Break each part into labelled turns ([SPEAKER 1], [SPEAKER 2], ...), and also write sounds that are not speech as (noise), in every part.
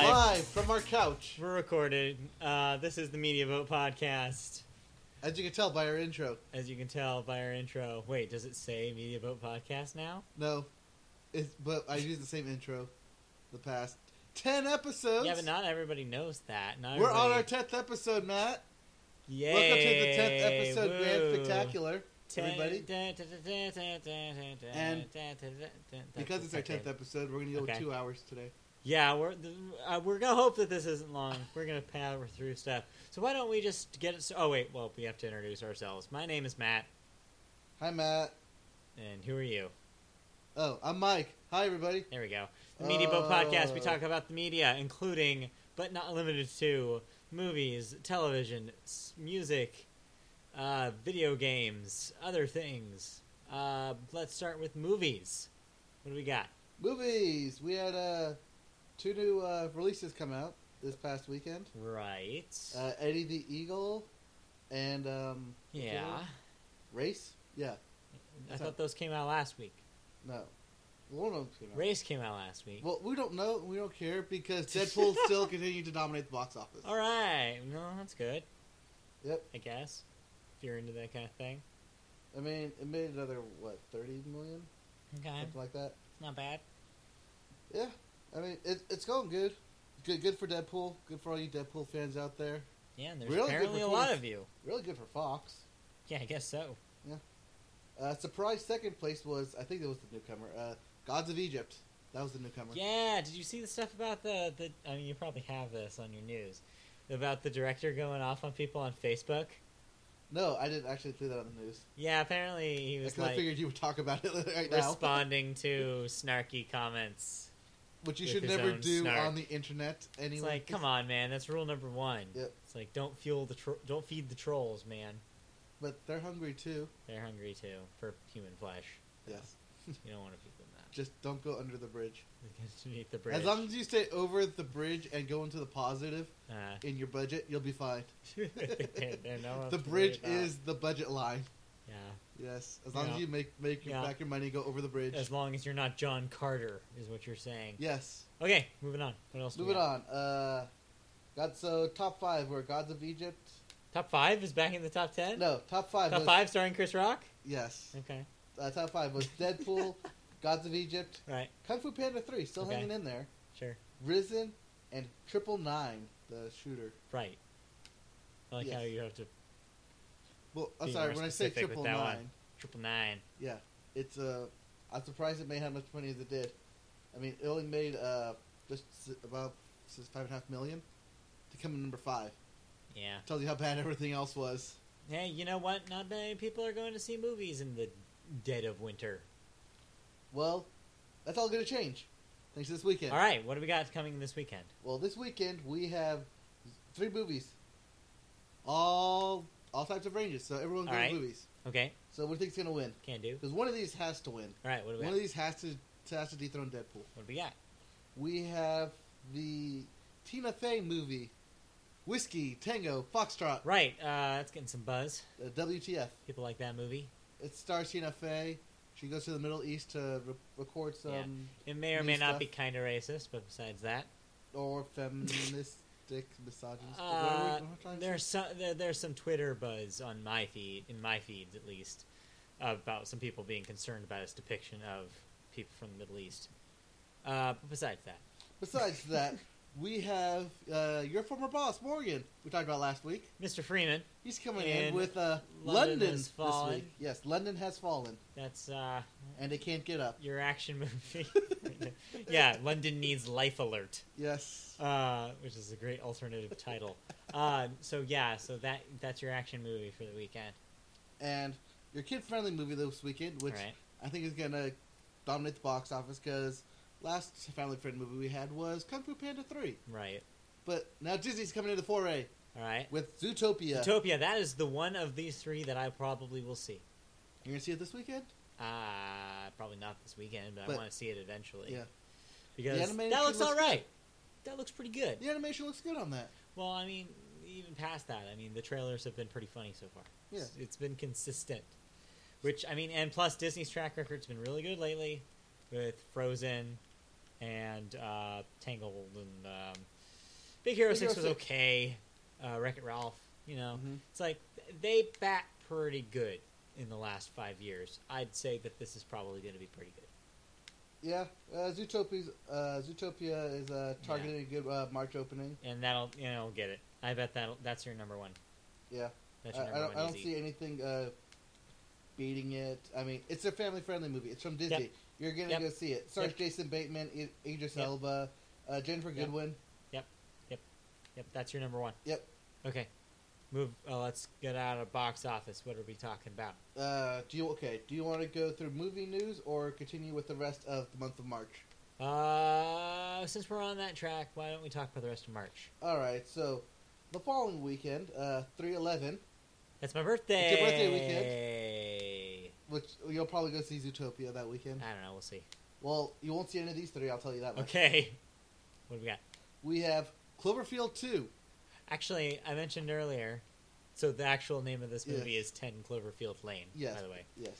[SPEAKER 1] I'm Mark Couch.
[SPEAKER 2] We're recorded. Uh, this is the Media Vote Podcast.
[SPEAKER 1] As you can tell by our intro,
[SPEAKER 2] As you can tell by our intro, wait, does it say Media Vote Podcast now?
[SPEAKER 1] no, it's but I use the same intro. The past ten episodes.
[SPEAKER 2] Yeah, but not everybody knows that. Not
[SPEAKER 1] We're on
[SPEAKER 2] everybody-
[SPEAKER 1] our tenth episode, Matt.
[SPEAKER 2] Yay!
[SPEAKER 1] Welcome to the tenth episode, Grand
[SPEAKER 2] woo.
[SPEAKER 1] Spectacular,
[SPEAKER 2] Ten-
[SPEAKER 1] everybody.
[SPEAKER 2] dun, dun, dun, dun, dun, dun, dun,
[SPEAKER 1] And
[SPEAKER 2] dun, dun, dun, dun,
[SPEAKER 1] because it's our
[SPEAKER 2] okay.
[SPEAKER 1] tenth episode, we're gonna go with
[SPEAKER 2] Okay.
[SPEAKER 1] two hours today.
[SPEAKER 2] Yeah, we're th- uh, we're gonna hope that this isn't long. We're gonna power through stuff. So why don't we just get it? s oh wait, well we have to introduce ourselves. My name is Matt,
[SPEAKER 1] Hi, Matt.
[SPEAKER 2] and who are you?
[SPEAKER 1] Oh, I'm Mike. Hi, everybody.
[SPEAKER 2] There we go. The Media Boat Podcast. We
[SPEAKER 1] Oh.
[SPEAKER 2] talk about the media, including but not limited to movies, television, s- music, uh, video games, other things. Uh, let's start with movies. What do we got?
[SPEAKER 1] Movies. We had uh, two new uh, releases come out this past weekend.
[SPEAKER 2] Right.
[SPEAKER 1] Uh, Eddie the Eagle and um,
[SPEAKER 2] yeah.
[SPEAKER 1] Race. Yeah.
[SPEAKER 2] I
[SPEAKER 1] that's
[SPEAKER 2] thought
[SPEAKER 1] not-
[SPEAKER 2] those came out last week.
[SPEAKER 1] No. One of them came out.
[SPEAKER 2] Race came out last week.
[SPEAKER 1] Well, we don't know. We don't care
[SPEAKER 2] (laughs)
[SPEAKER 1] because Deadpool still continued to dominate the box office.
[SPEAKER 2] All right. No, that's good.
[SPEAKER 1] Yep.
[SPEAKER 2] I guess. If you're into that kind of thing.
[SPEAKER 1] I mean, it made another what thirty million,
[SPEAKER 2] Okay.
[SPEAKER 1] something like that.
[SPEAKER 2] Not bad.
[SPEAKER 1] Yeah. I mean, it, it's going good. Good, good for Deadpool. Good for all you Deadpool fans out there.
[SPEAKER 2] Yeah, and there's
[SPEAKER 1] Really good
[SPEAKER 2] apparently a lot
[SPEAKER 1] performance.
[SPEAKER 2] of you.
[SPEAKER 1] Really good for Fox.
[SPEAKER 2] Yeah, I guess so.
[SPEAKER 1] Uh, surprise second place was I think it was the newcomer. Uh, Gods of Egypt. That was the newcomer.
[SPEAKER 2] Yeah, did you see the stuff about the, the I mean you probably have this on your news. About the director going off on people on Facebook?
[SPEAKER 1] No, I didn't actually see that on the news.
[SPEAKER 2] Yeah, apparently he was
[SPEAKER 1] Because I
[SPEAKER 2] like
[SPEAKER 1] figured you would talk about it (laughs) right now.
[SPEAKER 2] responding to snarky comments.
[SPEAKER 1] Which you
[SPEAKER 2] with
[SPEAKER 1] should
[SPEAKER 2] his
[SPEAKER 1] never
[SPEAKER 2] own
[SPEAKER 1] do
[SPEAKER 2] snark.
[SPEAKER 1] on the internet. Anyway.
[SPEAKER 2] It's like, come on, man, that's rule number one.
[SPEAKER 1] Yep.
[SPEAKER 2] It's like don't fuel the tro- don't feed the trolls, man.
[SPEAKER 1] But they're hungry too.
[SPEAKER 2] They're hungry too for human flesh.
[SPEAKER 1] Yes.
[SPEAKER 2] You don't want to feed them that.
[SPEAKER 1] Just don't go under the bridge.
[SPEAKER 2] Because you need the bridge.
[SPEAKER 1] As long as you stay over the bridge and go into the positive
[SPEAKER 2] (laughs) Uh,
[SPEAKER 1] in your budget, you'll
[SPEAKER 2] (laughs)
[SPEAKER 1] be fine. (laughs)
[SPEAKER 2] they're- they're no one
[SPEAKER 1] the
[SPEAKER 2] to worry
[SPEAKER 1] bridge
[SPEAKER 2] about.
[SPEAKER 1] is the budget line.
[SPEAKER 2] yeah.
[SPEAKER 1] Yes, as long
[SPEAKER 2] Yeah.
[SPEAKER 1] as you make make your,
[SPEAKER 2] Yeah.
[SPEAKER 1] back your money, go over the bridge.
[SPEAKER 2] As long as you're not John Carter, is what you're saying.
[SPEAKER 1] yes.
[SPEAKER 2] Okay, moving on. What else? do we
[SPEAKER 1] Moving
[SPEAKER 2] got?
[SPEAKER 1] on. Uh, got so top five were Gods of Egypt.
[SPEAKER 2] Top five is back in the top ten.
[SPEAKER 1] No, top five.
[SPEAKER 2] top
[SPEAKER 1] was,
[SPEAKER 2] five starring Chris Rock.
[SPEAKER 1] Yes,
[SPEAKER 2] Okay,
[SPEAKER 1] uh, top
[SPEAKER 2] (laughs)
[SPEAKER 1] five was Deadpool, Gods of Egypt,
[SPEAKER 2] right,
[SPEAKER 1] Kung Fu Panda three still
[SPEAKER 2] Okay.
[SPEAKER 1] hanging in there,
[SPEAKER 2] sure,
[SPEAKER 1] Risen, and Triple Nine the shooter.
[SPEAKER 2] right. I like how
[SPEAKER 1] Yes.
[SPEAKER 2] you have to
[SPEAKER 1] Well, I'm
[SPEAKER 2] Be
[SPEAKER 1] sorry.
[SPEAKER 2] more
[SPEAKER 1] When I say
[SPEAKER 2] specific with
[SPEAKER 1] Triple
[SPEAKER 2] that
[SPEAKER 1] Nine.
[SPEAKER 2] one. triple nine.
[SPEAKER 1] Yeah, it's Uh, I'm surprised it made how much money as it did. I mean, it only made uh, just s- about s- five and a half million to come in number five.
[SPEAKER 2] Yeah.
[SPEAKER 1] Tells you how bad everything else was.
[SPEAKER 2] Hey, you know what? Not many people are going to see movies in the dead of winter.
[SPEAKER 1] Well, that's all going to change. Thanks to this weekend.
[SPEAKER 2] All right, what do we got coming this weekend?
[SPEAKER 1] Well, this weekend we have three movies, all all types of ranges. So everyone's
[SPEAKER 2] All
[SPEAKER 1] going
[SPEAKER 2] right.
[SPEAKER 1] movies.
[SPEAKER 2] Okay,
[SPEAKER 1] So what do you think's going to win?
[SPEAKER 2] can do.
[SPEAKER 1] Because one of these has to win.
[SPEAKER 2] All right, what do we
[SPEAKER 1] One
[SPEAKER 2] got?
[SPEAKER 1] of these has to has to dethrone Deadpool.
[SPEAKER 2] What do we got?
[SPEAKER 1] we have the Tina Fey movie, Whiskey Tango Foxtrot,
[SPEAKER 2] Right, uh, that's getting some buzz.
[SPEAKER 1] uh, WTF.
[SPEAKER 2] People like that movie.
[SPEAKER 1] It stars Tina Fey. She goes to the Middle East to re- record some
[SPEAKER 2] Yeah. It may or may
[SPEAKER 1] New
[SPEAKER 2] not
[SPEAKER 1] stuff.
[SPEAKER 2] be kind of racist, but besides that,
[SPEAKER 1] or feministic (laughs) misogynistic.
[SPEAKER 2] Uh,
[SPEAKER 1] what am I trying to
[SPEAKER 2] there's
[SPEAKER 1] say?
[SPEAKER 2] some there, there's some Twitter buzz on my feed in my feeds at least about some people being concerned about its depiction of people from the Middle East. Uh, but besides that, (laughs)
[SPEAKER 1] Besides that, we have uh, your former boss Morgan. We talked about last week.
[SPEAKER 2] Mr. Freeman,
[SPEAKER 1] He's coming in
[SPEAKER 2] And
[SPEAKER 1] with uh,
[SPEAKER 2] London
[SPEAKER 1] London
[SPEAKER 2] has
[SPEAKER 1] this
[SPEAKER 2] fallen.
[SPEAKER 1] week. Yes, London has fallen,
[SPEAKER 2] that's uh,
[SPEAKER 1] and it can't get up.
[SPEAKER 2] your action (laughs) movie. yeah, London needs life alert,
[SPEAKER 1] Yes,
[SPEAKER 2] uh, which is a great alternative title. Uh, so yeah, so that that's your action movie for the weekend,
[SPEAKER 1] and your kid-friendly movie this weekend, which
[SPEAKER 2] right?
[SPEAKER 1] I think is gonna dominate the box office because last family friend movie we had was Kung Fu Panda three,
[SPEAKER 2] Right.
[SPEAKER 1] but now Disney's coming into the foray
[SPEAKER 2] All right.
[SPEAKER 1] with Zootopia.
[SPEAKER 2] Utopia. That is the one of these three that I probably will see.
[SPEAKER 1] You're gonna see it this weekend.
[SPEAKER 2] Uh, probably not this weekend, but,
[SPEAKER 1] But-
[SPEAKER 2] I want to see it eventually.
[SPEAKER 1] yeah.
[SPEAKER 2] Because
[SPEAKER 1] The animation
[SPEAKER 2] that looks,
[SPEAKER 1] looks
[SPEAKER 2] all right. That looks pretty good.
[SPEAKER 1] The animation looks good on that.
[SPEAKER 2] Well, I mean, even past that, I mean, the trailers have been pretty funny so far.
[SPEAKER 1] Yeah.
[SPEAKER 2] It's- it's been consistent. Which I mean, and plus Disney's track record's been really good lately with Frozen and uh, Tangled and um, Big Hero
[SPEAKER 1] Big
[SPEAKER 2] Six
[SPEAKER 1] Hero
[SPEAKER 2] was
[SPEAKER 1] Six.
[SPEAKER 2] okay. Uh, Wreck It Ralph, you know,
[SPEAKER 1] Mhm.
[SPEAKER 2] it's like they bat pretty good in the last five years. I'd say that this is probably going to be pretty good.
[SPEAKER 1] Yeah, uh, Zootopia's, uh, Zootopia is uh, targeting a good uh, March opening.
[SPEAKER 2] and that'll you know get it. I bet that will that's your number one.
[SPEAKER 1] Yeah,
[SPEAKER 2] That's
[SPEAKER 1] I,
[SPEAKER 2] your
[SPEAKER 1] I
[SPEAKER 2] number
[SPEAKER 1] don't, I
[SPEAKER 2] one
[SPEAKER 1] don't
[SPEAKER 2] easy.
[SPEAKER 1] see anything uh, beating it. I mean, it's a family-friendly movie. It's from Disney. You're gonna
[SPEAKER 2] Yep.
[SPEAKER 1] go see it. Stars
[SPEAKER 2] Yep.
[SPEAKER 1] Jason Bateman, I- Idris
[SPEAKER 2] Yep.
[SPEAKER 1] Elba, uh, Jennifer
[SPEAKER 2] Yep.
[SPEAKER 1] Goodwin.
[SPEAKER 2] Yep, that's your number one.
[SPEAKER 1] Yep.
[SPEAKER 2] Okay, move. Uh, let's get out of box office. What are we talking about?
[SPEAKER 1] Uh, do you okay? Do you want to go through movie news or continue with the rest of the month of March?
[SPEAKER 2] Uh, since we're on that track, why don't we talk about the rest of March?
[SPEAKER 1] All right. So, the following weekend, uh, three eleven,
[SPEAKER 2] That's my birthday.
[SPEAKER 1] It's your birthday
[SPEAKER 2] weekend.
[SPEAKER 1] which you'll probably go see Zootopia that weekend.
[SPEAKER 2] I don't know. We'll see.
[SPEAKER 1] Well, you won't see any of these three. I'll tell you that much.
[SPEAKER 2] Okay. (laughs) What do we got?
[SPEAKER 1] We have Cloverfield two.
[SPEAKER 2] Actually, I mentioned earlier. So the actual name of this movie
[SPEAKER 1] Yes.
[SPEAKER 2] is Ten Cloverfield Lane.
[SPEAKER 1] Yes.
[SPEAKER 2] By the way,
[SPEAKER 1] Yes.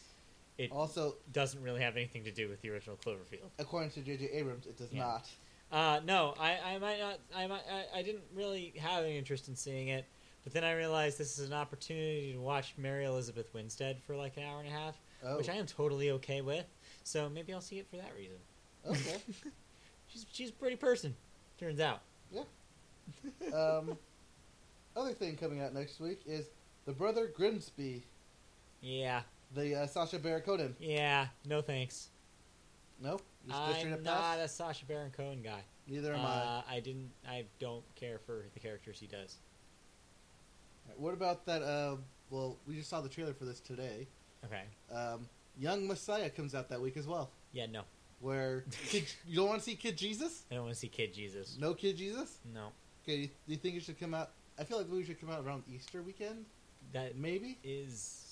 [SPEAKER 2] it
[SPEAKER 1] Also,
[SPEAKER 2] doesn't really have anything to do with the original Cloverfield.
[SPEAKER 1] according to J.J. Abrams, it does
[SPEAKER 2] Yeah.
[SPEAKER 1] not.
[SPEAKER 2] Uh, no, I, I might not. I, might, I I didn't really have any interest in seeing it, but then I realized this is an opportunity to watch Mary Elizabeth Winstead for like an hour and a half,
[SPEAKER 1] Oh,
[SPEAKER 2] which I am totally okay with. So maybe I'll see it for that reason. (laughs)
[SPEAKER 1] okay.
[SPEAKER 2] She's she's a pretty person, turns out.
[SPEAKER 1] um, other thing coming out next week is the Brother Grimsby,
[SPEAKER 2] Yeah,
[SPEAKER 1] the uh, Sasha Baron Cohen.
[SPEAKER 2] yeah. No thanks.
[SPEAKER 1] No, Just go straight
[SPEAKER 2] I'm
[SPEAKER 1] up
[SPEAKER 2] not
[SPEAKER 1] pass?
[SPEAKER 2] a Sacha Baron Cohen guy.
[SPEAKER 1] Neither am I.
[SPEAKER 2] uh, I didn't. I don't care for the characters he does.
[SPEAKER 1] What about that? Uh, well, we just saw the trailer for this today.
[SPEAKER 2] Okay.
[SPEAKER 1] Um, Young Messiah comes out that week as well,
[SPEAKER 2] Yeah. No. (laughs)
[SPEAKER 1] where kid, you don't want to see Kid Jesus.
[SPEAKER 2] I don't want to see Kid Jesus.
[SPEAKER 1] No Kid Jesus.
[SPEAKER 2] No.
[SPEAKER 1] Okay, do you, do you think it should come out? I feel like the movie should come out around Easter weekend,
[SPEAKER 2] That
[SPEAKER 1] maybe.
[SPEAKER 2] is.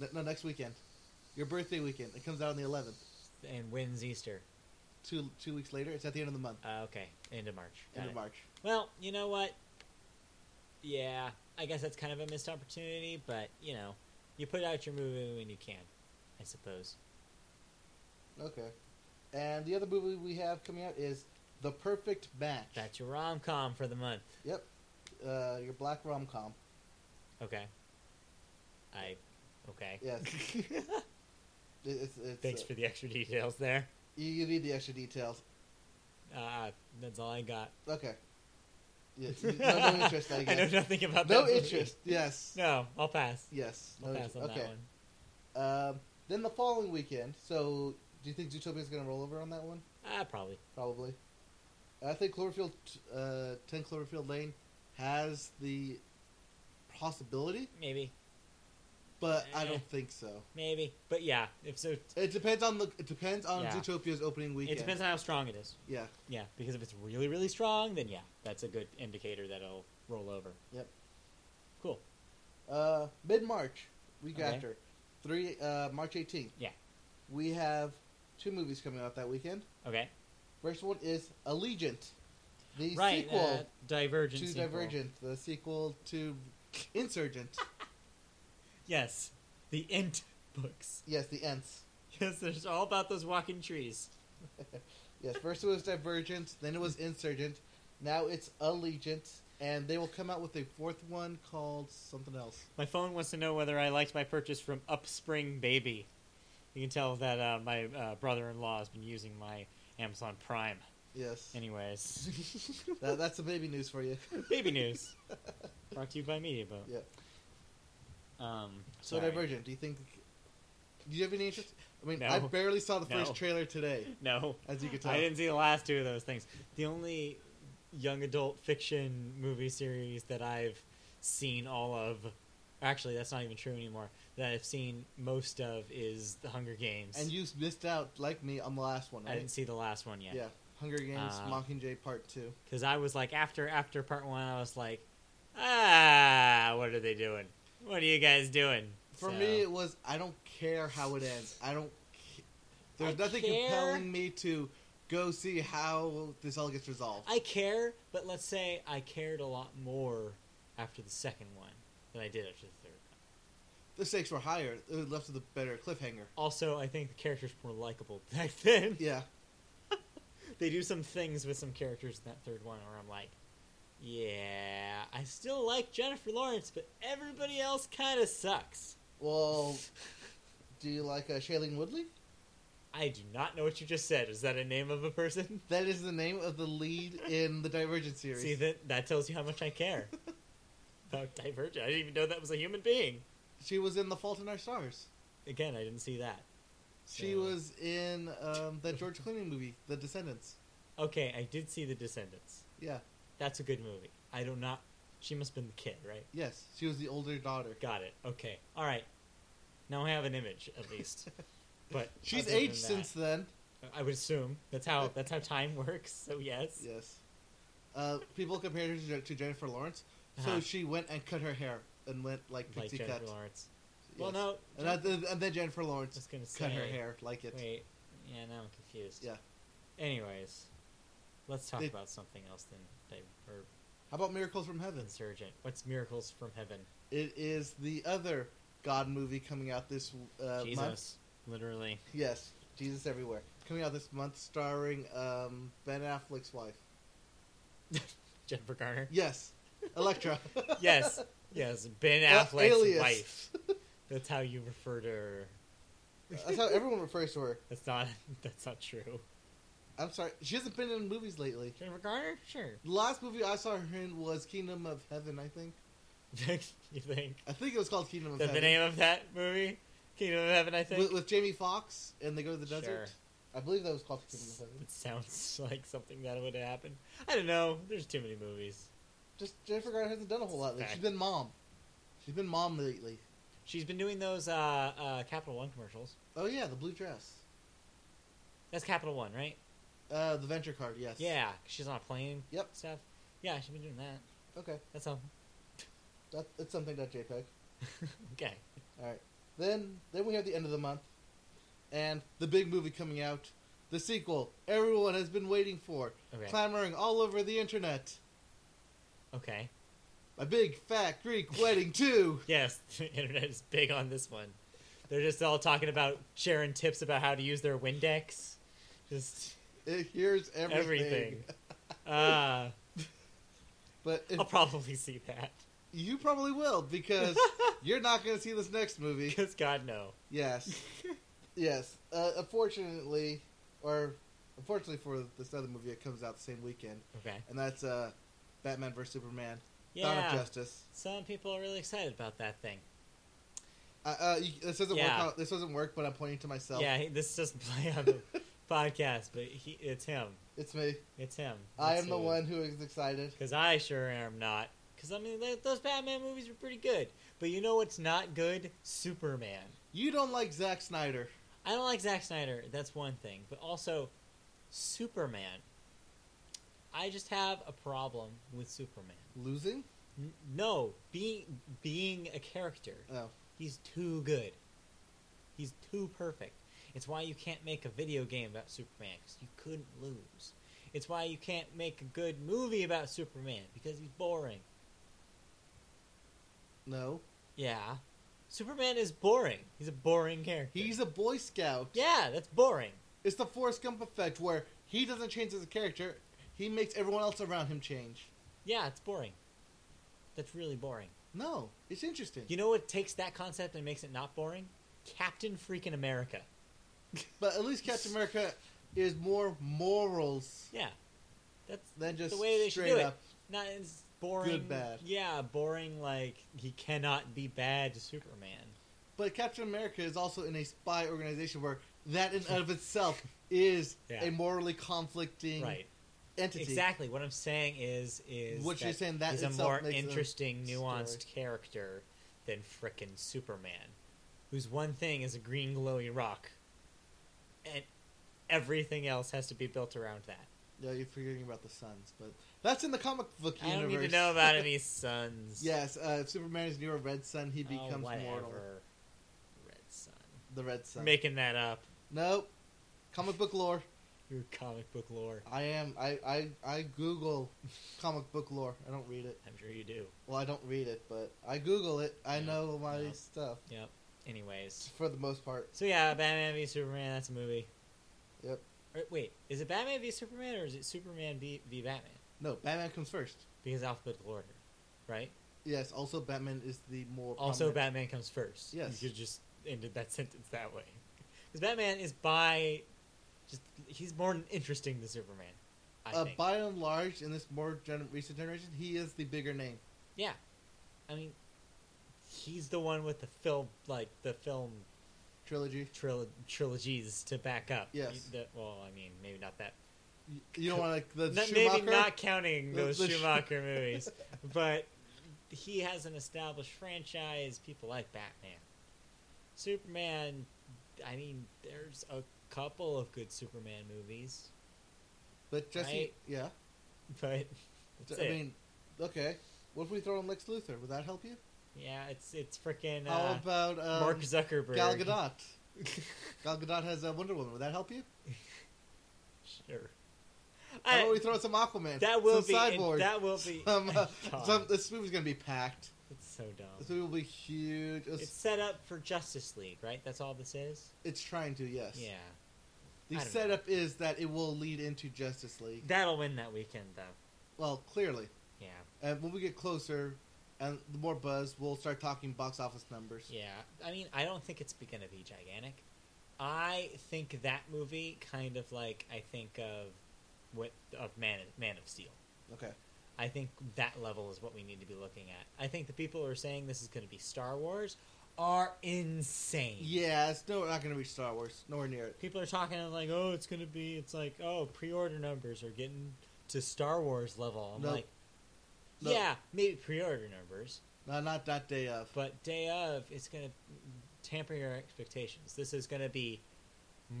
[SPEAKER 1] No, no, next weekend, your birthday weekend. It comes out on the 11th.
[SPEAKER 2] And when's Easter?
[SPEAKER 1] Two two weeks later, it's at the end of the month,
[SPEAKER 2] Uh, okay, end of March. Got
[SPEAKER 1] end of
[SPEAKER 2] it.
[SPEAKER 1] March.
[SPEAKER 2] Well, you know what? Yeah, I guess that's kind of a missed opportunity, but you know, you put out your movie when you can, I suppose.
[SPEAKER 1] Okay. And the other movie we have coming out is The Perfect Match.
[SPEAKER 2] That's your rom com for the month.
[SPEAKER 1] Yep. Uh, your black rom com.
[SPEAKER 2] Okay. I. Okay. (laughs)
[SPEAKER 1] Yes. It, it's, it's,
[SPEAKER 2] Thanks
[SPEAKER 1] uh,
[SPEAKER 2] for the extra details there.
[SPEAKER 1] you, you need the extra details.
[SPEAKER 2] Uh, that's all I
[SPEAKER 1] (laughs)
[SPEAKER 2] got.
[SPEAKER 1] Okay.
[SPEAKER 2] (laughs)
[SPEAKER 1] Yeah, you- no, no interest, I
[SPEAKER 2] I know
[SPEAKER 1] guess.
[SPEAKER 2] nothing about that.
[SPEAKER 1] no
[SPEAKER 2] movie.
[SPEAKER 1] interest. Yes.
[SPEAKER 2] No, I'll pass.
[SPEAKER 1] Yes. No
[SPEAKER 2] I'll pass
[SPEAKER 1] interest.
[SPEAKER 2] on
[SPEAKER 1] Okay.
[SPEAKER 2] that one.
[SPEAKER 1] Um, then the following weekend. So, do you think Zootopia is going to roll over on that one?
[SPEAKER 2] Ah, probably.
[SPEAKER 1] Probably. I think Cloverfield, t- uh, 10 Cloverfield Lane has the possibility,
[SPEAKER 2] Maybe.
[SPEAKER 1] but I
[SPEAKER 2] Eh.
[SPEAKER 1] don't think so.
[SPEAKER 2] Maybe. But yeah, if so,
[SPEAKER 1] It depends on the. It depends on
[SPEAKER 2] Yeah.
[SPEAKER 1] Zootopia's opening weekend.
[SPEAKER 2] it depends on how strong it is.
[SPEAKER 1] Yeah.
[SPEAKER 2] Yeah, because if it's really, really strong, then yeah, that's a good indicator that it'll roll over.
[SPEAKER 1] Yep.
[SPEAKER 2] Cool.
[SPEAKER 1] Uh, Mid March, week
[SPEAKER 2] Okay.
[SPEAKER 1] after, three uh, March eighteenth.
[SPEAKER 2] Yeah.
[SPEAKER 1] We have two movies coming out that weekend.
[SPEAKER 2] Okay.
[SPEAKER 1] First one is Allegiant, the
[SPEAKER 2] right.
[SPEAKER 1] sequel
[SPEAKER 2] uh, Divergent.
[SPEAKER 1] to
[SPEAKER 2] sequel.
[SPEAKER 1] Divergent, the sequel to
[SPEAKER 2] (laughs)
[SPEAKER 1] Insurgent.
[SPEAKER 2] Yes. The Int books. (laughs)
[SPEAKER 1] yes, the Ents.
[SPEAKER 2] Yes, there's all about those walking trees.
[SPEAKER 1] Yes, first it was Divergent, then it was Insurgent, now it's Allegiant, and they will come out with a fourth one called something else.
[SPEAKER 2] My phone wants to know whether I liked my purchase from Upspring Baby. You can tell that uh, my uh, brother-in-law has been using my Amazon Prime.
[SPEAKER 1] Yes,
[SPEAKER 2] Anyways,
[SPEAKER 1] (laughs) that, that's the baby news for you.
[SPEAKER 2] (laughs) baby news brought to you by MediaBoat.
[SPEAKER 1] Yeah.
[SPEAKER 2] Um,
[SPEAKER 1] So
[SPEAKER 2] sorry.
[SPEAKER 1] Divergent, do you think? Do you have any interest? I mean,
[SPEAKER 2] No.
[SPEAKER 1] I barely saw the
[SPEAKER 2] No.
[SPEAKER 1] first trailer today,
[SPEAKER 2] No,
[SPEAKER 1] as you can tell.
[SPEAKER 2] I didn't see the last two of those things. The only young adult fiction movie series that I've seen all of, actually, that's not even true anymore, that I've seen most of is The Hunger Games.
[SPEAKER 1] And you missed out, like me, on the last one. Right?
[SPEAKER 2] I didn't see the last one
[SPEAKER 1] Yeah.
[SPEAKER 2] yet.
[SPEAKER 1] Hunger Games,
[SPEAKER 2] Uh,
[SPEAKER 1] Mockingjay Part Two.
[SPEAKER 2] Because I was like, after after part one, I was like, ah, what are they doing? What are you guys doing?
[SPEAKER 1] For
[SPEAKER 2] So-
[SPEAKER 1] me, it was I don't care how it ends. I don't. ca- There's
[SPEAKER 2] I
[SPEAKER 1] nothing
[SPEAKER 2] care.
[SPEAKER 1] compelling me to go see how this all gets resolved.
[SPEAKER 2] I care, but let's say I cared a lot more after the second one than I did after the third.
[SPEAKER 1] the stakes were higher. It was left with a better cliffhanger.
[SPEAKER 2] Also, I think the characters were more likable (laughs) back then.
[SPEAKER 1] Yeah.
[SPEAKER 2] They do some things with some characters in that third one where I'm like, Yeah, I still like Jennifer Lawrence, but everybody else kind of sucks.
[SPEAKER 1] Well,
[SPEAKER 2] (laughs)
[SPEAKER 1] do you like uh, Shailene Woodley?
[SPEAKER 2] I do not know what you just said. Is that a name of a person?
[SPEAKER 1] That is the name of the lead in the Divergent series.
[SPEAKER 2] See, that, that tells you how much I
[SPEAKER 1] (laughs)
[SPEAKER 2] care about Divergent. I didn't even know that was a human being.
[SPEAKER 1] she was in The Fault in Our Stars.
[SPEAKER 2] Again, I didn't see that.
[SPEAKER 1] She
[SPEAKER 2] So-
[SPEAKER 1] was in um, that George Clooney movie, The Descendants.
[SPEAKER 2] Okay, I did see The Descendants.
[SPEAKER 1] Yeah.
[SPEAKER 2] That's a good movie. I do not. She must have been the kid, right?
[SPEAKER 1] Yes, she was the older daughter.
[SPEAKER 2] Got it. Okay. All right. Now I have an image, at
[SPEAKER 1] (laughs)
[SPEAKER 2] least. But
[SPEAKER 1] She's
[SPEAKER 2] other than
[SPEAKER 1] aged
[SPEAKER 2] that-
[SPEAKER 1] since then.
[SPEAKER 2] I would assume that's how that's how time works. So yes.
[SPEAKER 1] Yes. Uh, people compared her to, Je- to Jennifer Lawrence, so
[SPEAKER 2] Uh-huh.
[SPEAKER 1] she went and cut her hair and went like
[SPEAKER 2] like
[SPEAKER 1] pixie
[SPEAKER 2] Jennifer
[SPEAKER 1] cut.
[SPEAKER 2] Lawrence.
[SPEAKER 1] Yes.
[SPEAKER 2] Well, no.
[SPEAKER 1] and, that- and then, Jennifer
[SPEAKER 2] I
[SPEAKER 1] Lawrence
[SPEAKER 2] was gonna
[SPEAKER 1] cut her
[SPEAKER 2] say-
[SPEAKER 1] hair like it.
[SPEAKER 2] Wait. Yeah, now I'm confused.
[SPEAKER 1] Yeah.
[SPEAKER 2] Anyways, let's talk
[SPEAKER 1] They-
[SPEAKER 2] about something else than di- or
[SPEAKER 1] How about Miracles from Heaven?
[SPEAKER 2] Insurgent. What's Miracles from Heaven?
[SPEAKER 1] It is the other God movie coming out this uh,
[SPEAKER 2] Jesus,
[SPEAKER 1] month.
[SPEAKER 2] literally.
[SPEAKER 1] Yes, Jesus everywhere. Coming out this month, starring um, Ben Affleck's wife.
[SPEAKER 2] (laughs) Jennifer
[SPEAKER 1] (laughs)
[SPEAKER 2] Garner.
[SPEAKER 1] Yes,
[SPEAKER 2] (laughs)
[SPEAKER 1] Electra.
[SPEAKER 2] yes. Yes. Ben
[SPEAKER 1] Uh,
[SPEAKER 2] Affleck's
[SPEAKER 1] alias.
[SPEAKER 2] wife. That's how you refer to her.
[SPEAKER 1] (laughs) That's how everyone refers to her.
[SPEAKER 2] That's not. (laughs) That's not true.
[SPEAKER 1] I'm sorry, she hasn't been in movies lately.
[SPEAKER 2] Jennifer Garner. Sure. (laughs)
[SPEAKER 1] The last movie I saw her in was Kingdom of Heaven, I think.
[SPEAKER 2] you think?
[SPEAKER 1] I think it was called Kingdom of
[SPEAKER 2] Is that the
[SPEAKER 1] Heaven.
[SPEAKER 2] name of that movie? Kingdom of Heaven, I think.
[SPEAKER 1] With, with Jamie Foxx, and they go to the desert.
[SPEAKER 2] Sure.
[SPEAKER 1] I believe that was called Kingdom of Heaven.
[SPEAKER 2] It sounds (laughs) like something that would happen. I don't know. There's too many movies.
[SPEAKER 1] Just Jennifer Garner hasn't done a whole lot. lately.
[SPEAKER 2] Fact.
[SPEAKER 1] She's been mom. She's been mom lately.
[SPEAKER 2] She's been doing those uh, uh, Capital One commercials.
[SPEAKER 1] Oh yeah, the blue dress,
[SPEAKER 2] That's Capital One, right?
[SPEAKER 1] uh, the venture card. Yes.
[SPEAKER 2] Yeah. She's on a plane.
[SPEAKER 1] Yep.
[SPEAKER 2] Stuff. Yeah, she's been doing that.
[SPEAKER 1] Okay.
[SPEAKER 2] That's all. (laughs)
[SPEAKER 1] That, that's something. That JPEG.
[SPEAKER 2] okay.
[SPEAKER 1] All right. Then then we have the end of the month, and the big movie coming out, the sequel everyone has been waiting for,
[SPEAKER 2] Okay.
[SPEAKER 1] clamoring all over the internet.
[SPEAKER 2] okay.
[SPEAKER 1] My big
[SPEAKER 2] (laughs)
[SPEAKER 1] fat Greek wedding too.
[SPEAKER 2] Yes, (laughs) the internet is big on this one. They're just all talking about sharing tips about how to use their Windex. Just
[SPEAKER 1] It hears everything.
[SPEAKER 2] everything. uh,
[SPEAKER 1] (laughs) But if,
[SPEAKER 2] I'll probably see that.
[SPEAKER 1] you probably will because
[SPEAKER 2] (laughs)
[SPEAKER 1] you're not going to see this next movie.
[SPEAKER 2] Because God, no.
[SPEAKER 1] (laughs)
[SPEAKER 2] (laughs)
[SPEAKER 1] Yes. yes. Uh, unfortunately, or unfortunately for this other movie, it comes out the same weekend,
[SPEAKER 2] Okay.
[SPEAKER 1] and that's uh, Batman vs Superman: Dawn of
[SPEAKER 2] Yeah.
[SPEAKER 1] Justice.
[SPEAKER 2] Some people are really excited about that thing.
[SPEAKER 1] Uh, uh, you, this doesn't
[SPEAKER 2] Yeah.
[SPEAKER 1] work. Out, this doesn't work, but I'm pointing to myself.
[SPEAKER 2] Yeah, he, this doesn't (laughs) play on the podcast, but he, it's him.
[SPEAKER 1] (laughs) It's me.
[SPEAKER 2] It's him.
[SPEAKER 1] I am the one who is excited.
[SPEAKER 2] Because I sure am not. Because, I mean, th- those Batman movies were pretty good. But you know what's not good? Superman.
[SPEAKER 1] You don't like Zack Snyder.
[SPEAKER 2] I don't like Zack Snyder. That's one thing. But also, Superman. I just have a problem with Superman.
[SPEAKER 1] Losing?
[SPEAKER 2] N- no, being being a character.
[SPEAKER 1] Oh,
[SPEAKER 2] He's too good. He's too perfect. It's why you can't make a video game about Superman because you couldn't lose. It's why you can't make a good movie about Superman because he's boring.
[SPEAKER 1] no.
[SPEAKER 2] Yeah, Superman is boring. He's a boring character.
[SPEAKER 1] He's a Boy Scout.
[SPEAKER 2] yeah, that's boring.
[SPEAKER 1] It's the Forrest Gump effect where he doesn't change as a character, he makes everyone else around him change.
[SPEAKER 2] Yeah, it's boring. That's really boring.
[SPEAKER 1] No, it's interesting.
[SPEAKER 2] You know what takes that concept and makes it not boring? Captain freaking America.
[SPEAKER 1] (laughs) But at least Captain America is more morals
[SPEAKER 2] Yeah, that's
[SPEAKER 1] than just
[SPEAKER 2] the way they should
[SPEAKER 1] straight
[SPEAKER 2] do it.
[SPEAKER 1] up.
[SPEAKER 2] Not as boring.
[SPEAKER 1] Good, bad.
[SPEAKER 2] Yeah, boring. Like he cannot be bad to Superman.
[SPEAKER 1] But Captain America is also in a spy organization where that in and
[SPEAKER 2] (laughs)
[SPEAKER 1] of itself is
[SPEAKER 2] Yeah.
[SPEAKER 1] a morally conflicting
[SPEAKER 2] Right.
[SPEAKER 1] entity.
[SPEAKER 2] Exactly. What I'm saying is, is
[SPEAKER 1] What you're saying, that
[SPEAKER 2] he's a
[SPEAKER 1] itself
[SPEAKER 2] more
[SPEAKER 1] makes a
[SPEAKER 2] interesting, nuanced
[SPEAKER 1] story.
[SPEAKER 2] character than frickin' Superman, whose one thing is a green glowy rock, and everything else has to be built around that.
[SPEAKER 1] No, you're forgetting about the sons, but that's in the comic book
[SPEAKER 2] I
[SPEAKER 1] universe.
[SPEAKER 2] don't even know about
[SPEAKER 1] (laughs)
[SPEAKER 2] any sons.
[SPEAKER 1] yes, uh, if Superman is near a red sun, he
[SPEAKER 2] Oh,
[SPEAKER 1] becomes mortal.
[SPEAKER 2] whatever. Red Sun.
[SPEAKER 1] The red sun.
[SPEAKER 2] Making that up.
[SPEAKER 1] nope. Comic book lore.
[SPEAKER 2] Your comic book lore.
[SPEAKER 1] I am. I, I, I Google comic book lore. I don't read it.
[SPEAKER 2] I'm sure you do.
[SPEAKER 1] Well, I don't read it, but I Google it. I
[SPEAKER 2] Yeah,
[SPEAKER 1] know my
[SPEAKER 2] yeah.
[SPEAKER 1] stuff
[SPEAKER 2] Yep. Anyways.
[SPEAKER 1] for the most part.
[SPEAKER 2] So yeah, Batman v Superman. That's a movie.
[SPEAKER 1] Yep.
[SPEAKER 2] Or, wait, is it Batman v Superman or is it Superman v, v Batman?
[SPEAKER 1] No, Batman comes first.
[SPEAKER 2] because alphabetical order, right?
[SPEAKER 1] Yes. Also, Batman is the more
[SPEAKER 2] Also,
[SPEAKER 1] prominent-
[SPEAKER 2] Batman comes first.
[SPEAKER 1] Yes.
[SPEAKER 2] you could just ended that (laughs) sentence that way, because Batman is by, just he's more interesting than Superman. I
[SPEAKER 1] Uh,
[SPEAKER 2] think.
[SPEAKER 1] by and large, in this more gen- recent generation, he is the bigger name.
[SPEAKER 2] yeah, I mean, he's the one with the film, like the film
[SPEAKER 1] Trilogy.
[SPEAKER 2] tril- trilogies to back up.
[SPEAKER 1] Yes.
[SPEAKER 2] You- the- well, I mean, maybe not that.
[SPEAKER 1] You, you don't want to like the
[SPEAKER 2] Not-
[SPEAKER 1] Schumacher.
[SPEAKER 2] maybe not counting
[SPEAKER 1] The-
[SPEAKER 2] those
[SPEAKER 1] the Sch- (laughs)
[SPEAKER 2] Schumacher movies, but he has an established franchise. People like Batman, Superman. I mean, there's a couple of good Superman movies,
[SPEAKER 1] but Jesse.
[SPEAKER 2] right?
[SPEAKER 1] Yeah.
[SPEAKER 2] but that's
[SPEAKER 1] I
[SPEAKER 2] it.
[SPEAKER 1] mean, okay. What if we throw in Lex Luthor? Would that help you?
[SPEAKER 2] yeah, it's it's freaking
[SPEAKER 1] How
[SPEAKER 2] uh,
[SPEAKER 1] about um,
[SPEAKER 2] Mark Zuckerberg.
[SPEAKER 1] Gal Gadot? Gal Gadot has uh, Wonder Woman. Would that help you?
[SPEAKER 2] (laughs) sure.
[SPEAKER 1] How
[SPEAKER 2] I-
[SPEAKER 1] about we throw in some Aquaman?
[SPEAKER 2] that will
[SPEAKER 1] some
[SPEAKER 2] be. and
[SPEAKER 1] Cyborg.
[SPEAKER 2] That will be.
[SPEAKER 1] (laughs) some, uh,
[SPEAKER 2] (laughs) God,
[SPEAKER 1] some, this movie's gonna be packed.
[SPEAKER 2] it's so dumb.
[SPEAKER 1] This movie will be huge. It's,
[SPEAKER 2] It's set up for Justice League, right? That's all this is.
[SPEAKER 1] it's trying to, yes.
[SPEAKER 2] Yeah,
[SPEAKER 1] The
[SPEAKER 2] I don't know.
[SPEAKER 1] setup is that it will lead into Justice League.
[SPEAKER 2] that'll win that weekend, though.
[SPEAKER 1] Well, clearly,
[SPEAKER 2] Yeah,
[SPEAKER 1] and when we get closer, and the more buzz, we'll start talking box office numbers.
[SPEAKER 2] yeah. I mean, I don't think it's going to be gigantic. I think that movie kind of like I think of what of Man Man of Steel.
[SPEAKER 1] Okay.
[SPEAKER 2] I think that level is what we need to be looking at. I think the people who are saying this is going to be Star Wars are insane.
[SPEAKER 1] Yeah, it's no, we're not gonna reach Star Wars. Nowhere near it.
[SPEAKER 2] People are talking like, oh, it's going to be. It's like, oh, pre-order numbers are getting to Star Wars level. I'm
[SPEAKER 1] No.
[SPEAKER 2] like,
[SPEAKER 1] No.
[SPEAKER 2] yeah, maybe pre-order numbers,
[SPEAKER 1] No, not that day of.
[SPEAKER 2] but day of, it's going to tamper your expectations. This is going to be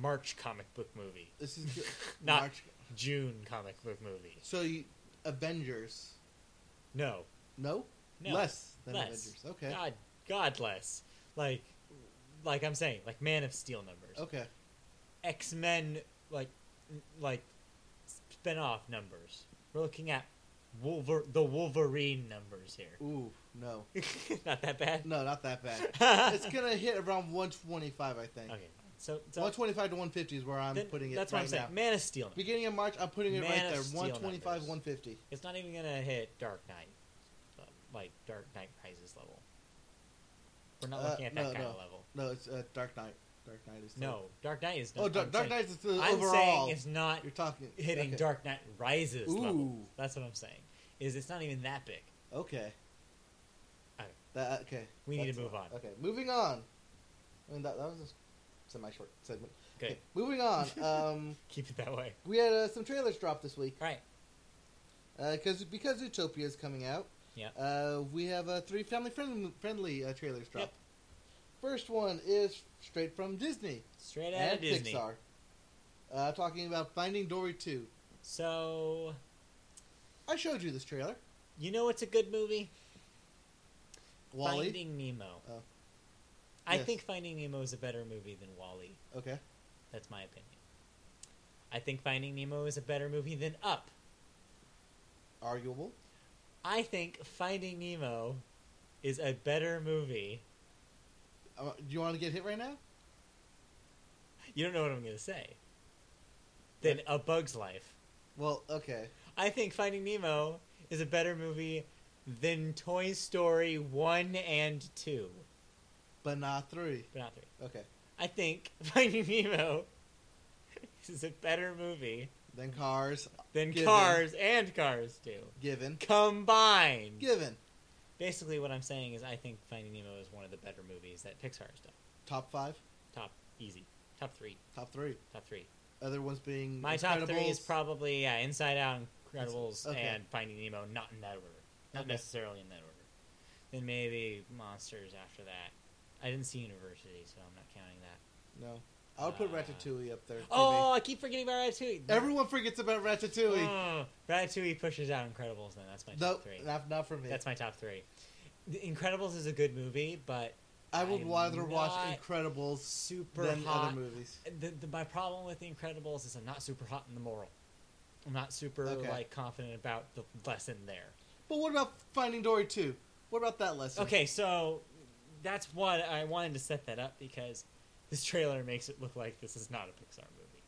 [SPEAKER 2] March comic book movie,
[SPEAKER 1] This is ju-
[SPEAKER 2] (laughs) Not-
[SPEAKER 1] March.
[SPEAKER 2] June comic book movie.
[SPEAKER 1] So you, Avengers?
[SPEAKER 2] No,
[SPEAKER 1] No?
[SPEAKER 2] no,
[SPEAKER 1] less than
[SPEAKER 2] less.
[SPEAKER 1] Avengers. Okay.
[SPEAKER 2] God, godless. Like, like I'm saying, like Man of Steel numbers,
[SPEAKER 1] Okay.
[SPEAKER 2] X Men, like, like spin-off numbers. We're looking at Wolver- the Wolverine numbers here.
[SPEAKER 1] Ooh,
[SPEAKER 2] (laughs)
[SPEAKER 1] no,
[SPEAKER 2] Not that bad. (laughs)
[SPEAKER 1] no, not that bad. it's gonna hit around 125, I think.
[SPEAKER 2] okay, so, so
[SPEAKER 1] 125 to 150 is where I'm
[SPEAKER 2] then
[SPEAKER 1] putting it.
[SPEAKER 2] That's
[SPEAKER 1] right
[SPEAKER 2] what I'm saying.
[SPEAKER 1] now.
[SPEAKER 2] Man of Steel. numbers.
[SPEAKER 1] Beginning of March, I'm putting it
[SPEAKER 2] Man
[SPEAKER 1] right
[SPEAKER 2] of
[SPEAKER 1] there.
[SPEAKER 2] Steel
[SPEAKER 1] 125,
[SPEAKER 2] numbers.
[SPEAKER 1] 150.
[SPEAKER 2] It's not even gonna hit Dark Knight, uh, like Dark Knight Rises level. We're not
[SPEAKER 1] Uh,
[SPEAKER 2] looking at that
[SPEAKER 1] no,
[SPEAKER 2] kind of
[SPEAKER 1] no.
[SPEAKER 2] level.
[SPEAKER 1] No, it's uh, Dark Knight. Dark Knight is the-
[SPEAKER 2] No, Dark Knight is.
[SPEAKER 1] Oh,
[SPEAKER 2] not-
[SPEAKER 1] Dark,
[SPEAKER 2] I'm
[SPEAKER 1] Dark
[SPEAKER 2] saying-
[SPEAKER 1] Knight is the
[SPEAKER 2] I'm
[SPEAKER 1] overall.
[SPEAKER 2] saying it's not
[SPEAKER 1] You're talking
[SPEAKER 2] hitting
[SPEAKER 1] okay.
[SPEAKER 2] Dark Knight Rises level.
[SPEAKER 1] Ooh.
[SPEAKER 2] That's what I'm saying. Is it's not even that big.
[SPEAKER 1] Okay.
[SPEAKER 2] Alright.
[SPEAKER 1] That, uh, okay.
[SPEAKER 2] We need to
[SPEAKER 1] That's
[SPEAKER 2] move
[SPEAKER 1] all.
[SPEAKER 2] on.
[SPEAKER 1] Okay, moving on. I mean that, that was a semi-short segment.
[SPEAKER 2] Good.
[SPEAKER 1] (laughs) Okay, moving on.
[SPEAKER 2] (laughs)
[SPEAKER 1] Um,
[SPEAKER 2] Keep it that way.
[SPEAKER 1] we had uh, some trailers drop this week.
[SPEAKER 2] All right.
[SPEAKER 1] because because Utopia is coming out.
[SPEAKER 2] Yeah.
[SPEAKER 1] Uh, we have uh, three family friendly, friendly uh, trailers drop. First one is straight from Disney
[SPEAKER 2] Straight out
[SPEAKER 1] and
[SPEAKER 2] of Disney.
[SPEAKER 1] Pixar. Uh, talking about Finding Dory two.
[SPEAKER 2] So,
[SPEAKER 1] I showed you this trailer.
[SPEAKER 2] you know what's a good movie?
[SPEAKER 1] Wally.
[SPEAKER 2] Finding Nemo.
[SPEAKER 1] Oh.
[SPEAKER 2] I
[SPEAKER 1] Yes.
[SPEAKER 2] think Finding Nemo is a better movie than Wally.
[SPEAKER 1] Okay.
[SPEAKER 2] That's my opinion. I think Finding Nemo is a better movie than Up.
[SPEAKER 1] Arguable.
[SPEAKER 2] I think Finding Nemo is a better movie.
[SPEAKER 1] Uh, do you want to get hit right now?
[SPEAKER 2] You don't know what I'm going to say. Than A Bug's Life.
[SPEAKER 1] Well, okay.
[SPEAKER 2] I think Finding Nemo is a better movie than Toy Story 1 and 2,
[SPEAKER 1] But not three.
[SPEAKER 2] but not 3.
[SPEAKER 1] Okay.
[SPEAKER 2] I think (laughs) Finding Nemo (laughs) is a better movie
[SPEAKER 1] Then Cars.
[SPEAKER 2] than
[SPEAKER 1] Given.
[SPEAKER 2] Cars and Cars 2
[SPEAKER 1] Given.
[SPEAKER 2] combined.
[SPEAKER 1] Given.
[SPEAKER 2] Basically, what I'm saying is I think Finding Nemo is one of the better movies that Pixar has done.
[SPEAKER 1] Top five.
[SPEAKER 2] Top, easy. Top three.
[SPEAKER 1] Top three.
[SPEAKER 2] Top three.
[SPEAKER 1] Other ones being
[SPEAKER 2] My top three is
[SPEAKER 1] Incredibles.
[SPEAKER 2] probably yeah, Inside Out, Incredibles,
[SPEAKER 1] Okay.
[SPEAKER 2] and Finding Nemo. Not in that order, not
[SPEAKER 1] Okay.
[SPEAKER 2] necessarily in that order. Then maybe Monsters after that. I didn't see University, so I'm not counting that.
[SPEAKER 1] No. I would put
[SPEAKER 2] Uh,
[SPEAKER 1] Ratatouille up there. for
[SPEAKER 2] Oh, I keep forgetting about Ratatouille.
[SPEAKER 1] me. Everyone forgets about Ratatouille.
[SPEAKER 2] Oh, Ratatouille pushes out Incredibles. Then that's my
[SPEAKER 1] no,
[SPEAKER 2] top three.
[SPEAKER 1] not, not for me.
[SPEAKER 2] That's my top three. The Incredibles is a good movie, but
[SPEAKER 1] I would
[SPEAKER 2] I'm
[SPEAKER 1] rather watch
[SPEAKER 2] not
[SPEAKER 1] Incredibles
[SPEAKER 2] super
[SPEAKER 1] than
[SPEAKER 2] hot.
[SPEAKER 1] other movies.
[SPEAKER 2] The, the, my problem with the Incredibles is I'm not super hot in the moral. I'm not super
[SPEAKER 1] Okay.
[SPEAKER 2] like confident about the lesson there.
[SPEAKER 1] But what about Finding Dory 2? What about that lesson?
[SPEAKER 2] Okay, so that's what I wanted to set that up because this trailer makes it look like this is not a Pixar movie.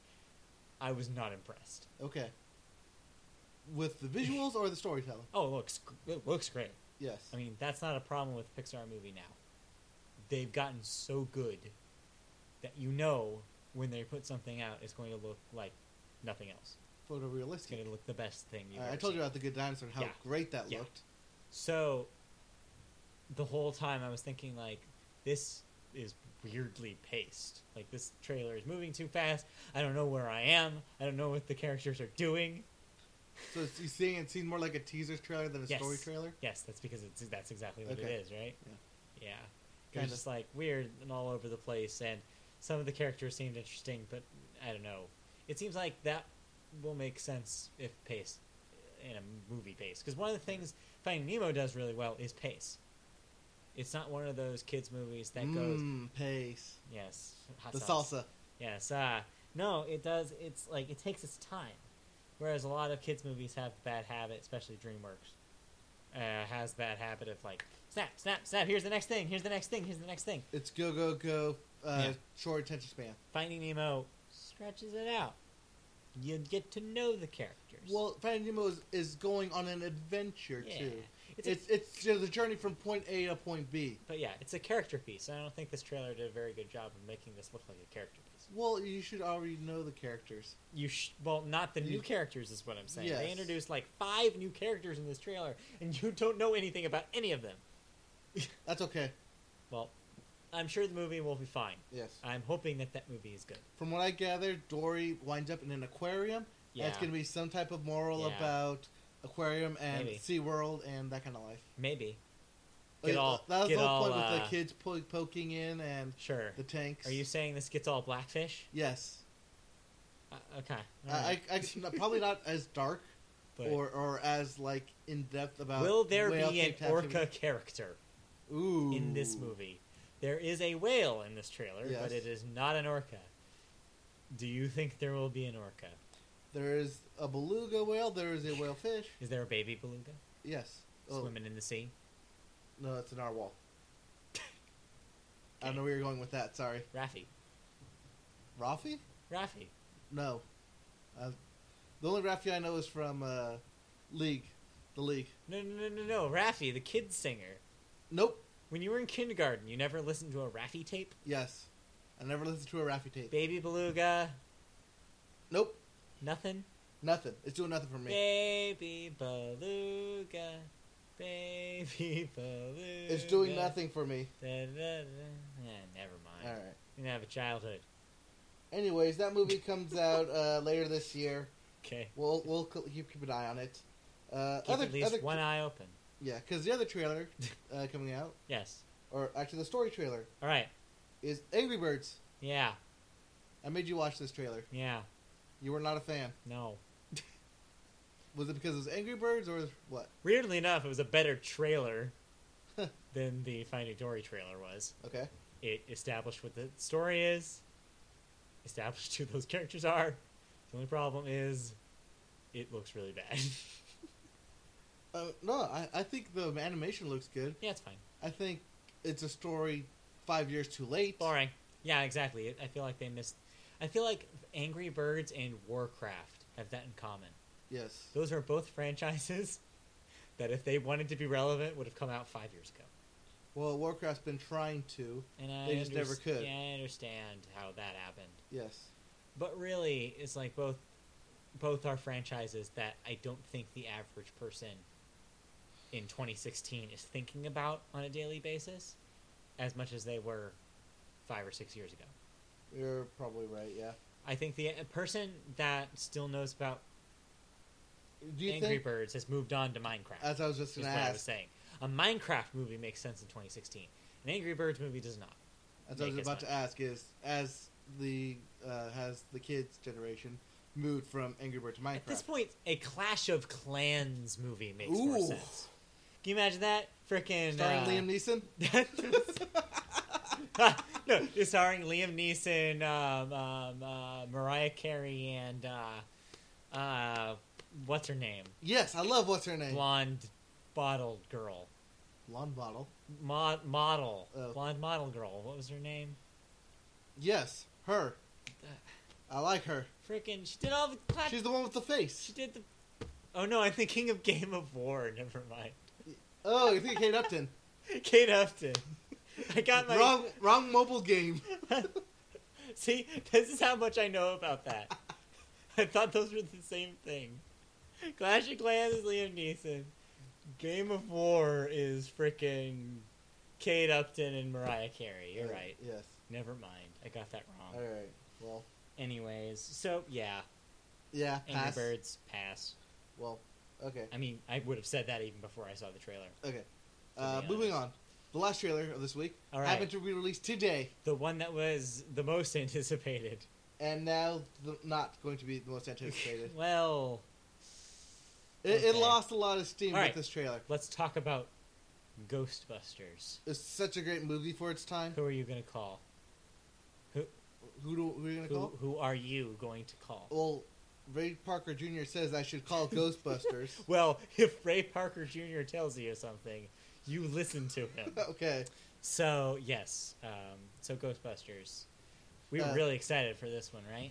[SPEAKER 2] I was not impressed.
[SPEAKER 1] Okay. with the visuals or the storytelling.
[SPEAKER 2] Oh, it looks it looks great.
[SPEAKER 1] Yes.
[SPEAKER 2] I mean, that's not a problem with Pixar movie now. They've gotten so good that you know when they put something out, it's going to look like nothing else. It's
[SPEAKER 1] Photorealistic.
[SPEAKER 2] going to look the best thing you've
[SPEAKER 1] Uh,
[SPEAKER 2] ever
[SPEAKER 1] I told
[SPEAKER 2] seen.
[SPEAKER 1] you about the Good Dinosaur and how
[SPEAKER 2] Yeah.
[SPEAKER 1] great that
[SPEAKER 2] Yeah.
[SPEAKER 1] looked.
[SPEAKER 2] So the whole time I was thinking like this is weirdly paced. Like this trailer is moving too fast. I don't know where I am. I don't know what the characters are doing.
[SPEAKER 1] So it's- you seeing it seemed more like a teaser trailer than a
[SPEAKER 2] Yes.
[SPEAKER 1] story trailer.
[SPEAKER 2] Yes, that's because it's that's exactly what
[SPEAKER 1] Okay.
[SPEAKER 2] it is, right? Yeah. It was
[SPEAKER 1] Kinda.
[SPEAKER 2] just like weird and all over the place and some of the characters seemed interesting, but I don't know. It seems like that will make sense if paced in a movie pace. Because one of the things Finding Nemo does really well is pace. It's not one of those kids' movies that goes
[SPEAKER 1] Mm, pace.
[SPEAKER 2] Yes. Hot
[SPEAKER 1] The
[SPEAKER 2] sauce.
[SPEAKER 1] salsa.
[SPEAKER 2] Yes. Uh, no, it does. It's like it takes its time. Whereas a lot of kids' movies have the bad habit, especially DreamWorks, uh, has that habit of like snap, snap, snap. Here's the next thing. Here's the next thing. Here's the next thing.
[SPEAKER 1] It's go go go. Uh,
[SPEAKER 2] Yeah.
[SPEAKER 1] Short attention span.
[SPEAKER 2] Finding Nemo stretches it out. You get to know the characters.
[SPEAKER 1] Well, Finding Nemo is, is going on an adventure
[SPEAKER 2] yeah.
[SPEAKER 1] too.
[SPEAKER 2] It's,
[SPEAKER 1] It's
[SPEAKER 2] a-
[SPEAKER 1] it's, you know, the journey from point A to point B.
[SPEAKER 2] but yeah, it's a character piece. and I don't think this trailer did a very good job of making this look like a character piece.
[SPEAKER 1] Well, you should already know the characters.
[SPEAKER 2] You sh- well, not the new
[SPEAKER 1] You-
[SPEAKER 2] characters is what I'm saying. They
[SPEAKER 1] Yes.
[SPEAKER 2] introduced like five new characters in this trailer, and you don't know anything about any of them.
[SPEAKER 1] That's okay.
[SPEAKER 2] Well, I'm sure the movie will be fine.
[SPEAKER 1] Yes.
[SPEAKER 2] I'm hoping that that movie is good.
[SPEAKER 1] From what I gathered, Dory winds up in an aquarium.
[SPEAKER 2] Yeah,
[SPEAKER 1] And it's going to be some type of moral
[SPEAKER 2] Yeah.
[SPEAKER 1] about aquarium and
[SPEAKER 2] Maybe.
[SPEAKER 1] Sea World and that kind of life.
[SPEAKER 2] maybe. Get
[SPEAKER 1] Like,
[SPEAKER 2] all-
[SPEAKER 1] that was
[SPEAKER 2] get
[SPEAKER 1] the whole
[SPEAKER 2] all,
[SPEAKER 1] point with
[SPEAKER 2] uh,
[SPEAKER 1] the kids po- poking in and
[SPEAKER 2] Sure.
[SPEAKER 1] the tanks.
[SPEAKER 2] Are you saying this gets all blackfish?
[SPEAKER 1] Yes.
[SPEAKER 2] Uh, okay.
[SPEAKER 1] I I, I, (laughs) n- probably not as dark
[SPEAKER 2] (laughs) But
[SPEAKER 1] or, or as like in depth about.
[SPEAKER 2] will there
[SPEAKER 1] whale
[SPEAKER 2] be an
[SPEAKER 1] captivity.
[SPEAKER 2] orca character
[SPEAKER 1] Ooh.
[SPEAKER 2] in this movie? There is a whale in this trailer, but
[SPEAKER 1] Yes.
[SPEAKER 2] it is not an orca. Do you think there will be an orca?
[SPEAKER 1] There is a beluga whale. There is a whale fish.
[SPEAKER 2] Is there a baby beluga
[SPEAKER 1] Yes. Oh
[SPEAKER 2] swimming in the sea?
[SPEAKER 1] no, it's
[SPEAKER 2] (laughs)
[SPEAKER 1] a narwhal. I don't know where you're going with that. Sorry,
[SPEAKER 2] Rafi.
[SPEAKER 1] Rafi?
[SPEAKER 2] Rafi.
[SPEAKER 1] No. Uh, the only Rafi I know is from uh, League, the League.
[SPEAKER 2] No, no, no, no, no. Rafi, the kid singer.
[SPEAKER 1] Nope.
[SPEAKER 2] When you were in kindergarten, you never listened to a Rafi tape?
[SPEAKER 1] Yes. I never listened to a Rafi tape.
[SPEAKER 2] Baby Beluga,
[SPEAKER 1] Nope.
[SPEAKER 2] nothing.
[SPEAKER 1] Nothing. It's doing nothing for me.
[SPEAKER 2] Baby Beluga, Baby Beluga.
[SPEAKER 1] It's doing nothing for me.
[SPEAKER 2] Da, da, da. Eh, never mind.
[SPEAKER 1] All right.
[SPEAKER 2] You didn't have a childhood.
[SPEAKER 1] Anyways, that movie comes out uh, later this year.
[SPEAKER 2] Okay.
[SPEAKER 1] We'll we'll c- keep, keep an eye on it. Uh,
[SPEAKER 2] Keep
[SPEAKER 1] other
[SPEAKER 2] at least
[SPEAKER 1] other
[SPEAKER 2] one eye open.
[SPEAKER 1] yeah, because the
[SPEAKER 2] (laughs)
[SPEAKER 1] other trailer uh, coming out,
[SPEAKER 2] Yes.
[SPEAKER 1] or actually the story trailer
[SPEAKER 2] All right.
[SPEAKER 1] is Angry Birds.
[SPEAKER 2] Yeah.
[SPEAKER 1] I made you watch this trailer.
[SPEAKER 2] Yeah.
[SPEAKER 1] You were not a fan.
[SPEAKER 2] No.
[SPEAKER 1] Was it because it was Angry Birds or what?
[SPEAKER 2] Weirdly enough, it was a better
[SPEAKER 1] (laughs)
[SPEAKER 2] trailer than the Finding Dory trailer was.
[SPEAKER 1] Okay.
[SPEAKER 2] it established what the story is, established (laughs) who those characters are. The only problem is, it looks really bad. (laughs)
[SPEAKER 1] Uh, no, I, I think the animation looks good.
[SPEAKER 2] yeah, it's fine.
[SPEAKER 1] I think it's a story five years too late.
[SPEAKER 2] Boring. Yeah, exactly. It, I feel like they missed. I feel like Angry Birds and Warcraft have that in common.
[SPEAKER 1] Yes.
[SPEAKER 2] Those are both (laughs) franchises that, if they wanted to be relevant, would have come out five years ago.
[SPEAKER 1] Well, Warcraft's been trying to.
[SPEAKER 2] And I
[SPEAKER 1] They just never
[SPEAKER 2] underst-
[SPEAKER 1] could.
[SPEAKER 2] Yeah, I understand how that happened.
[SPEAKER 1] Yes.
[SPEAKER 2] but really it's like both both are franchises that i don't think the average person in 2016 is thinking about on a daily basis as much as they were five or six years ago
[SPEAKER 1] You're probably right, yeah.
[SPEAKER 2] i think the a person that still knows about
[SPEAKER 1] Do you
[SPEAKER 2] angry
[SPEAKER 1] think,
[SPEAKER 2] birds has moved on to minecraft
[SPEAKER 1] as I was just
[SPEAKER 2] is
[SPEAKER 1] going
[SPEAKER 2] what
[SPEAKER 1] to
[SPEAKER 2] i was
[SPEAKER 1] ask,
[SPEAKER 2] saying a minecraft movie makes sense in 2016 an angry birds movie does not
[SPEAKER 1] as I was
[SPEAKER 2] make as
[SPEAKER 1] about to
[SPEAKER 2] much.
[SPEAKER 1] ask, is as the, uh, has the kids' generation moved from Angry Bird to Minecraft?
[SPEAKER 2] At this point, a Clash of Clans movie makes more
[SPEAKER 1] Ooh.
[SPEAKER 2] sense. Can you imagine that? Frickin'
[SPEAKER 1] Starring
[SPEAKER 2] uh, (laughs)
[SPEAKER 1] Liam
[SPEAKER 2] no, it's starring Liam Neeson, um, um, uh, Mariah Carey, and uh, uh, what's her name?
[SPEAKER 1] yes, I love what's her name.
[SPEAKER 2] Blonde bottled girl,
[SPEAKER 1] Blonde Bottle.
[SPEAKER 2] Mod- model,
[SPEAKER 1] Oh.
[SPEAKER 2] blonde model girl. What was her name?
[SPEAKER 1] Yes, her. I like her.
[SPEAKER 2] Frickin', she did all the clap.
[SPEAKER 1] She's the one with the
[SPEAKER 2] She
[SPEAKER 1] face.
[SPEAKER 2] did the Oh no, I'm thinking of Game of War. (laughs) Never mind.
[SPEAKER 1] Oh, you think of Kate Upton?
[SPEAKER 2] Kate Upton. (laughs) I (laughs) got my
[SPEAKER 1] wrong, wrong mobile game.
[SPEAKER 2] (laughs) See, this is how much I know about that. (laughs) I thought those were the same thing. Clash of Clans is Liam Neeson. Game of War is freaking Kate Upton and Mariah Carey. (laughs) You're
[SPEAKER 1] Uh,
[SPEAKER 2] right.
[SPEAKER 1] Yes.
[SPEAKER 2] Never mind. I got that
[SPEAKER 1] All
[SPEAKER 2] wrong.
[SPEAKER 1] right. Well,
[SPEAKER 2] Anyways, so yeah,
[SPEAKER 1] yeah.
[SPEAKER 2] Angry
[SPEAKER 1] Pass.
[SPEAKER 2] Birds pass.
[SPEAKER 1] Well, okay.
[SPEAKER 2] I mean, I would have said that even before I saw the trailer.
[SPEAKER 1] Okay.
[SPEAKER 2] To
[SPEAKER 1] Uh,
[SPEAKER 2] be
[SPEAKER 1] moving
[SPEAKER 2] honest.
[SPEAKER 1] on. The last trailer of this week
[SPEAKER 2] All right,
[SPEAKER 1] happened to be released today,
[SPEAKER 2] the one that was the most (laughs) anticipated.
[SPEAKER 1] and now the, not going to be the
[SPEAKER 2] (laughs)
[SPEAKER 1] most anticipated.
[SPEAKER 2] Well,
[SPEAKER 1] it, it
[SPEAKER 2] Okay.
[SPEAKER 1] lost a lot of steam
[SPEAKER 2] All
[SPEAKER 1] with
[SPEAKER 2] right.
[SPEAKER 1] this trailer.
[SPEAKER 2] let's talk about Ghostbusters.
[SPEAKER 1] It's such a great movie for its time.
[SPEAKER 2] Who are you gonna call?
[SPEAKER 1] Who do who are you gonna
[SPEAKER 2] Who
[SPEAKER 1] call?
[SPEAKER 2] who are you going to call?
[SPEAKER 1] Well, Ray Parker Jr. says I should
[SPEAKER 2] (laughs)
[SPEAKER 1] call Ghostbusters.
[SPEAKER 2] Well, (laughs) if Ray Parker Jr. tells you something, you listen to
[SPEAKER 1] (laughs)
[SPEAKER 2] him.
[SPEAKER 1] okay.
[SPEAKER 2] so yes, um, so Ghostbusters. We were
[SPEAKER 1] Uh,
[SPEAKER 2] really excited for this one, right?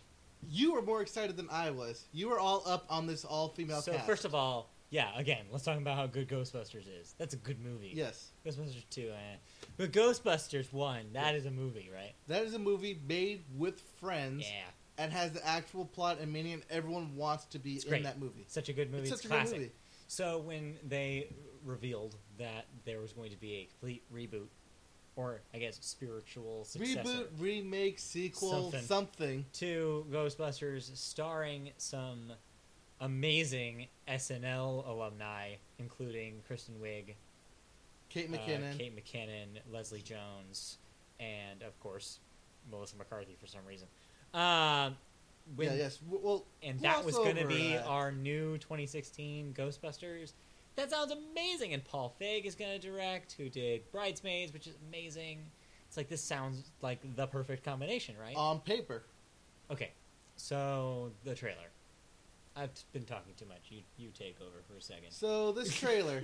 [SPEAKER 1] You were more excited than I was. You were all up on this all female
[SPEAKER 2] So
[SPEAKER 1] cast.
[SPEAKER 2] first of all, yeah, again, let's talk about how good Ghostbusters is. That's a good movie.
[SPEAKER 1] yes,
[SPEAKER 2] Ghostbusters two, eh. but Ghostbusters one, that is a movie, right?
[SPEAKER 1] that is a movie made with friends
[SPEAKER 2] Yeah,
[SPEAKER 1] and has the actual plot and meaning, and everyone wants to be
[SPEAKER 2] It's
[SPEAKER 1] in
[SPEAKER 2] great.
[SPEAKER 1] that movie.
[SPEAKER 2] such a good movie.
[SPEAKER 1] it's
[SPEAKER 2] It's,
[SPEAKER 1] such a
[SPEAKER 2] classic.
[SPEAKER 1] good movie.
[SPEAKER 2] So when they revealed that there was going to be a complete reboot, or I guess spiritual
[SPEAKER 1] Reboot,
[SPEAKER 2] successor
[SPEAKER 1] remake, sequel, something.
[SPEAKER 2] Something. to Ghostbusters, starring some amazing SNL alumni, including Kristen Wiig,
[SPEAKER 1] Kate
[SPEAKER 2] uh,
[SPEAKER 1] McKinnon.
[SPEAKER 2] Kate McKinnon, Leslie Jones, and of course Melissa McCarthy for some reason. Um, when-
[SPEAKER 1] yeah, yes. W- Well,
[SPEAKER 2] and that was
[SPEAKER 1] gloss
[SPEAKER 2] going to
[SPEAKER 1] over
[SPEAKER 2] be
[SPEAKER 1] that.
[SPEAKER 2] our new 2016 Ghostbusters. That sounds amazing. And Paul Feig is going to direct, who did Bridesmaids, which is amazing. It's like this sounds like the perfect combination, right?
[SPEAKER 1] on um, paper,
[SPEAKER 2] okay, so the trailer. I've been talking too much. You you take over for a second. (laughs)
[SPEAKER 1] so this trailer.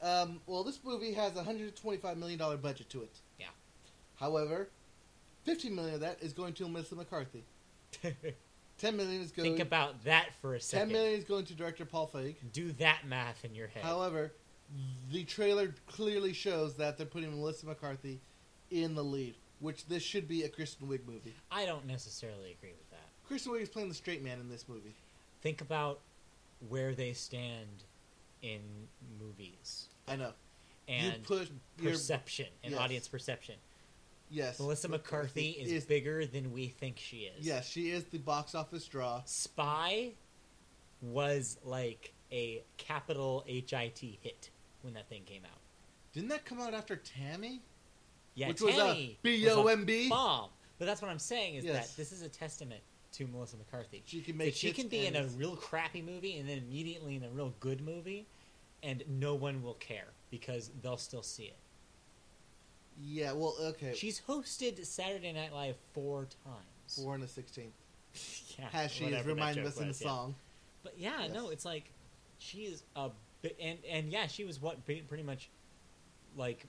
[SPEAKER 1] um, well, this movie has a hundred twenty-five million dollar budget to it.
[SPEAKER 2] Yeah.
[SPEAKER 1] However, fifteen million of that is going to Melissa McCarthy.
[SPEAKER 2] (laughs)
[SPEAKER 1] Ten million is going.
[SPEAKER 2] Think about that for a
[SPEAKER 1] ten
[SPEAKER 2] second.
[SPEAKER 1] million is going to director Paul Feig.
[SPEAKER 2] Do that math in your head.
[SPEAKER 1] However, the trailer clearly shows that they're putting Melissa McCarthy in the lead, which this should be a Kristen Wiig movie.
[SPEAKER 2] I don't necessarily agree with that.
[SPEAKER 1] Kristen Wiig is playing the straight man in this movie.
[SPEAKER 2] Think about where they stand in movies
[SPEAKER 1] I know.
[SPEAKER 2] and
[SPEAKER 1] you push your
[SPEAKER 2] perception and
[SPEAKER 1] yes.
[SPEAKER 2] audience perception.
[SPEAKER 1] yes.
[SPEAKER 2] Melissa McCarthy is, bigger than we think she is.
[SPEAKER 1] Yes, she is the box office draw.
[SPEAKER 2] Spy was like a capital H I T hit when that thing came out.
[SPEAKER 1] Didn't that come out after Tammy?
[SPEAKER 2] Yeah,
[SPEAKER 1] Which
[SPEAKER 2] Tammy
[SPEAKER 1] was a B O M B.
[SPEAKER 2] bomb. But that's what I'm saying is
[SPEAKER 1] Yes.
[SPEAKER 2] that this is a testament to Melissa McCarthy.
[SPEAKER 1] She can
[SPEAKER 2] That
[SPEAKER 1] make.
[SPEAKER 2] she
[SPEAKER 1] shits
[SPEAKER 2] can be in a
[SPEAKER 1] and-
[SPEAKER 2] real crappy movie and then immediately in a real good movie, and no one will care because they'll still see it.
[SPEAKER 1] Yeah. Well, okay.
[SPEAKER 2] She's hosted Saturday Night Live four times.
[SPEAKER 1] Four and a sixteen.
[SPEAKER 2] Yeah,
[SPEAKER 1] Has she is
[SPEAKER 2] Ah, whatever that
[SPEAKER 1] reminded
[SPEAKER 2] joke
[SPEAKER 1] us in the
[SPEAKER 2] was, yeah.
[SPEAKER 1] song.
[SPEAKER 2] But yeah, no,
[SPEAKER 1] Yes.
[SPEAKER 2] it's like she is a bi- and and yeah, she was what pre- pretty much like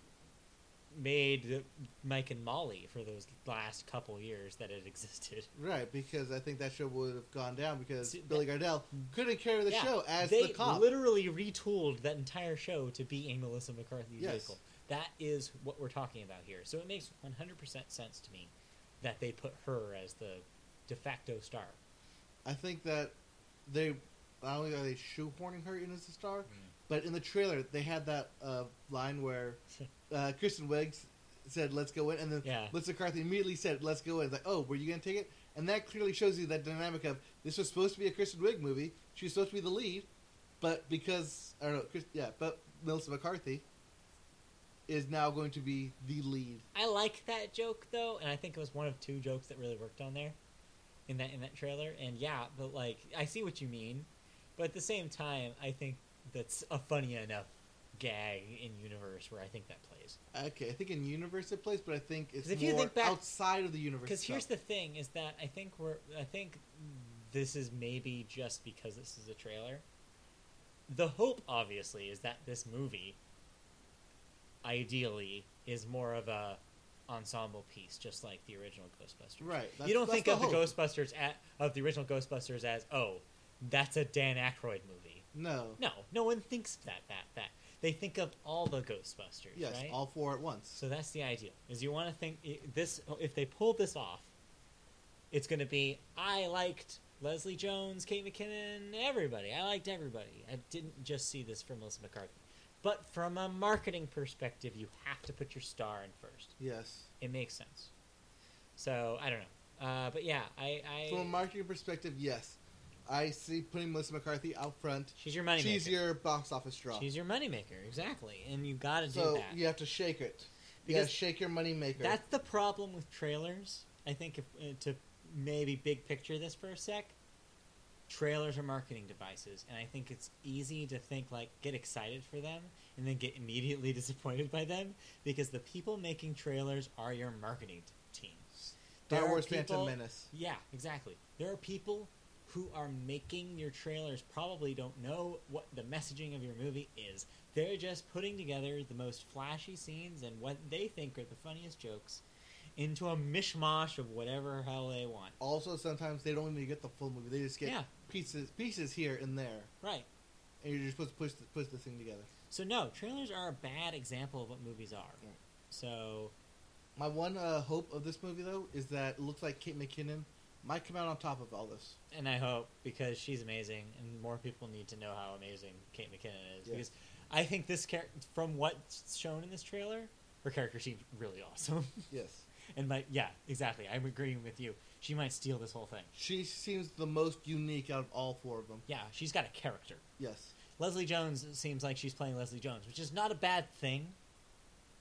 [SPEAKER 2] made Mike and Molly for those last couple years that it (laughs) existed.
[SPEAKER 1] Right, because I think that show would have gone down because
[SPEAKER 2] See,
[SPEAKER 1] Billy Gardell couldn't carry the
[SPEAKER 2] Yeah,
[SPEAKER 1] show as
[SPEAKER 2] they
[SPEAKER 1] the cop.
[SPEAKER 2] literally retooled that entire show to be a Melissa McCarthy
[SPEAKER 1] Yes.
[SPEAKER 2] vehicle. That is what we're talking about here. So it makes 100% sense to me that they put her as the de facto star.
[SPEAKER 1] I think that they not only are they shoehorning her in as a star,
[SPEAKER 2] Mm.
[SPEAKER 1] but in the trailer they had that uh,
[SPEAKER 2] (laughs)
[SPEAKER 1] line where uh, Kristen Wiig s- said "Let's go in," and then
[SPEAKER 2] Yeah.
[SPEAKER 1] Melissa McCarthy immediately said "Let's go in." It's like, oh, were you going to take it? And that clearly shows you that dynamic of this was supposed to be a Kristen Wiig movie. She was supposed to be the lead, but because I don't know, Chris, yeah, but Melissa McCarthy is now going to be the lead.
[SPEAKER 2] I like that joke though, and I think it was one of two jokes that really worked on there in that in that trailer. And yeah, but like I see what you mean, but at the same time, I think that's a funny enough gag in universe where I think that plays.
[SPEAKER 1] Okay, I think in universe it plays, but I think it's
[SPEAKER 2] 'Cause if
[SPEAKER 1] more
[SPEAKER 2] you think back-
[SPEAKER 1] outside of the universe.
[SPEAKER 2] Because here's
[SPEAKER 1] itself.
[SPEAKER 2] the thing: is that I think we're I think this is maybe just because this is a trailer. The hope, obviously, is that this movie, ideally, is more of a ensemble piece, just like the original Ghostbusters.
[SPEAKER 1] right.
[SPEAKER 2] you
[SPEAKER 1] that's-
[SPEAKER 2] don't
[SPEAKER 1] that's
[SPEAKER 2] think
[SPEAKER 1] the
[SPEAKER 2] of the
[SPEAKER 1] hope.
[SPEAKER 2] Ghostbusters at, of the original Ghostbusters as oh, that's a Dan Aykroyd movie.
[SPEAKER 1] No.
[SPEAKER 2] No, no one thinks that that that. They think of all the Ghostbusters,
[SPEAKER 1] Yes,
[SPEAKER 2] right?
[SPEAKER 1] all four at once.
[SPEAKER 2] so that's the ideal. Is you want to think i- this if they pull this off, it's going to be I liked Leslie Jones, Kate McKinnon, everybody. I liked everybody. I didn't just see this from Melissa McCarthy. But from a marketing perspective, you have to put your star in first.
[SPEAKER 1] Yes.
[SPEAKER 2] It makes sense. So I don't know, uh, but yeah, I, I
[SPEAKER 1] From a marketing perspective, yes. I see putting Melissa McCarthy out front.
[SPEAKER 2] she's your money.
[SPEAKER 1] She's
[SPEAKER 2] maker.
[SPEAKER 1] your box office draw.
[SPEAKER 2] She's your moneymaker, exactly. And you gotta do
[SPEAKER 1] so
[SPEAKER 2] that.
[SPEAKER 1] you have to shake it. You
[SPEAKER 2] Because
[SPEAKER 1] gotta shake your money maker.
[SPEAKER 2] That's the problem with trailers. I think if, uh, to maybe big picture this for a sec, trailers are marketing devices, and I think it's easy to think like get excited for them and then get immediately (laughs) disappointed by them because the people making trailers are your marketing t- team.
[SPEAKER 1] Star
[SPEAKER 2] There are
[SPEAKER 1] Wars Phantom
[SPEAKER 2] people-
[SPEAKER 1] Menace.
[SPEAKER 2] Yeah, exactly. There are people who are making your trailers probably don't know what the messaging of your movie is. They're just putting together the most flashy scenes and what they think are the funniest jokes into a mishmash of whatever hell they want.
[SPEAKER 1] Also, sometimes they don't even get the full movie. They just get
[SPEAKER 2] Yeah.
[SPEAKER 1] pieces, pieces here and there,
[SPEAKER 2] Right.
[SPEAKER 1] and you're just supposed to push the, push the thing together.
[SPEAKER 2] So no, trailers are a bad example of what movies are.
[SPEAKER 1] Yeah.
[SPEAKER 2] So
[SPEAKER 1] My one uh, hope of this movie, though, is that it looks like Kate McKinnon might come out on top of all this.
[SPEAKER 2] and I hope because she's amazing, and more people need to know how amazing Kate McKinnon is.
[SPEAKER 1] Yeah.
[SPEAKER 2] Because I think this character, from what's shown in this trailer, her character seems really awesome. (laughs)
[SPEAKER 1] Yes,
[SPEAKER 2] and might, yeah, exactly. I'm agreeing with you. She might steal this whole thing.
[SPEAKER 1] she seems the most unique out of all four of them.
[SPEAKER 2] Yeah, she's got a character.
[SPEAKER 1] Yes,
[SPEAKER 2] Leslie Jones seems like she's playing Leslie Jones, which is not a bad thing,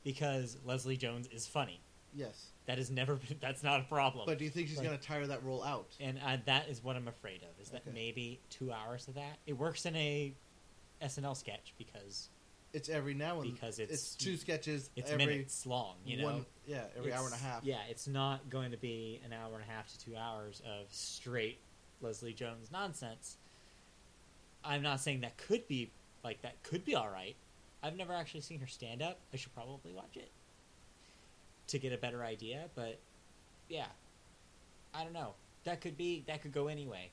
[SPEAKER 2] because Leslie Jones is funny.
[SPEAKER 1] yes.
[SPEAKER 2] That has never been. (laughs) That's not a problem.
[SPEAKER 1] But do you think she's
[SPEAKER 2] Like-
[SPEAKER 1] gonna tire that role out?
[SPEAKER 2] and uh, that is what I'm afraid of. Is that
[SPEAKER 1] Okay.
[SPEAKER 2] maybe two hours of that? It works in a SNL sketch because
[SPEAKER 1] It's every now and
[SPEAKER 2] Because it's-
[SPEAKER 1] two sketches
[SPEAKER 2] it's
[SPEAKER 1] every
[SPEAKER 2] minutes long. You know,
[SPEAKER 1] one, yeah, every hour and a
[SPEAKER 2] It's-
[SPEAKER 1] half.
[SPEAKER 2] Yeah, it's not going to be an hour and a half to two hours of straight Leslie Jones nonsense. I'm not saying that could be like that could be all right. I've never actually seen her stand up. I should probably watch it to get a better idea, but yeah, I don't know. That could be that could go anyway.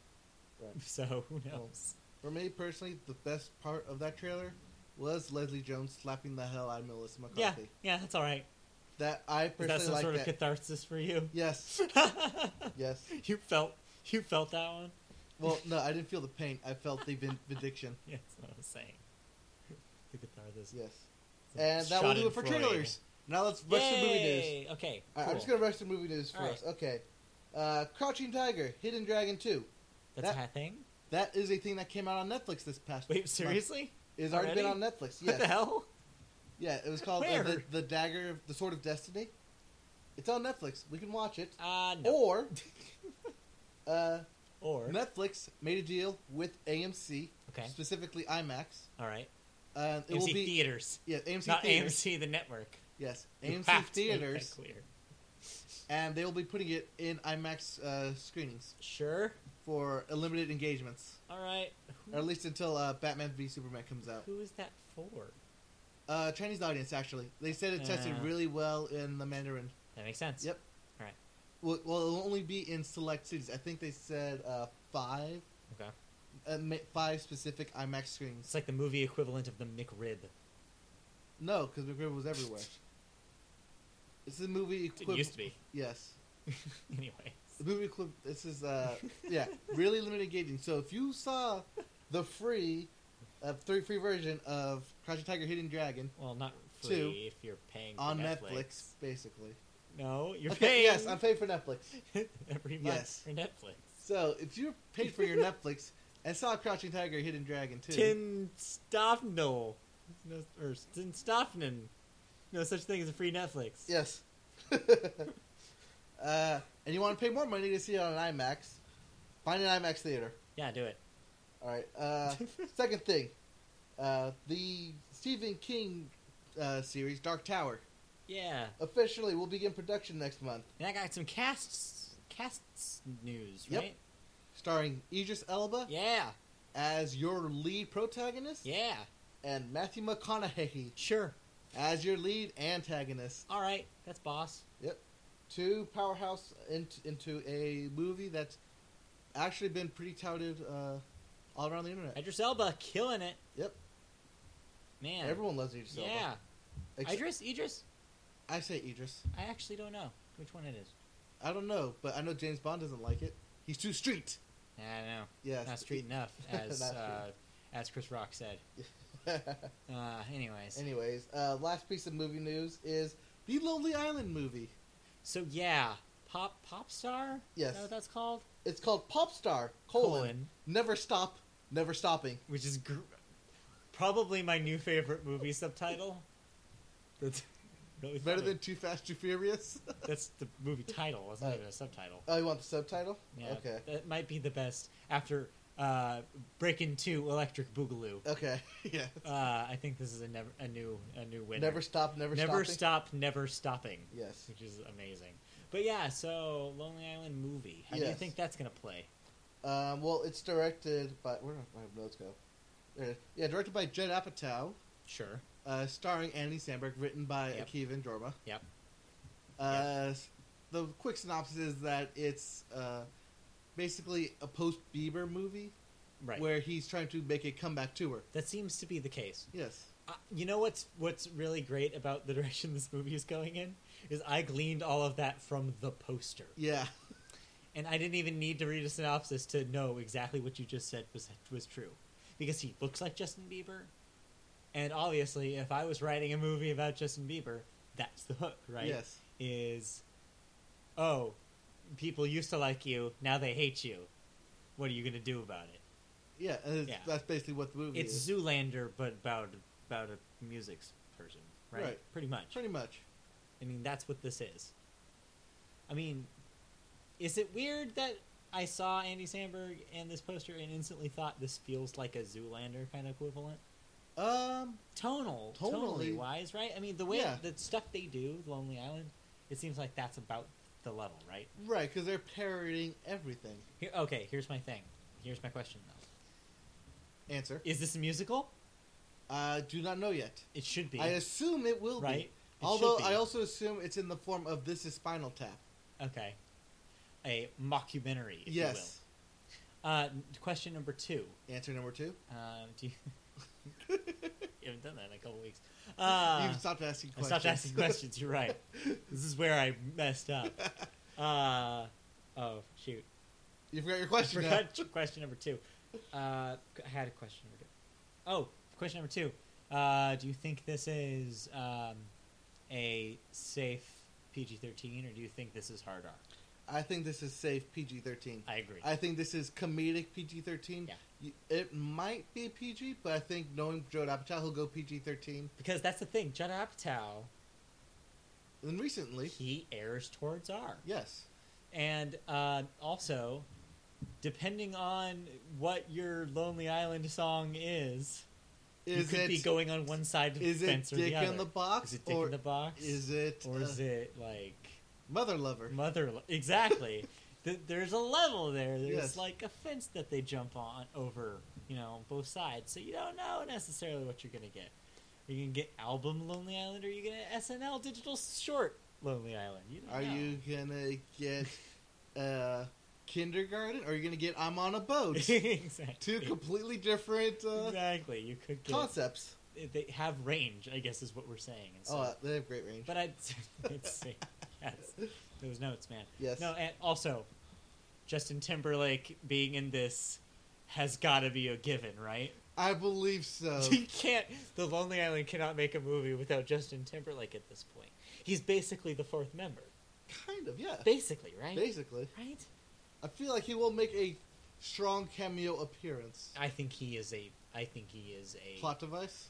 [SPEAKER 1] Right.
[SPEAKER 2] (laughs) So who knows?
[SPEAKER 1] Well, For me personally, the best part of that trailer was Leslie Jones slapping the hell out of Melissa
[SPEAKER 2] yeah,
[SPEAKER 1] McCarthy.
[SPEAKER 2] yeah, that's all right.
[SPEAKER 1] That I
[SPEAKER 2] Is that
[SPEAKER 1] personally
[SPEAKER 2] some
[SPEAKER 1] like
[SPEAKER 2] sort
[SPEAKER 1] that.
[SPEAKER 2] of catharsis for
[SPEAKER 1] (laughs)
[SPEAKER 2] you? (laughs)
[SPEAKER 1] yes, yes.
[SPEAKER 2] you felt you felt that one.
[SPEAKER 1] Well, no, I didn't feel the pain. I felt the vin- (laughs) vindication.
[SPEAKER 2] (laughs) Yeah, that's what I was saying.
[SPEAKER 1] (laughs)
[SPEAKER 2] The guitar this.
[SPEAKER 1] Yes, and that will do it for trailers. Now let's rush to movie news.
[SPEAKER 2] Okay.
[SPEAKER 1] I- I'm
[SPEAKER 2] cool.
[SPEAKER 1] just gonna rush to movie news
[SPEAKER 2] All
[SPEAKER 1] first. Okay, uh, Crouching Tiger, Hidden Dragon Two.
[SPEAKER 2] That's
[SPEAKER 1] that-
[SPEAKER 2] a hot
[SPEAKER 1] (laughs)
[SPEAKER 2] thing.
[SPEAKER 1] That is a thing that came out on Netflix this past.
[SPEAKER 2] Wait,
[SPEAKER 1] month.
[SPEAKER 2] seriously?
[SPEAKER 1] It's already, been on
[SPEAKER 2] Already?
[SPEAKER 1] Netflix.
[SPEAKER 2] What the
[SPEAKER 1] Yes. (laughs)
[SPEAKER 2] hell?
[SPEAKER 1] Yeah, it was called uh,
[SPEAKER 2] Where?
[SPEAKER 1] the, the Dagger, of the Sword of Destiny. It's on Netflix. We can watch it.
[SPEAKER 2] Uh, no. (laughs)
[SPEAKER 1] Or, uh,
[SPEAKER 2] Or,
[SPEAKER 1] Netflix made a deal with AMC,
[SPEAKER 2] okay,
[SPEAKER 1] specifically IMAX.
[SPEAKER 2] all right.
[SPEAKER 1] Uh, it
[SPEAKER 2] AMC
[SPEAKER 1] will be
[SPEAKER 2] theaters,
[SPEAKER 1] yeah AMC
[SPEAKER 2] not
[SPEAKER 1] theaters.
[SPEAKER 2] AMC the network. (laughs)
[SPEAKER 1] Yes,
[SPEAKER 2] You have to make
[SPEAKER 1] AMC
[SPEAKER 2] that
[SPEAKER 1] theaters,
[SPEAKER 2] clear.
[SPEAKER 1] and they will be putting it in IMAX uh, screenings
[SPEAKER 2] Sure.
[SPEAKER 1] for limited engagements,
[SPEAKER 2] All right. Who,
[SPEAKER 1] or at least until uh, Batman v Superman comes out.
[SPEAKER 2] who is that for?
[SPEAKER 1] Uh, Chinese audience, actually, they said it tested
[SPEAKER 2] Uh.
[SPEAKER 1] really well in the Mandarin.
[SPEAKER 2] That makes sense.
[SPEAKER 1] Yep.
[SPEAKER 2] All right.
[SPEAKER 1] Well, well, it'll only be in select cities. I think they said uh, five,
[SPEAKER 2] Okay.
[SPEAKER 1] uh, ma- five specific IMAX screens.
[SPEAKER 2] It's like the movie equivalent of the McRib.
[SPEAKER 1] No, because McRib was everywhere. This is a
[SPEAKER 2] It
[SPEAKER 1] movie equivalent.
[SPEAKER 2] used to be.
[SPEAKER 1] (laughs)
[SPEAKER 2] (laughs)
[SPEAKER 1] Yes.
[SPEAKER 2] anyway.
[SPEAKER 1] The movie clip. This is uh, yeah, really limited engaging. So if you saw the free, uh, three free version of Crouching Tiger, Hidden Dragon
[SPEAKER 2] Well, not
[SPEAKER 1] Two.
[SPEAKER 2] free if you're paying for
[SPEAKER 1] on Netflix,
[SPEAKER 2] Netflix.
[SPEAKER 1] basically.
[SPEAKER 2] No, you're
[SPEAKER 1] Okay,
[SPEAKER 2] paying.
[SPEAKER 1] yes, I'm paid for Netflix.
[SPEAKER 2] (laughs) every month
[SPEAKER 1] Yes.
[SPEAKER 2] for Netflix.
[SPEAKER 1] So if you're paid for your Netflix (laughs) and saw Crouching Tiger, Hidden Dragon too,
[SPEAKER 2] Tin Stofnel. No, or Tin Stofnen. No such thing as a free Netflix.
[SPEAKER 1] yes, (laughs) uh, and you want to pay more money to see it on an IMAX, find an IMAX theater.
[SPEAKER 2] Yeah, do it.
[SPEAKER 1] All right.
[SPEAKER 2] (laughs)
[SPEAKER 1] Uh, second thing, uh, the Stephen King uh, series Dark Tower
[SPEAKER 2] Yeah.
[SPEAKER 1] officially will begin production next month,
[SPEAKER 2] And I got some casts casts news,
[SPEAKER 1] Yep.
[SPEAKER 2] right?
[SPEAKER 1] starring Idris Elba
[SPEAKER 2] Yeah.
[SPEAKER 1] as your lead protagonist
[SPEAKER 2] Yeah.
[SPEAKER 1] and Matthew McConaughey
[SPEAKER 2] Sure.
[SPEAKER 1] as your lead antagonist.
[SPEAKER 2] All right. That's boss.
[SPEAKER 1] Two powerhouse into, into a movie that's actually been pretty touted uh, all around the internet.
[SPEAKER 2] Idris Elba killing it.
[SPEAKER 1] Yep.
[SPEAKER 2] Man.
[SPEAKER 1] Everyone loves Idris Elba.
[SPEAKER 2] Yeah.
[SPEAKER 1] Ex-
[SPEAKER 2] Idris? Idris?
[SPEAKER 1] I say Idris.
[SPEAKER 2] I actually don't know which one it is.
[SPEAKER 1] I don't know, but I know James Bond doesn't like it. He's too street.
[SPEAKER 2] Yeah, I don't know.
[SPEAKER 1] Yes.
[SPEAKER 2] Not street
[SPEAKER 1] (laughs)
[SPEAKER 2] enough, as
[SPEAKER 1] Not
[SPEAKER 2] uh, as Chris Rock said. Uh, anyways.
[SPEAKER 1] (laughs) Anyways, uh, last piece of movie news is the Lonely Island movie.
[SPEAKER 2] so yeah, pop pop star.
[SPEAKER 1] Yes.
[SPEAKER 2] Is that what that's called?
[SPEAKER 1] It's called Popstar: colon, Never Stop, Never Stopping.
[SPEAKER 2] which is gr- probably my new favorite movie subtitle. That's really
[SPEAKER 1] Better
[SPEAKER 2] funny.
[SPEAKER 1] than Too Fast, Too Furious. (laughs)
[SPEAKER 2] that's the movie title. That's
[SPEAKER 1] Uh,
[SPEAKER 2] not even a subtitle.
[SPEAKER 1] oh, you want the subtitle?
[SPEAKER 2] Yeah,
[SPEAKER 1] Okay.
[SPEAKER 2] that might be the best after uh, Breaking Two, Electric Boogaloo.
[SPEAKER 1] Okay. (laughs) yeah.
[SPEAKER 2] Uh, I think this is a never a new a new winner.
[SPEAKER 1] Never stop, never,
[SPEAKER 2] Never
[SPEAKER 1] stopping.
[SPEAKER 2] stop, never stopping,
[SPEAKER 1] Yes.
[SPEAKER 2] which is amazing. But yeah, so Lonely Island movie. How do you
[SPEAKER 1] Yes.
[SPEAKER 2] think that's gonna play?
[SPEAKER 1] Um, well, it's directed by where did my notes go? There it is. Yeah, directed by Judd Apatow,
[SPEAKER 2] Sure.
[SPEAKER 1] uh, starring Andy Samberg, written by
[SPEAKER 2] Yep.
[SPEAKER 1] Akiva Ndorma.
[SPEAKER 2] Yep.
[SPEAKER 1] Uh, s- The quick synopsis is that it's uh, basically a post Bieber movie
[SPEAKER 2] Right.
[SPEAKER 1] where he's trying to make a comeback tour.
[SPEAKER 2] that seems to be the case.
[SPEAKER 1] Yes.
[SPEAKER 2] Uh, you know what's what's really great about the (laughs) direction this movie is going in is I gleaned all of that from the poster,
[SPEAKER 1] Yeah.
[SPEAKER 2] and I didn't even need to read a synopsis to know exactly what you just said was was true, because he looks like Justin Bieber, and obviously, if I was writing a movie about Justin Bieber, that's the hook, right?
[SPEAKER 1] Yes.
[SPEAKER 2] Is oh, people used to like you, now they hate you. What are you gonna do about it?
[SPEAKER 1] Yeah. and it's-
[SPEAKER 2] Yeah.
[SPEAKER 1] That's basically what the movie
[SPEAKER 2] It's
[SPEAKER 1] is.
[SPEAKER 2] Zoolander, but about about a music person, right?
[SPEAKER 1] Right.
[SPEAKER 2] Pretty much.
[SPEAKER 1] Pretty much.
[SPEAKER 2] I mean, that's what this is. I mean, is it weird that I saw Andy Samberg and this poster and instantly thought this feels like a Zoolander kind of equivalent?
[SPEAKER 1] Um.
[SPEAKER 2] Tonal,
[SPEAKER 1] Tonally.
[SPEAKER 2] tonally wise, right? I mean, the way
[SPEAKER 1] Yeah.
[SPEAKER 2] the stuff they do, Lonely Island, it seems like that's about the level, right?
[SPEAKER 1] Right, because they're parodying everything.
[SPEAKER 2] Here, okay, here's my thing. Here's my question though:
[SPEAKER 1] Answer.
[SPEAKER 2] Is this a musical?
[SPEAKER 1] I do not know yet.
[SPEAKER 2] It should be,
[SPEAKER 1] I assume it will
[SPEAKER 2] right?
[SPEAKER 1] be.
[SPEAKER 2] It should
[SPEAKER 1] Although
[SPEAKER 2] be.
[SPEAKER 1] I also assume it's in the form of this is Spinal Tap.
[SPEAKER 2] okay, a mockumentary, if
[SPEAKER 1] yes.
[SPEAKER 2] you will. Uh, question number two.
[SPEAKER 1] Answer number two.
[SPEAKER 2] (laughs) Um, do you... you haven't done that in a couple weeks. Uh,
[SPEAKER 1] You've stopped asking
[SPEAKER 2] I
[SPEAKER 1] questions.
[SPEAKER 2] stopped asking
[SPEAKER 1] (laughs)
[SPEAKER 2] questions. You're right. This is where I messed up. Uh, oh shoot!
[SPEAKER 1] you forgot your
[SPEAKER 2] I
[SPEAKER 1] question. now.
[SPEAKER 2] forgot question number two. Uh, I had a question number two. Oh, question number two. Uh, do you think this is um, a safe PG-13, or do you think this is hard R?
[SPEAKER 1] I think this is safe PG thirteen.
[SPEAKER 2] I agree.
[SPEAKER 1] I think this is comedic PG thirteen.
[SPEAKER 2] Yeah.
[SPEAKER 1] It might be PG, but I think knowing Joe Apatow, he'll go PG thirteen.
[SPEAKER 2] because that's the thing. Judd Apatow,
[SPEAKER 1] And recently,
[SPEAKER 2] he errs towards R.
[SPEAKER 1] yes,
[SPEAKER 2] And uh, also, depending on what your Lonely Island song is,
[SPEAKER 1] is
[SPEAKER 2] you could
[SPEAKER 1] it
[SPEAKER 2] be going on one side of
[SPEAKER 1] is
[SPEAKER 2] the
[SPEAKER 1] it
[SPEAKER 2] fence or
[SPEAKER 1] Dick
[SPEAKER 2] the other.
[SPEAKER 1] in the box
[SPEAKER 2] is it Dick
[SPEAKER 1] or
[SPEAKER 2] in the Box?
[SPEAKER 1] is it
[SPEAKER 2] or is
[SPEAKER 1] uh,
[SPEAKER 2] it like
[SPEAKER 1] Mother Lover?
[SPEAKER 2] Mother? Exactly. Th- There's a level there. There's
[SPEAKER 1] Yes.
[SPEAKER 2] like a fence that they jump on over, you know, both sides. So you don't know necessarily what you're gonna get. Are you gonna get album Lonely Island? Or are you gonna SNL digital short Lonely Island? You don't
[SPEAKER 1] Are
[SPEAKER 2] know.
[SPEAKER 1] you (laughs) gonna get uh, kindergarten? Or are you gonna get I'm on
[SPEAKER 2] (laughs)
[SPEAKER 1] a boat?
[SPEAKER 2] (laughs) exactly.
[SPEAKER 1] Two completely different uh,
[SPEAKER 2] exactly. You could get
[SPEAKER 1] concepts.
[SPEAKER 2] they have range, I guess, is what we're saying. And so,
[SPEAKER 1] Oh, uh, they have great range.
[SPEAKER 2] (laughs) but I'd, I'd say yes, those notes, man.
[SPEAKER 1] yes.
[SPEAKER 2] No, and also, Justin Timberlake being in this has got to be a given, right?
[SPEAKER 1] I
[SPEAKER 2] (laughs)
[SPEAKER 1] believe so.
[SPEAKER 2] you can't. The Lonely Island cannot make a movie without Justin Timberlake at this point. He's basically the fourth member,
[SPEAKER 1] kind of, yeah.
[SPEAKER 2] basically, right?
[SPEAKER 1] Basically,
[SPEAKER 2] Right.
[SPEAKER 1] I feel like he will make a strong cameo appearance.
[SPEAKER 2] I think he is a. I think he is a.
[SPEAKER 1] Plot device.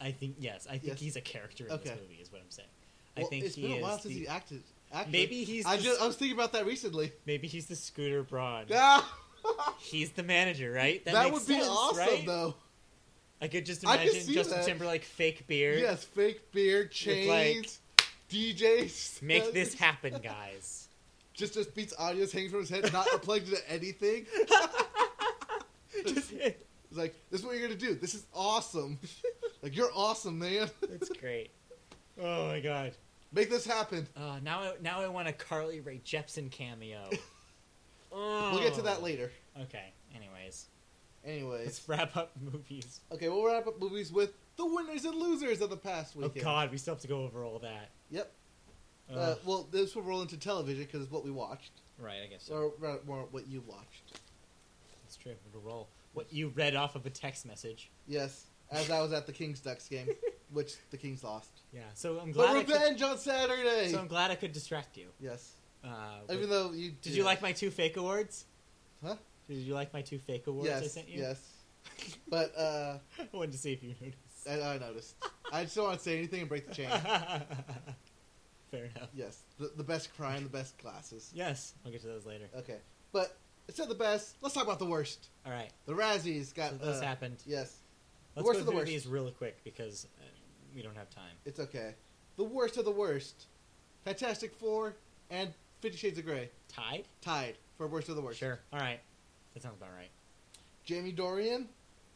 [SPEAKER 2] I think yes. I think
[SPEAKER 1] Yes.
[SPEAKER 2] he's a character in
[SPEAKER 1] Okay.
[SPEAKER 2] this movie. Is what I'm saying.
[SPEAKER 1] Well,
[SPEAKER 2] I think
[SPEAKER 1] it's
[SPEAKER 2] he
[SPEAKER 1] been a
[SPEAKER 2] is
[SPEAKER 1] while
[SPEAKER 2] the-
[SPEAKER 1] since he acted. Actually,
[SPEAKER 2] Maybe he's
[SPEAKER 1] I
[SPEAKER 2] the-
[SPEAKER 1] just I was thinking about that recently.
[SPEAKER 2] Maybe he's the Scooter Braun.
[SPEAKER 1] Ah!
[SPEAKER 2] He's the manager, right?
[SPEAKER 1] (laughs) that
[SPEAKER 2] makes
[SPEAKER 1] would be
[SPEAKER 2] sense,
[SPEAKER 1] awesome,
[SPEAKER 2] right?
[SPEAKER 1] though.
[SPEAKER 2] I could just
[SPEAKER 1] I could
[SPEAKER 2] imagine
[SPEAKER 1] see
[SPEAKER 2] Justin
[SPEAKER 1] that.
[SPEAKER 2] Timberlake fake beard.
[SPEAKER 1] Yes, fake beard,
[SPEAKER 2] like,
[SPEAKER 1] chains, DJs.
[SPEAKER 2] Make this
[SPEAKER 1] (laughs)
[SPEAKER 2] happen, guys.
[SPEAKER 1] Just as Beats audios hanging from his head, not plugged into
[SPEAKER 2] (laughs)
[SPEAKER 1] anything.
[SPEAKER 2] Just-
[SPEAKER 1] It's like, this is what you're gonna do. This is awesome. (laughs) like you're awesome, man. (laughs)
[SPEAKER 2] That's great. Oh my god.
[SPEAKER 1] Make this happen.
[SPEAKER 2] Uh, now, I, now I want a Carly
[SPEAKER 1] (laughs)
[SPEAKER 2] Rae Jepsen cameo. Oh.
[SPEAKER 1] We'll get to that later.
[SPEAKER 2] Okay. Anyways,
[SPEAKER 1] Anyways,
[SPEAKER 2] Let's wrap up movies.
[SPEAKER 1] okay, we'll wrap up movies with the winners and losers of the past
[SPEAKER 2] Oh
[SPEAKER 1] weekend.
[SPEAKER 2] God, we still have to go over all that.
[SPEAKER 1] Yep.
[SPEAKER 2] Ugh.
[SPEAKER 1] Uh, well, this will roll into television because it's what we watched,
[SPEAKER 2] right, I guess so.
[SPEAKER 1] or rather, more what you watched.
[SPEAKER 2] It's true. It'll roll. What you read off of a text message.
[SPEAKER 1] Yes, as I was at the Kings Ducks
[SPEAKER 2] (laughs)
[SPEAKER 1] game, which the Kings lost.
[SPEAKER 2] Yeah. So I'm
[SPEAKER 1] But
[SPEAKER 2] glad. I could,
[SPEAKER 1] revenge on Saturday.
[SPEAKER 2] so I'm glad I could distract you.
[SPEAKER 1] yes,
[SPEAKER 2] Uh, with-
[SPEAKER 1] even though you
[SPEAKER 2] did you like my two fake awards?
[SPEAKER 1] Huh?
[SPEAKER 2] Did you like my two fake awards
[SPEAKER 1] Yes,
[SPEAKER 2] I sent (laughs) you?
[SPEAKER 1] yes. But uh,
[SPEAKER 2] I wanted to see if you noticed.
[SPEAKER 1] I, I noticed. I just don't want to say anything and break
[SPEAKER 2] (laughs)
[SPEAKER 1] the chain.
[SPEAKER 2] Fair enough.
[SPEAKER 1] yes, the, the best crime, the best classes.
[SPEAKER 2] Yes, I'll get to those later.
[SPEAKER 1] Okay, but instead of the best, let's talk about the worst.
[SPEAKER 2] All right.
[SPEAKER 1] The Razzies got.
[SPEAKER 2] So this
[SPEAKER 1] uh,
[SPEAKER 2] happened.
[SPEAKER 1] Yes,
[SPEAKER 2] Let's
[SPEAKER 1] worst
[SPEAKER 2] go
[SPEAKER 1] of the
[SPEAKER 2] through
[SPEAKER 1] worst.
[SPEAKER 2] these real quick because uh, we don't have time.
[SPEAKER 1] it's okay. The worst of the worst. Fantastic Four and Fifty Shades of Grey
[SPEAKER 2] Tied?
[SPEAKER 1] tied for worst of the worst.
[SPEAKER 2] Sure. All right. That sounds about right.
[SPEAKER 1] Jamie Dorian,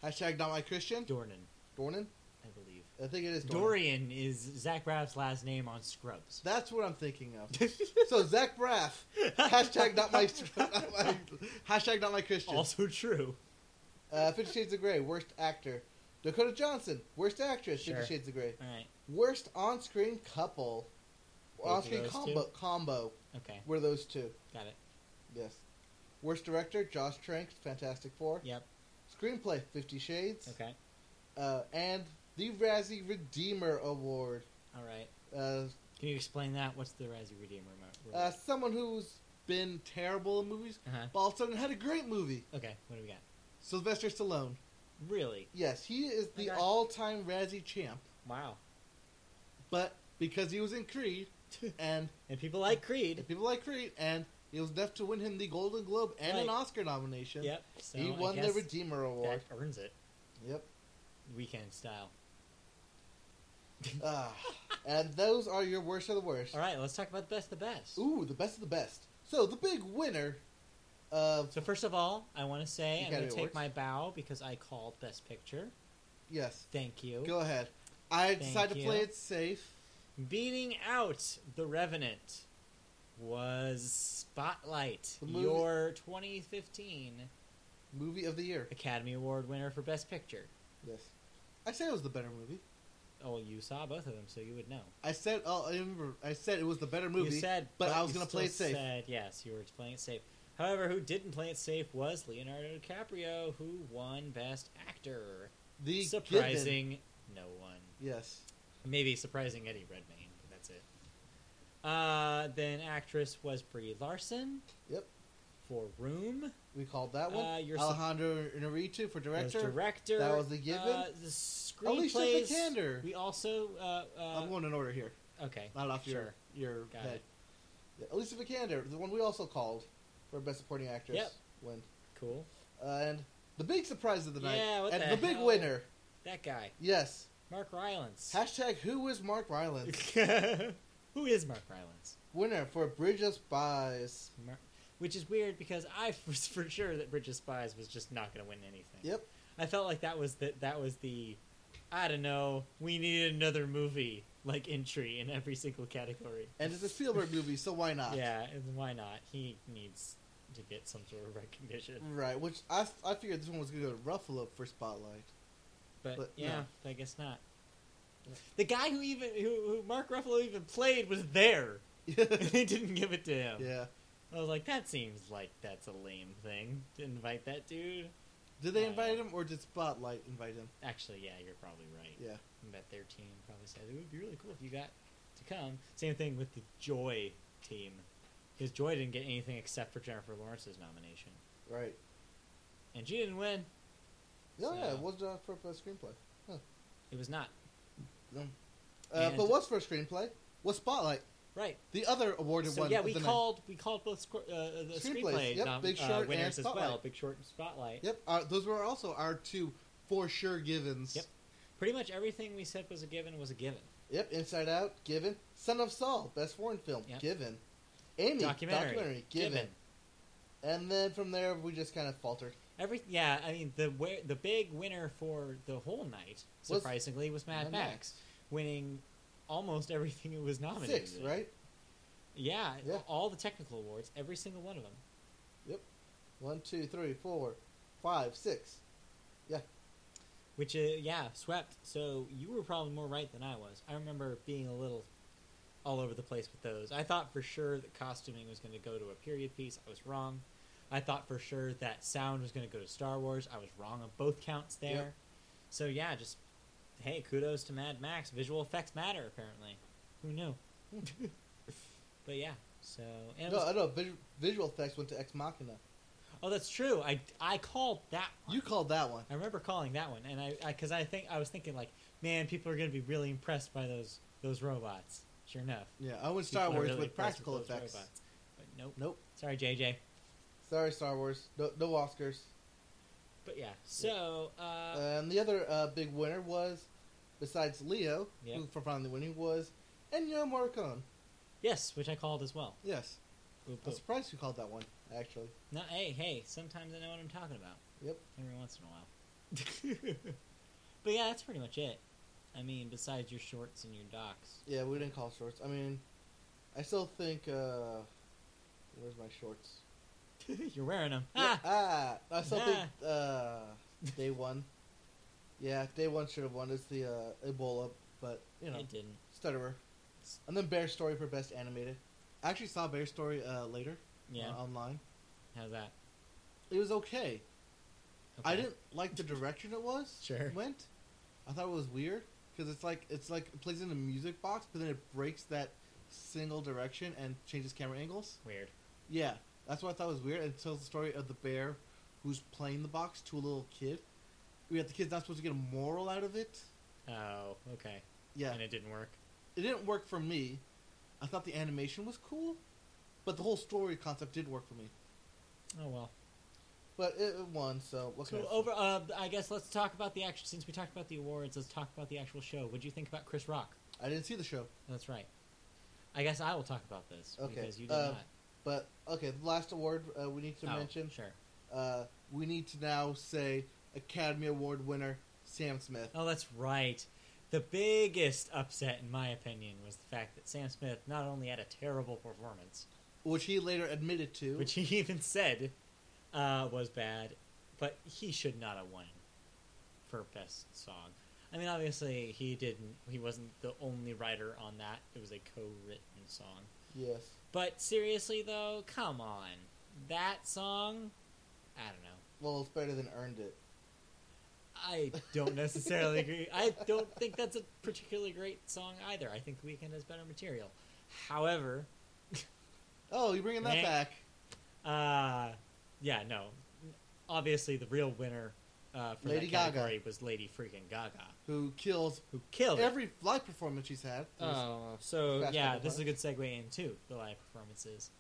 [SPEAKER 1] hashtag not my Christian.
[SPEAKER 2] Dornan,
[SPEAKER 1] Dornan,
[SPEAKER 2] I believe.
[SPEAKER 1] I think it is Dornan.
[SPEAKER 2] Dorian is Zach Braff's last name on Scrubs.
[SPEAKER 1] That's what I'm thinking of. (laughs) so Zach Braff, (laughs) hashtag not my, (laughs) not
[SPEAKER 2] (laughs)
[SPEAKER 1] my hashtag not my Christian.
[SPEAKER 2] also true.
[SPEAKER 1] Uh, Fifty Shades of Grey, worst actor. Dakota Johnson, worst actress.
[SPEAKER 2] Sure.
[SPEAKER 1] Fifty Shades of Grey,
[SPEAKER 2] All right.
[SPEAKER 1] worst on-screen couple.
[SPEAKER 2] of
[SPEAKER 1] On-screen
[SPEAKER 2] those
[SPEAKER 1] combo, combo
[SPEAKER 2] Okay.
[SPEAKER 1] were those two.
[SPEAKER 2] Got it.
[SPEAKER 1] Yes. Worst director, Josh Trank, Fantastic Four.
[SPEAKER 2] Yep.
[SPEAKER 1] Screenplay, Fifty Shades.
[SPEAKER 2] Okay.
[SPEAKER 1] Uh, and the Razzie Redeemer Award.
[SPEAKER 2] All right.
[SPEAKER 1] Uh,
[SPEAKER 2] Can you explain that? What's the Razzie Redeemer? mo-
[SPEAKER 1] uh, someone who's been terrible in movies,
[SPEAKER 2] uh-huh.
[SPEAKER 1] but all of a sudden had a great movie.
[SPEAKER 2] Okay. What do we got?
[SPEAKER 1] Sylvester Stallone.
[SPEAKER 2] Really?
[SPEAKER 1] Yes, he is the
[SPEAKER 2] Okay.
[SPEAKER 1] all-time Razzie champ.
[SPEAKER 2] Wow.
[SPEAKER 1] But because he was
[SPEAKER 2] (laughs)
[SPEAKER 1] in Creed, and
[SPEAKER 2] And people like Creed.
[SPEAKER 1] people like Creed, and it was enough to win him the Golden Globe and an
[SPEAKER 2] Right.
[SPEAKER 1] Oscar nomination.
[SPEAKER 2] Yep. So
[SPEAKER 1] he
[SPEAKER 2] I
[SPEAKER 1] won the
[SPEAKER 2] guess
[SPEAKER 1] Redeemer
[SPEAKER 2] (laughs)
[SPEAKER 1] Award.
[SPEAKER 2] that earns it.
[SPEAKER 1] Yep.
[SPEAKER 2] Weekend style.
[SPEAKER 1] Ah, and those are your worst of the worst.
[SPEAKER 2] All right. Let's talk about the best. of The best.
[SPEAKER 1] Ooh, the best of the best. So the big winner of
[SPEAKER 2] So first of all, I want to say I'm
[SPEAKER 1] Academy
[SPEAKER 2] going to take
[SPEAKER 1] Awards.
[SPEAKER 2] my bow because I called Best Picture.
[SPEAKER 1] yes,
[SPEAKER 2] Thank you.
[SPEAKER 1] go ahead. I decided to
[SPEAKER 2] you.
[SPEAKER 1] play it safe.
[SPEAKER 2] Beating out The Revenant was Spotlight,
[SPEAKER 1] The movie-
[SPEAKER 2] your 2015
[SPEAKER 1] Movie of the year.
[SPEAKER 2] Academy Award winner for Best Picture.
[SPEAKER 1] Yes, I said it was the better movie.
[SPEAKER 2] Oh, you saw both of them, so you would know.
[SPEAKER 1] I said oh, I remember. I said it was the better movie.
[SPEAKER 2] you said,
[SPEAKER 1] but I was
[SPEAKER 2] you
[SPEAKER 1] gonna play
[SPEAKER 2] still
[SPEAKER 1] it safe.
[SPEAKER 2] Said, yes, you were playing it safe. However, who didn't play it safe was Leonardo DiCaprio, who won Best Actor.
[SPEAKER 1] the Given.
[SPEAKER 2] Surprising no one.
[SPEAKER 1] Yes.
[SPEAKER 2] Maybe surprising Eddie Redmayne, but that's it. Uh, then actress was Brie Larson.
[SPEAKER 1] Yep.
[SPEAKER 2] For Room.
[SPEAKER 1] We called that one.
[SPEAKER 2] Uh, your sup-
[SPEAKER 1] Alejandro Inarritu for director.
[SPEAKER 2] Was director.
[SPEAKER 1] That was a given.
[SPEAKER 2] Uh, the
[SPEAKER 1] Alicia
[SPEAKER 2] screenplays.
[SPEAKER 1] Vikander.
[SPEAKER 2] We also. Uh, uh,
[SPEAKER 1] I'm going in order here,
[SPEAKER 2] okay.
[SPEAKER 1] not off your
[SPEAKER 2] sure.
[SPEAKER 1] your
[SPEAKER 2] Got
[SPEAKER 1] head.
[SPEAKER 2] it.
[SPEAKER 1] Yeah, Alicia Vikander, the one we also called for best supporting actress,
[SPEAKER 2] Yep.
[SPEAKER 1] win.
[SPEAKER 2] Cool.
[SPEAKER 1] Uh, and the big surprise of the night,
[SPEAKER 2] Yeah, what
[SPEAKER 1] and
[SPEAKER 2] the
[SPEAKER 1] the big
[SPEAKER 2] hell?
[SPEAKER 1] winner,
[SPEAKER 2] That guy,
[SPEAKER 1] yes.
[SPEAKER 2] Mark Rylance.
[SPEAKER 1] Hashtag Who is Mark Rylance?
[SPEAKER 2] (laughs)
[SPEAKER 1] (laughs)
[SPEAKER 2] Who is Mark Rylance?
[SPEAKER 1] winner for Bridge of Spies.
[SPEAKER 2] Mar- Which is weird because I (laughs) was for sure that Bridge of Spies was just not going to win anything.
[SPEAKER 1] Yep.
[SPEAKER 2] I felt like that was the, that was the I don't know. We needed another movie like entry in every single category.
[SPEAKER 1] And it's a Spielberg movie, so why not?
[SPEAKER 2] Yeah, and why not? He needs to get some sort of recognition.
[SPEAKER 1] Right, which I, I figured this one was going to go to Ruffalo
[SPEAKER 2] (laughs)
[SPEAKER 1] for Spotlight. (laughs)
[SPEAKER 2] But,
[SPEAKER 1] But,
[SPEAKER 2] yeah,
[SPEAKER 1] no.
[SPEAKER 2] but I guess not. The guy who even who, who Mark Ruffalo even played was
[SPEAKER 1] (laughs)
[SPEAKER 2] there. (laughs) and they didn't give it to him.
[SPEAKER 1] yeah.
[SPEAKER 2] I was like, that seems like that's a lame thing to invite that dude.
[SPEAKER 1] Did they
[SPEAKER 2] Uh,
[SPEAKER 1] invite him, or did Spotlight invite him?
[SPEAKER 2] Actually, yeah, you're probably right.
[SPEAKER 1] Yeah.
[SPEAKER 2] I bet their team probably said it would be really cool if you got to come. Same thing with the Joy team, because Joy didn't get anything except for Jennifer Lawrence's nomination,
[SPEAKER 1] Right.
[SPEAKER 2] and she didn't win.
[SPEAKER 1] Yeah, yeah,
[SPEAKER 2] So-
[SPEAKER 1] it was uh, for best screenplay.
[SPEAKER 2] It was not
[SPEAKER 1] No. Uh,
[SPEAKER 2] And-
[SPEAKER 1] but what's for screenplay? Was Spotlight
[SPEAKER 2] right.
[SPEAKER 1] the other awarded
[SPEAKER 2] So
[SPEAKER 1] one?
[SPEAKER 2] yeah,
[SPEAKER 1] of
[SPEAKER 2] we
[SPEAKER 1] the night.
[SPEAKER 2] called we called both squ- uh, the
[SPEAKER 1] Screenplays,
[SPEAKER 2] screenplay
[SPEAKER 1] yep,
[SPEAKER 2] nom-
[SPEAKER 1] Big
[SPEAKER 2] uh,
[SPEAKER 1] Short and
[SPEAKER 2] winners as well.
[SPEAKER 1] Spotlight.
[SPEAKER 2] Big Short and Spotlight.
[SPEAKER 1] Yep, uh, those were also our two for sure givens.
[SPEAKER 2] Yep. Pretty much everything we said was a given was a given.
[SPEAKER 1] Yep, Inside Out, given. Son of Saul, best foreign film,
[SPEAKER 2] Yep.
[SPEAKER 1] given. Amy,
[SPEAKER 2] Documentary,
[SPEAKER 1] documentary, given. And then from there, we just kind of faltered.
[SPEAKER 2] Every yeah, I mean the where, the big winner for the whole night
[SPEAKER 1] Was-
[SPEAKER 2] surprisingly was Mad
[SPEAKER 1] Mad
[SPEAKER 2] Max, winning almost (laughs) everything it was nominated.
[SPEAKER 1] Six,
[SPEAKER 2] in.
[SPEAKER 1] right?
[SPEAKER 2] Yeah,
[SPEAKER 1] Yeah.
[SPEAKER 2] all the technical awards, every single one of them.
[SPEAKER 1] One, two, three, four, five, six, Yeah.
[SPEAKER 2] Which, uh, yeah, swept. So you were probably more right than I was. I remember being a little all over the place with those. I thought for sure that costuming was going to go to a period piece. I was wrong. I thought for sure that sound was going to go to Star Wars. I was wrong on both counts there.
[SPEAKER 1] Yep.
[SPEAKER 2] So yeah, just hey, kudos to Mad Max. Visual effects matter apparently. Who
[SPEAKER 1] (laughs)
[SPEAKER 2] knew? but yeah, so and it
[SPEAKER 1] No,
[SPEAKER 2] was-
[SPEAKER 1] I know. Visual, visual effects went to Ex Machina.
[SPEAKER 2] oh, that's true. I I called that. One.
[SPEAKER 1] You called that one.
[SPEAKER 2] I remember calling that one, and I because I, think I was thinking like, man, people are going to be really impressed by those those robots. Sure enough,
[SPEAKER 1] Yeah, I went Star
[SPEAKER 2] people are
[SPEAKER 1] Wars
[SPEAKER 2] really
[SPEAKER 1] with
[SPEAKER 2] impressed
[SPEAKER 1] practical
[SPEAKER 2] those
[SPEAKER 1] effects.
[SPEAKER 2] robots. But nope.
[SPEAKER 1] Nope.
[SPEAKER 2] Sorry, JJ.
[SPEAKER 1] Sorry, Star Wars. No, no Oscars.
[SPEAKER 2] But yeah. So uh,
[SPEAKER 1] And the other uh, big winner was, besides Leo,
[SPEAKER 2] Yeah.
[SPEAKER 1] who for finally winning was Ennio Morricone.
[SPEAKER 2] yes, which I called as well.
[SPEAKER 1] Yes,
[SPEAKER 2] Boop,
[SPEAKER 1] I'm
[SPEAKER 2] boop.
[SPEAKER 1] surprised you called that one. Actually,
[SPEAKER 2] No, hey, hey. Sometimes I know what I'm talking about.
[SPEAKER 1] Yep.
[SPEAKER 2] Every once in a while. (laughs) but yeah, that's pretty much it. I mean, besides your shorts and your
[SPEAKER 1] (laughs)
[SPEAKER 2] docs.
[SPEAKER 1] yeah, we didn't call shorts. I mean, I still think. Uh, where's my shorts?
[SPEAKER 2] You're wearing them.
[SPEAKER 1] Yeah,
[SPEAKER 2] Ah!
[SPEAKER 1] ah I still think
[SPEAKER 2] Ah.
[SPEAKER 1] uh, day one. Yeah, day one should have won. It's the uh, Ebola, but you know,
[SPEAKER 2] It didn't.
[SPEAKER 1] stutterer. And then Bear Story for best animated. I actually saw Bear Story uh, later.
[SPEAKER 2] Yeah.
[SPEAKER 1] uh, online.
[SPEAKER 2] How's that?
[SPEAKER 1] It was okay. I
[SPEAKER 2] Okay.
[SPEAKER 1] didn't like the direction it was.
[SPEAKER 2] Sure.
[SPEAKER 1] Went. I thought it was weird because it's like it's like it plays in a music box, but then it breaks that single direction and changes camera angles.
[SPEAKER 2] Weird.
[SPEAKER 1] Yeah, that's what I thought was weird. It tells the story of the bear who's playing the box to a little kid. We had the kid's not supposed to get a moral out of it.
[SPEAKER 2] Oh, okay.
[SPEAKER 1] Yeah,
[SPEAKER 2] And it didn't work.
[SPEAKER 1] it didn't work for me. I thought the animation was cool, but the whole story concept did work for me.
[SPEAKER 2] Oh well.
[SPEAKER 1] But it it won, so what
[SPEAKER 2] So
[SPEAKER 1] can I say?
[SPEAKER 2] over, uh, I guess let's talk about the action. Since we talked about the awards, let's talk about the actual show. What do you think about Chris Rock?
[SPEAKER 1] I didn't see the show.
[SPEAKER 2] That's right. I guess I will talk about this
[SPEAKER 1] Okay,
[SPEAKER 2] because you did
[SPEAKER 1] uh,
[SPEAKER 2] not.
[SPEAKER 1] But okay, the last award uh, we need to
[SPEAKER 2] Oh,
[SPEAKER 1] mention.
[SPEAKER 2] Sure.
[SPEAKER 1] Uh, we need to now say Academy Award winner Sam Smith.
[SPEAKER 2] Oh, that's right. The biggest upset, in my opinion, was the fact that Sam Smith not only had a terrible performance,
[SPEAKER 1] which he later admitted to.
[SPEAKER 2] which he (laughs) even said uh, was bad, but he should not have won for best song. I mean, obviously he didn't. He wasn't the only writer on that. It was a co-written song.
[SPEAKER 1] yes,
[SPEAKER 2] But seriously, though, come on, that song. I don't know.
[SPEAKER 1] well, it's better than earned it.
[SPEAKER 2] I don't necessarily agree. I don't think that's a particularly great song either. I think The Weeknd has better material. However,
[SPEAKER 1] Oh, you're bringing that
[SPEAKER 2] Meh.
[SPEAKER 1] back?
[SPEAKER 2] uh, yeah, no. Obviously, the real winner uh, for
[SPEAKER 1] Lady
[SPEAKER 2] that
[SPEAKER 1] Gaga.
[SPEAKER 2] category was Lady freaking Gaga,
[SPEAKER 1] Who kills
[SPEAKER 2] who killed it.
[SPEAKER 1] every live performance she's had?
[SPEAKER 2] Oh, so
[SPEAKER 1] Fast
[SPEAKER 2] yeah,
[SPEAKER 1] Couple
[SPEAKER 2] this is a good segue into the live performances.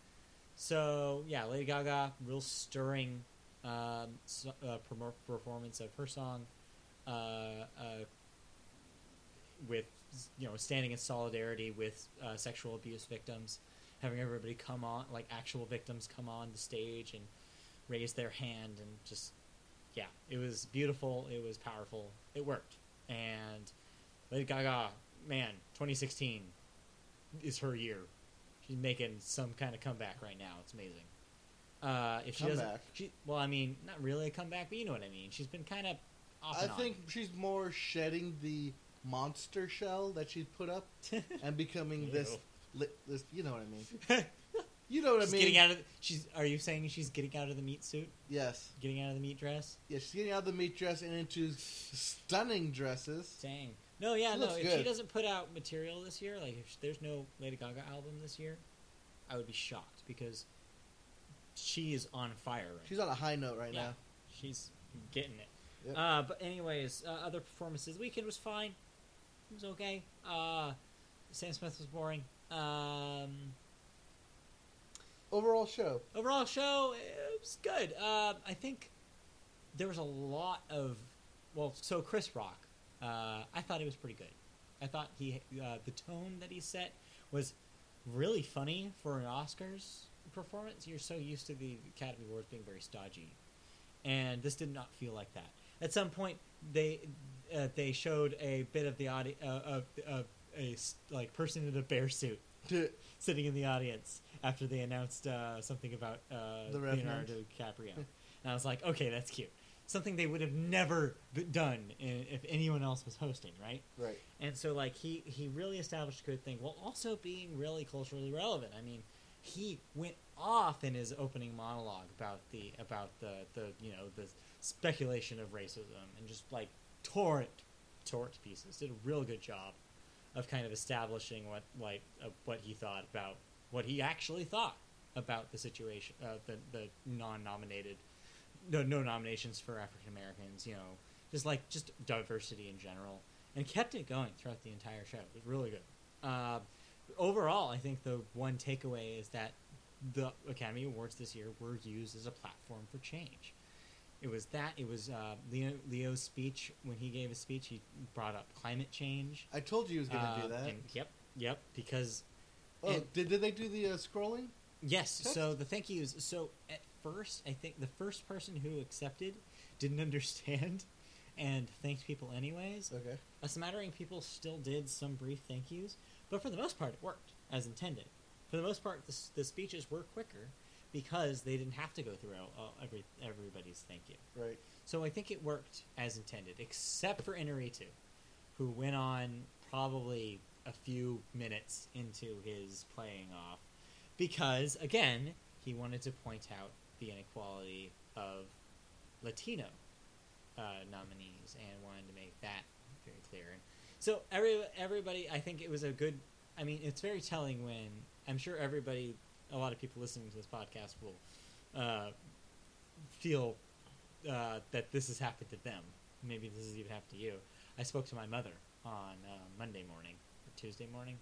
[SPEAKER 2] So yeah, Lady Gaga, real stirring um, so, uh, permo- performance of her song, uh, uh, with you know standing in solidarity with uh, sexual abuse victims, having everybody come on like actual victims come on the stage and raise their hand and just yeah, it was beautiful, it was powerful, it worked, and Lady Gaga, man, 2016 is her year. She's making some kind of comeback right now. It's amazing. Uh, if she doesn't,
[SPEAKER 1] Comeback?
[SPEAKER 2] she, well, I mean, not really a comeback, but you know what I mean. She's been kind of off.
[SPEAKER 1] I
[SPEAKER 2] and on.
[SPEAKER 1] think she's more shedding the monster shell that she's put up and becoming this,
[SPEAKER 2] Ew.
[SPEAKER 1] li- this. You know what I mean?
[SPEAKER 2] (laughs) she's
[SPEAKER 1] You know what I mean?
[SPEAKER 2] getting out of. She's. Are you saying she's getting out of the meat suit?
[SPEAKER 1] yes,
[SPEAKER 2] Getting out of the meat dress?
[SPEAKER 1] yeah, she's getting out of the meat dress and into stunning dresses.
[SPEAKER 2] Dang. No, yeah,
[SPEAKER 1] She
[SPEAKER 2] no.
[SPEAKER 1] looks
[SPEAKER 2] If she
[SPEAKER 1] good.
[SPEAKER 2] doesn't put out material this year, like if there's no Lady Gaga album this year, I would be shocked because she is on fire. Right
[SPEAKER 1] She's on a high note right
[SPEAKER 2] Yeah.
[SPEAKER 1] now.
[SPEAKER 2] She's getting it.
[SPEAKER 1] Yep.
[SPEAKER 2] Uh, but anyways, uh, other performances. Weekend was fine. It was okay. Uh, Sam Smith was boring. Um,
[SPEAKER 1] Overall show.
[SPEAKER 2] overall show, it was good. Uh, I think there was a lot of well, so Chris Rock. Uh, I thought he was pretty good. I thought he uh, the tone that he set was really funny for an Oscars performance. You're so used to the Academy Awards being very stodgy, and this did not feel like that. At some point, they uh, they showed a bit of the audio uh, of, of a s- like person in a bear suit (laughs) sitting in the audience after they announced uh, something about uh,
[SPEAKER 1] The Revenant.
[SPEAKER 2] Leonardo DiCaprio, and I was like, okay, that's cute. something they would have never b- done i- if anyone else was hosting, right?
[SPEAKER 1] Right.
[SPEAKER 2] And so like he he really established a good thing while also being really culturally relevant. I mean, he went off in his opening monologue about the about the the you know the speculation of racism and just like tore it tore it to pieces. Did a real good job of kind of establishing what like uh, what he thought about what he actually thought about the situation uh, the the non-nominated no no nominations for African Americans, you know, just like just diversity in general, and kept it going throughout the entire show. It was really good. Uh, overall, I think the one takeaway is that the Academy Awards this year were used as a platform for change. It was that. It was uh, Leo Leo's speech when he gave his speech. He brought up climate change.
[SPEAKER 1] I told you he was going to
[SPEAKER 2] uh,
[SPEAKER 1] do that.
[SPEAKER 2] and- yep, yep. Because
[SPEAKER 1] oh,
[SPEAKER 2] and-
[SPEAKER 1] did, did they do the uh, scrolling?
[SPEAKER 2] Yes.
[SPEAKER 1] Text?
[SPEAKER 2] So the thank yous. So at first, I think the first person who accepted didn't (laughs) understand and thanked people anyways.
[SPEAKER 1] Okay.
[SPEAKER 2] A smattering of people still did some brief thank yous, but for the most part, it worked as intended. For the most part, the, s- the speeches were quicker because they didn't have to go through all- all- every everybody's thank you.
[SPEAKER 1] Right.
[SPEAKER 2] So I think it worked as intended, except for Inaritu, who went on probably a few minutes into his playing off, because again he wanted to point out the inequality of Latino uh, nominees and wanted to make that very clear. And so every everybody, I think it was a good. I mean, it's very telling when I'm sure everybody, a lot of people listening to this podcast will uh, feel uh, that this has happened to them. Maybe this has even happened to you. I spoke to my mother on uh, Monday morning or Tuesday morning,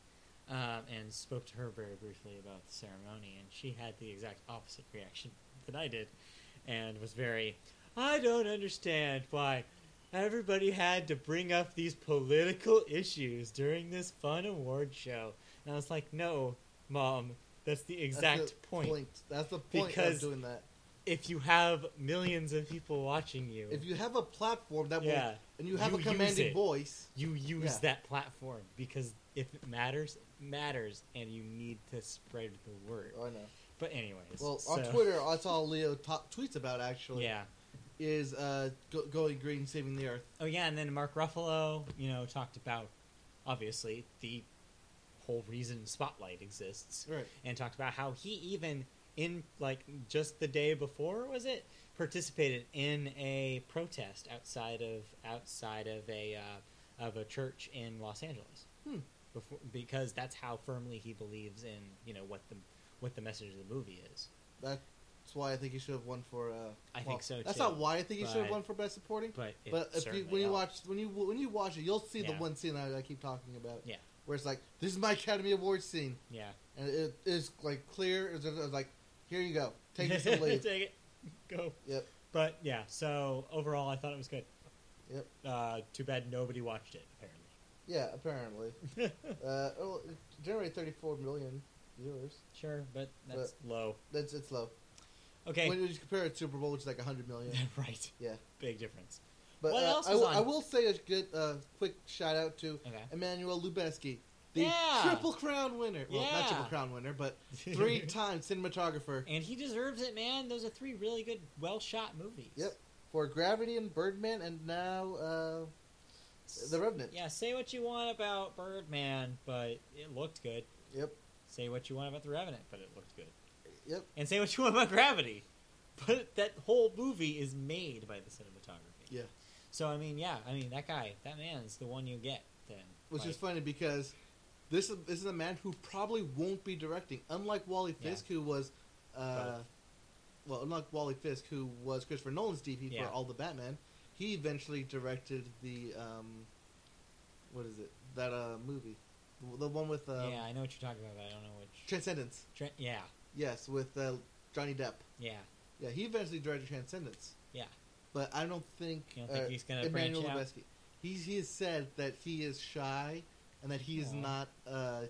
[SPEAKER 2] um, and spoke to her very briefly about the ceremony, and she had the exact opposite reaction that I did, and was very, I don't understand why everybody had to bring up these political issues during this fun award show, and I was like, no, mom, that's the
[SPEAKER 1] That's
[SPEAKER 2] exact
[SPEAKER 1] the That's the point
[SPEAKER 2] Because-
[SPEAKER 1] of doing that.
[SPEAKER 2] If you have millions of people watching you,
[SPEAKER 1] If you have a platform that
[SPEAKER 2] Yeah.
[SPEAKER 1] will, and you have
[SPEAKER 2] You
[SPEAKER 1] a
[SPEAKER 2] use
[SPEAKER 1] commanding
[SPEAKER 2] it.
[SPEAKER 1] voice,
[SPEAKER 2] you use
[SPEAKER 1] Yeah.
[SPEAKER 2] that platform because if it matters, it matters, and you need to spread the word.
[SPEAKER 1] oh, I know.
[SPEAKER 2] But anyways,
[SPEAKER 1] Well, on
[SPEAKER 2] so-
[SPEAKER 1] Twitter, that's all Leo to- tweets about actually.
[SPEAKER 2] yeah.
[SPEAKER 1] Is uh, go- going green, saving the earth.
[SPEAKER 2] Oh yeah, and then Mark Ruffalo, you know, talked about obviously the whole reason Spotlight exists,
[SPEAKER 1] Right.
[SPEAKER 2] and talked about how he even in like just the day before was it participated in a protest outside of outside of a uh, of a church in Los Angeles
[SPEAKER 1] Hmm.
[SPEAKER 2] before, because that's how firmly he believes in you know what the what the message of the movie is.
[SPEAKER 1] That's why I think he should have won for. Uh,
[SPEAKER 2] I think so,
[SPEAKER 1] That's
[SPEAKER 2] too,
[SPEAKER 1] not why I think he should have
[SPEAKER 2] but-
[SPEAKER 1] won for best supporting.
[SPEAKER 2] But it
[SPEAKER 1] But if you,
[SPEAKER 2] certainly
[SPEAKER 1] when you
[SPEAKER 2] helped.
[SPEAKER 1] watch when you when you watch it, you'll see the
[SPEAKER 2] Yeah.
[SPEAKER 1] one scene I, I keep talking about.
[SPEAKER 2] Yeah.
[SPEAKER 1] Where it's like, this is my Academy Awards scene,
[SPEAKER 2] yeah,
[SPEAKER 1] and it is like clear. It's it's like, here you go,
[SPEAKER 2] (laughs)
[SPEAKER 1] take this and leave.
[SPEAKER 2] Take it. go.
[SPEAKER 1] Yep.
[SPEAKER 2] But yeah, so overall, I thought it was good.
[SPEAKER 1] Yep.
[SPEAKER 2] Uh, too bad nobody watched it. Apparently.
[SPEAKER 1] Yeah, apparently. (laughs) uh, well, it generated 34 million viewers.
[SPEAKER 2] Sure, but that's low.
[SPEAKER 1] That's it's low.
[SPEAKER 2] Okay.
[SPEAKER 1] When you compare it to Super Bowl, which is like 100
[SPEAKER 2] (laughs)
[SPEAKER 1] million.
[SPEAKER 2] right.
[SPEAKER 1] yeah.
[SPEAKER 2] Big difference.
[SPEAKER 1] But
[SPEAKER 2] What
[SPEAKER 1] uh,
[SPEAKER 2] else
[SPEAKER 1] I,
[SPEAKER 2] was
[SPEAKER 1] will-
[SPEAKER 2] on?
[SPEAKER 1] I will say a good uh, quick shout out to
[SPEAKER 2] (laughs) Okay.
[SPEAKER 1] Emmanuel Lubezki, the
[SPEAKER 2] Yeah.
[SPEAKER 1] triple crown winner. Well, not triple
[SPEAKER 2] Yeah.
[SPEAKER 1] crown winner, but
[SPEAKER 2] (laughs)
[SPEAKER 1] three time cinematographer
[SPEAKER 2] And he deserves it, man. Those are three really good, well shot movies.
[SPEAKER 1] Yep. for Gravity and Birdman, and now uh, The Revenant.
[SPEAKER 2] Yeah. Say what you want about Birdman, but it looked good.
[SPEAKER 1] Yep.
[SPEAKER 2] Say what you want about The Revenant, but it looked good.
[SPEAKER 1] Yep.
[SPEAKER 2] And say what you want about Gravity, but that whole movie is made by the cinematography.
[SPEAKER 1] Yeah.
[SPEAKER 2] So I mean, yeah, I mean that guy, that man's the one you get then.
[SPEAKER 1] Which
[SPEAKER 2] Like,
[SPEAKER 1] is funny because this is, this is a man who probably won't be directing, unlike Wally
[SPEAKER 2] Yeah.
[SPEAKER 1] Fisk, who was, uh, well, unlike Wally Fisk, who was Christopher Nolan's DP
[SPEAKER 2] Yeah.
[SPEAKER 1] for all the Batman. He eventually directed the, um, what is it? That uh, movie, the one with um,
[SPEAKER 2] yeah, I know what you're talking about, but I don't know which.
[SPEAKER 1] Transcendence.
[SPEAKER 2] Tra- yeah,
[SPEAKER 1] Yes, with uh, Johnny Depp.
[SPEAKER 2] yeah,
[SPEAKER 1] Yeah, he eventually directed Transcendence.
[SPEAKER 2] yeah.
[SPEAKER 1] but I don't think,
[SPEAKER 2] You don't think
[SPEAKER 1] uh,
[SPEAKER 2] he's gonna
[SPEAKER 1] Emmanuel
[SPEAKER 2] branch out?
[SPEAKER 1] Lubezki. He's, he has said that he is shy and that he is
[SPEAKER 2] Aw.
[SPEAKER 1] not a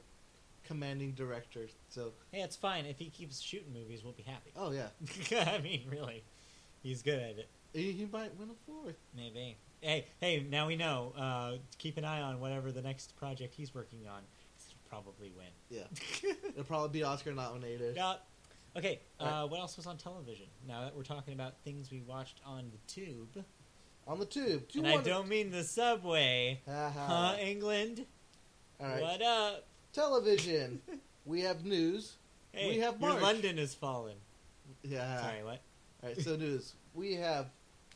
[SPEAKER 1] commanding director. So,
[SPEAKER 2] Hey, it's fine if he keeps shooting movies, we'll be happy. (laughs)
[SPEAKER 1] oh yeah,
[SPEAKER 2] I mean, really, he's good at it.
[SPEAKER 1] he, he might win a fourth.
[SPEAKER 2] Maybe. Hey, hey, now we know. Uh, keep an eye on whatever the next project he's working on. He'll probably win. (laughs)
[SPEAKER 1] Yeah, it'll probably be Oscar nominated.
[SPEAKER 2] Yeah. Okay,
[SPEAKER 1] Alright.
[SPEAKER 2] uh, what else was on television? Now that we're talking about things we watched on the tube,
[SPEAKER 1] On the tube. Do you
[SPEAKER 2] and I
[SPEAKER 1] wanna-
[SPEAKER 2] don't mean the subway,
[SPEAKER 1] Ha
[SPEAKER 2] huh,
[SPEAKER 1] ha.
[SPEAKER 2] England?
[SPEAKER 1] All right.
[SPEAKER 2] What up?
[SPEAKER 1] Television. we
[SPEAKER 2] (laughs)
[SPEAKER 1] have news.
[SPEAKER 2] Hey,
[SPEAKER 1] We have
[SPEAKER 2] your
[SPEAKER 1] March. Uh.
[SPEAKER 2] London has fallen.
[SPEAKER 1] Yeah.
[SPEAKER 2] Sorry, what? (laughs)
[SPEAKER 1] All right. So news. We have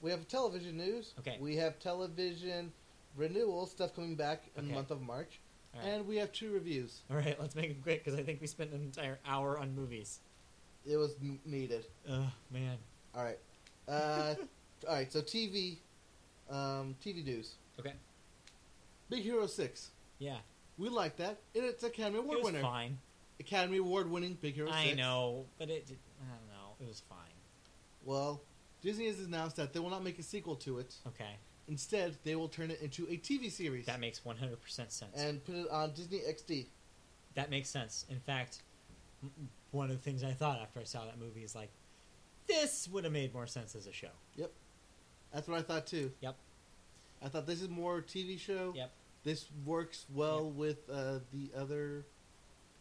[SPEAKER 1] we have television news.
[SPEAKER 2] Okay.
[SPEAKER 1] We have television renewal stuff coming back in the
[SPEAKER 2] Okay.
[SPEAKER 1] month of March,
[SPEAKER 2] All right.
[SPEAKER 1] and we have two reviews.
[SPEAKER 2] All right, let's make them quick because I think we spent an entire hour on movies.
[SPEAKER 1] It was n- needed.
[SPEAKER 2] Oh man.
[SPEAKER 1] All right.
[SPEAKER 2] (laughs)
[SPEAKER 1] Uh, all right. So TV, um, TV news.
[SPEAKER 2] Okay.
[SPEAKER 1] Big Hero Six.
[SPEAKER 2] Yeah,
[SPEAKER 1] We like that. And it's Academy
[SPEAKER 2] it
[SPEAKER 1] Award
[SPEAKER 2] was
[SPEAKER 1] winner.
[SPEAKER 2] fine.
[SPEAKER 1] Academy Award winning Big Hero
[SPEAKER 2] I
[SPEAKER 1] Six.
[SPEAKER 2] know, but it. Did, I don't know. It was fine.
[SPEAKER 1] Well, Disney has announced that they will not make a sequel to it.
[SPEAKER 2] Okay,
[SPEAKER 1] Instead, they will turn it into a TV series
[SPEAKER 2] that makes one hundred percent sense.
[SPEAKER 1] and put it on Disney XD.
[SPEAKER 2] That makes sense. In fact, m- one of the things I thought after I saw that movie is like, this would have made more sense as a show.
[SPEAKER 1] That's what I thought too.
[SPEAKER 2] Yep.
[SPEAKER 1] I thought this is more TV show.
[SPEAKER 2] Yep.
[SPEAKER 1] This works well with uh, the other,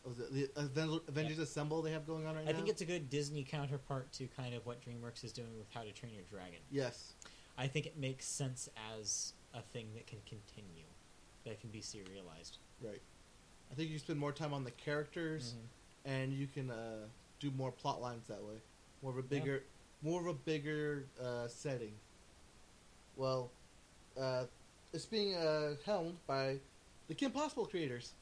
[SPEAKER 1] what was it, the Aven- Avengers Assemble they have going on right
[SPEAKER 2] I
[SPEAKER 1] now.
[SPEAKER 2] think it's a good Disney counterpart to kind of what DreamWorks is doing with How to Train Your Dragon.
[SPEAKER 1] yes.
[SPEAKER 2] I think it makes sense as a thing that can continue, that can be serialized.
[SPEAKER 1] Right. I think you spend more time on the characters
[SPEAKER 2] Mm-hmm.
[SPEAKER 1] and you can uh, do more plot lines that way. More of a bigger, more of a bigger uh, setting. Well, uh, it's being uh, helmed by the Kim Possible creators.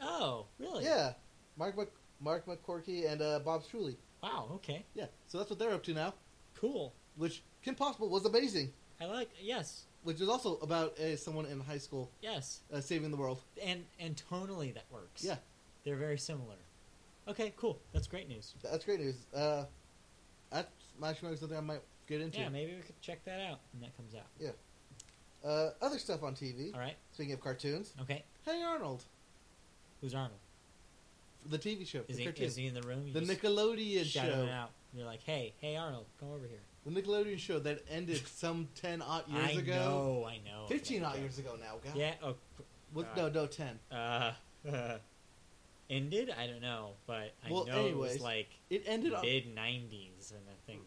[SPEAKER 2] Oh, really?
[SPEAKER 1] Yeah, Mark Mc- Mark McCorkey and uh, Bob Struley.
[SPEAKER 2] Wow. Okay.
[SPEAKER 1] Yeah, so that's what they're up to now.
[SPEAKER 2] Cool.
[SPEAKER 1] Which Kim Possible was amazing.
[SPEAKER 2] I like. Yes.
[SPEAKER 1] Which is also about uh, someone in high school
[SPEAKER 2] Yes.
[SPEAKER 1] uh, saving the world.
[SPEAKER 2] And and tonally that works.
[SPEAKER 1] Yeah.
[SPEAKER 2] They're very similar. Okay. Cool. That's great news.
[SPEAKER 1] That's great news. Uh, that's actually something I might get into.
[SPEAKER 2] Yeah, maybe we could check that out when that comes out.
[SPEAKER 1] Uh, other stuff on TV.
[SPEAKER 2] All right.
[SPEAKER 1] Speaking of cartoons,
[SPEAKER 2] Okay.
[SPEAKER 1] Hey Arnold,
[SPEAKER 2] Who's Arnold?
[SPEAKER 1] the TV show,
[SPEAKER 2] Is
[SPEAKER 1] the
[SPEAKER 2] he,
[SPEAKER 1] cartoon,
[SPEAKER 2] is he in the room? You
[SPEAKER 1] the
[SPEAKER 2] just
[SPEAKER 1] Nickelodeon
[SPEAKER 2] shout him
[SPEAKER 1] show,
[SPEAKER 2] out. You're like, hey, hey, Arnold, come over here.
[SPEAKER 1] the Nickelodeon show that ended some ten odd years
[SPEAKER 2] I
[SPEAKER 1] ago,
[SPEAKER 2] know, I know.
[SPEAKER 1] fifteen odd years ago now. God.
[SPEAKER 2] Yeah. Oh,
[SPEAKER 1] With, no, no, ten.
[SPEAKER 2] uh, (laughs) ended? I don't know, but I
[SPEAKER 1] Well,
[SPEAKER 2] know it
[SPEAKER 1] anyways,
[SPEAKER 2] was like
[SPEAKER 1] It ended. On,
[SPEAKER 2] mid '90s and I think.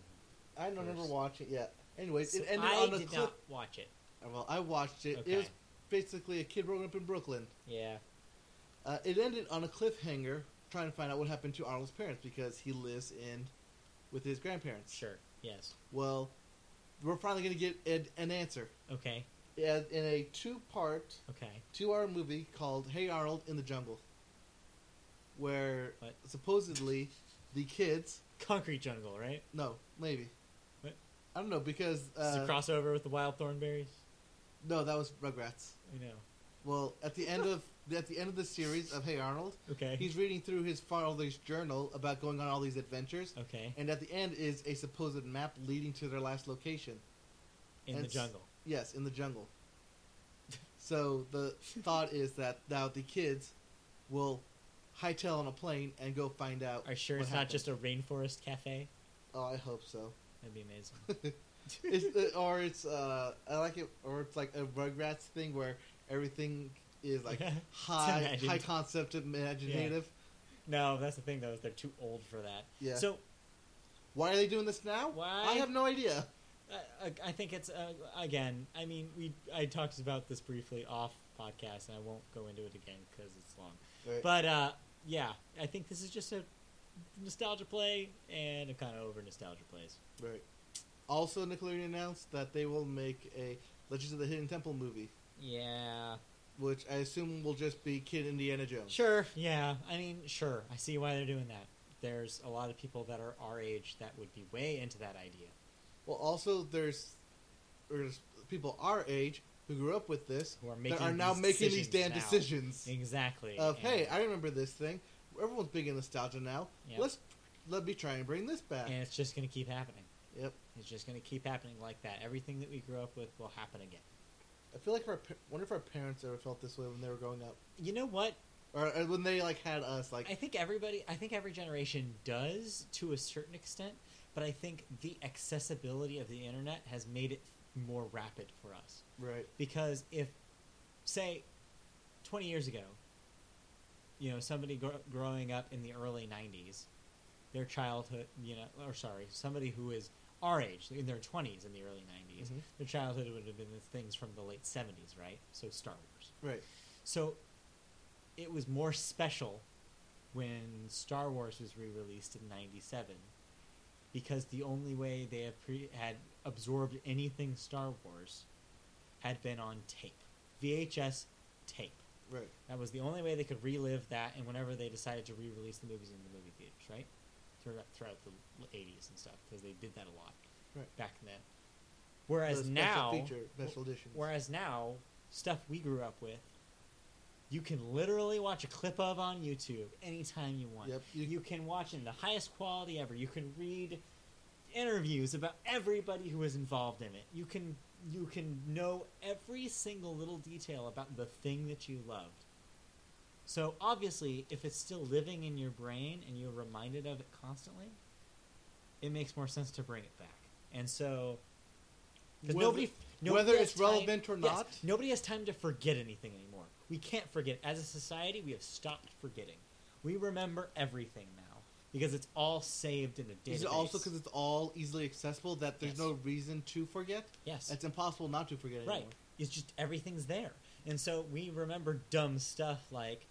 [SPEAKER 1] I don't remember
[SPEAKER 2] first.
[SPEAKER 1] watching. Yeah. Anyways,
[SPEAKER 2] So
[SPEAKER 1] it ended
[SPEAKER 2] I
[SPEAKER 1] on a
[SPEAKER 2] did
[SPEAKER 1] clip.
[SPEAKER 2] not watch it.
[SPEAKER 1] Well, I watched it.
[SPEAKER 2] Okay.
[SPEAKER 1] It was basically a kid growing up in Brooklyn.
[SPEAKER 2] Yeah.
[SPEAKER 1] Uh, it ended on a cliffhanger, trying to find out what happened to Arnold's parents because he lives in with his grandparents.
[SPEAKER 2] Sure. Yes.
[SPEAKER 1] Well, we're finally going to get an, an answer.
[SPEAKER 2] Okay.
[SPEAKER 1] Yeah, in a two-part
[SPEAKER 2] Okay.
[SPEAKER 1] two hour movie called Hey Arnold in the Jungle, where
[SPEAKER 2] What?
[SPEAKER 1] supposedly the kids.
[SPEAKER 2] Concrete Jungle, right?
[SPEAKER 1] No, maybe.
[SPEAKER 2] What?
[SPEAKER 1] I don't know because.
[SPEAKER 2] This is
[SPEAKER 1] Uh,
[SPEAKER 2] a crossover with the Wild Thornberries.
[SPEAKER 1] no, that was Rugrats.
[SPEAKER 2] I know.
[SPEAKER 1] Well, at the end of at the end of the series of Hey Arnold,
[SPEAKER 2] Okay.
[SPEAKER 1] he's reading through his father's journal about going on all these adventures,
[SPEAKER 2] okay.
[SPEAKER 1] and at the end is a supposed map leading to their last location.
[SPEAKER 2] In the
[SPEAKER 1] it's-
[SPEAKER 2] jungle.
[SPEAKER 1] Yes, in the jungle. (laughs) So the thought is that now the kids will hightail on a plane and go find out.
[SPEAKER 2] Are you sure
[SPEAKER 1] what
[SPEAKER 2] it's
[SPEAKER 1] happened.
[SPEAKER 2] not just a rainforest cafe?
[SPEAKER 1] Oh, I hope so. (laughs)
[SPEAKER 2] That'd be amazing.
[SPEAKER 1] It's the, or it's uh, I like it, or it's like a Rugrats thing where everything is like
[SPEAKER 2] Yeah,
[SPEAKER 1] high,
[SPEAKER 2] imagined.
[SPEAKER 1] high concept, imaginative.
[SPEAKER 2] no, that's the thing though, is they're too old for that.
[SPEAKER 1] Yeah.
[SPEAKER 2] So
[SPEAKER 1] Why are they doing this now?
[SPEAKER 2] Why?
[SPEAKER 1] I have no idea.
[SPEAKER 2] I- I, I think it's uh, again. I mean, we I talked about this briefly off podcast, and I won't go into it again because it's long. But uh, yeah, I think this is just a nostalgia play, and I'm kind of over nostalgia plays.
[SPEAKER 1] right. Also, Nickelodeon announced that they will make a Legends of the Hidden Temple movie,
[SPEAKER 2] Yeah.
[SPEAKER 1] which I assume will just be Kid Indiana Jones.
[SPEAKER 2] Sure. Yeah. I mean, sure. I see why they're doing that. There's a lot of people that are our age that would be way into that idea.
[SPEAKER 1] Well, also there's there's people our age who grew up with this
[SPEAKER 2] Who are
[SPEAKER 1] that
[SPEAKER 2] making
[SPEAKER 1] are now making
[SPEAKER 2] decisions
[SPEAKER 1] these damn
[SPEAKER 2] now.
[SPEAKER 1] decisions
[SPEAKER 2] Exactly.
[SPEAKER 1] of
[SPEAKER 2] and-
[SPEAKER 1] hey, I remember this thing. Everyone's big in nostalgia now.
[SPEAKER 2] Yeah.
[SPEAKER 1] Let's let me try and bring this back.
[SPEAKER 2] and it's just going to keep happening.
[SPEAKER 1] Yep.
[SPEAKER 2] It's just going to keep happening like that. Everything that we grew up with will happen again.
[SPEAKER 1] I feel like if our pa- wonder if our parents ever felt this way when they were growing up,
[SPEAKER 2] You know what?
[SPEAKER 1] or uh, when they like had us. Like
[SPEAKER 2] I think everybody, I think every generation does to a certain extent, but I think the accessibility of the internet has made it more rapid for us.
[SPEAKER 1] right,
[SPEAKER 2] Because if, say, 20 years ago, you know, somebody gr- growing up in the early 90s their childhood, you know, or sorry, somebody who is our age in their 20s in the early 90s,
[SPEAKER 1] Mhm.
[SPEAKER 2] their childhood would have been the things from the late 70s, right? So Star Wars.
[SPEAKER 1] Right.
[SPEAKER 2] So it was more special when Star Wars was re-released in 97 because the only way they had, pre- had absorbed anything Star Wars had been on tape. VHS tape.
[SPEAKER 1] Right.
[SPEAKER 2] That was the only way they could relive that, and whenever they decided to re-release the movies in the movie theaters, right? Throughout, throughout the '80s and stuff, because they did that a lot
[SPEAKER 1] Right.
[SPEAKER 2] back then. Whereas
[SPEAKER 1] The special
[SPEAKER 2] now,
[SPEAKER 1] feature, special edition.
[SPEAKER 2] whereas now, stuff we grew up with, you can literally watch a clip of on YouTube anytime you want.
[SPEAKER 1] Yep.
[SPEAKER 2] You,
[SPEAKER 1] You,
[SPEAKER 2] can watch in the highest quality ever. You can read interviews about everybody who was involved in it. You can you can know every single little detail about the thing that you loved. So obviously, if it's still living in your brain and you're reminded of it constantly, it makes more sense to bring it back. And so, 'cause
[SPEAKER 1] Whether-
[SPEAKER 2] nobody, nobody
[SPEAKER 1] whether
[SPEAKER 2] has
[SPEAKER 1] it's relevant or
[SPEAKER 2] yes,
[SPEAKER 1] not.
[SPEAKER 2] nobody has time to forget anything anymore. We can't forget. As a society, we have stopped forgetting. We remember everything now because it's all saved in a database.
[SPEAKER 1] is it also because it's all easily accessible that there's
[SPEAKER 2] Yes.
[SPEAKER 1] no reason to forget?
[SPEAKER 2] yes,
[SPEAKER 1] It's impossible not to forget
[SPEAKER 2] right.
[SPEAKER 1] anymore.
[SPEAKER 2] It's just everything's there, and so we remember dumb stuff like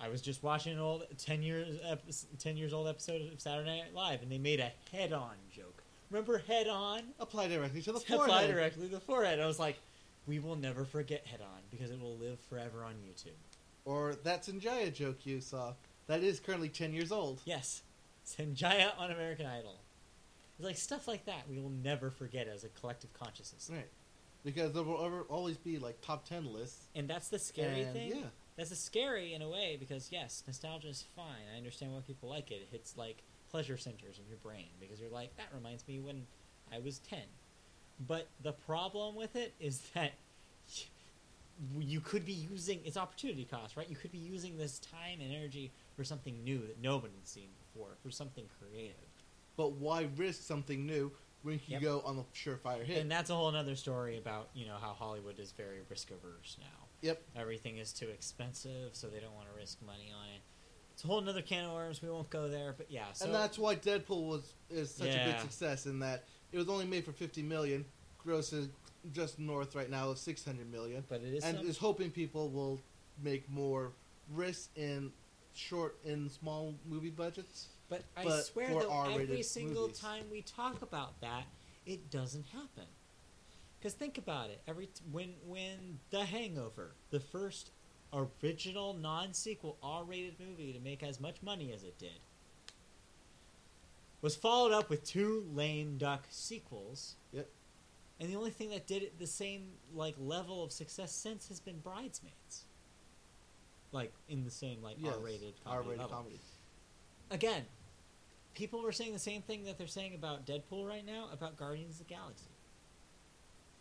[SPEAKER 2] I was just watching an old ten years ep- ten years old episode of Saturday Night Live, and they made a head on joke. Remember head on?
[SPEAKER 1] Apply directly to
[SPEAKER 2] (laughs)
[SPEAKER 1] the
[SPEAKER 2] Apply
[SPEAKER 1] forehead.
[SPEAKER 2] directly to the forehead. I was like, we will never forget head on because it will live forever on YouTube.
[SPEAKER 1] Or that Sanjaya joke you saw. That is currently 10 years old.
[SPEAKER 2] Yes, Sanjaya on American Idol. It's like stuff like that we will never forget as a collective consciousness.
[SPEAKER 1] Right. Because there will ever always be like top 10 lists.
[SPEAKER 2] And that's the scary
[SPEAKER 1] And,
[SPEAKER 2] thing.
[SPEAKER 1] Yeah.
[SPEAKER 2] That's a scary in a way because yes, nostalgia is fine. I understand why people like it. It hits like pleasure centers in your brain because you're like that reminds me when I was 10. But the problem with it is (laughs) that you could be using it's opportunity cost, right? You could be using this time and energy for something new that nobody's seen before, for something creative.
[SPEAKER 1] But why risk something new when you
[SPEAKER 2] Yep.
[SPEAKER 1] can go on the surefire hit?
[SPEAKER 2] And that's a whole other story about you know how Hollywood is very risk averse now.
[SPEAKER 1] yep.
[SPEAKER 2] Everything is too expensive, so they don't want to risk money on it. It's a whole another can of worms. We won't go there, but yeah. So
[SPEAKER 1] and that's why Deadpool was is such a
[SPEAKER 2] Yeah.
[SPEAKER 1] good success in that it was only made for 50 million, grosses just north right now of 600 million,
[SPEAKER 2] but it is
[SPEAKER 1] and
[SPEAKER 2] some-
[SPEAKER 1] is hoping people will make more risks in short in small movie budgets.
[SPEAKER 2] but I
[SPEAKER 1] but
[SPEAKER 2] swear
[SPEAKER 1] for
[SPEAKER 2] though, every
[SPEAKER 1] R-rated
[SPEAKER 2] single
[SPEAKER 1] movies.
[SPEAKER 2] time we talk about that, it doesn't happen. Because think about it. Every t- when when The Hangover, the first original non-sequel R-rated movie to make as much money as it did, was followed up with two lame duck sequels.
[SPEAKER 1] Yep.
[SPEAKER 2] And the only thing that did it the same like level of success since has been Bridesmaids. Like in the same like
[SPEAKER 1] Yes,
[SPEAKER 2] R-rated comedy
[SPEAKER 1] R-rated
[SPEAKER 2] level.
[SPEAKER 1] comedy.
[SPEAKER 2] Again, people were saying the same thing that they're saying about Deadpool right now about Guardians of the Galaxy.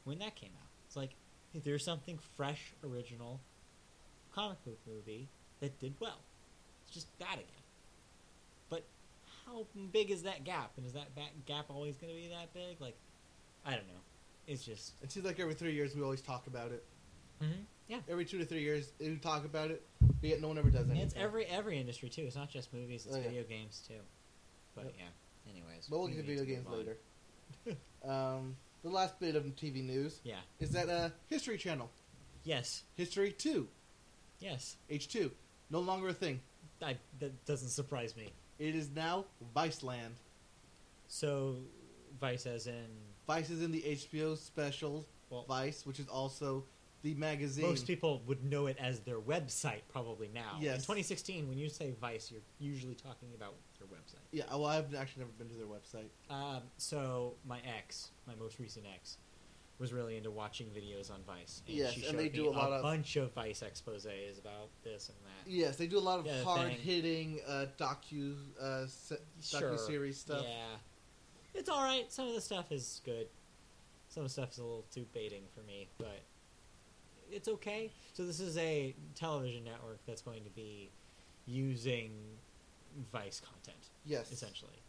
[SPEAKER 2] When that came out, it's like hey, there's something fresh, original, comic book movie that did well. It's just that again. But how big is that gap? And is that ba- gap always going to be that big? Like, I don't know. It's just
[SPEAKER 1] It seems like every three years we always talk about it. Mm-hmm.
[SPEAKER 2] yeah.
[SPEAKER 1] Every two to three years we talk about it, but yet no one ever does
[SPEAKER 2] And
[SPEAKER 1] anything.
[SPEAKER 2] it's every every industry too. It's not just movies. It's
[SPEAKER 1] Oh, yeah.
[SPEAKER 2] video games too. But
[SPEAKER 1] Yep.
[SPEAKER 2] yeah. Anyways,
[SPEAKER 1] but we'll
[SPEAKER 2] we
[SPEAKER 1] get to
[SPEAKER 2] need
[SPEAKER 1] video
[SPEAKER 2] move
[SPEAKER 1] games
[SPEAKER 2] on.
[SPEAKER 1] later. (laughs) um, the last bit of TV news
[SPEAKER 2] Yeah.
[SPEAKER 1] is that uh, History Channel,
[SPEAKER 2] Yes.
[SPEAKER 1] History 2,
[SPEAKER 2] Yes.
[SPEAKER 1] H2, no longer a thing.
[SPEAKER 2] I, that doesn't surprise me.
[SPEAKER 1] It is now Viceland.
[SPEAKER 2] So, Vice as in
[SPEAKER 1] Vice is in the HBO special
[SPEAKER 2] well,
[SPEAKER 1] Vice, which is also the magazine.
[SPEAKER 2] most people would know it as their website probably now. In
[SPEAKER 1] Yes.
[SPEAKER 2] 2016, when you say Vice, you're usually talking about their website.
[SPEAKER 1] Yeah, well, I've actually never been to their website.
[SPEAKER 2] Um, so my ex, my most recent ex, was really into watching videos on Vice.
[SPEAKER 1] Yes,
[SPEAKER 2] she
[SPEAKER 1] and they
[SPEAKER 2] showed
[SPEAKER 1] do
[SPEAKER 2] me
[SPEAKER 1] a lot of-
[SPEAKER 2] bunch of Vice exposés about this and that.
[SPEAKER 1] Yes, they do a lot of
[SPEAKER 2] Yeah, thing.
[SPEAKER 1] hard hitting uh, docu uh, se-
[SPEAKER 2] Sure.
[SPEAKER 1] docu series stuff.
[SPEAKER 2] Yeah, it's all right. Some of the stuff is good. Some of the stuff is a little too baiting for me, but it's okay. So this is a television network that's going to be using Vice content
[SPEAKER 1] Yes,
[SPEAKER 2] essentially,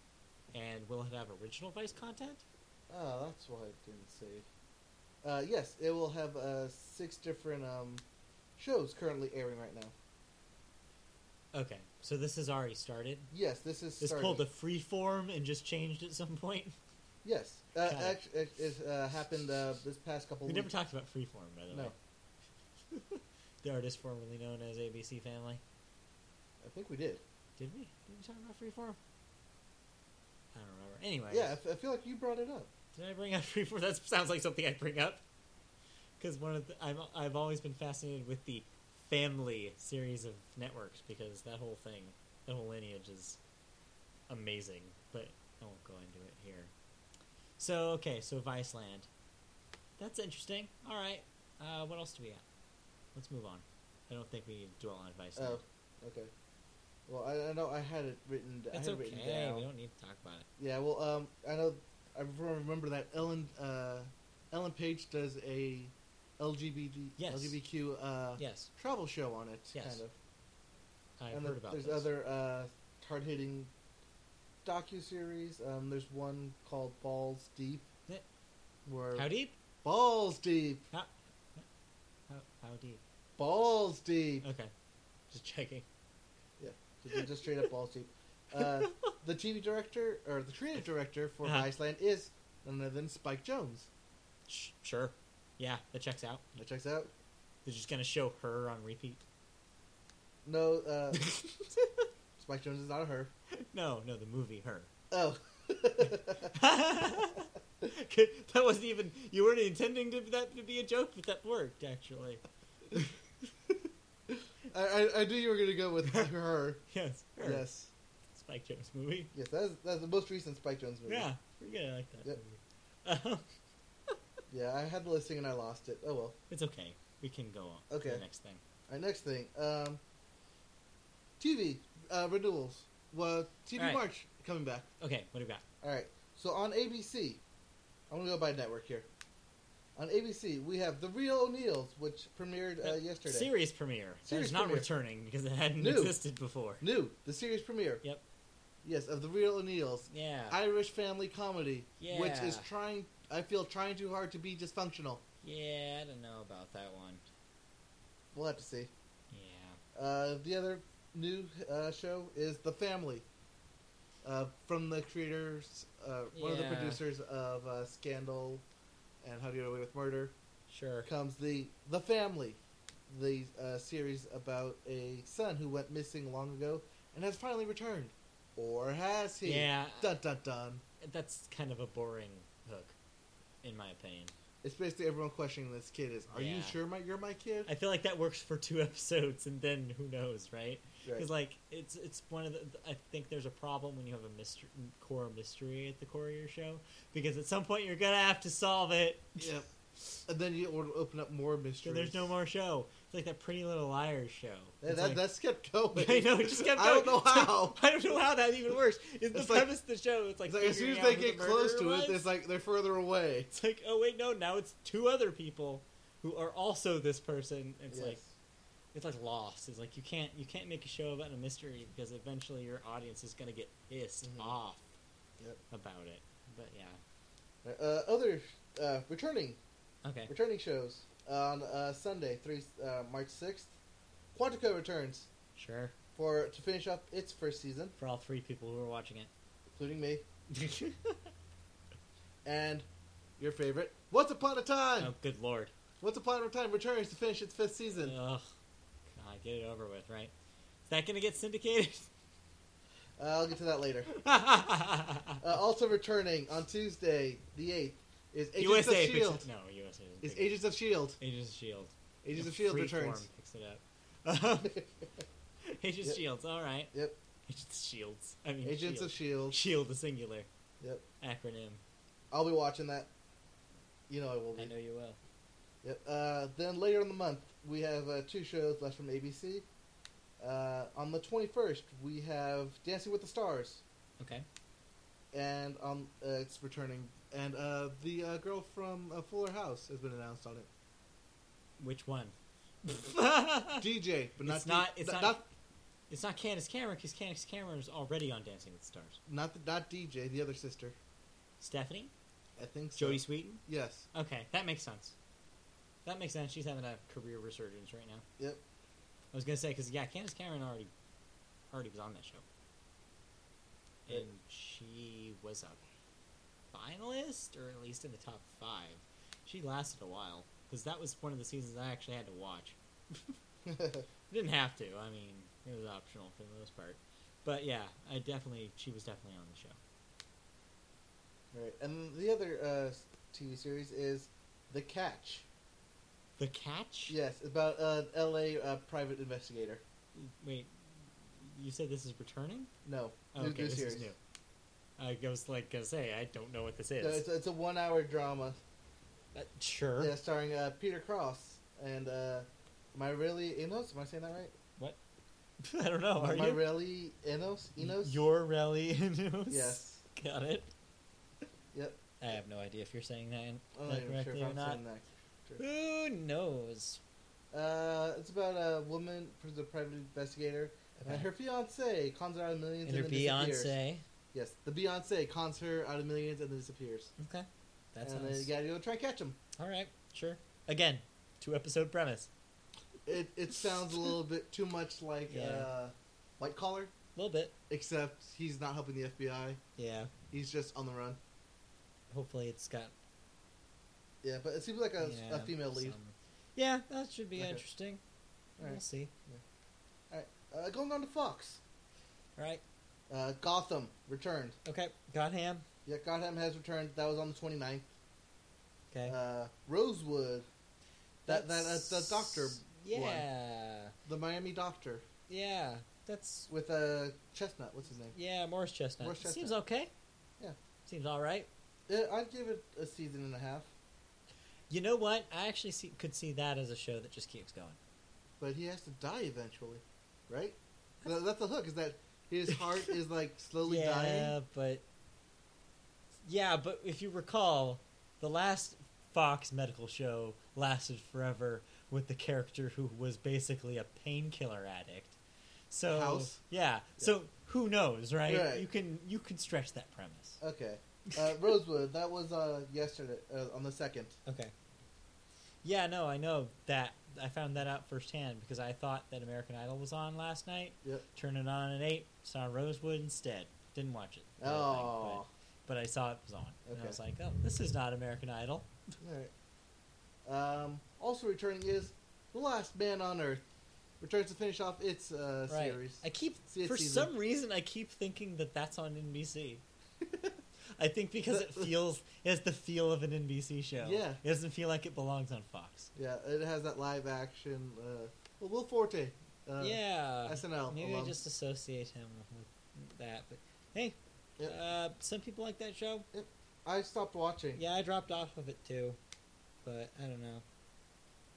[SPEAKER 2] and will it have original Vice content?
[SPEAKER 1] Oh, that's why it didn't say. it. Uh, yes, it will have uh, six different um, shows currently airing right now.
[SPEAKER 2] Okay, so this has already started.
[SPEAKER 1] Yes, this is.
[SPEAKER 2] This
[SPEAKER 1] starting.
[SPEAKER 2] pulled a free form and just changed at some point.
[SPEAKER 1] Yes, uh,
[SPEAKER 2] Got it.
[SPEAKER 1] act- it, it uh, happened uh, this past couple.
[SPEAKER 2] We
[SPEAKER 1] weeks.
[SPEAKER 2] never talked about Freeform, by the
[SPEAKER 1] No.
[SPEAKER 2] way. (laughs) the artist formerly known as ABC Family.
[SPEAKER 1] I think we did.
[SPEAKER 2] Did we? Did we talk about Freeform? I don't remember. Anyway,
[SPEAKER 1] Yeah, I f- I feel like you brought it up.
[SPEAKER 2] Did I bring up (laughs) Freeform? That sounds like something I bring up. Because one of the, I'm, I've always been fascinated with the family series of networks because that whole thing, that whole lineage is amazing. But I won't go into it here. So okay, so Viceland. That's interesting. All right. Uh, what else do we got? Let's move on. I don't think we need to dwell on Viceland.
[SPEAKER 1] Oh, okay. Well, I, I know I had it written. I
[SPEAKER 2] it's
[SPEAKER 1] had it
[SPEAKER 2] okay.
[SPEAKER 1] written down.
[SPEAKER 2] We don't need to talk about it.
[SPEAKER 1] Yeah, well, um, I know I remember that Ellen uh, Ellen Page does a LGBT
[SPEAKER 2] Yes.
[SPEAKER 1] LGBTQ uh,
[SPEAKER 2] Yes,
[SPEAKER 1] travel show on it,
[SPEAKER 2] Yes.
[SPEAKER 1] kind of.
[SPEAKER 2] I've
[SPEAKER 1] and
[SPEAKER 2] heard
[SPEAKER 1] the-
[SPEAKER 2] about
[SPEAKER 1] there's
[SPEAKER 2] this.
[SPEAKER 1] other uh, hard hitting docu series. Um, there's one called Balls Deep.
[SPEAKER 2] Yeah.
[SPEAKER 1] Where
[SPEAKER 2] How deep?
[SPEAKER 1] Balls Deep,
[SPEAKER 2] How, how, how deep?
[SPEAKER 1] Balls Deep.
[SPEAKER 2] Okay. Just checking.
[SPEAKER 1] Just, just straight up balls deep. Uh, the TV director or the creative director for
[SPEAKER 2] Uh-huh.
[SPEAKER 1] Iceland is none other than Spike Jones.
[SPEAKER 2] Sh- sure. Yeah, that checks out.
[SPEAKER 1] That checks out.
[SPEAKER 2] They're just gonna show her on repeat. (laughs)
[SPEAKER 1] No, uh, Spike Jones is not a her.
[SPEAKER 2] no, no, the movie her. (laughs)
[SPEAKER 1] Oh, (laughs)
[SPEAKER 2] that wasn't even you weren't intending to, that to be a joke, but that worked actually. (laughs)
[SPEAKER 1] I, I, I knew you were going to go with her.
[SPEAKER 2] Yes, her.
[SPEAKER 1] Yes,
[SPEAKER 2] Spike Jones movie.
[SPEAKER 1] yes. That's that's the most recent Spike Jones movie.
[SPEAKER 2] Yeah, pretty good. I like that
[SPEAKER 1] Yep.
[SPEAKER 2] movie. (laughs) Uh,
[SPEAKER 1] Yeah, I had the listing and I lost it. Oh well.
[SPEAKER 2] it's okay. We can go on. To
[SPEAKER 1] Okay.
[SPEAKER 2] the next thing.
[SPEAKER 1] All right, next thing. Um, TV uh, renewals. Well, TV
[SPEAKER 2] All right.
[SPEAKER 1] March coming back.
[SPEAKER 2] Okay, what do we got?
[SPEAKER 1] All right. So on ABC, I'm gonna go by network here. On ABC, we have The Real O'Neills, which premiered uh,
[SPEAKER 2] Uh,
[SPEAKER 1] yesterday.
[SPEAKER 2] Series premiere.
[SPEAKER 1] Series
[SPEAKER 2] It's not
[SPEAKER 1] premiere.
[SPEAKER 2] returning because it hadn't
[SPEAKER 1] New.
[SPEAKER 2] existed before.
[SPEAKER 1] New, the series premiere.
[SPEAKER 2] Yep.
[SPEAKER 1] Yes, of The Real O'Neills,
[SPEAKER 2] Yeah.
[SPEAKER 1] Irish family comedy, which is
[SPEAKER 2] Yeah.
[SPEAKER 1] trying. I feel trying too hard to be dysfunctional.
[SPEAKER 2] yeah, I don't know about that one.
[SPEAKER 1] We'll have to see.
[SPEAKER 2] Yeah.
[SPEAKER 1] Uh, the other new uh, show is The Family, uh, from the creators, uh, one of the
[SPEAKER 2] Yeah.
[SPEAKER 1] producers of uh, Scandal and How to Get Away with Murder.
[SPEAKER 2] Sure.
[SPEAKER 1] comes the the family, the uh, series about a son who went missing long ago and has finally returned, or has he?
[SPEAKER 2] Yeah,
[SPEAKER 1] Dun dun dun.
[SPEAKER 2] that's kind of a boring hook, in my opinion.
[SPEAKER 1] It's basically everyone questioning this kid is. Are you
[SPEAKER 2] Yeah.
[SPEAKER 1] sure my you're my kid?
[SPEAKER 2] I feel like that works for two (laughs) episodes, and then who knows, right?
[SPEAKER 1] Right.
[SPEAKER 2] Because like it's it's one of the I think there's a problem when you have a mystery core mystery at the core of your show because at some point you're gonna have to solve it.
[SPEAKER 1] Yep. And then you would open up more
[SPEAKER 2] So
[SPEAKER 1] mysteries.
[SPEAKER 2] there's no more show. It's like that Pretty Little Liars show.
[SPEAKER 1] Yeah,
[SPEAKER 2] It's
[SPEAKER 1] that,
[SPEAKER 2] like-
[SPEAKER 1] that's kept going.
[SPEAKER 2] (laughs) I know, it just kept
[SPEAKER 1] (laughs) I don't
[SPEAKER 2] going.
[SPEAKER 1] know how.
[SPEAKER 2] (laughs) I don't know how that even works. It's the
[SPEAKER 1] It's like-
[SPEAKER 2] premise of the show. It's like,
[SPEAKER 1] It's like, as soon
[SPEAKER 2] figuring out
[SPEAKER 1] as they
[SPEAKER 2] who
[SPEAKER 1] get
[SPEAKER 2] the
[SPEAKER 1] close to
[SPEAKER 2] murderer
[SPEAKER 1] it,
[SPEAKER 2] was.
[SPEAKER 1] it's like they're further away.
[SPEAKER 2] It's like, oh wait, no, now it's two other people who are also this person. It's
[SPEAKER 1] Yes.
[SPEAKER 2] like it's like lost. It's like you can't you can't make a show about a mystery because eventually your audience is gonna get pissed
[SPEAKER 1] Mhm.
[SPEAKER 2] off
[SPEAKER 1] Yep.
[SPEAKER 2] about it. But yeah.
[SPEAKER 1] uh, other uh, returning
[SPEAKER 2] Okay.
[SPEAKER 1] returning shows on uh, Sunday, three uh, March sixth. Quantico returns.
[SPEAKER 2] Sure.
[SPEAKER 1] for to finish up its first season,
[SPEAKER 2] For all three people who are watching (laughs)
[SPEAKER 1] including me
[SPEAKER 2] it.
[SPEAKER 1] and your favorite. Once upon a time,
[SPEAKER 2] oh good lord.
[SPEAKER 1] Once upon a time returns to finish its fifth season.
[SPEAKER 2] Ugh. God, get it over with, right? Is that gonna get
[SPEAKER 1] (laughs)
[SPEAKER 2] syndicated? (laughs)
[SPEAKER 1] Uh, I'll get to that later. Uh,
[SPEAKER 2] USA
[SPEAKER 1] also returning on Tuesday, the eighth, is Agents of
[SPEAKER 2] picks
[SPEAKER 1] Shield.
[SPEAKER 2] it. No, USA doesn't
[SPEAKER 1] E Is
[SPEAKER 2] pick it.
[SPEAKER 1] Agents of Shield?
[SPEAKER 2] Agents of Shield.
[SPEAKER 1] E Agents
[SPEAKER 2] Yeah,
[SPEAKER 1] of Shield
[SPEAKER 2] Freeform
[SPEAKER 1] E returns.
[SPEAKER 2] Picks
[SPEAKER 1] (laughs)
[SPEAKER 2] it up. Agents
[SPEAKER 1] Yep.
[SPEAKER 2] Shields, E all right.
[SPEAKER 1] Yep.
[SPEAKER 2] Agents Shields. I E mean,
[SPEAKER 1] E Agents of
[SPEAKER 2] Shield.
[SPEAKER 1] Shield.
[SPEAKER 2] Shield, the singular.
[SPEAKER 1] E Yep.
[SPEAKER 2] Acronym.
[SPEAKER 1] I'll be watching that. You know I will
[SPEAKER 2] I
[SPEAKER 1] be.
[SPEAKER 2] know you will.
[SPEAKER 1] Yep. Uh, then later in the month, we have uh, two shows left from ABC. Uh, on the twenty first, we have Dancing with the Stars.
[SPEAKER 2] Okay.
[SPEAKER 1] and um, uh, it's returning. And uh, the uh, girl from uh, Fuller House has been announced on it.
[SPEAKER 2] Which one?
[SPEAKER 1] DJ, but not
[SPEAKER 2] It's not-
[SPEAKER 1] D-
[SPEAKER 2] it's
[SPEAKER 1] not,
[SPEAKER 2] not-
[SPEAKER 1] not,
[SPEAKER 2] it's not Candace Cameron because Candace Cameron is already on Dancing with the Stars.
[SPEAKER 1] not, the- not DJ, the other sister.
[SPEAKER 2] Stephanie,
[SPEAKER 1] I think so.
[SPEAKER 2] Jodie Sweetin.
[SPEAKER 1] Yes.
[SPEAKER 2] Okay, that makes sense. That makes sense. She's having a career resurgence right now.
[SPEAKER 1] Yep. (laughs)
[SPEAKER 2] I was gonna say because yeah, Candace Cameron already already was on that show, and she was a finalist or at least in the top five. She lasted a while because that was one of the seasons I actually had to watch. Didn't have to. I mean, it was optional for the most part. But yeah, I definitely she was definitely on the show.
[SPEAKER 1] right. And the other uh, TV series is The Catch.
[SPEAKER 2] The catch?
[SPEAKER 1] Yes, about an L.A. Uh, private investigator.
[SPEAKER 2] Wait, you said this is returning?
[SPEAKER 1] No,
[SPEAKER 2] Oh, okay, this is new. I was like gonna say I don't know what this is.
[SPEAKER 1] No, it's, it's a one-hour drama.
[SPEAKER 2] Uh, sure.
[SPEAKER 1] Yeah, starring uh, Peter Cross and uh, Myrely Enos. Am I saying that right?
[SPEAKER 2] (laughs) I don't know. Oh, Are you?
[SPEAKER 1] Myrely Enos. Enos.
[SPEAKER 2] Your rally (laughs) news.
[SPEAKER 1] Yes.
[SPEAKER 2] Got it.
[SPEAKER 1] Yep.
[SPEAKER 2] I have no idea if you're saying that,
[SPEAKER 1] Oh, I'm
[SPEAKER 2] that
[SPEAKER 1] not even sure
[SPEAKER 2] correctly
[SPEAKER 1] if
[SPEAKER 2] or
[SPEAKER 1] I'm
[SPEAKER 2] not.
[SPEAKER 1] saying that.
[SPEAKER 2] Who knows?
[SPEAKER 1] Uh, it's about a woman who's a private investigator, and
[SPEAKER 2] Okay.
[SPEAKER 1] her fiance cons her out of millions
[SPEAKER 2] And
[SPEAKER 1] and,
[SPEAKER 2] her
[SPEAKER 1] then disappears.
[SPEAKER 2] Beyonce.
[SPEAKER 1] Yes, the Beyonce cons her out of millions and then disappears.
[SPEAKER 2] Okay. That's
[SPEAKER 1] and then
[SPEAKER 2] nice.
[SPEAKER 1] you gotta go try and catch him.
[SPEAKER 2] All right. Sure. Again, two episode premise.
[SPEAKER 1] It it sounds a little bit too much like
[SPEAKER 2] (laughs) Yeah.
[SPEAKER 1] uh, white collar,
[SPEAKER 2] A little bit.
[SPEAKER 1] except he's not helping the FBI.
[SPEAKER 2] Yeah.
[SPEAKER 1] He's just on the run.
[SPEAKER 2] Hopefully it's got
[SPEAKER 1] Yeah, but it seems like a,
[SPEAKER 2] yeah,
[SPEAKER 1] a female lead.
[SPEAKER 2] some- Yeah, that should be
[SPEAKER 1] Okay.
[SPEAKER 2] interesting.
[SPEAKER 1] All
[SPEAKER 2] We'll
[SPEAKER 1] right.
[SPEAKER 2] see.
[SPEAKER 1] Uh, going on to Fox,
[SPEAKER 2] All right.
[SPEAKER 1] uh, Gotham returned.
[SPEAKER 2] Okay. Got him.
[SPEAKER 1] Yeah, Gotham has returned. That was on the 29th.
[SPEAKER 2] Okay.
[SPEAKER 1] Uh, Rosewood, that that uh, the
[SPEAKER 2] That's-
[SPEAKER 1] doctor,
[SPEAKER 2] Yeah.
[SPEAKER 1] the Miami doctor
[SPEAKER 2] Yeah. That's
[SPEAKER 1] with a chestnut. What's his name?
[SPEAKER 2] yeah, Morris Chestnut.
[SPEAKER 1] Morris Chestnut.
[SPEAKER 2] Seems okay.
[SPEAKER 1] Yeah.
[SPEAKER 2] Seems all right.
[SPEAKER 1] Yeah, I'd give it a season and a half,
[SPEAKER 2] You know what? I actually see, could see that as a show that just keeps going.
[SPEAKER 1] but he has to die eventually, right? Th- That's the hook. Is that his heart is like slowly
[SPEAKER 2] yeah,
[SPEAKER 1] dying?
[SPEAKER 2] but yeah, but if you recall, the last Fox medical show lasted forever with the character who was basically a painkiller addict. So
[SPEAKER 1] House?
[SPEAKER 2] yeah, so who knows, right?
[SPEAKER 1] Right.
[SPEAKER 2] You can you can stretch that premise.
[SPEAKER 1] Okay. Uh, Rosewood, that was uh, yesterday uh, on the second.
[SPEAKER 2] Okay. Yeah, no, I know that. I found that out firsthand because I thought that American Idol was on last night.
[SPEAKER 1] Yep.
[SPEAKER 2] Turned it on at eight. Saw Rosewood instead. Didn't watch it. the whole thing,
[SPEAKER 1] Oh.
[SPEAKER 2] but, but I saw it was on, and I
[SPEAKER 1] Okay.
[SPEAKER 2] was like, "Oh, this is not American Idol."
[SPEAKER 1] Alright. Um, also returning is The Last Man on Earth. Returns to finish off its uh,
[SPEAKER 2] right.
[SPEAKER 1] series.
[SPEAKER 2] I keep
[SPEAKER 1] See it
[SPEAKER 2] for
[SPEAKER 1] season.
[SPEAKER 2] some reason I keep thinking that that's on NBC. I think because
[SPEAKER 1] (laughs)
[SPEAKER 2] it feels it has the feel of an NBC show.
[SPEAKER 1] Yeah.
[SPEAKER 2] It doesn't feel like it belongs on Fox.
[SPEAKER 1] (laughs) Yeah, it has that live action. Uh, well, Will Forte. Uh,
[SPEAKER 2] yeah.
[SPEAKER 1] SNL.
[SPEAKER 2] Maybe I
[SPEAKER 1] alum.
[SPEAKER 2] just associate him with that. But hey,
[SPEAKER 1] Yep.
[SPEAKER 2] uh, some people like that show.
[SPEAKER 1] I stopped watching.
[SPEAKER 2] Yeah, I dropped off of it too, but I don't know.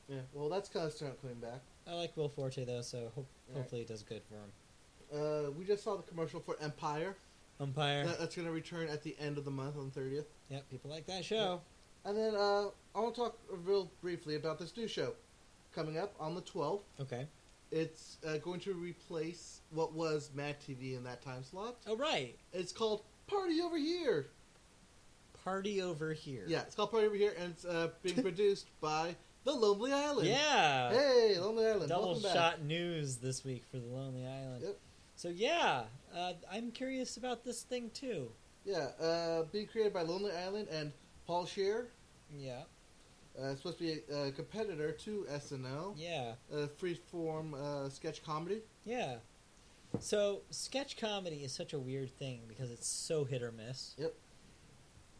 [SPEAKER 1] Yeah, Well, that's kind of starting coming back.
[SPEAKER 2] I like Will Forte though, so ho-
[SPEAKER 1] Right.
[SPEAKER 2] hopefully it does good for him.
[SPEAKER 1] Uh, we just saw the commercial for Empire.
[SPEAKER 2] Umpire.
[SPEAKER 1] That, that's going to return at the end of the month on the 30th.
[SPEAKER 2] yeah, people like that show.
[SPEAKER 1] And then uh, I want to talk real briefly about this new show coming up on the 12th.
[SPEAKER 2] Okay.
[SPEAKER 1] It's uh, going to replace what was Mad TV in that time slot.
[SPEAKER 2] Oh right,
[SPEAKER 1] It's called Party Over Here.
[SPEAKER 2] party over here.
[SPEAKER 1] Yeah, it's called Party Over Here, and it's uh,
[SPEAKER 2] (laughs)
[SPEAKER 1] being produced by The Lonely Island.
[SPEAKER 2] Yeah.
[SPEAKER 1] Hey, Lonely Island.
[SPEAKER 2] Double
[SPEAKER 1] welcome back.
[SPEAKER 2] shot news this week for the Lonely Island.
[SPEAKER 1] Yep.
[SPEAKER 2] So yeah, uh, I'm curious about this thing too.
[SPEAKER 1] Yeah, uh, being created by Lonely Island and Paul Shear.
[SPEAKER 2] Yeah.
[SPEAKER 1] Uh, it's supposed to be a, a competitor to SNL,
[SPEAKER 2] Yeah.
[SPEAKER 1] a free-form uh, sketch comedy.
[SPEAKER 2] Yeah. So sketch comedy is such a weird thing because it's so hit or miss.
[SPEAKER 1] Yep.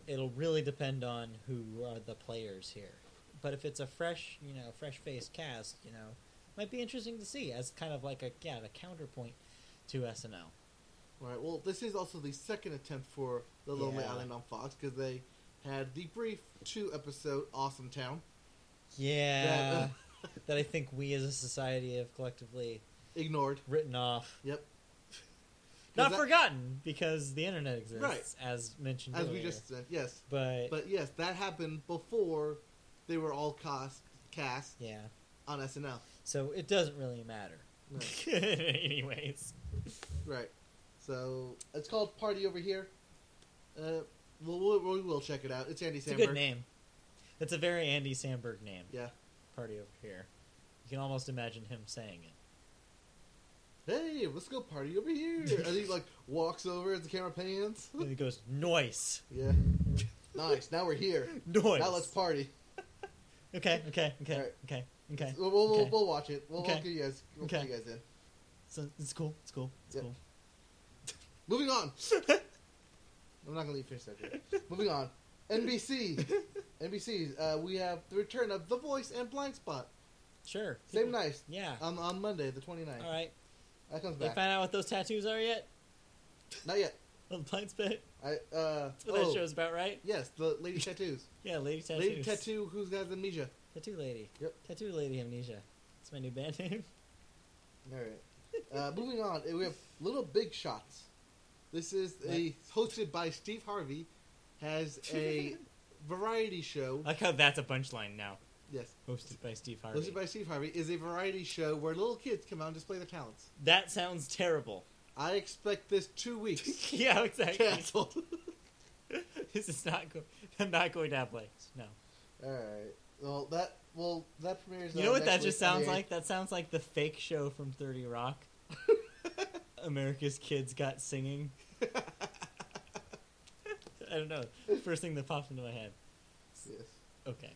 [SPEAKER 2] It'll really depend on who are the players here. But if it's a fresh, you know, fresh faced cast, you know, might be interesting to see as kind of like a yeah, a counterpoint to SNL.
[SPEAKER 1] All right. Well, this is also the second attempt for The Lonely
[SPEAKER 2] Yeah.
[SPEAKER 1] Island on Fox because they had the brief two-episode Awesome Town.
[SPEAKER 2] Yeah.
[SPEAKER 1] That-
[SPEAKER 2] (laughs) that I think we as a society have collectively
[SPEAKER 1] ignored.
[SPEAKER 2] written off. (laughs)
[SPEAKER 1] Yep.
[SPEAKER 2] Not
[SPEAKER 1] that-
[SPEAKER 2] forgotten because the internet exists
[SPEAKER 1] Right.
[SPEAKER 2] as mentioned
[SPEAKER 1] As
[SPEAKER 2] earlier.
[SPEAKER 1] we just said, yes.
[SPEAKER 2] but,
[SPEAKER 1] But yes, that happened before they were all cast cast
[SPEAKER 2] yeah.
[SPEAKER 1] on SNL.
[SPEAKER 2] So it doesn't really matter.
[SPEAKER 1] No,
[SPEAKER 2] (laughs) Anyways.
[SPEAKER 1] right. So it's called Party Over Here. Uh, we'll, we'll, we will check it out. It's Andy
[SPEAKER 2] It's
[SPEAKER 1] Samberg.
[SPEAKER 2] a good name. It's a very Andy Samberg name.
[SPEAKER 1] Yeah.
[SPEAKER 2] Party over here. You can almost imagine him saying it.
[SPEAKER 1] hey, let's go party over here. and he like walks over as the camera pans.
[SPEAKER 2] And he goes, noise,
[SPEAKER 1] yeah, nice. Now we're here.
[SPEAKER 2] noise.
[SPEAKER 1] Now let's party.
[SPEAKER 2] okay, okay, okay,
[SPEAKER 1] Alright.
[SPEAKER 2] okay, okay.
[SPEAKER 1] We'll, we'll, we'll,
[SPEAKER 2] Okay.
[SPEAKER 1] we'll watch it. We'll, we'll
[SPEAKER 2] Okay.
[SPEAKER 1] get you guys. We'll
[SPEAKER 2] Okay.
[SPEAKER 1] get you guys in.
[SPEAKER 2] So it's cool. It's cool. It's
[SPEAKER 1] Yep.
[SPEAKER 2] cool.
[SPEAKER 1] Moving on.
[SPEAKER 2] (laughs)
[SPEAKER 1] I'm not gonna leave finish that. yet. Moving on. NBC. NBC. Uh, we have the return of The Voice and Blind Spot.
[SPEAKER 2] Sure.
[SPEAKER 1] Same
[SPEAKER 2] People-
[SPEAKER 1] night.
[SPEAKER 2] Yeah.
[SPEAKER 1] On, on Monday, the 29th.
[SPEAKER 2] All right.
[SPEAKER 1] That comes
[SPEAKER 2] They
[SPEAKER 1] back.
[SPEAKER 2] found out what those tattoos are yet.
[SPEAKER 1] Not yet.
[SPEAKER 2] On the blind spot. (laughs)
[SPEAKER 1] I uh
[SPEAKER 2] That's what
[SPEAKER 1] oh,
[SPEAKER 2] that show's about, right?
[SPEAKER 1] Yes, the lady tattoos.
[SPEAKER 2] Yeah, lady tattoos.
[SPEAKER 1] Lady tattoo who's got amnesia.
[SPEAKER 2] Tattoo lady.
[SPEAKER 1] Yep.
[SPEAKER 2] Tattoo lady amnesia. That's my new band (laughs) name.
[SPEAKER 1] All right. Uh, moving on, uh, we have Little Big Shots. This is a hosted by Steve Harvey, has
[SPEAKER 2] (laughs)
[SPEAKER 1] a variety show.
[SPEAKER 2] I like how that's a punchline now.
[SPEAKER 1] yes,
[SPEAKER 2] Hosted by Steve Uh, Harvey.
[SPEAKER 1] hosted by Steve Harvey is a variety show where little kids come out and display their talents.
[SPEAKER 2] That sounds terrible.
[SPEAKER 1] I expect this two
[SPEAKER 2] (laughs)
[SPEAKER 1] weeks
[SPEAKER 2] yeah, exactly.
[SPEAKER 1] (laughs) canceled.
[SPEAKER 2] (laughs) this is not. Go- I'm not going to have legs. No.
[SPEAKER 1] All right. Well, that well that premieres.
[SPEAKER 2] You
[SPEAKER 1] uh,
[SPEAKER 2] know what
[SPEAKER 1] next
[SPEAKER 2] that
[SPEAKER 1] week
[SPEAKER 2] just
[SPEAKER 1] on the
[SPEAKER 2] sounds
[SPEAKER 1] 8th.
[SPEAKER 2] like? That sounds like the fake show from Thirty Rock. America's Kids Got Singing. (laughs) I don't know. First thing that popped into my head.
[SPEAKER 1] (laughs) Yes.
[SPEAKER 2] Okay.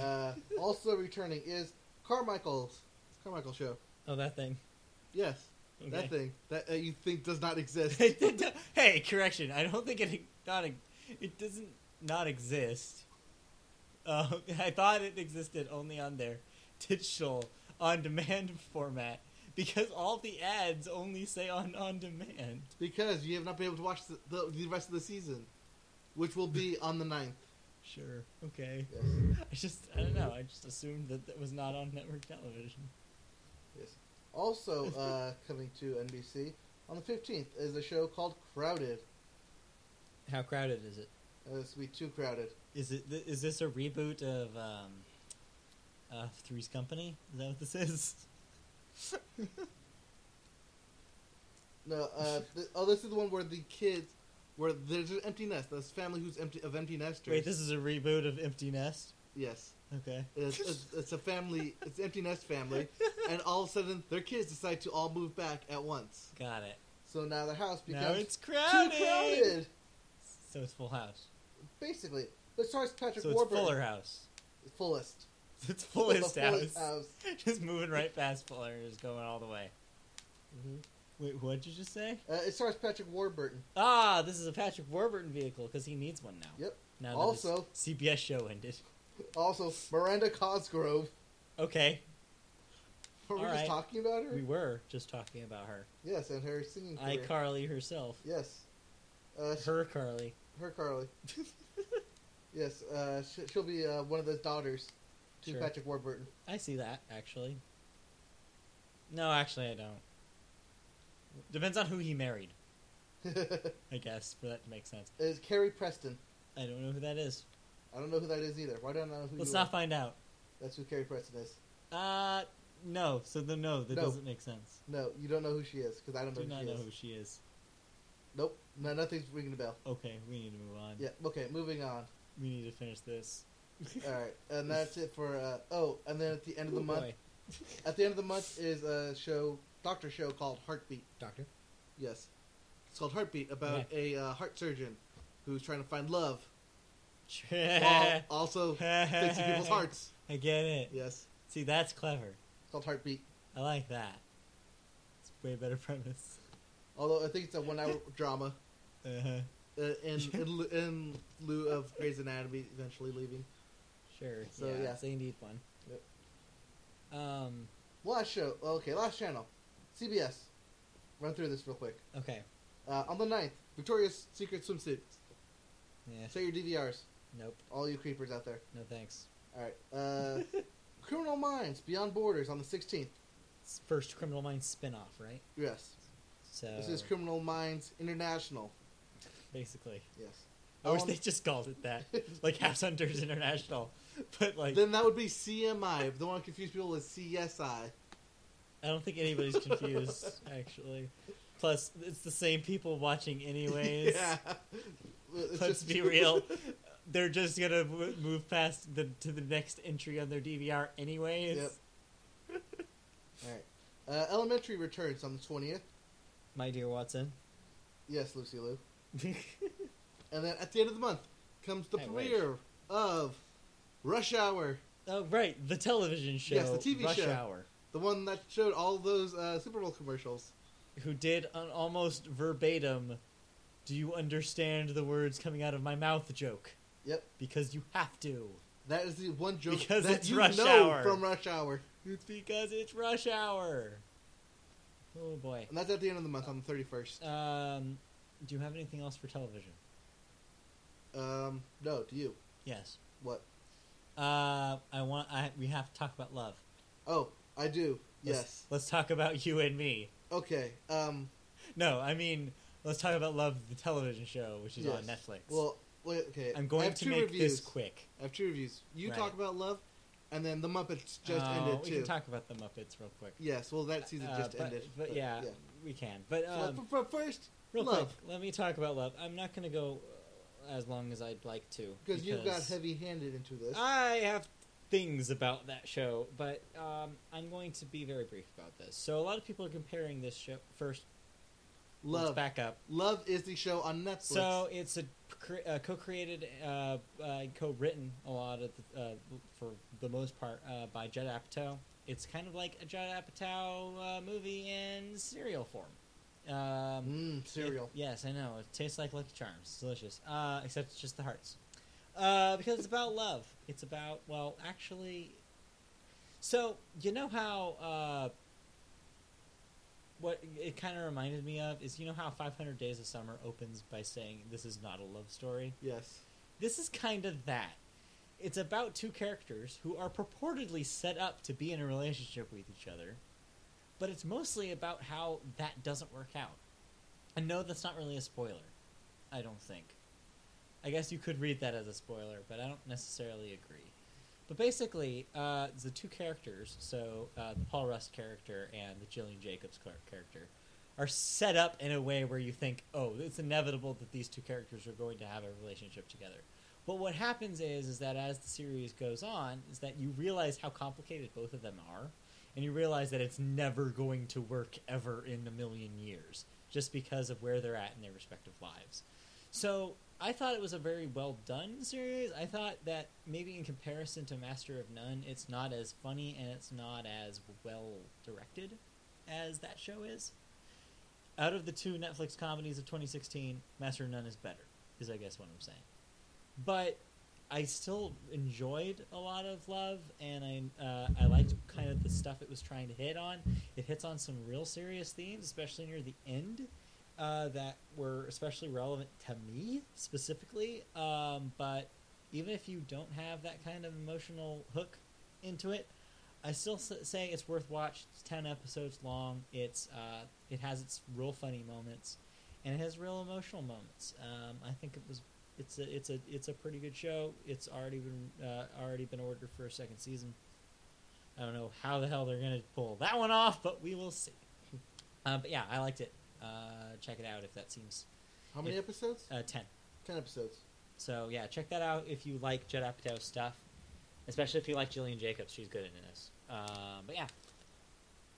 [SPEAKER 1] Uh, also returning is Carmichael's Carmichael show.
[SPEAKER 2] Oh, that thing.
[SPEAKER 1] Yes,
[SPEAKER 2] Okay.
[SPEAKER 1] that thing that uh, you think does not exist.
[SPEAKER 2] (laughs) hey, correction. I don't think it not it doesn't not exist. Uh, (laughs) I thought it existed only on their digital on demand format because all the ads only say on on demand.
[SPEAKER 1] because you have not been able to watch the, the, the rest of the season, which will be on the 9th.
[SPEAKER 2] Sure. Okay.
[SPEAKER 1] Yes.
[SPEAKER 2] I just I don't know. I just assumed that that was not on network television.
[SPEAKER 1] yes.
[SPEAKER 2] (laughs)
[SPEAKER 1] Also uh, coming to NBC on the 15th is a show called Crowded.
[SPEAKER 2] How crowded is it?
[SPEAKER 1] Uh, this will be too crowded.
[SPEAKER 2] Is it th- is this a reboot of um, uh, Three's Company? Is that what this is? (laughs)
[SPEAKER 1] No,
[SPEAKER 2] (laughs)
[SPEAKER 1] uh, th- oh, this is the one where the kids, where there's an empty nest. This family who's empty of empty nesters.
[SPEAKER 2] Wait, this is a reboot of Empty Nest.
[SPEAKER 1] yes.
[SPEAKER 2] Okay.
[SPEAKER 1] It's, it's, it's a family. It's an empty nest
[SPEAKER 2] (laughs)
[SPEAKER 1] family, and all of a sudden their kids decide to all move back at once.
[SPEAKER 2] Got it.
[SPEAKER 1] So now the house
[SPEAKER 2] now
[SPEAKER 1] becomes
[SPEAKER 2] it's crowded.
[SPEAKER 1] too crowded.
[SPEAKER 2] So it's Full House.
[SPEAKER 1] Basically, but stars Patrick
[SPEAKER 2] so it's
[SPEAKER 1] Warburton.
[SPEAKER 2] Fuller House. (laughs)
[SPEAKER 1] Fullest.
[SPEAKER 2] It's Fullest
[SPEAKER 1] The
[SPEAKER 2] House.
[SPEAKER 1] fullest house.
[SPEAKER 2] (laughs) just moving right past Fuller, just going all the way. Wait, what did you just say?
[SPEAKER 1] Mm-hmm. Uh, it stars Patrick Warburton.
[SPEAKER 2] Ah, this is a Patrick Warburton vehicle because he needs one now.
[SPEAKER 1] Yep.
[SPEAKER 2] Now that
[SPEAKER 1] Also-
[SPEAKER 2] his CBS show ended.
[SPEAKER 1] Also, Miranda Cosgrove. (laughs)
[SPEAKER 2] Okay,
[SPEAKER 1] Were we
[SPEAKER 2] All
[SPEAKER 1] just
[SPEAKER 2] right.
[SPEAKER 1] talking about her? (laughs)
[SPEAKER 2] we were just talking about her.
[SPEAKER 1] Yes, and her singing
[SPEAKER 2] I
[SPEAKER 1] career.
[SPEAKER 2] Carly herself.
[SPEAKER 1] yes. Uh, her.
[SPEAKER 2] Her
[SPEAKER 1] (laughs)
[SPEAKER 2] Carly.
[SPEAKER 1] her Carly. yes, uh, sh- she'll be uh, one of those daughters to
[SPEAKER 2] Sure.
[SPEAKER 1] Patrick Warburton. (laughs)
[SPEAKER 2] I see that actually. No, actually, I don't. Depends on who he married, I guess, for that to make sense.
[SPEAKER 1] Is Carrie Preston.
[SPEAKER 2] I don't know who that is.
[SPEAKER 1] I don't know who that is either. Why don't I know who
[SPEAKER 2] Let's
[SPEAKER 1] you are?
[SPEAKER 2] not find out.
[SPEAKER 1] That's who Carrie Preston is.
[SPEAKER 2] Uh, no. So the no, that
[SPEAKER 1] No.
[SPEAKER 2] doesn't make sense.
[SPEAKER 1] No, you don't know who she is because I don't know
[SPEAKER 2] Do
[SPEAKER 1] who
[SPEAKER 2] not
[SPEAKER 1] she
[SPEAKER 2] know
[SPEAKER 1] is.
[SPEAKER 2] who she is.
[SPEAKER 1] Nope, no, nothing's ringing a bell.
[SPEAKER 2] Okay, we need to move on.
[SPEAKER 1] Yeah, okay, moving on.
[SPEAKER 2] We need to finish this.
[SPEAKER 1] All right, and that's it for. Uh, oh, and then at the end of the
[SPEAKER 2] Oh,
[SPEAKER 1] month,
[SPEAKER 2] boy.
[SPEAKER 1] At the end of the month is a show, doctor show called Heartbeat.
[SPEAKER 2] Doctor.
[SPEAKER 1] Yes, it's called Heartbeat about a uh, heart surgeon who's trying to find love while also fixing people's hearts.
[SPEAKER 2] (laughs) I get it.
[SPEAKER 1] Yes,
[SPEAKER 2] See, that's clever.
[SPEAKER 1] it's called Heartbeat.
[SPEAKER 2] I like that. It's a way better (laughs) premise.
[SPEAKER 1] Although I think it's a one-hour drama
[SPEAKER 2] Uh-huh.
[SPEAKER 1] uh, in, in li- in lieu of Grey's Anatomy eventually leaving.
[SPEAKER 2] Sure.
[SPEAKER 1] So,
[SPEAKER 2] yeah,
[SPEAKER 1] yeah.
[SPEAKER 2] they need one. Um.
[SPEAKER 1] Last show. Okay, last channel, CBS. Run through this real quick.
[SPEAKER 2] Okay.
[SPEAKER 1] Uh, on the 9th, Victoria's Secret swimsuits.
[SPEAKER 2] Yeah.
[SPEAKER 1] Set your DVRs,
[SPEAKER 2] Nope.
[SPEAKER 1] all you creepers out there.
[SPEAKER 2] No thanks.
[SPEAKER 1] All right. Uh, Criminal Minds Beyond Borders on the 16th.
[SPEAKER 2] (laughs) It's first Criminal Minds spin-off, right?
[SPEAKER 1] Yes.
[SPEAKER 2] So
[SPEAKER 1] This is Criminal Minds International.
[SPEAKER 2] basically.
[SPEAKER 1] Yes.
[SPEAKER 2] I wish
[SPEAKER 1] Um,
[SPEAKER 2] they just called it
[SPEAKER 1] (laughs)
[SPEAKER 2] that, like House Hunters International. (laughs) But like,
[SPEAKER 1] Then that would be CMI. The one that confused people is CSI.
[SPEAKER 2] I don't think anybody's confused
[SPEAKER 1] (laughs)
[SPEAKER 2] actually. Plus, it's the same people watching anyways.
[SPEAKER 1] (laughs) Yeah. It's
[SPEAKER 2] Let's
[SPEAKER 1] just-
[SPEAKER 2] be
[SPEAKER 1] (laughs)
[SPEAKER 2] real. They're just gonna w- move past the to the next entry on their DVR anyways.
[SPEAKER 1] Yep. All right. Uh, Elementary returns on the twentieth.
[SPEAKER 2] My dear Watson.
[SPEAKER 1] Yes, Lucy Lou. And then at the end of the month comes the
[SPEAKER 2] I wish.
[SPEAKER 1] premiere of Rush Hour,
[SPEAKER 2] (laughs) oh, right. The television show.
[SPEAKER 1] Yes, the TV
[SPEAKER 2] Rush
[SPEAKER 1] show.
[SPEAKER 2] Hour.
[SPEAKER 1] the one that showed all those uh, Super Bowl commercials.
[SPEAKER 2] Who did an almost verbatim, do you understand the words coming out of my mouth joke?
[SPEAKER 1] Yep,
[SPEAKER 2] Because you have to.
[SPEAKER 1] that is the one joke
[SPEAKER 2] Because
[SPEAKER 1] that
[SPEAKER 2] it's
[SPEAKER 1] you
[SPEAKER 2] Rush
[SPEAKER 1] know
[SPEAKER 2] Hour.
[SPEAKER 1] from Rush Hour,
[SPEAKER 2] It's because it's rush hour. Oh boy.
[SPEAKER 1] and that's at the end of the month on the thirty first.
[SPEAKER 2] Um, do you have anything else for television?
[SPEAKER 1] Um, no, to you.
[SPEAKER 2] Yes.
[SPEAKER 1] What?
[SPEAKER 2] Uh, I want. I we have to talk about love.
[SPEAKER 1] Oh, I do.
[SPEAKER 2] Let's-
[SPEAKER 1] Yes.
[SPEAKER 2] Let's talk about you and me.
[SPEAKER 1] Okay. Um.
[SPEAKER 2] No, I mean let's talk about love, the television show, which is on
[SPEAKER 1] yes.
[SPEAKER 2] Netflix.
[SPEAKER 1] Well, wait. Okay.
[SPEAKER 2] I'm
[SPEAKER 1] I
[SPEAKER 2] going
[SPEAKER 1] have
[SPEAKER 2] to
[SPEAKER 1] two
[SPEAKER 2] make
[SPEAKER 1] reviews.
[SPEAKER 2] this quick.
[SPEAKER 1] I have two reviews. You
[SPEAKER 2] Right.
[SPEAKER 1] talk about love, and then the Muppets just
[SPEAKER 2] Oh,
[SPEAKER 1] ended
[SPEAKER 2] We
[SPEAKER 1] too.
[SPEAKER 2] can talk about the Muppets real quick.
[SPEAKER 1] yes. Well, that season
[SPEAKER 2] Uh,
[SPEAKER 1] just
[SPEAKER 2] but,
[SPEAKER 1] ended.
[SPEAKER 2] But, yeah, we can. But
[SPEAKER 1] So,
[SPEAKER 2] um,
[SPEAKER 1] but first,
[SPEAKER 2] real
[SPEAKER 1] love.
[SPEAKER 2] quick, let me talk about love. I'm not gonna go uh, as long as I'd like to
[SPEAKER 1] because you got heavy-handed into this.
[SPEAKER 2] I have things about that show, but um, I'm going to be very brief about this. So a lot of people are comparing this show first. Let's
[SPEAKER 1] love.
[SPEAKER 2] back up.
[SPEAKER 1] Love is the show on Netflix.
[SPEAKER 2] So it's a, cre- uh co-created, uh, uh, co-written a lot of the, uh, for the most part uh, by Judd Apatow. It's kind of like a Judd Apatow uh, movie in serial form. Um,
[SPEAKER 1] mm, cereal.
[SPEAKER 2] it- yes, I know. It tastes like Lucky Charms. It's delicious. Uh, except it's just the hearts. Uh, because it's about love. It's about, well, actually. So, you know how. Uh, what it kind of reminded me of is you know how 500 Days of Summer opens by saying, This is not a love story?
[SPEAKER 1] Yes.
[SPEAKER 2] This is kind of that. It's about two characters who are purportedly set up to be in a relationship with each other, but it's mostly about how that doesn't work out. And no, that's not really a spoiler. I don't think. I guess you could read that as a spoiler, but I don't necessarily agree. But basically, uh, the two characters, so uh, the Paul Rust character and the Jillian Jacobs char- character, are set up in a way where you think, oh, it's inevitable that these two characters are going to have a relationship together. But what happens is, is that as the series goes on, is that you realize how complicated both of them are, and you realize that it's never going to work ever in a million years, just because of where they're at in their respective lives. So I thought it was a very well done series. I thought that maybe in comparison to Master of None, it's not as funny and it's not as well directed as that show is. Out of the two Netflix comedies of 2016, Master of None is better, is I guess what I'm saying. But I still enjoyed a lot of Love, and I uh, I liked kind of the stuff it was trying to hit on. It hits on some real serious themes, especially near the end uh, that were especially relevant to me specifically. Um, but even if you don't have that kind of emotional hook into it, I still s- say it's worth watch. It's ten episodes long. It's uh, it has its real funny moments, and it has real emotional moments. Um, I think it was it's a it's a it's a pretty good show. It's already been uh, already been ordered for a second season. I don't know how the hell they're gonna pull that one off, but we will see. (laughs) Uh, but yeah, I liked it. Uh, check it out if that seems
[SPEAKER 1] How many
[SPEAKER 2] it-
[SPEAKER 1] episodes?
[SPEAKER 2] uh, ten.
[SPEAKER 1] Ten episodes.
[SPEAKER 2] So yeah, check that out if you like Judd Apatow stuff, especially if you like Jillian Jacobs. She's good in this. Um, but yeah,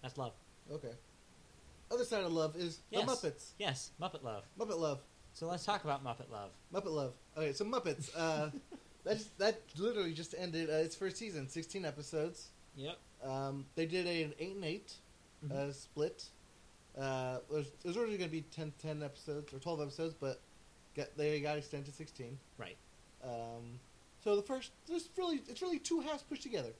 [SPEAKER 2] that's love.
[SPEAKER 1] Okay. Other side of love is
[SPEAKER 2] Yes.
[SPEAKER 1] the Muppets.
[SPEAKER 2] Yes, Muppet love.
[SPEAKER 1] Muppet love.
[SPEAKER 2] So let's talk about Muppet love.
[SPEAKER 1] Muppet love. Okay, so Muppets.
[SPEAKER 2] (laughs)
[SPEAKER 1] Uh, that's that literally just ended uh, its first season, sixteen episodes.
[SPEAKER 2] Yep.
[SPEAKER 1] Um, they did a, an eight and 8 uh,
[SPEAKER 2] Mhm.
[SPEAKER 1] split. Uh, it was, it was originally going to be 10, 10 episodes or twelve episodes, but got, they got extended to sixteen.
[SPEAKER 2] Right.
[SPEAKER 1] Um, so the first, there's really, it's really two halves pushed together.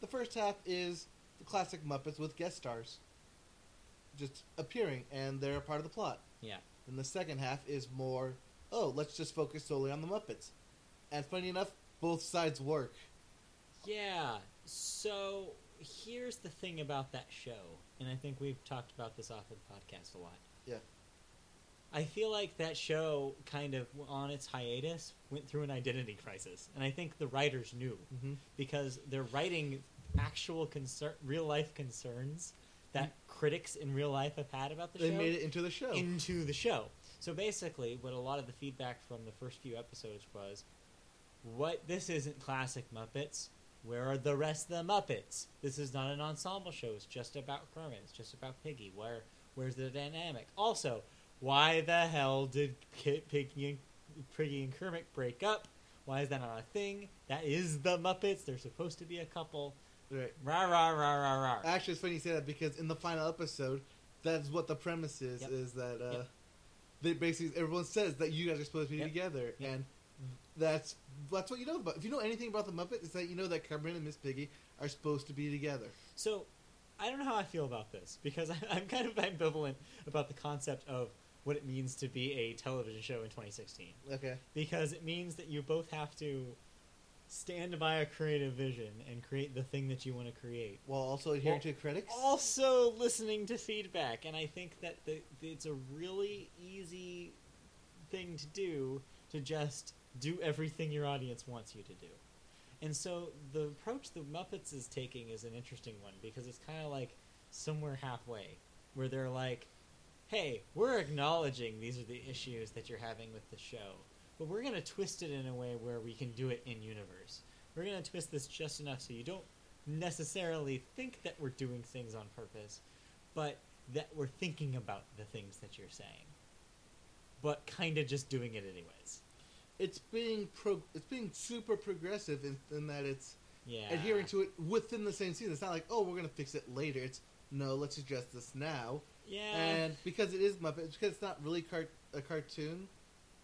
[SPEAKER 1] The first half is the classic Muppets with guest stars, just appearing, and they're a part of the plot.
[SPEAKER 2] Yeah.
[SPEAKER 1] Then the second half is more, oh, let's just focus solely on the Muppets. And funny enough, both sides work.
[SPEAKER 2] Yeah. So here's the thing about that show, and I think we've talked about this off of the podcast a lot.
[SPEAKER 1] Yeah.
[SPEAKER 2] I feel like that show kind of on its hiatus went through an identity crisis, and I think the writers knew
[SPEAKER 1] Mm-hmm.
[SPEAKER 2] because they're writing actual concern, real life concerns that critics in real life have had about the
[SPEAKER 1] They
[SPEAKER 2] show
[SPEAKER 1] made it into the show.
[SPEAKER 2] into the show. So basically, what a lot of the feedback from the first few episodes was, what this isn't classic Muppets, Where are the rest of the Muppets? This is not an ensemble show. It's just about Kermit. It's just about Piggy. Where where's the dynamic? Also, why the hell did Ki- Piggy and, Piggy and Kermit break up? Why is that not a thing? That is the Muppets. They're supposed to be a couple.
[SPEAKER 1] Right.
[SPEAKER 2] Rah rah rah rah rah.
[SPEAKER 1] Actually, it's funny you say that because in the final episode, that's what the premise is:
[SPEAKER 2] Yep.
[SPEAKER 1] is that uh,
[SPEAKER 2] Yep.
[SPEAKER 1] they basically everyone says that you guys are supposed to be
[SPEAKER 2] Yep.
[SPEAKER 1] together,
[SPEAKER 2] Yep.
[SPEAKER 1] and that's that's what you know about. If you know anything about the Muppets, it's that you know that Kermit and Miss Piggy are supposed to be together.
[SPEAKER 2] So, I don't know how I feel about this because (laughs) I, I'm kind of ambivalent about the concept of what it means to be a television show in 2016
[SPEAKER 1] Okay.
[SPEAKER 2] because it means that you both have to stand by a creative vision and create the thing that you want to create.
[SPEAKER 1] While also adhering
[SPEAKER 2] Well,
[SPEAKER 1] to critics.
[SPEAKER 2] Also, listening to feedback, and I think that the, it's a really easy thing to do to just do everything your audience wants you to do. And so the approach the Muppets is taking is an interesting one because it's kind of like somewhere halfway where they're like, hey, we're acknowledging these are the issues that you're having with the show, but we're going to twist it in a way where we can do it in universe. We're going to twist this just enough so you don't necessarily think that we're doing things on purpose, but that we're thinking about the things that you're saying, but kind of just doing it anyways.
[SPEAKER 1] it's being pro, it's being super progressive in, in that it's
[SPEAKER 2] Yeah.
[SPEAKER 1] adhering to it within the same season. It's not like oh we're gonna fix it later. It's no, let's address this now.
[SPEAKER 2] Yeah.
[SPEAKER 1] and because it is Muppet, because it's not really car- a cartoon,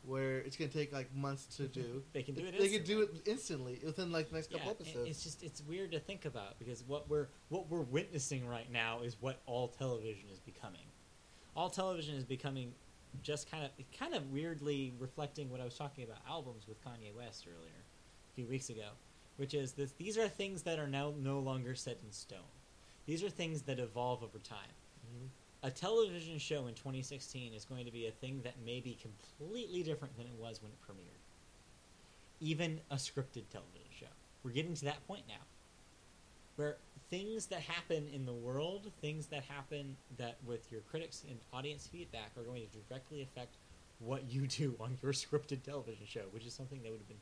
[SPEAKER 1] where it's gonna take like months to do.
[SPEAKER 2] They Mm-hmm. can do it.
[SPEAKER 1] They could do
[SPEAKER 2] instantly.
[SPEAKER 1] it instantly within like the next couple
[SPEAKER 2] and
[SPEAKER 1] episodes.
[SPEAKER 2] It's just it's weird to think about because what we're what we're witnessing right now is what all television is becoming. All television is becoming just kind of kind of weirdly reflecting what I was talking about albums with Kanye West earlier a few weeks ago, which is this these are things that are now no longer set in stone. These are things that evolve over time
[SPEAKER 1] Mm-hmm.
[SPEAKER 2] a television show in 2016 is going to be a thing that may be completely different than it was when it premiered. Even a scripted television show. We're getting to that point now. Where things that happen in the world, things that happen that with your critics and audience feedback are going to directly affect what you (laughs) do on your scripted television show, which is something that would have been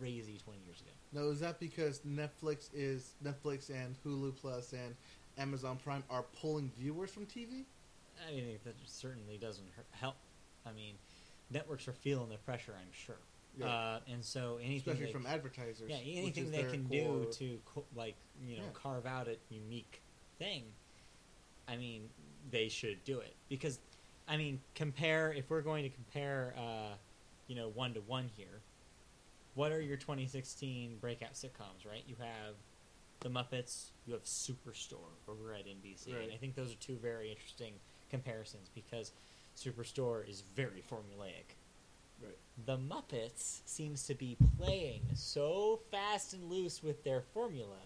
[SPEAKER 2] crazy 20 years ago.
[SPEAKER 1] No, is that because Netflix is Netflix and Hulu Plus and Amazon Prime are pulling viewers from TV?
[SPEAKER 2] I mean, that certainly doesn't hurt, help. I mean, networks are feeling the pressure, I'm sure.
[SPEAKER 1] Yeah.
[SPEAKER 2] Uh, and so anything,
[SPEAKER 1] Especially
[SPEAKER 2] they,
[SPEAKER 1] from advertisers.
[SPEAKER 2] yeah,
[SPEAKER 1] which
[SPEAKER 2] anything
[SPEAKER 1] is
[SPEAKER 2] they
[SPEAKER 1] their
[SPEAKER 2] can
[SPEAKER 1] core-
[SPEAKER 2] do to co- like you know
[SPEAKER 1] Yeah.
[SPEAKER 2] carve out a unique thing. I mean, they should do it because, I mean, compare if we're going to compare, uh, you know, one to one here. What are your 2016 breakout sitcoms? Right, you have the Muppets, you have Superstore over at NBC, and
[SPEAKER 1] Right.
[SPEAKER 2] I think those are two very interesting comparisons because Superstore is very formulaic.
[SPEAKER 1] Right.
[SPEAKER 2] The Muppets seems to be playing so fast and loose with their formula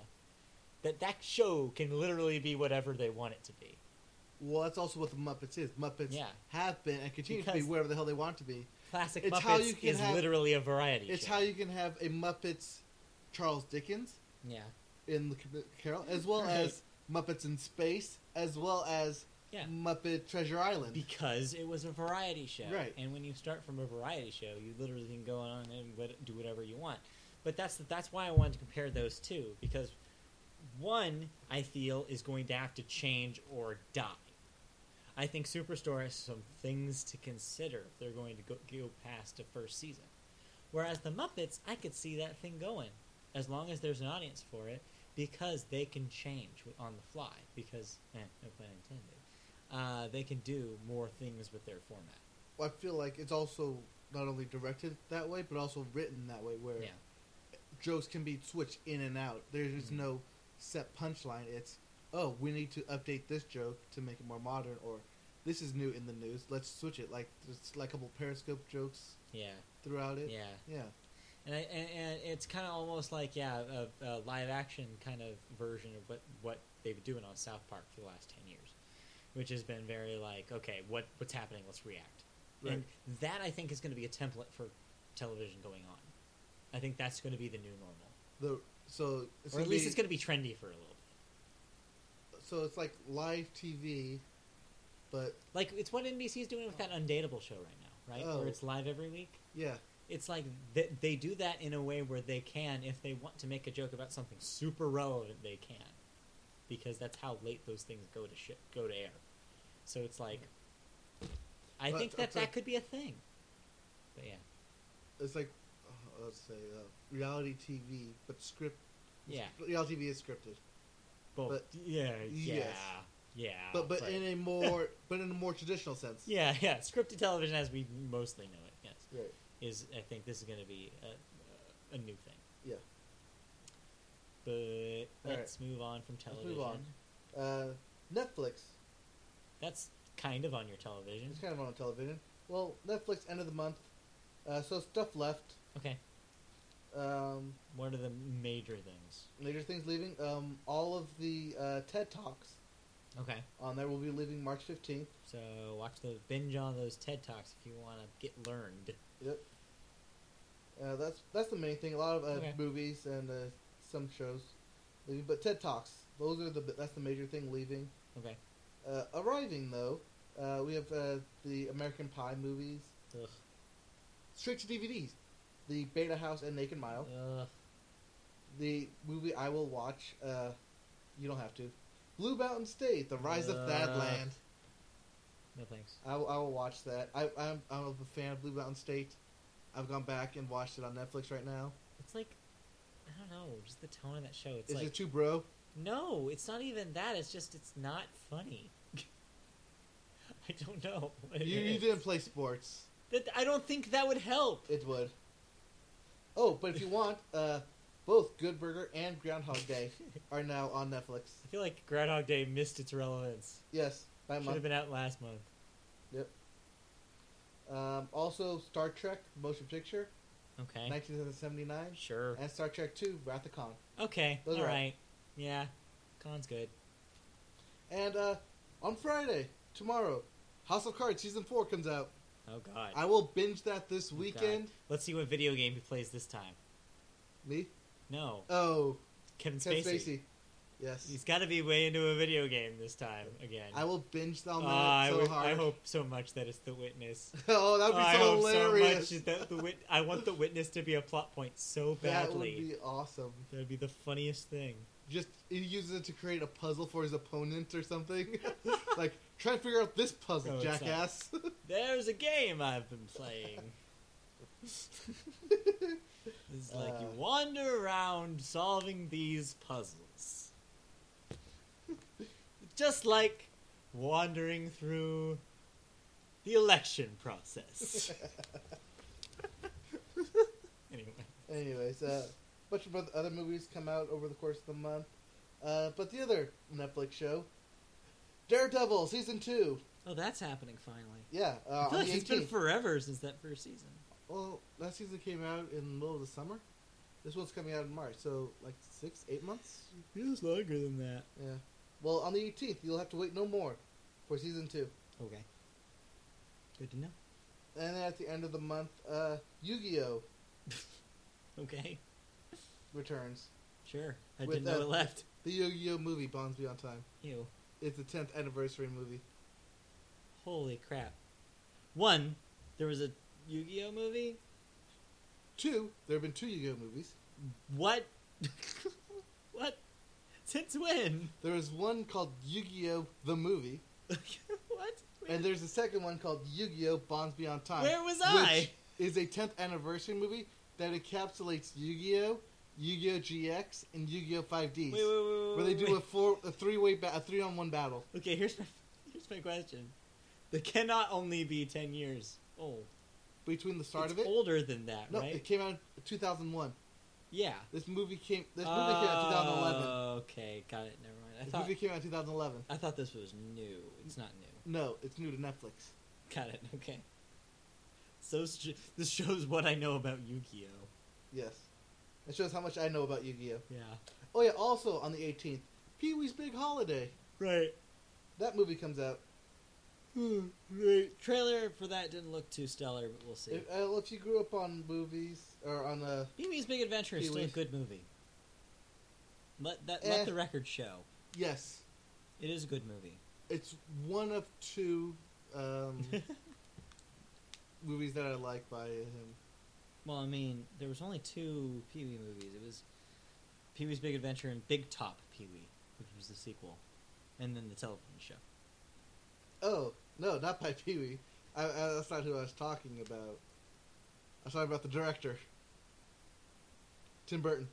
[SPEAKER 2] that that show can literally be whatever they want it to be.
[SPEAKER 1] Well, that's also what the Muppets is. Muppets
[SPEAKER 2] Yeah.
[SPEAKER 1] have been and continue to be
[SPEAKER 2] Because-
[SPEAKER 1] wherever the hell they want to be.
[SPEAKER 2] Classic
[SPEAKER 1] It's
[SPEAKER 2] Muppets
[SPEAKER 1] how you can
[SPEAKER 2] is
[SPEAKER 1] have-
[SPEAKER 2] literally a variety
[SPEAKER 1] It's
[SPEAKER 2] show.
[SPEAKER 1] how you can have a Muppets Charles Dickens
[SPEAKER 2] yeah
[SPEAKER 1] in the Ca- Carol, as well
[SPEAKER 2] Right.
[SPEAKER 1] as Muppets in Space, as well as
[SPEAKER 2] yeah
[SPEAKER 1] Muppet Treasure Island.
[SPEAKER 2] because it was a variety show.
[SPEAKER 1] Right.
[SPEAKER 2] And when you start from a variety show, you literally can go on and what- do whatever you want. But that's that's why I wanted to compare those two because one I feel is going to have to change or die. I think Superstore has some things to consider if they're going to go, go past the first season. Whereas the Muppets, I could see that thing going as long as there's an audience for it because they can change on the fly because eh, no pun intended uh, they can do more things with their format.
[SPEAKER 1] Well, I feel like it's also not only directed that way, but also written that way, where
[SPEAKER 2] Yeah,
[SPEAKER 1] jokes can be switched in and out. There's
[SPEAKER 2] Mhm.
[SPEAKER 1] no set punchline. It's oh, we need to update this joke to make it more modern, or this is new in the news. Let's switch it. Like there's like a couple Periscope jokes
[SPEAKER 2] yeah,
[SPEAKER 1] throughout it.
[SPEAKER 2] yeah.
[SPEAKER 1] Yeah.
[SPEAKER 2] And, I, and, and it's kind of almost like yeah, a, a live action kind of version of what what they've been doing on South Park for the last ten years, which has been very like okay, what what's happening? Let's react. And that I think is going to be a template for television going on. I think that's going to be the new normal,
[SPEAKER 1] The so it's
[SPEAKER 2] or at
[SPEAKER 1] gonna
[SPEAKER 2] least
[SPEAKER 1] be-
[SPEAKER 2] it's going to be trendy for a little bit.
[SPEAKER 1] so it's like live TV, but
[SPEAKER 2] Like it's what NBC is doing with that Undateable show right now, right?
[SPEAKER 1] Oh.
[SPEAKER 2] Where it's live every week.
[SPEAKER 1] yeah,
[SPEAKER 2] it's like they, they do that in a way where they can, if they want to make a joke about something super relevant, they can, because that's how late those things go to ship, go to air. So it's like, I
[SPEAKER 1] Well,
[SPEAKER 2] think
[SPEAKER 1] it's-
[SPEAKER 2] that
[SPEAKER 1] it's like-
[SPEAKER 2] that could be a thing. But yeah,
[SPEAKER 1] It's like, oh, let's say, uh, reality TV, but script.
[SPEAKER 2] yeah,
[SPEAKER 1] Reality TV is scripted,
[SPEAKER 2] but,
[SPEAKER 1] but-
[SPEAKER 2] yeah, yeah,
[SPEAKER 1] yes.
[SPEAKER 2] yeah.
[SPEAKER 1] but but in a more but in a more traditional sense.
[SPEAKER 2] yeah, yeah, scripted television as we mostly know it. Yes.
[SPEAKER 1] Right.
[SPEAKER 2] is I think this is going to be a, a new thing.
[SPEAKER 1] Yeah.
[SPEAKER 2] But
[SPEAKER 1] All
[SPEAKER 2] let's move on from
[SPEAKER 1] move
[SPEAKER 2] television.
[SPEAKER 1] on. Uh, Netflix.
[SPEAKER 2] That's kind of on your television.
[SPEAKER 1] It's kind of on television. Well, Netflix end of the month, uh, so stuff left.
[SPEAKER 2] Okay.
[SPEAKER 1] Um,
[SPEAKER 2] What are the major things?
[SPEAKER 1] major things leaving. Um, all of the uh, TED talks
[SPEAKER 2] Okay.
[SPEAKER 1] on there will be leaving March fifteenth.
[SPEAKER 2] So watch the binge on those TED talks if you want to get learned.
[SPEAKER 1] Yep. Uh, that's that's the main thing. A lot of uh,
[SPEAKER 2] Okay.
[SPEAKER 1] movies and uh, some shows leaving, but TED talks. Those are the that's the major thing leaving.
[SPEAKER 2] Okay.
[SPEAKER 1] Uh, arriving though, uh, we have uh, the American Pie movies
[SPEAKER 2] Ugh.
[SPEAKER 1] straight to DVDs. The Beta House and Naked Mile.
[SPEAKER 2] Ugh.
[SPEAKER 1] The movie I will watch. Uh, you don't have to. Blue Mountain State: The Rise of
[SPEAKER 2] Ugh.
[SPEAKER 1] Thadland.
[SPEAKER 2] No thanks.
[SPEAKER 1] I will, I will watch that. I, I'm, I'm a fan of Blue Mountain State. I've gone back and watched it on Netflix right now.
[SPEAKER 2] It's like I don't know, just the tone of that show. It's
[SPEAKER 1] Is
[SPEAKER 2] like
[SPEAKER 1] it too bro?
[SPEAKER 2] no, it's not even that. It's just it's not funny.
[SPEAKER 1] (laughs)
[SPEAKER 2] I don't know. what it
[SPEAKER 1] You, you
[SPEAKER 2] (laughs) is.
[SPEAKER 1] didn't play sports.
[SPEAKER 2] That I don't think that would help.
[SPEAKER 1] It would. Oh, but if you want, uh, both Good Burger and Groundhog
[SPEAKER 2] (laughs)
[SPEAKER 1] Day are now on Netflix.
[SPEAKER 2] I feel like Groundhog Day missed its relevance.
[SPEAKER 1] Yes, by
[SPEAKER 2] Should have
[SPEAKER 1] month.
[SPEAKER 2] been out last month.
[SPEAKER 1] Um, also, Star Trek Motion Picture,
[SPEAKER 2] Okay.
[SPEAKER 1] 1979,
[SPEAKER 2] Sure.
[SPEAKER 1] and Star Trek II Wrath of Khan.
[SPEAKER 2] Okay.
[SPEAKER 1] Those
[SPEAKER 2] all
[SPEAKER 1] are out.
[SPEAKER 2] right. Yeah. Con's good.
[SPEAKER 1] And uh, on Friday, tomorrow, House of Cards Season 4 comes out.
[SPEAKER 2] Oh God.
[SPEAKER 1] I will binge that this
[SPEAKER 2] Oh God.
[SPEAKER 1] weekend.
[SPEAKER 2] Let's see what video game he plays this time.
[SPEAKER 1] Me?
[SPEAKER 2] No,
[SPEAKER 1] Oh,
[SPEAKER 2] Kevin
[SPEAKER 1] Kevin
[SPEAKER 2] Spacey.
[SPEAKER 1] Spacey. Yes.
[SPEAKER 2] He's got to be way into a video game this time again.
[SPEAKER 1] I will binge on that
[SPEAKER 2] Ah, I
[SPEAKER 1] so
[SPEAKER 2] would-
[SPEAKER 1] hard.
[SPEAKER 2] I hope so much that it's The Witness.
[SPEAKER 1] (laughs) oh, that would be
[SPEAKER 2] I
[SPEAKER 1] so
[SPEAKER 2] hope
[SPEAKER 1] hilarious.
[SPEAKER 2] so much that the wit- I want The Witness to be a plot point so
[SPEAKER 1] that would
[SPEAKER 2] badly.
[SPEAKER 1] be awesome.
[SPEAKER 2] That would be the funniest thing.
[SPEAKER 1] Just he uses it to create a puzzle for his opponent or something. (laughs) like try and figure out this puzzle,
[SPEAKER 2] No, it's not.
[SPEAKER 1] jackass.
[SPEAKER 2] There's a game I've been playing. it's like you
[SPEAKER 1] Uh.
[SPEAKER 2] wander around solving these puzzles. (laughs) Just like wandering through the election (laughs) process. anyway.
[SPEAKER 1] (laughs) Anyways, uh, bunch of other movies come out over the course of the month. Uh, but the other Netflix show, Daredevil season two.
[SPEAKER 2] Oh, that's happening finally.
[SPEAKER 1] Yeah, uh,
[SPEAKER 2] I feel
[SPEAKER 1] on
[SPEAKER 2] like
[SPEAKER 1] the
[SPEAKER 2] it's been
[SPEAKER 1] 18th.
[SPEAKER 2] forever since that first season.
[SPEAKER 1] well, that season came out in the middle of the summer. This one's coming out in March, so like six, eight months.
[SPEAKER 2] Feels longer than that.
[SPEAKER 1] Yeah. Well, on the 18th, you'll have to wait no more for season two.
[SPEAKER 2] Okay. Good to know. (laughs)
[SPEAKER 1] And then at the end of the month, uh, Yu-Gi-Oh
[SPEAKER 2] Okay.
[SPEAKER 1] returns.
[SPEAKER 2] Sure. I
[SPEAKER 1] With
[SPEAKER 2] didn't know
[SPEAKER 1] that-
[SPEAKER 2] it left.
[SPEAKER 1] The Yu-Gi-Oh movie bonds beyond time.
[SPEAKER 2] Ew.
[SPEAKER 1] It's the 10th anniversary movie.
[SPEAKER 2] Holy crap. One, there was a Yu Gi Oh movie?
[SPEAKER 1] Two, there have been two Yu-Gi-Oh movies.
[SPEAKER 2] What? (laughs) what? Since when? (laughs)
[SPEAKER 1] There is one called Yu-Gi-Oh the movie,
[SPEAKER 2] what?
[SPEAKER 1] and there's a second one called Yu-Gi-Oh Bonds Beyond Time.
[SPEAKER 2] Where was I?
[SPEAKER 1] Which is a 10th anniversary movie that encapsulates Yu-Gi-Oh, Yu-Gi-Oh GX, and Yu-Gi-Oh
[SPEAKER 2] Wait, wait, wait,
[SPEAKER 1] 5Ds,
[SPEAKER 2] wait.
[SPEAKER 1] where they do a
[SPEAKER 2] wait.
[SPEAKER 1] four, a three-way, ba- a three-on-one battle.
[SPEAKER 2] (laughs) Okay, here's my, here's my question. They cannot only be 10 years old.
[SPEAKER 1] Between the start
[SPEAKER 2] it's
[SPEAKER 1] of it,
[SPEAKER 2] older than that,
[SPEAKER 1] No,
[SPEAKER 2] right?
[SPEAKER 1] (laughs) it came out in 2001.
[SPEAKER 2] Yeah. Oh,
[SPEAKER 1] This movie came. This movie came
[SPEAKER 2] Uh,
[SPEAKER 1] out in 2011.
[SPEAKER 2] Okay, got it. Never mind. I
[SPEAKER 1] This
[SPEAKER 2] thought,
[SPEAKER 1] movie came out in 2011.
[SPEAKER 2] I thought this was new. It's not new.
[SPEAKER 1] No, it's new to Netflix.
[SPEAKER 2] Got it. (laughs) Okay. So it's ju- this shows what I know about Yu-Gi-Oh.
[SPEAKER 1] Yes, it shows how much I know about Yu-Gi-Oh.
[SPEAKER 2] Yeah.
[SPEAKER 1] Oh yeah, also on the 18th, Pee Wee's Big Holiday.
[SPEAKER 2] Right. Hmm.
[SPEAKER 1] That movie comes out.
[SPEAKER 2] right. Trailer for that didn't look too stellar, but we'll see.
[SPEAKER 1] If, uh, well, if you grew up on movies or on uh,
[SPEAKER 2] Pee-wee's Big Adventure is still a
[SPEAKER 1] Pee-wee's-
[SPEAKER 2] good movie. Let that
[SPEAKER 1] Eh.
[SPEAKER 2] let the record show.
[SPEAKER 1] yes,
[SPEAKER 2] It is a good movie.
[SPEAKER 1] (laughs) it's one of
[SPEAKER 2] (laughs)
[SPEAKER 1] two um, movies that I like by him.
[SPEAKER 2] Well, I mean, there was only two Pee Wee movies. It was Pee Wee's Big Adventure and Big Top Pee Wee, which was the sequel, and then the television show.
[SPEAKER 1] Oh no, not by Pee Wee. I, I, that's not who I was talking about. I was talking about the director, Tim Burton.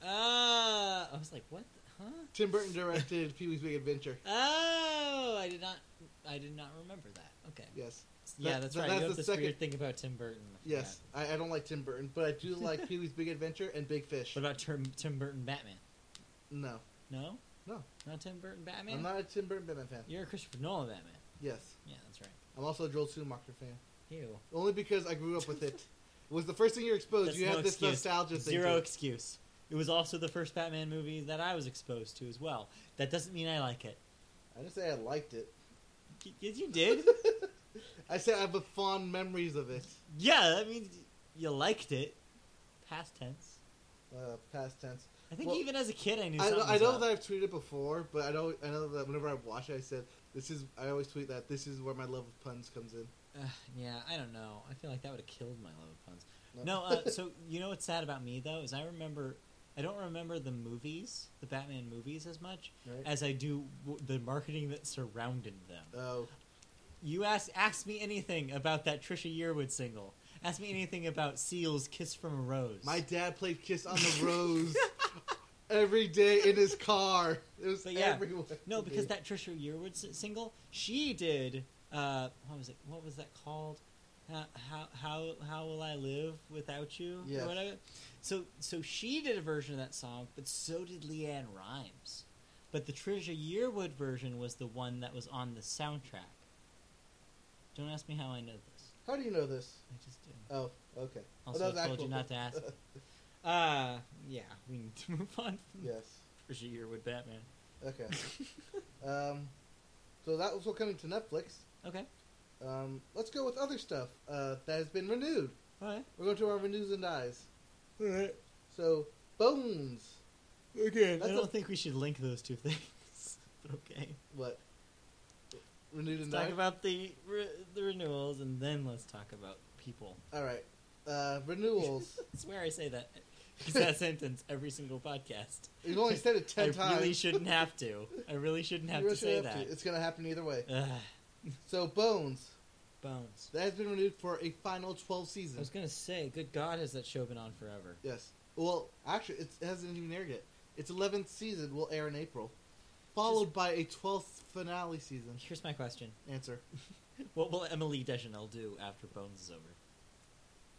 [SPEAKER 2] Uh, I was like, what? the- Huh?
[SPEAKER 1] Tim
[SPEAKER 2] (laughs)
[SPEAKER 1] Burton directed Pee Wee's Big Adventure.
[SPEAKER 2] Oh, I did not. I did not remember that. Okay.
[SPEAKER 1] Yes,
[SPEAKER 2] Yeah,
[SPEAKER 1] That-
[SPEAKER 2] that's
[SPEAKER 1] that-
[SPEAKER 2] right.
[SPEAKER 1] that's
[SPEAKER 2] you
[SPEAKER 1] the
[SPEAKER 2] have this
[SPEAKER 1] second-
[SPEAKER 2] weird thing about Tim Burton. I
[SPEAKER 1] yes. I, I don't like Tim Burton, but I do like Pee Wee's Big Adventure and Big Fish.
[SPEAKER 2] forgot. What about Tim, Tim Burton Batman?
[SPEAKER 1] No,
[SPEAKER 2] No.
[SPEAKER 1] No.
[SPEAKER 2] Not Tim Burton Batman.
[SPEAKER 1] I'm not a Tim Burton Batman fan.
[SPEAKER 2] You're a Christopher Nolan Batman.
[SPEAKER 1] Yes,
[SPEAKER 2] Yeah, that's right.
[SPEAKER 1] I'm also a Joel Schumacher fan.
[SPEAKER 2] Ew.
[SPEAKER 1] Only because I grew up with it. It was the first thing you're exposed.
[SPEAKER 2] That's
[SPEAKER 1] you
[SPEAKER 2] no
[SPEAKER 1] have this
[SPEAKER 2] excuse.
[SPEAKER 1] nostalgia thing.
[SPEAKER 2] Zero
[SPEAKER 1] to it.
[SPEAKER 2] excuse. It was also the first Batman movie that I was exposed to as well. That doesn't mean I like it.
[SPEAKER 1] I didn't say I liked it.
[SPEAKER 2] Y- yes, you
[SPEAKER 1] (laughs)
[SPEAKER 2] did.
[SPEAKER 1] I said I have a fond memories of it.
[SPEAKER 2] yeah, that means you liked it. Past tense.
[SPEAKER 1] Uh, past tense.
[SPEAKER 2] I think
[SPEAKER 1] Well,
[SPEAKER 2] even as a kid, I knew.
[SPEAKER 1] I,
[SPEAKER 2] something
[SPEAKER 1] I
[SPEAKER 2] was
[SPEAKER 1] know
[SPEAKER 2] up.
[SPEAKER 1] that I've tweeted before, but I don't. I know that whenever I watch it, I said this is. I always tweet that this is where my love of puns comes in.
[SPEAKER 2] Uh, yeah, I don't know. I feel like that would have killed my love of puns.
[SPEAKER 1] No.
[SPEAKER 2] No,
[SPEAKER 1] (laughs)
[SPEAKER 2] uh, so you know what's sad about me though is I remember, I don't remember the movies, the Batman movies as much
[SPEAKER 1] Right?
[SPEAKER 2] as I do w- the marketing that surrounded them.
[SPEAKER 1] Oh,
[SPEAKER 2] You ask ask me anything about that Trisha Yearwood single. Ask me anything about Seal's "Kiss from a Rose."
[SPEAKER 1] my dad played Kiss on the Rose every day in his car. It was
[SPEAKER 2] But yeah.
[SPEAKER 1] everywhere.
[SPEAKER 2] no, because that Trisha Yearwood s- single, she did. Uh, what was it? What was that called? How how how, how will I live without you?
[SPEAKER 1] Yes.
[SPEAKER 2] Or whatever. So so she did a version of that song, but so did Leanne Rhymes. But the Trisha Yearwood version was the one that was on the soundtrack. Don't ask me how I know this.
[SPEAKER 1] How do you know this?
[SPEAKER 2] I just did.
[SPEAKER 1] Oh, okay. Well,
[SPEAKER 2] Also,
[SPEAKER 1] that was
[SPEAKER 2] I told
[SPEAKER 1] actual-
[SPEAKER 2] you not to ask. Uh, yeah, we need to (laughs) move on from
[SPEAKER 1] (laughs) yes.
[SPEAKER 2] Trisha Yearwood Batman.
[SPEAKER 1] Okay. Um, so that was what coming to Netflix.
[SPEAKER 2] (laughs) okay.
[SPEAKER 1] Um, let's go with other stuff uh, that has been renewed.
[SPEAKER 2] All right.
[SPEAKER 1] We're going to our renews and dies.
[SPEAKER 2] All right.
[SPEAKER 1] So Bones,
[SPEAKER 2] Okay.
[SPEAKER 1] that's
[SPEAKER 2] I
[SPEAKER 1] a-
[SPEAKER 2] don't think we should link those two things. (laughs) But okay.
[SPEAKER 1] what renewed
[SPEAKER 2] Let's
[SPEAKER 1] and
[SPEAKER 2] talk
[SPEAKER 1] dies?
[SPEAKER 2] about the re- the renewals, and then let's talk about people.
[SPEAKER 1] All right, uh, renewals.
[SPEAKER 2] (laughs) I swear I say that. It's that sentence every single podcast.
[SPEAKER 1] We've only said it
[SPEAKER 2] (laughs)
[SPEAKER 1] ten
[SPEAKER 2] I
[SPEAKER 1] times.
[SPEAKER 2] really shouldn't have to. I really shouldn't
[SPEAKER 1] You
[SPEAKER 2] have
[SPEAKER 1] really
[SPEAKER 2] to say
[SPEAKER 1] shouldn't have
[SPEAKER 2] that.
[SPEAKER 1] to. It's going to happen either way.
[SPEAKER 2] Ugh,
[SPEAKER 1] So Bones,
[SPEAKER 2] bones.
[SPEAKER 1] that has been renewed for a final twelve
[SPEAKER 2] I was
[SPEAKER 1] seasons.
[SPEAKER 2] gonna say, good God, has that show been on forever?
[SPEAKER 1] Yes. Well, actually, it's, it hasn't even aired yet. Its eleventh season will air in April, followed by a twelfth finale season.
[SPEAKER 2] Here's my question:
[SPEAKER 1] Answer:
[SPEAKER 2] What will Emily Deschanel do after Bones is over?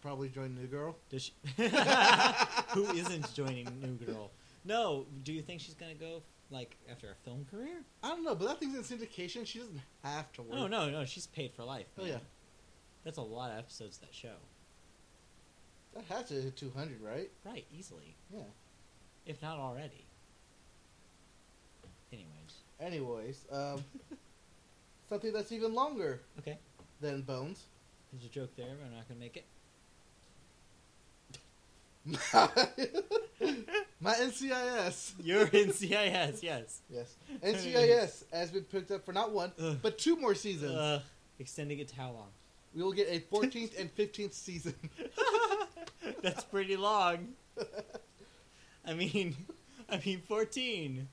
[SPEAKER 1] Probably join New Girl.
[SPEAKER 2] Does she? (laughs) Who isn't joining New Girl? No. Do you think she's gonna go like after a film career?
[SPEAKER 1] I don't know, but that thing's in syndication. She doesn't have to work.
[SPEAKER 2] Oh, No, no, no. She's paid for life.
[SPEAKER 1] Oh
[SPEAKER 2] man.
[SPEAKER 1] yeah,
[SPEAKER 2] That's a lot of episodes of that show.
[SPEAKER 1] that has to hit two hundred, right?
[SPEAKER 2] Right, easily,
[SPEAKER 1] Yeah.
[SPEAKER 2] if not already. Anyways,
[SPEAKER 1] Anyways, um, (laughs) something that's even longer
[SPEAKER 2] okay.
[SPEAKER 1] than Bones. (laughs)
[SPEAKER 2] There's a joke there, but I'm not gonna make it.
[SPEAKER 1] My NCIS.
[SPEAKER 2] You're in CIS, yes.
[SPEAKER 1] Yes. NCIS has been picked up for not one,
[SPEAKER 2] Ugh.
[SPEAKER 1] but two more seasons.
[SPEAKER 2] (laughs) Uh, extending it to how long?
[SPEAKER 1] we will get a 14th and 15th season. (laughs)
[SPEAKER 2] That's pretty long. I mean, (laughs) I mean, fourteen.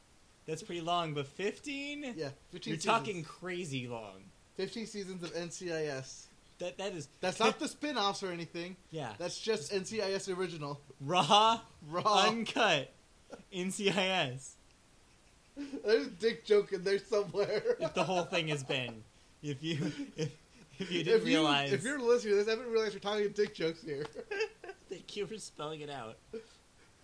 [SPEAKER 2] That's pretty long, but fifteen.
[SPEAKER 1] Yeah, 15
[SPEAKER 2] You're
[SPEAKER 1] seasons.
[SPEAKER 2] talking crazy long.
[SPEAKER 1] 15 seasons of NCIS.
[SPEAKER 2] That that is
[SPEAKER 1] That's not the spin offs or anything.
[SPEAKER 2] yeah
[SPEAKER 1] That's just NCIS original. (laughs)
[SPEAKER 2] raw,
[SPEAKER 1] Raw.
[SPEAKER 2] uncut, NCIS.
[SPEAKER 1] There's a dick joke in there somewhere.
[SPEAKER 2] (laughs) If the whole thing has been, if you if, if you didn't
[SPEAKER 1] If
[SPEAKER 2] realize,
[SPEAKER 1] If you're listening to this, I haven't realized we're talking dick jokes here. (laughs)
[SPEAKER 2] thank you for spelling it out.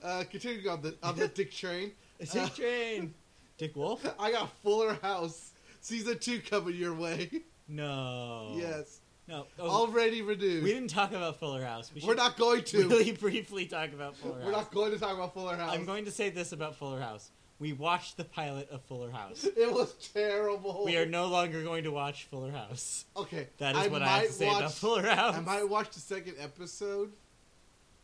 [SPEAKER 1] Uh, continuing on the,
[SPEAKER 2] (laughs)
[SPEAKER 1] on the dick train.
[SPEAKER 2] Dick
[SPEAKER 1] Uh.
[SPEAKER 2] Train, Ah. Dick Wolf.
[SPEAKER 1] I got Fuller House season two coming your way. (laughs)
[SPEAKER 2] No.
[SPEAKER 1] Yes,
[SPEAKER 2] No. Oh,
[SPEAKER 1] already
[SPEAKER 2] we
[SPEAKER 1] renewed.
[SPEAKER 2] didn't talk about Fuller House. We
[SPEAKER 1] are
[SPEAKER 2] should
[SPEAKER 1] not going
[SPEAKER 2] (laughs)
[SPEAKER 1] to.
[SPEAKER 2] really briefly talk about Fuller
[SPEAKER 1] We're
[SPEAKER 2] House.
[SPEAKER 1] not going to talk about Fuller House.
[SPEAKER 2] I'm going to say this about Fuller House. We watched the pilot of Fuller
[SPEAKER 1] (laughs)
[SPEAKER 2] House.
[SPEAKER 1] It was terrible.
[SPEAKER 2] We are no longer going to watch Fuller House.
[SPEAKER 1] okay.
[SPEAKER 2] That is
[SPEAKER 1] I
[SPEAKER 2] what I
[SPEAKER 1] might
[SPEAKER 2] have to say
[SPEAKER 1] watch,
[SPEAKER 2] about (laughs) Fuller House.
[SPEAKER 1] I might watch the second episode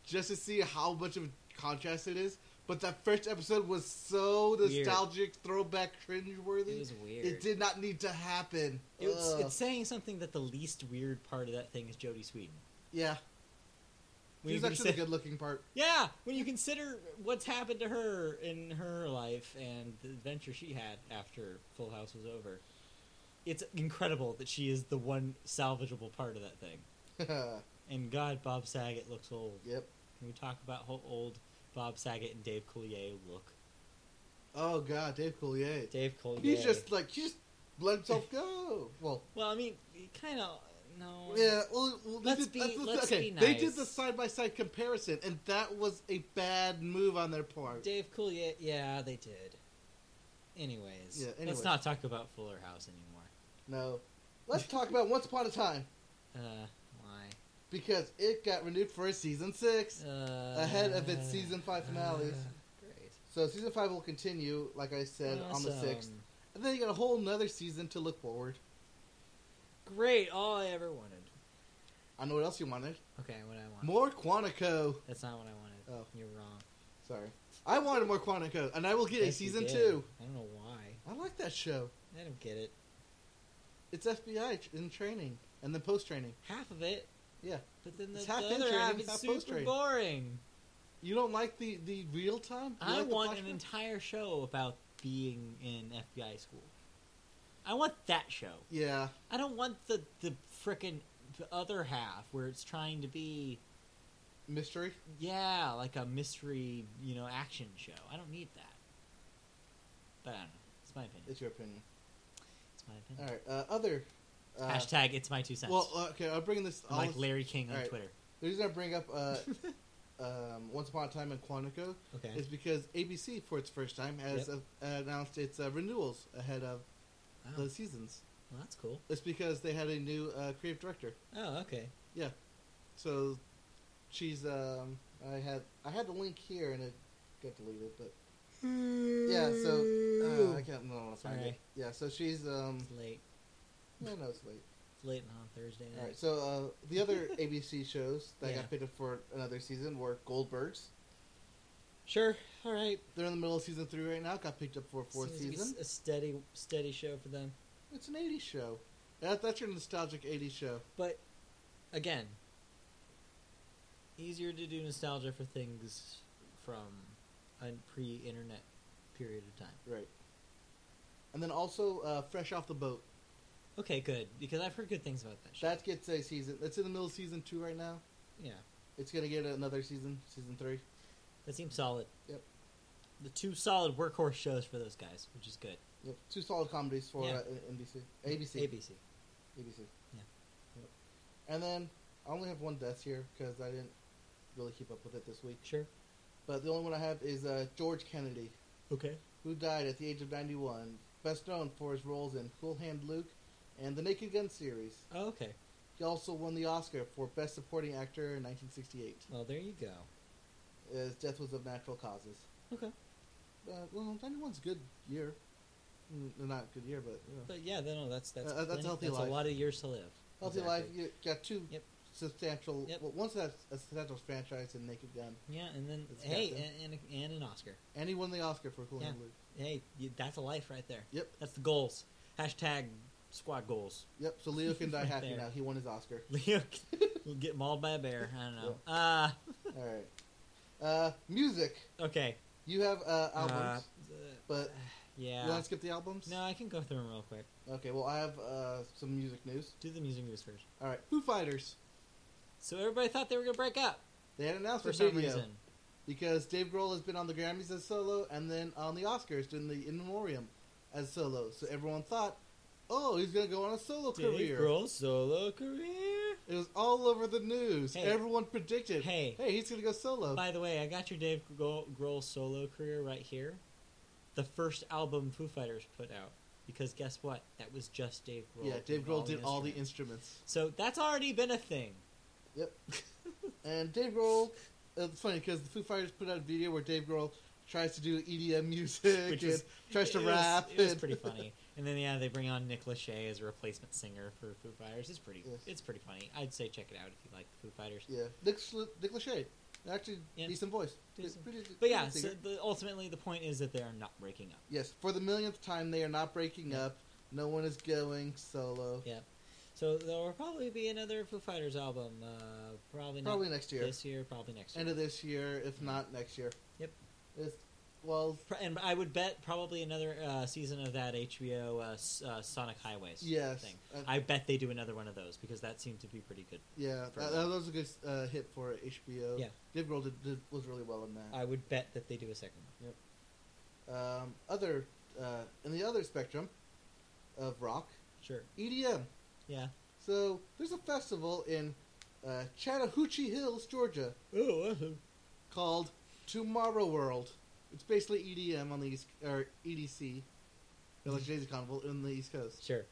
[SPEAKER 1] just to see how much of a contrast it is. But that first episode was so
[SPEAKER 2] Weird.
[SPEAKER 1] nostalgic, throwback, cringeworthy.
[SPEAKER 2] It was weird.
[SPEAKER 1] It did not need to happen.
[SPEAKER 2] It's,
[SPEAKER 1] Ugh.
[SPEAKER 2] it's saying something that the least weird part of that thing is Jodie Sweden.
[SPEAKER 1] yeah.
[SPEAKER 2] When
[SPEAKER 1] She's
[SPEAKER 2] you
[SPEAKER 1] actually the
[SPEAKER 2] consider-
[SPEAKER 1] good looking part. (laughs)
[SPEAKER 2] Yeah, when you consider what's happened to her in her life and the adventure she had after Full House was over, it's incredible that she is the one salvageable part of that thing.
[SPEAKER 1] yep.
[SPEAKER 2] And God, Bob Saget looks old. Can we talk about how old Bob Saget and Dave Coulier look?
[SPEAKER 1] Oh god, Dave Coulier.
[SPEAKER 2] Dave Coulier.
[SPEAKER 1] He's just like he just let himself
[SPEAKER 2] (laughs)
[SPEAKER 1] go. Well,
[SPEAKER 2] Well, I mean, kind of. No.
[SPEAKER 1] yeah. Well, well, they
[SPEAKER 2] Let's
[SPEAKER 1] did,
[SPEAKER 2] be-
[SPEAKER 1] that's-
[SPEAKER 2] let's be
[SPEAKER 1] okay. They did
[SPEAKER 2] nice.
[SPEAKER 1] the side by side comparison, and that was a bad move on their part.
[SPEAKER 2] Dave Coulier. Yeah, they did. Anyways,
[SPEAKER 1] Yeah,
[SPEAKER 2] let's
[SPEAKER 1] anyways.
[SPEAKER 2] not talk about Fuller House anymore.
[SPEAKER 1] No. Let's talk about Once Upon a Time
[SPEAKER 2] Uh, why?
[SPEAKER 1] because it got renewed for a season six.
[SPEAKER 2] Uh, ahead
[SPEAKER 1] of its season five finales.
[SPEAKER 2] uh. great.
[SPEAKER 1] So season five will continue, like I said, on the
[SPEAKER 2] Awesome.
[SPEAKER 1] sixth, and then you got a whole nother season to look forward.
[SPEAKER 2] Great. All I ever wanted.
[SPEAKER 1] I know what else you wanted.
[SPEAKER 2] Okay, what I want.
[SPEAKER 1] More Quantico.
[SPEAKER 2] That's not what I wanted.
[SPEAKER 1] Oh.
[SPEAKER 2] You're wrong.
[SPEAKER 1] Sorry, I wanted more Quantico, and I will get a
[SPEAKER 2] Yes, you
[SPEAKER 1] season
[SPEAKER 2] did.
[SPEAKER 1] two.
[SPEAKER 2] I don't know why.
[SPEAKER 1] I like that show.
[SPEAKER 2] I don't get it.
[SPEAKER 1] It's FBI tr- in training and then post training.
[SPEAKER 2] Half of it.
[SPEAKER 1] Yeah.
[SPEAKER 2] But then the,
[SPEAKER 1] It's
[SPEAKER 2] the
[SPEAKER 1] half in
[SPEAKER 2] other
[SPEAKER 1] training,
[SPEAKER 2] half
[SPEAKER 1] it's
[SPEAKER 2] is
[SPEAKER 1] half
[SPEAKER 2] super
[SPEAKER 1] post-training.
[SPEAKER 2] boring.
[SPEAKER 1] You don't like the the real time? You
[SPEAKER 2] I
[SPEAKER 1] like the
[SPEAKER 2] want an
[SPEAKER 1] flashback?
[SPEAKER 2] entire show about being in FBI school. I want that show.
[SPEAKER 1] Yeah,
[SPEAKER 2] I don't want the the frickin' the other half where it's trying to be
[SPEAKER 1] mystery.
[SPEAKER 2] Yeah, like a mystery, you know, action show. I don't need that. But I don't know. It's my opinion.
[SPEAKER 1] It's your opinion.
[SPEAKER 2] It's my opinion.
[SPEAKER 1] All right. Uh, other. Uh,
[SPEAKER 2] Mm-hmm. Hashtag it's my two cents.
[SPEAKER 1] Well, uh, okay. I'll bring this.
[SPEAKER 2] I'm
[SPEAKER 1] I'll,
[SPEAKER 2] like Larry King on
[SPEAKER 1] alright.
[SPEAKER 2] Twitter.
[SPEAKER 1] The reason I bring up
[SPEAKER 2] (laughs)
[SPEAKER 1] uh, um, Once Upon a Time in Quantico
[SPEAKER 2] Okay.
[SPEAKER 1] is because ABC, for its first time, has uh, announced its uh, renewals ahead of
[SPEAKER 2] Wow.
[SPEAKER 1] the seasons.
[SPEAKER 2] Oh, Well, that's cool.
[SPEAKER 1] It's because they had a new uh, creative director.
[SPEAKER 2] Oh, okay.
[SPEAKER 1] So she's um I had I had the link here and it got deleted, but yeah. So uh, I can't. No, I want to find
[SPEAKER 2] Sorry.
[SPEAKER 1] it. Yeah. So she's um.
[SPEAKER 2] It's late.
[SPEAKER 1] No, no, it's late.
[SPEAKER 2] It's late and on Thursday night.
[SPEAKER 1] All right. So uh, the other
[SPEAKER 2] (laughs)
[SPEAKER 1] ABC shows that
[SPEAKER 2] Yeah.
[SPEAKER 1] got picked up for another season were Goldbergs.
[SPEAKER 2] Sure. All right.
[SPEAKER 1] They're in the middle of season three right now. Got picked up for a fourth
[SPEAKER 2] Seems uh, to be
[SPEAKER 1] season.
[SPEAKER 2] s- A steady, steady show for them.
[SPEAKER 1] It's an '80s show. That, that's your nostalgic '80s show.
[SPEAKER 2] But again, easier to do nostalgia for things from a pre-internet period of time.
[SPEAKER 1] Right. And then also uh, Fresh Off the Boat.
[SPEAKER 2] Okay, good because I've heard good things about that show.
[SPEAKER 1] That gets a season. That's in the middle of season two right now.
[SPEAKER 2] yeah,
[SPEAKER 1] It's gonna get another season, season three.
[SPEAKER 2] that seems solid.
[SPEAKER 1] Yep.
[SPEAKER 2] The two solid workhorse shows for those guys, which is good.
[SPEAKER 1] Yep. Two solid comedies for
[SPEAKER 2] Yeah.
[SPEAKER 1] uh, NBC, ABC,
[SPEAKER 2] ABC.
[SPEAKER 1] ABC.
[SPEAKER 2] Yeah.
[SPEAKER 1] Yep. And then I only have one death here because I didn't really keep up with it this week.
[SPEAKER 2] Sure.
[SPEAKER 1] But the only one I have is uh, George Kennedy,
[SPEAKER 2] Okay.
[SPEAKER 1] who died at the age of 91. Best known for his roles in Cool Hand Luke and the Naked Gun series.
[SPEAKER 2] Oh, okay.
[SPEAKER 1] He also won the Oscar for Best Supporting Actor in 1968.
[SPEAKER 2] Well, there you go.
[SPEAKER 1] His death was of natural causes.
[SPEAKER 2] Okay.
[SPEAKER 1] Uh, well, 91's a good year. Mm, Not good year, but you know.
[SPEAKER 2] But yeah, then no, that's that's
[SPEAKER 1] Uh, that's
[SPEAKER 2] plenty-
[SPEAKER 1] healthy
[SPEAKER 2] that's
[SPEAKER 1] life.
[SPEAKER 2] a lot of years to live.
[SPEAKER 1] Healthy
[SPEAKER 2] Exactly.
[SPEAKER 1] Life, you got two
[SPEAKER 2] Yep.
[SPEAKER 1] substantial.
[SPEAKER 2] Yep.
[SPEAKER 1] Well, one's a, a substantial franchise in Naked Gun,
[SPEAKER 2] Yeah, and then
[SPEAKER 1] It's
[SPEAKER 2] hey,
[SPEAKER 1] got
[SPEAKER 2] and, and and an Oscar.
[SPEAKER 1] and he won the Oscar for Cool
[SPEAKER 2] Yeah.
[SPEAKER 1] Hand Luke.
[SPEAKER 2] Hey, you, that's a life right there.
[SPEAKER 1] Yep.
[SPEAKER 2] That's the goals. Hashtag squad goals. (laughs)
[SPEAKER 1] Yep. So Leo can die
[SPEAKER 2] Right
[SPEAKER 1] happy
[SPEAKER 2] there.
[SPEAKER 1] now. He won his Oscar.
[SPEAKER 2] Leo will get mauled by a bear. I don't know. Uh,
[SPEAKER 1] All right. Uh, music.
[SPEAKER 2] okay.
[SPEAKER 1] You have uh,
[SPEAKER 2] Uh,
[SPEAKER 1] albums,
[SPEAKER 2] uh,
[SPEAKER 1] but you
[SPEAKER 2] yeah.
[SPEAKER 1] want to skip the albums?
[SPEAKER 2] No, I can go through them real quick.
[SPEAKER 1] Okay. Well, I have uh, some music news.
[SPEAKER 2] Do the music news first.
[SPEAKER 1] All right. Foo Fighters.
[SPEAKER 2] So everybody thought they were gonna break up
[SPEAKER 1] They had announced
[SPEAKER 2] for
[SPEAKER 1] a
[SPEAKER 2] some
[SPEAKER 1] video
[SPEAKER 2] reason.
[SPEAKER 1] because Dave Grohl has been on the Grammys as solo, and then on the Oscars doing the In Memoriam as solo. So everyone thought, oh, he's gonna go on a solo
[SPEAKER 2] Dave
[SPEAKER 1] career.
[SPEAKER 2] Grohl solo career.
[SPEAKER 1] It was all over the news.
[SPEAKER 2] Hey.
[SPEAKER 1] Everyone predicted.
[SPEAKER 2] Hey.
[SPEAKER 1] hey, he's gonna go solo.
[SPEAKER 2] By the way, I got your Dave Grohl, Grohl solo career right here. The first album Foo Fighters put out. Because guess what? That was just Dave Grohl.
[SPEAKER 1] yeah, Dave
[SPEAKER 2] doing
[SPEAKER 1] Grohl did all the
[SPEAKER 2] instruments.
[SPEAKER 1] instruments.
[SPEAKER 2] so that's already been a thing.
[SPEAKER 1] (laughs) And Dave Grohl, uh, it's funny because the Foo Fighters put out a video where Dave Grohl tries to do EDM music
[SPEAKER 2] Which
[SPEAKER 1] and
[SPEAKER 2] is-
[SPEAKER 1] tries to
[SPEAKER 2] it
[SPEAKER 1] rap.
[SPEAKER 2] Was, it was
[SPEAKER 1] and-
[SPEAKER 2] pretty funny. And then yeah, they bring on Nick Lachey as a replacement singer for Foo Fighters. It's pretty.
[SPEAKER 1] Yes.
[SPEAKER 2] It's pretty funny. I'd say check it out if you like the Foo Fighters.
[SPEAKER 1] yeah, Nick, Sl- Nick Lachey, actually
[SPEAKER 2] Yeah.
[SPEAKER 1] decent voice.
[SPEAKER 2] Decent.
[SPEAKER 1] Pretty- pretty
[SPEAKER 2] But yeah,
[SPEAKER 1] decent
[SPEAKER 2] so
[SPEAKER 1] singer.
[SPEAKER 2] the, ultimately the point is that they are not breaking up.
[SPEAKER 1] yes, for the millionth time, they are not breaking
[SPEAKER 2] Yeah.
[SPEAKER 1] up. No one is going solo.
[SPEAKER 2] Yeah. So there will probably be another Foo Fighters album. Uh, probably not
[SPEAKER 1] Probably next year.
[SPEAKER 2] this year. Probably next year.
[SPEAKER 1] End of this year, if not next year.
[SPEAKER 2] Yep.
[SPEAKER 1] It's, well,
[SPEAKER 2] Pro- and I would bet probably another uh, season of that HBO uh, s- uh, Sonic Highways.
[SPEAKER 1] yes.
[SPEAKER 2] Thing.
[SPEAKER 1] Uh,
[SPEAKER 2] I bet they do another one of those because that seemed to be pretty good.
[SPEAKER 1] yeah,
[SPEAKER 2] for
[SPEAKER 1] that,
[SPEAKER 2] that.
[SPEAKER 1] that was a good uh, hit for HBO.
[SPEAKER 2] Yeah.
[SPEAKER 1] Dave Grohl did, did, was really well in that.
[SPEAKER 2] I would bet that they do a second one.
[SPEAKER 1] Um, other uh, in the other spectrum of rock,
[SPEAKER 2] Sure.
[SPEAKER 1] EDM.
[SPEAKER 2] Yeah.
[SPEAKER 1] So there's a festival in uh, Chattahoochee Hills, Georgia,
[SPEAKER 2] Oh,
[SPEAKER 1] called Tomorrow World. It's basically EDM on the East, or E EDC, Electric Daisy Carnival in the East Coast.
[SPEAKER 2] Sure.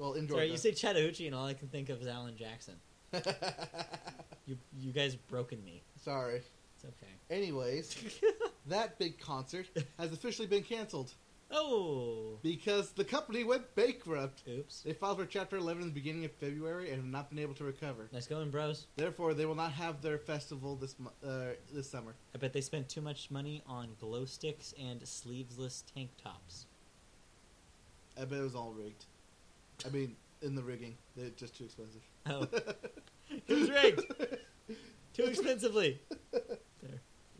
[SPEAKER 1] Well, in Georgia.
[SPEAKER 2] Sorry, you say Chattahoochee, and all I can think of is Alan Jackson. You you guys have broken me.
[SPEAKER 1] (laughs) Sorry.
[SPEAKER 2] It's okay. (laughs)
[SPEAKER 1] Anyways, that big concert has officially been canceled
[SPEAKER 2] oh,
[SPEAKER 1] because the company went bankrupt.
[SPEAKER 2] oops.
[SPEAKER 1] They filed for Chapter 11 in the beginning of February and have not been able to recover.
[SPEAKER 2] Nice going, bros.
[SPEAKER 1] Therefore, they will not have their festival this mo- uh, this summer.
[SPEAKER 2] I bet they spent too much money on glow sticks and sleeveless tank tops.
[SPEAKER 1] I bet it was all rigged. I mean, in the rigging, they're just too expensive.
[SPEAKER 2] Oh, (laughs) it was rigged
[SPEAKER 1] (laughs)
[SPEAKER 2] too expensively. There.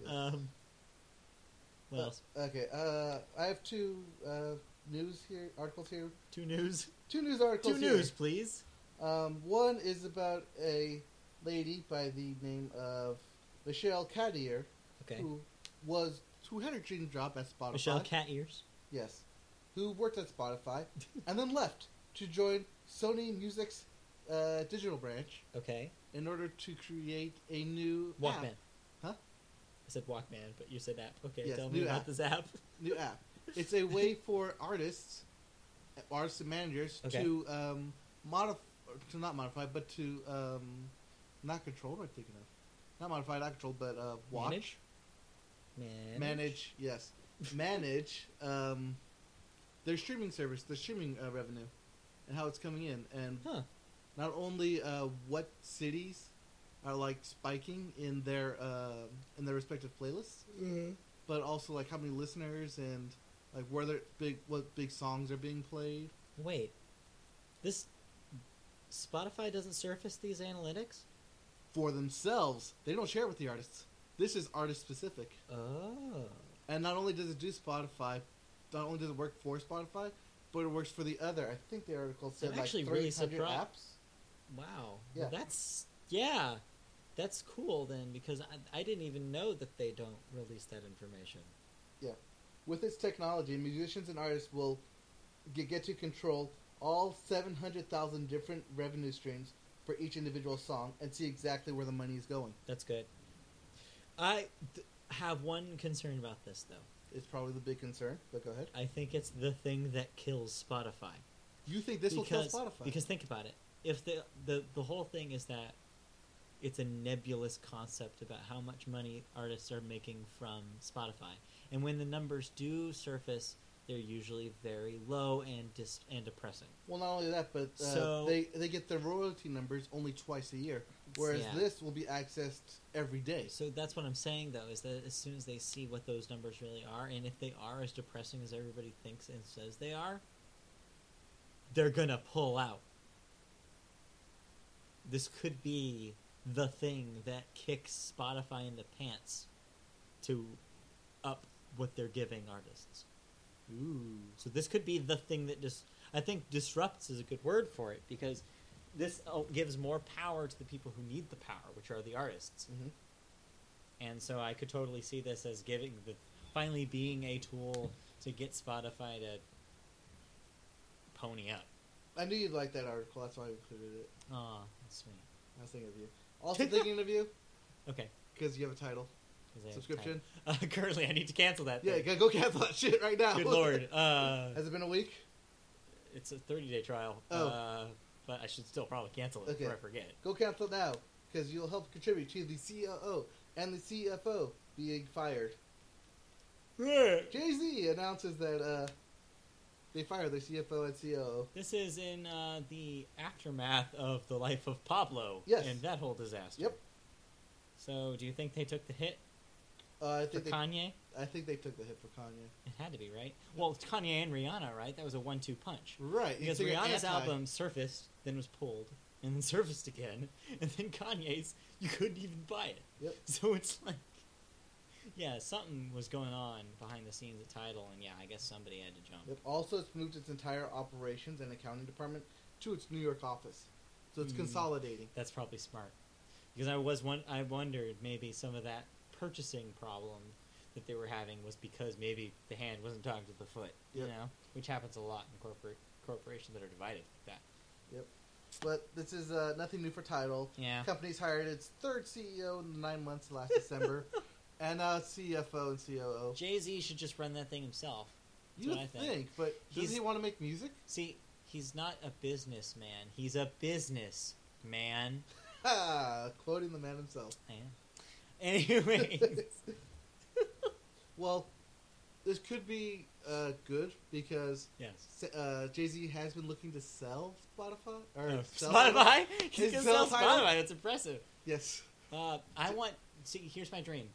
[SPEAKER 1] Yeah.
[SPEAKER 2] Um. What
[SPEAKER 1] Uh,
[SPEAKER 2] else?
[SPEAKER 1] Okay, uh, I have two uh, news here articles here.
[SPEAKER 2] Two news.
[SPEAKER 1] Two news
[SPEAKER 2] Two
[SPEAKER 1] articles. here.
[SPEAKER 2] news, please.
[SPEAKER 1] Um, one is about a lady by the name of Michelle Cadier,
[SPEAKER 2] Okay.
[SPEAKER 1] who was who had her dream job at Spotify.
[SPEAKER 2] Michelle Cat Ears.
[SPEAKER 1] Yes. Who worked at Spotify
[SPEAKER 2] (laughs)
[SPEAKER 1] and then left to join Sony Music's uh, digital branch
[SPEAKER 2] Okay.
[SPEAKER 1] in order to create a new
[SPEAKER 2] Walkman.
[SPEAKER 1] app. Huh?
[SPEAKER 2] I said Walkman, but you said app. Okay,
[SPEAKER 1] Yes,
[SPEAKER 2] tell me
[SPEAKER 1] new
[SPEAKER 2] about
[SPEAKER 1] app.
[SPEAKER 2] this app.
[SPEAKER 1] New app. It's a way for artists, artists and managers
[SPEAKER 2] Okay.
[SPEAKER 1] to um, modify, to not modify, but to um, not control. What am I thinking of? Not modify, not control, but uh, watch,
[SPEAKER 2] Manage? Man.
[SPEAKER 1] manage, yes, manage um, their streaming service, their streaming uh, revenue, and how it's coming in, and
[SPEAKER 2] Huh.
[SPEAKER 1] not only uh, what cities are like spiking in their uh, in their respective playlists, but also like how many listeners and like where their big what big songs are being played.
[SPEAKER 2] Wait. This Spotify doesn't surface these analytics?
[SPEAKER 1] for themselves. They don't share it with the artists. This is artist specific.
[SPEAKER 2] Oh.
[SPEAKER 1] And not only does it do Spotify, not only does it work for Spotify, but it works for the other. I think the article said
[SPEAKER 2] I'm
[SPEAKER 1] like
[SPEAKER 2] actually
[SPEAKER 1] 300
[SPEAKER 2] really surprised.
[SPEAKER 1] apps.
[SPEAKER 2] Wow.
[SPEAKER 1] Yeah.
[SPEAKER 2] Well, that's yeah. That's cool then because I, I didn't even know that they don't release that information.
[SPEAKER 1] With its technology, musicians and artists will get, get to control all 700,000 different revenue streams for each individual song and see exactly where the money is going.
[SPEAKER 2] That's good. I th- have one concern about this though.
[SPEAKER 1] It's probably the big concern, but go ahead.
[SPEAKER 2] I think it's the thing that kills Spotify.
[SPEAKER 1] You think this
[SPEAKER 2] because,
[SPEAKER 1] will kill Spotify?
[SPEAKER 2] Because think about it. If the, the the whole thing is that it's a nebulous concept about how much money artists are making from Spotify, and when the numbers do surface, they're usually very low and dis- and depressing.
[SPEAKER 1] Well, not only that, but uh,
[SPEAKER 2] So-
[SPEAKER 1] they they get their royalty numbers only twice a year, whereas
[SPEAKER 2] Yeah.
[SPEAKER 1] this will be accessed every day.
[SPEAKER 2] So that's what I'm saying though is that as soon as they see what those numbers really are, and if they are as depressing as everybody thinks and says they are, they're gonna pull out. This could be the thing that kicks Spotify in the pants to up what they're giving artists.
[SPEAKER 1] Ooh,
[SPEAKER 2] So this could be the thing that just I think disrupts is a good word for it because this uh, gives more power to the people who need the power, which are the artists.
[SPEAKER 1] Mhm.
[SPEAKER 2] And so I could totally see this as giving the finally being a tool to get Spotify to pony up.
[SPEAKER 1] I knew you'd like that article. That's why I included it.
[SPEAKER 2] Oh, that's sweet.
[SPEAKER 1] I was thinking of you. Also thinking of you
[SPEAKER 2] Okay.
[SPEAKER 1] because you have a title
[SPEAKER 2] 'cause I have
[SPEAKER 1] subscription.
[SPEAKER 2] time. Uh, (laughs) currently, I need to cancel that.
[SPEAKER 1] Yeah,
[SPEAKER 2] thing.
[SPEAKER 1] gotta go (laughs) cancel that shit right now.
[SPEAKER 2] Good lord. Uh,
[SPEAKER 1] (laughs) Has it been a week?
[SPEAKER 2] it's a 30 day trial.
[SPEAKER 1] Oh.
[SPEAKER 2] Uh, but I should still probably cancel it
[SPEAKER 1] Okay.
[SPEAKER 2] before I forget it.
[SPEAKER 1] Go cancel it now because you'll help contribute to the COO and the CFO being fired. Jay Z announces that uh, they fired their CFO and COO.
[SPEAKER 2] This is in uh, the aftermath of the life of Pablo
[SPEAKER 1] Yes.
[SPEAKER 2] and that whole disaster.
[SPEAKER 1] Yep.
[SPEAKER 2] So, do you think they took the hit?
[SPEAKER 1] Uh, I
[SPEAKER 2] for
[SPEAKER 1] think they,
[SPEAKER 2] Kanye?
[SPEAKER 1] I think they took the hit for Kanye.
[SPEAKER 2] It had to be, right? Well, it's Kanye and Rihanna, right? That was a one two punch.
[SPEAKER 1] Right. you
[SPEAKER 2] Because
[SPEAKER 1] figure
[SPEAKER 2] Rihanna's
[SPEAKER 1] anti-
[SPEAKER 2] album surfaced, then was pulled, and then (laughs) surfaced again, and then Kanye's, you couldn't even buy it. (laughs)
[SPEAKER 1] Yep.
[SPEAKER 2] So it's like, yeah, something was going on behind the scenes at Title, and yeah, I guess somebody had to jump.
[SPEAKER 1] Yep. Also, it's moved its entire operations and accounting department to its New York office, so it's
[SPEAKER 2] Hmm.
[SPEAKER 1] consolidating.
[SPEAKER 2] That's probably smart. Because I was one, I wondered maybe some of that purchasing problem that they were having was because maybe the hand wasn't talking to the foot,
[SPEAKER 1] Yep.
[SPEAKER 2] you know, which happens a lot in corporate corporations that are divided like
[SPEAKER 1] But this is uh, nothing new for title.
[SPEAKER 2] that. Yeah.
[SPEAKER 1] Company's hired its third CEO in the nine months last
[SPEAKER 2] (laughs)
[SPEAKER 1] December, and uh, CFO and COO.
[SPEAKER 2] Jay Z should just run that thing himself.
[SPEAKER 1] You
[SPEAKER 2] what I
[SPEAKER 1] would
[SPEAKER 2] think.
[SPEAKER 1] think, but
[SPEAKER 2] He's-
[SPEAKER 1] does he want to make music? (laughs)
[SPEAKER 2] See, he's not a businessman. He's a business man.
[SPEAKER 1] Ah, quoting the man himself.
[SPEAKER 2] (laughs) Yeah. Anyway, (laughs)
[SPEAKER 1] (laughs) Well, this could be uh, good because
[SPEAKER 2] yes.
[SPEAKER 1] uh, Jay Z has been looking to sell Spotify or
[SPEAKER 2] Oh,
[SPEAKER 1] sell
[SPEAKER 2] Spotify. (laughs) He's
[SPEAKER 1] Is
[SPEAKER 2] gonna sell
[SPEAKER 1] Sell Title?
[SPEAKER 2] Spotify. That's impressive.
[SPEAKER 1] Yes.
[SPEAKER 2] Uh, I want. See, here's my dream.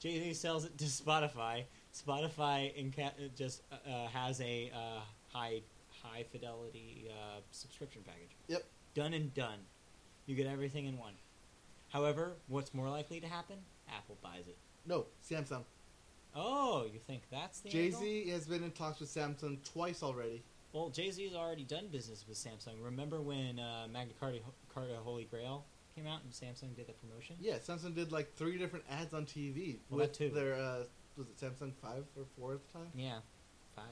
[SPEAKER 2] Jay Z sells it to Spotify. Spotify inca- uh, just uh, uh, has a uh, high high fidelity uh, subscription package.
[SPEAKER 1] Yep.
[SPEAKER 2] Done and done. You get everything in one. However, what's more likely to happen? Apple buys it.
[SPEAKER 1] No, Samsung.
[SPEAKER 2] Oh, you think that's the
[SPEAKER 1] Jay
[SPEAKER 2] angle?
[SPEAKER 1] Z has been in talks with Samsung twice already.
[SPEAKER 2] Well, Jay Z's already done business with Samsung. Remember when uh, Magna Carta, Carta Holy Grail came out and Samsung did the promotion?
[SPEAKER 1] Yeah, Samsung did like three different ads on TV
[SPEAKER 2] Well,
[SPEAKER 1] with
[SPEAKER 2] that too.
[SPEAKER 1] their uh, was it Samsung five or four at the time?
[SPEAKER 2] Yeah, five.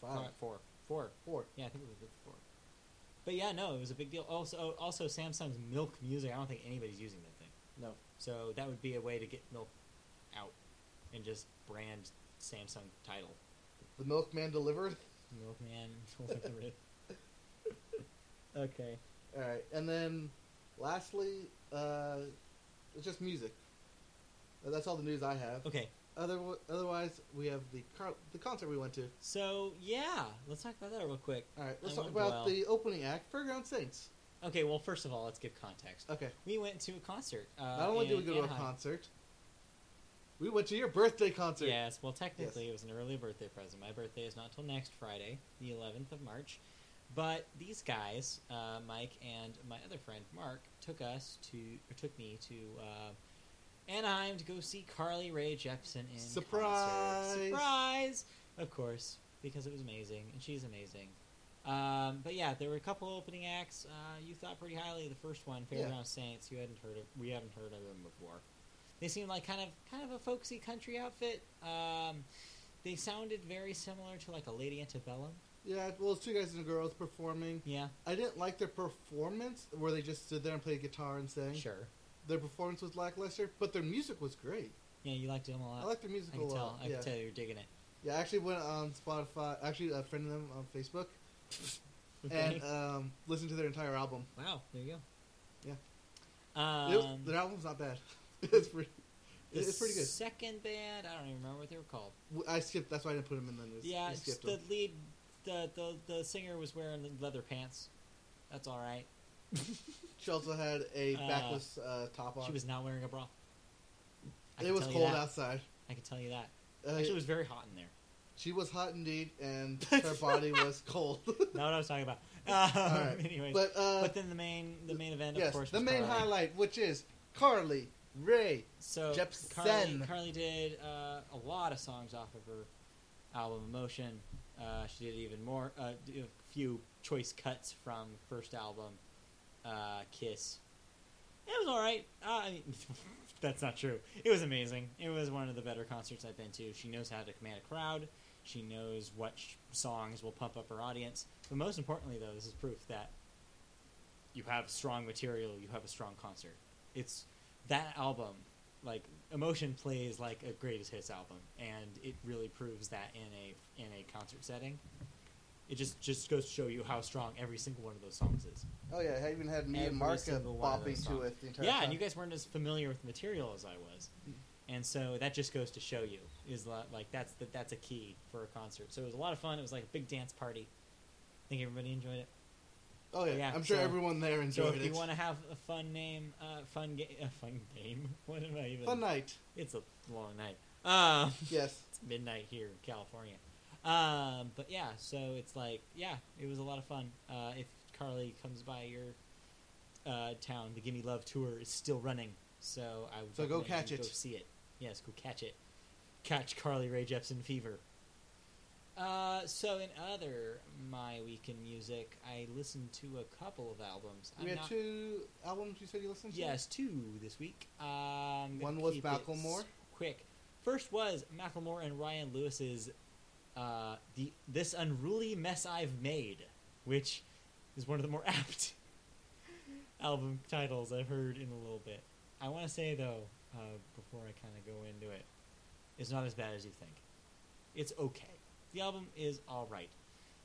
[SPEAKER 1] Five,
[SPEAKER 2] Alright, four. Four.
[SPEAKER 1] four.
[SPEAKER 2] Yeah, I think it was a good four. But yeah, no, it was a big deal. Also, also Samsung's Milk Music. I don't think anybody's using that thing.
[SPEAKER 1] No.
[SPEAKER 2] So that would be a way to get Milk out and just brand Samsung title.
[SPEAKER 1] The Milkman delivered. (laughs)
[SPEAKER 2] Milkman. delivered. okay.
[SPEAKER 1] All right, and then lastly, uh, it's just music. Uh, That's all the news I have.
[SPEAKER 2] Okay.
[SPEAKER 1] Other, otherwise, we have the car- the concert we went to.
[SPEAKER 2] So yeah, let's talk about that real quick.
[SPEAKER 1] All right, let's
[SPEAKER 2] I
[SPEAKER 1] talk
[SPEAKER 2] won't
[SPEAKER 1] about
[SPEAKER 2] dwell.
[SPEAKER 1] the opening act, Fairground Saints.
[SPEAKER 2] Okay. Well, first of all, let's give context.
[SPEAKER 1] Okay,
[SPEAKER 2] We went to a concert. Uh,
[SPEAKER 1] I don't want to
[SPEAKER 2] in
[SPEAKER 1] go to a
[SPEAKER 2] Anaheim.
[SPEAKER 1] concert. We went to your birthday concert.
[SPEAKER 2] Yes, well, technically, it was an early birthday present. My birthday is not till next Friday, the 11th of March. But these guys, uh, Mike and my other friend Mark, took us to, or took me to uh, Anaheim to go see Carly Rae Jepsen in
[SPEAKER 1] Surprise!
[SPEAKER 2] concert. Surprise! Of course, because it was amazing, and she's amazing. Um, but yeah, there were a couple opening acts. Uh, you thought pretty highly of the first one,
[SPEAKER 1] Yeah.
[SPEAKER 2] Fairground Saints. You hadn't heard of, we haven't heard of them before. They seemed like kind of kind of a folksy country outfit. Um, they sounded very similar to like a Lady Antebellum.
[SPEAKER 1] Yeah, well, it's two guys and girls performing.
[SPEAKER 2] Yeah,
[SPEAKER 1] I didn't like their performance, where they just stood there and played guitar and sang.
[SPEAKER 2] sure.
[SPEAKER 1] Their performance was lackluster, but their music was great.
[SPEAKER 2] Yeah, you liked them a lot.
[SPEAKER 1] I liked their music
[SPEAKER 2] Uh, I
[SPEAKER 1] a
[SPEAKER 2] can
[SPEAKER 1] lot.
[SPEAKER 2] tell. I
[SPEAKER 1] yeah.
[SPEAKER 2] can tell you're digging it.
[SPEAKER 1] yeah, I actually went on Spotify. Actually, a friend of them on Facebook
[SPEAKER 2] Okay. (laughs)
[SPEAKER 1] and um, listened to their entire album.
[SPEAKER 2] wow, there you go.
[SPEAKER 1] Yeah.
[SPEAKER 2] Yeah. Um,
[SPEAKER 1] It was- their album's not bad. (laughs) it's pretty.
[SPEAKER 2] the
[SPEAKER 1] It's pretty good.
[SPEAKER 2] Second band, I don't even remember what they were called.
[SPEAKER 1] W- I skipped. That's why I didn't put them in the news.
[SPEAKER 2] Yeah,
[SPEAKER 1] I
[SPEAKER 2] it's
[SPEAKER 1] skipped
[SPEAKER 2] the
[SPEAKER 1] 'em.
[SPEAKER 2] lead, the, the the singer was wearing leather pants. That's all right.
[SPEAKER 1] She also had a
[SPEAKER 2] Uh,
[SPEAKER 1] backless uh, top on.
[SPEAKER 2] She was not wearing a bra. I
[SPEAKER 1] it
[SPEAKER 2] can
[SPEAKER 1] was
[SPEAKER 2] tell you
[SPEAKER 1] cold
[SPEAKER 2] that.
[SPEAKER 1] outside.
[SPEAKER 2] I can tell you that.
[SPEAKER 1] Uh,
[SPEAKER 2] Actually, it was very hot in there.
[SPEAKER 1] she was hot indeed,
[SPEAKER 2] (laughs)
[SPEAKER 1] and her body was cold.
[SPEAKER 2] Not what I was talking about. Um,
[SPEAKER 1] (laughs) All right.
[SPEAKER 2] (laughs) Anyways,
[SPEAKER 1] but uh,
[SPEAKER 2] but then the main the main event,
[SPEAKER 1] yes,
[SPEAKER 2] of course,
[SPEAKER 1] the
[SPEAKER 2] was
[SPEAKER 1] main
[SPEAKER 2] Carly.
[SPEAKER 1] highlight, which is Carly Ray.
[SPEAKER 2] So
[SPEAKER 1] Jepsen.
[SPEAKER 2] Carly, Carly did uh, a lot of songs off of her album Emotion. Uh, she did even more, uh, d- a few choice cuts from first album, uh, Kiss. It was all right. Uh, I mean, (laughs) that's not true. It was amazing. It was one of the better concerts I've been to. She knows how to command a crowd. She knows what sh- songs will pump up her audience. But most importantly, though, this is proof that you have strong material. You have a strong concert. It's that album, like Emotion, plays like a greatest hits album, and it really proves that in a in a concert setting. It just just goes to show you how strong every single one of those songs is.
[SPEAKER 1] Oh yeah, I even had me
[SPEAKER 2] Every
[SPEAKER 1] and Marka
[SPEAKER 2] single one of
[SPEAKER 1] bopping
[SPEAKER 2] those
[SPEAKER 1] to
[SPEAKER 2] songs.
[SPEAKER 1] it the entire
[SPEAKER 2] yeah,
[SPEAKER 1] time.
[SPEAKER 2] and you guys weren't as familiar with the material as I was, and so that just goes to show you is li- like that's the, that's a key for a concert. So it was a lot of fun. It was like a big dance party. I think everybody enjoyed it.
[SPEAKER 1] oh yeah,
[SPEAKER 2] yeah,
[SPEAKER 1] I'm sure
[SPEAKER 2] so-
[SPEAKER 1] everyone there
[SPEAKER 2] So
[SPEAKER 1] enjoyed
[SPEAKER 2] if
[SPEAKER 1] it.
[SPEAKER 2] you want to have a fun name, uh, fun game, (laughs) a fun game. What am I even?
[SPEAKER 1] Fun night.
[SPEAKER 2] It's a long night. Um, (laughs)
[SPEAKER 1] Yes.
[SPEAKER 2] it's midnight here in California. Um, but yeah, so it's like, yeah, it was a lot of fun. Uh, if Carly comes by your uh, town, the Gimme Love tour is still running, so I would
[SPEAKER 1] So go
[SPEAKER 2] recommend you
[SPEAKER 1] catch it.
[SPEAKER 2] Go see it. Yes, go catch it. Catch Carly Rae Jepsen fever. Uh, so in other my weekend music, I listened to a couple of albums.
[SPEAKER 1] We
[SPEAKER 2] I'm
[SPEAKER 1] had
[SPEAKER 2] not-
[SPEAKER 1] two albums you said you listened to?
[SPEAKER 2] Yes, two this week. Um, I'm gonna
[SPEAKER 1] One was
[SPEAKER 2] keep it s-
[SPEAKER 1] Macklemore.
[SPEAKER 2] Quick. First was Macklemore and Ryan Lewis's uh, the this unruly mess I've made, which is one of the more (laughs) apt album titles I've heard in a little bit. I want to say though, uh, before I kind of go into it, it's not as bad as you think. It's okay. The album is all right.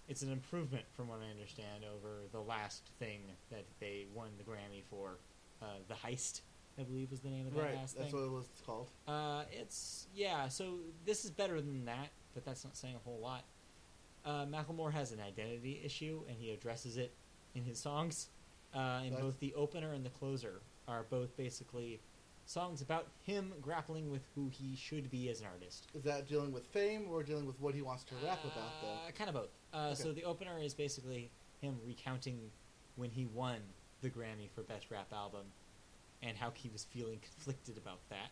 [SPEAKER 2] It's an improvement from what I understand over the last thing that they won the Grammy for, uh, the heist. I believe was the name of that
[SPEAKER 1] Right.
[SPEAKER 2] last
[SPEAKER 1] That's
[SPEAKER 2] thing.
[SPEAKER 1] what it was called.
[SPEAKER 2] Uh, it's yeah. So this is better than that, but that's not saying a whole lot. Uh, Macklemore has an identity issue, and he addresses it in his songs. Uh, and
[SPEAKER 1] That's-
[SPEAKER 2] both the opener and the closer are both basically songs about him grappling with who he should be as an artist.
[SPEAKER 1] Is that dealing with fame or dealing with what he wants to rap about, though?
[SPEAKER 2] Uh, kind of both. Uh, So
[SPEAKER 1] Okay.
[SPEAKER 2] the opener is basically him recounting when he won the Grammy for Best Rap Album and how he was feeling conflicted about that.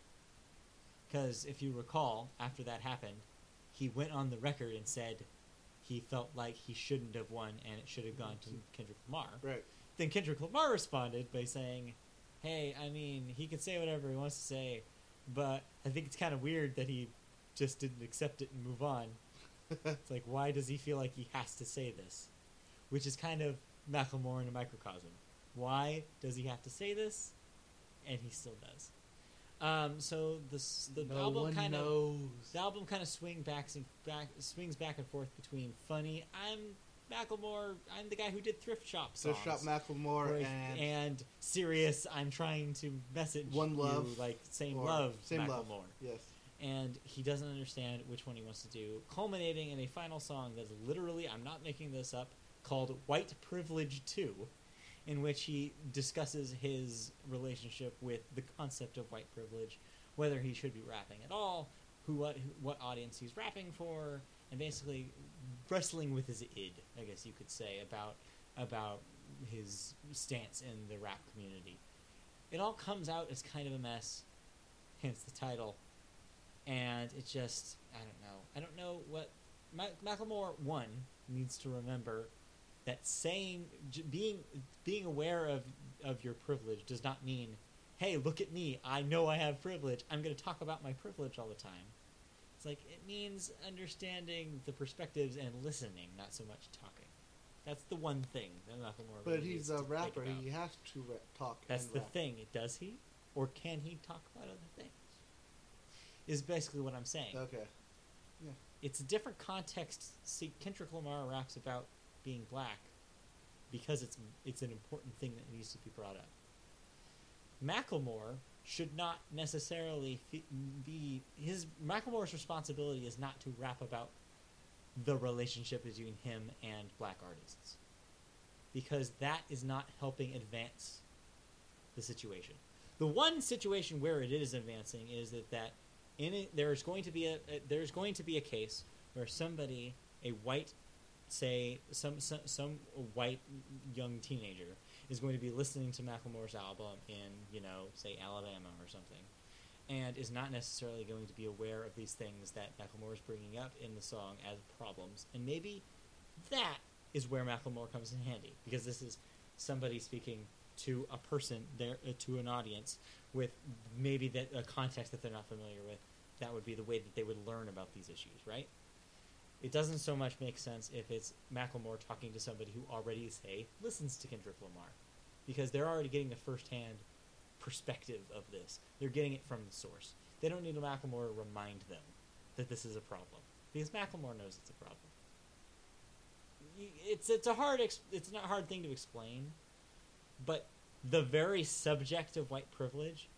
[SPEAKER 2] Because if you recall, after that happened, he went on the record and said he felt like he shouldn't have won and it should have gone to Kendrick Lamar.
[SPEAKER 1] Right. (laughs)
[SPEAKER 2] Then Kendrick Lamar responded by saying, Hey, I mean, he can say whatever he wants to say, but I think it's kind of weird that he just didn't accept it and move on. it's like, why does he feel like he has to say this? Which is kind of Macklemore in a microcosm. Why does he have to say this? And he still does. Um, so this, the
[SPEAKER 1] no
[SPEAKER 2] album
[SPEAKER 1] one
[SPEAKER 2] kind of
[SPEAKER 1] knows.
[SPEAKER 2] the album kind of swing backs and back swings back and forth between funny. I'm Macklemore. I'm the guy who did thrift shop
[SPEAKER 1] So
[SPEAKER 2] songs.
[SPEAKER 1] Shop Macklemore
[SPEAKER 2] whereas-
[SPEAKER 1] and,
[SPEAKER 2] and serious. I'm trying to message
[SPEAKER 1] One Love
[SPEAKER 2] you, like same
[SPEAKER 1] or-
[SPEAKER 2] love,
[SPEAKER 1] Same
[SPEAKER 2] Macklemore.
[SPEAKER 1] Love. Yes.
[SPEAKER 2] And he doesn't understand which one he wants to do, culminating in a final song that's literally I'm not making this up called White Privilege Two, in which he discusses his relationship with the concept of white privilege, whether he should be rapping at all, who what who, what audience he's rapping for, and basically wrestling with his id, I guess you could say, about about his stance in the rap community. It all comes out as kind of a mess, (laughs) hence the title. And it just I don't know. I don't know what Ma- Macklemore one needs to remember that saying j- being being aware of of your privilege does not mean hey look at me i know i have privilege i'm going to talk about my privilege all the time it's like it means understanding the perspectives and listening not so much talking that's the one thing that Macklemore
[SPEAKER 1] But
[SPEAKER 2] really
[SPEAKER 1] he's
[SPEAKER 2] needs to
[SPEAKER 1] a
[SPEAKER 2] think
[SPEAKER 1] rapper.
[SPEAKER 2] about.
[SPEAKER 1] He has to ra- talk.
[SPEAKER 2] That's
[SPEAKER 1] and
[SPEAKER 2] the
[SPEAKER 1] rap.
[SPEAKER 2] thing. Does he, or can he talk about other things? Is basically what I'm saying.
[SPEAKER 1] Okay.
[SPEAKER 2] It's a different context. See, Kendrick Lamar raps about being black because it's it's an important thing that needs to be brought up. Macklemore should not necessarily fe- be his Macklemore's responsibility is not to rap about the relationship between him and black artists because that is not helping advance the situation. The one situation where it is advancing is that that in it, there is going to be a, a there is going to be a case where somebody a white say some some, some white young teenager is going to be listening to Macklemore's album in you know say Alabama or something and is not necessarily going to be aware of these things that Macklemore is bringing up in the song as problems. And maybe that is where Macklemore comes in handy because this is somebody speaking to a person there uh, to an audience with maybe that a context that they're not familiar with. That would be the way that they would learn about these issues, right? It doesn't so much make sense if it's Macklemore talking to somebody who already, say, listens to Kendrick Lamar, because they're already getting the firsthand perspective of this. They're getting it from the source. They don't need Macklemore to remind them that this is a problem because Macklemore knows it's a problem. Y- It's it's a hard ex- it's not a hard thing to explain, but the very subject of white privilege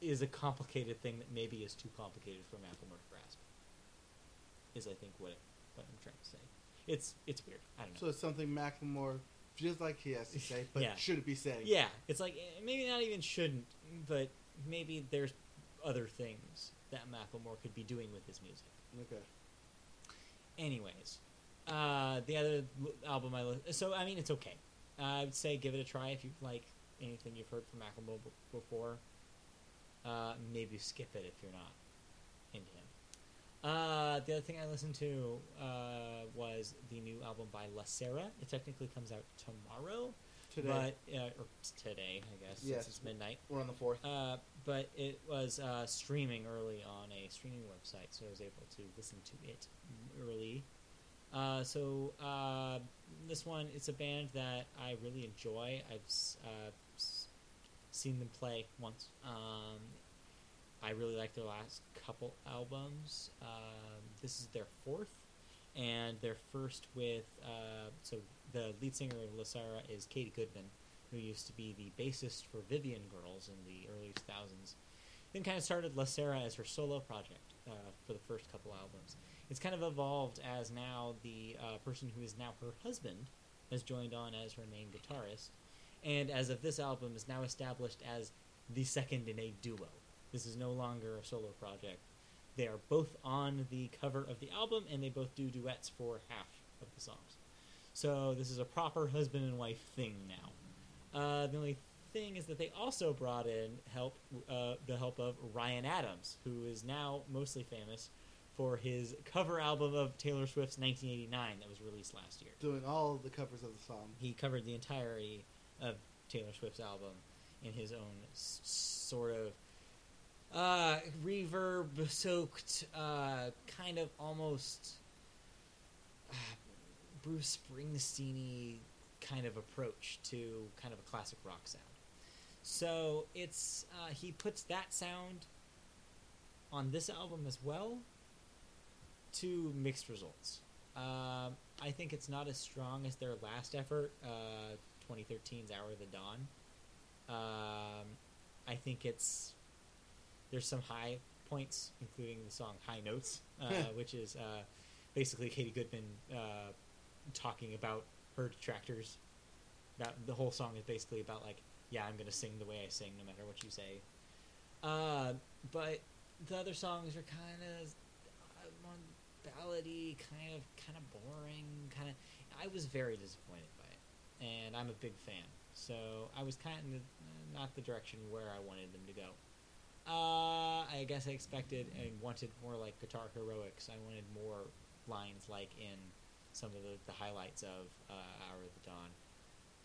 [SPEAKER 2] is a complicated thing that maybe is too complicated for Macklemore to grasp. Is I think what it, what I'm trying to say. It's it's weird. I don't know.
[SPEAKER 1] So it's something Macklemore feels like he has to say, but
[SPEAKER 2] Yeah.
[SPEAKER 1] shouldn't be saying.
[SPEAKER 2] Yeah, it's like eh, maybe not even shouldn't, but maybe there's other things that Macklemore could be doing with his music.
[SPEAKER 1] Okay.
[SPEAKER 2] Anyways, uh, the other l- album I li- so I mean it's okay. Uh, I would say give it a try if you like anything you've heard from Macklemore b- before. Uh, maybe skip it if you're not into him. Uh, the other thing I listened to uh, was the new album by La Sera. It technically comes out tomorrow,
[SPEAKER 1] Today
[SPEAKER 2] but uh, or today I guess
[SPEAKER 1] Yes.
[SPEAKER 2] since it's midnight.
[SPEAKER 1] we're on the fourth.
[SPEAKER 2] Uh, but it was uh, streaming early on a streaming website, so I was able to listen to it early. Uh, so uh, this one, it's a band that I really enjoy. I've s- uh, s- seen them play once. Um, I really like their last couple albums. Um, this is their fourth, and their first with uh, so the lead singer of Lasara is Katie Goodman, who used to be the bassist for Vivian Girls in the early 2000s. Then kind of started Lasera as her solo project uh, for the first couple albums. It's kind of evolved as now the uh, person who is now her husband has joined on as her main guitarist, and as of this album is now established as the second in a duo. This is no longer a solo project. They are both on the cover of the album, and they both do duets for half of the songs. So this is a proper husband and wife thing now. Uh, the only thing is that they also brought in help, uh, the help of Ryan Adams, who is now mostly famous for his cover album of Taylor Swift's 1989 that was released last year.
[SPEAKER 1] Doing all the covers of the song.
[SPEAKER 2] He covered the entirety of Taylor Swift's album in his own s- sort of uh, reverb soaked, uh, kind of almost uh, Bruce Springsteen kind of approach to kind of a classic rock sound. So it's uh, he puts that sound on this album as well to mixed results. Um, I think it's not as strong as their last effort, uh, 2013's Hour of the Dawn. Um, I think it's there's some high points, including the song High Notes, uh, which is uh, basically Katie Goodman uh, talking about her detractors. That the whole song is basically about like, yeah, I'm gonna sing the way I sing, no matter what you say. Uh, but the other songs are kind of uh, more ballady, kind of kind of boring, kind of. I was very disappointed by it, and I'm a big fan, so I was kind of uh, not the direction where I wanted them to go. Uh, I guess I expected and wanted more like guitar heroics. I wanted more lines like in some of the, the highlights of uh, Hour of the Dawn.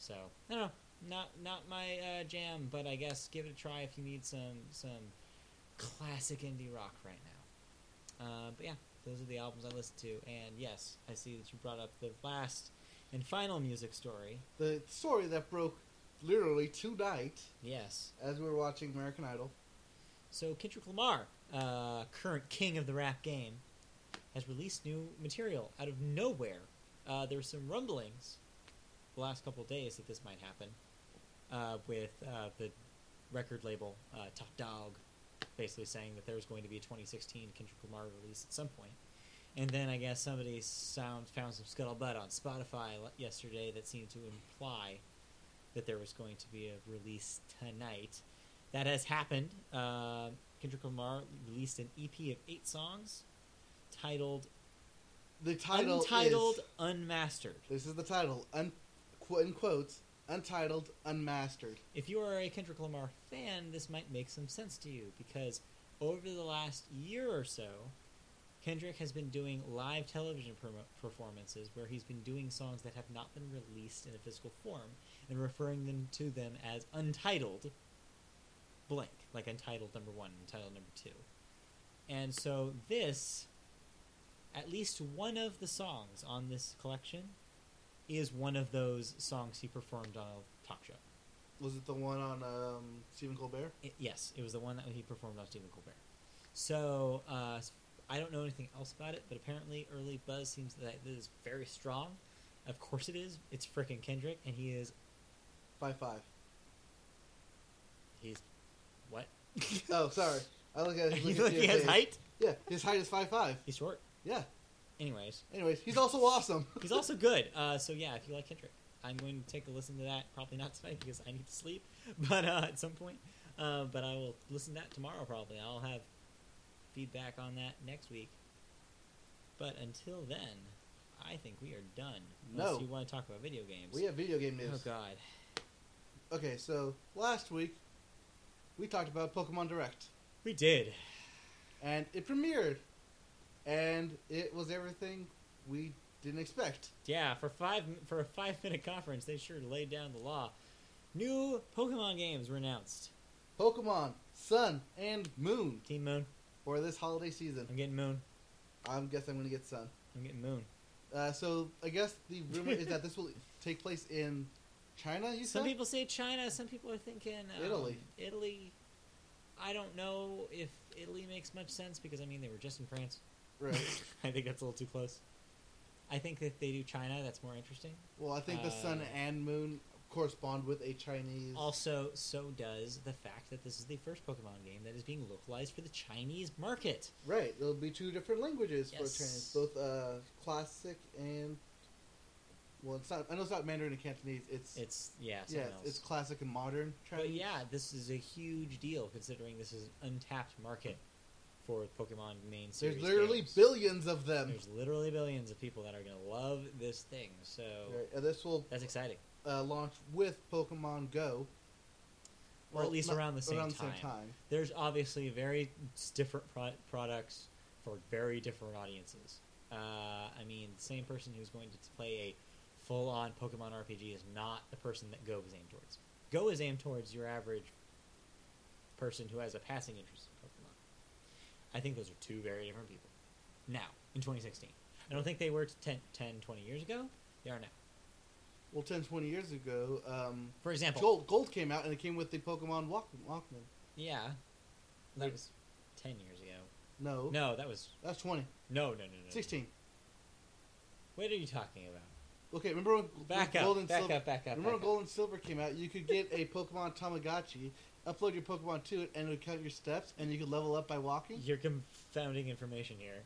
[SPEAKER 2] So I don't know, not not my uh, jam, but I guess give it a try if you need some some classic indie rock right now. Uh, but yeah, those are the albums I listen to. And yes, I see that you brought up the last and final music story.
[SPEAKER 1] The story that broke literally tonight
[SPEAKER 2] Yes.
[SPEAKER 1] as we were watching American Idol.
[SPEAKER 2] So Kendrick Lamar, uh, current king of the rap game, has released new material out of nowhere. Uh, there were some rumblings the last couple of days that this might happen uh, with uh, the record label uh, Top Dog basically saying that there was going to be a 2016 Kendrick Lamar release at some point. And then I guess somebody sound, found some scuttlebutt on Spotify le- yesterday that seemed to imply that there was going to be a release tonight. That has happened. Uh, Kendrick Lamar released an EP of eight songs titled
[SPEAKER 1] The title is-
[SPEAKER 2] Untitled Unmastered.
[SPEAKER 1] this is the title. Un, qu- in quotes, untitled, unmastered.
[SPEAKER 2] If you are a Kendrick Lamar fan, this might make some sense to you because over the last year or so, Kendrick has been doing live television permo performances where he's been doing songs that have not been released in a physical form and referring them to them as untitled blank, like untitled number one, untitled number two. And so this, at least one of the songs on this collection, is one of those songs he performed on a talk show.
[SPEAKER 1] Was it the one on um, Stephen Colbert?
[SPEAKER 2] It, yes, it was the one that he performed on Stephen Colbert. So uh, I don't know anything else about it, but apparently early buzz seems that this is very strong. Of course it is. It's frickin' Kendrick, and he is
[SPEAKER 1] Five five.
[SPEAKER 2] he's what? (laughs)
[SPEAKER 1] Oh, sorry. I look at
[SPEAKER 2] Are
[SPEAKER 1] his,
[SPEAKER 2] you
[SPEAKER 1] look at
[SPEAKER 2] looking
[SPEAKER 1] your
[SPEAKER 2] at his
[SPEAKER 1] face.
[SPEAKER 2] height?
[SPEAKER 1] Yeah, his height is five five.
[SPEAKER 2] He's short.
[SPEAKER 1] Yeah.
[SPEAKER 2] Anyways,
[SPEAKER 1] Anyways, he's also awesome.
[SPEAKER 2] he's also good. Uh, so yeah, if you like Kendrick, I'm going to take a listen to that. Probably not tonight because I need to (laughs) sleep, but uh, at some point. Uh, but I will listen to that tomorrow. Probably I'll have feedback on that next week. But until then, I think we are done. Unless
[SPEAKER 1] No.
[SPEAKER 2] you want to talk about video games.
[SPEAKER 1] We have video game
[SPEAKER 2] oh
[SPEAKER 1] news.
[SPEAKER 2] God.
[SPEAKER 1] okay, so last week we talked about Pokemon Direct,
[SPEAKER 3] We did.
[SPEAKER 1] and it premiered, and it was everything we didn't expect.
[SPEAKER 2] Yeah, for five for a five (laughs) minute conference, they sure laid down the law. New Pokemon games were announced.
[SPEAKER 1] Pokemon Sun and Moon
[SPEAKER 2] Team Moon.
[SPEAKER 1] for this holiday season.
[SPEAKER 2] I'm getting Moon.
[SPEAKER 1] I'm guessing I'm gonna get Sun.
[SPEAKER 2] I'm getting Moon.
[SPEAKER 1] Uh, so I guess the rumor is that
[SPEAKER 2] (laughs)
[SPEAKER 1] this will take place in China. You
[SPEAKER 2] Some
[SPEAKER 1] said
[SPEAKER 2] people say China. Some people are thinking um,
[SPEAKER 1] Italy.
[SPEAKER 2] Italy. I don't know if Italy makes much sense because I mean they were just in France.
[SPEAKER 1] right?
[SPEAKER 2] (laughs) I think that's a little too close. I think that they do China. That's more interesting.
[SPEAKER 1] Well, I think the Sun
[SPEAKER 2] Uh,
[SPEAKER 1] and Moon correspond with a Chinese.
[SPEAKER 2] Also, so does the fact that this is the first Pokemon game that is being localized for the Chinese market.
[SPEAKER 1] Right, there'll be two different languages for
[SPEAKER 2] Yes.
[SPEAKER 1] Chinese, both uh, classic and well, it's not. I know it's not Mandarin and Cantonese. It's,
[SPEAKER 2] It's yeah,
[SPEAKER 1] yeah,
[SPEAKER 2] something
[SPEAKER 1] it's-
[SPEAKER 2] else.
[SPEAKER 1] it's classic and modern Chinese.
[SPEAKER 2] But yeah, this is a huge deal considering this is an untapped market for Pokemon main
[SPEAKER 1] there's
[SPEAKER 2] series.
[SPEAKER 1] literally
[SPEAKER 2] games.
[SPEAKER 1] billions of them.
[SPEAKER 2] There's literally billions of people that are going to love this thing. So
[SPEAKER 1] Right, and this will
[SPEAKER 2] that's exciting.
[SPEAKER 1] uh, launch with Pokemon Go,
[SPEAKER 2] Or at least
[SPEAKER 1] not-
[SPEAKER 2] around the same
[SPEAKER 1] around
[SPEAKER 2] time.
[SPEAKER 1] the same time.
[SPEAKER 2] There's obviously very s- different pro- products for very different audiences. Uh, I mean, the same person who's going to t- play a full-on Pokemon RPG is not the person that Go is aimed towards. Go is aimed towards your average person who has a passing interest in Pokemon. I think those are two very different people. Now, in 2016. I don't think they were 10, 10 20 years ago. They are now.
[SPEAKER 1] Well, 10, 20 years ago, um,
[SPEAKER 2] For example,
[SPEAKER 1] Gold Gold came out and it came with the Pokemon Walk- Walkman.
[SPEAKER 2] Yeah.
[SPEAKER 1] Wait.
[SPEAKER 2] That was 10 years ago.
[SPEAKER 1] No,
[SPEAKER 2] No, that was.
[SPEAKER 1] that's 20.
[SPEAKER 2] No, no, no, no, no.
[SPEAKER 1] 16.
[SPEAKER 2] What are you talking about?
[SPEAKER 1] Okay, remember when
[SPEAKER 2] Back
[SPEAKER 1] when
[SPEAKER 2] up,
[SPEAKER 1] Gold and
[SPEAKER 3] back
[SPEAKER 1] Silver,
[SPEAKER 3] up, back up,
[SPEAKER 1] Remember when
[SPEAKER 3] back up.
[SPEAKER 1] Gold and Silver came out? You could get a Pokemon Tamagotchi, upload your Pokemon to it, and it would count your steps, and you could level up by walking.
[SPEAKER 2] You're confounding information here.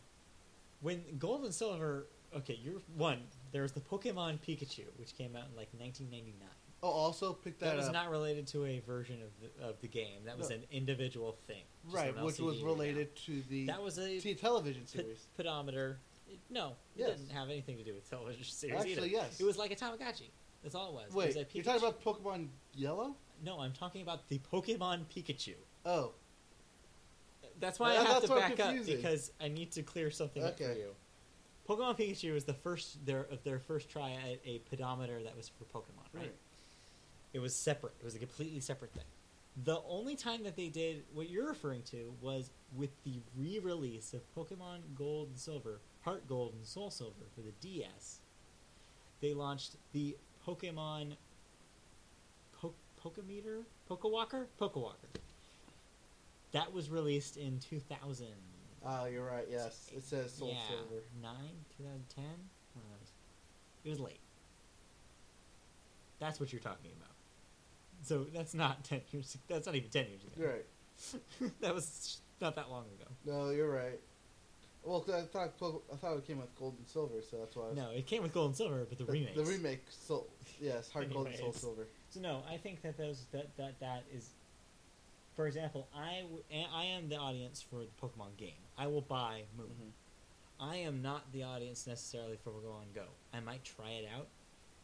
[SPEAKER 2] When Gold and Silver. Okay, you're. One, there was the Pokemon Pikachu, which came out in like 1999.
[SPEAKER 1] Oh, also pick
[SPEAKER 2] That
[SPEAKER 1] that,
[SPEAKER 2] was
[SPEAKER 1] up.
[SPEAKER 2] not related to a version of the, of the game. That was
[SPEAKER 1] No.
[SPEAKER 2] an individual thing. just
[SPEAKER 1] right,
[SPEAKER 2] an
[SPEAKER 1] which was
[SPEAKER 2] LCD readout.
[SPEAKER 1] related to the
[SPEAKER 2] That was a
[SPEAKER 1] t- television
[SPEAKER 2] p-
[SPEAKER 1] series.
[SPEAKER 2] pedometer. It- no,
[SPEAKER 1] Yes.
[SPEAKER 2] it didn't have anything to do with television (laughs) series
[SPEAKER 1] Actually,
[SPEAKER 2] either.
[SPEAKER 1] yes.
[SPEAKER 2] It was like a Tamagotchi. That's all it was. It was
[SPEAKER 1] Wait,
[SPEAKER 2] a
[SPEAKER 1] you're talking
[SPEAKER 2] Pikachu.
[SPEAKER 1] about Pokemon Yellow?
[SPEAKER 2] No, I'm talking about the Pokemon Pikachu.
[SPEAKER 1] Oh,
[SPEAKER 2] That's why
[SPEAKER 1] Yeah,
[SPEAKER 2] I have
[SPEAKER 1] that's
[SPEAKER 2] to
[SPEAKER 1] what I'm
[SPEAKER 2] back up
[SPEAKER 1] confusing.
[SPEAKER 2] because I need to clear something up for
[SPEAKER 1] Okay.
[SPEAKER 2] you. Pokemon Pikachu was the first their of their first try at a pedometer that was for Pokemon, right?
[SPEAKER 1] Right.
[SPEAKER 2] It was separate. It was a completely separate thing. The only time that they did what you're referring to was with the re-release of Pokemon Gold and Silver, Heart Gold and Soul Silver for the DS. They launched the Pokemon po- Pokemeter, Pokewalker, Pokewalker. That was released in 2000.
[SPEAKER 1] ah, you're right. Yes, it says Soul
[SPEAKER 2] yeah,
[SPEAKER 1] Silver.
[SPEAKER 2] Nine, 2010. One of those. It was late. That's what you're talking about. So that's not (laughs) 10 years. That's not even 10 years ago.
[SPEAKER 1] You're right.
[SPEAKER 2] (laughs) that was not that long ago.
[SPEAKER 1] No, you're right. Well, 'cause I thought Poke- I thought it came with Gold and Silver, so that's why. I was-
[SPEAKER 2] No, it came with gold and silver, but the,
[SPEAKER 1] the,
[SPEAKER 2] remakes.
[SPEAKER 1] the remake, Soul. Yes, Hard Gold and Soul
[SPEAKER 2] Anyways.
[SPEAKER 1] Silver.
[SPEAKER 2] So no, I think that those that that that is, for example, I w- a- I am the audience for the Pokemon game. I will buy Moon.
[SPEAKER 1] Mhm.
[SPEAKER 2] I am not the audience necessarily for Pokemon Go. I might try it out,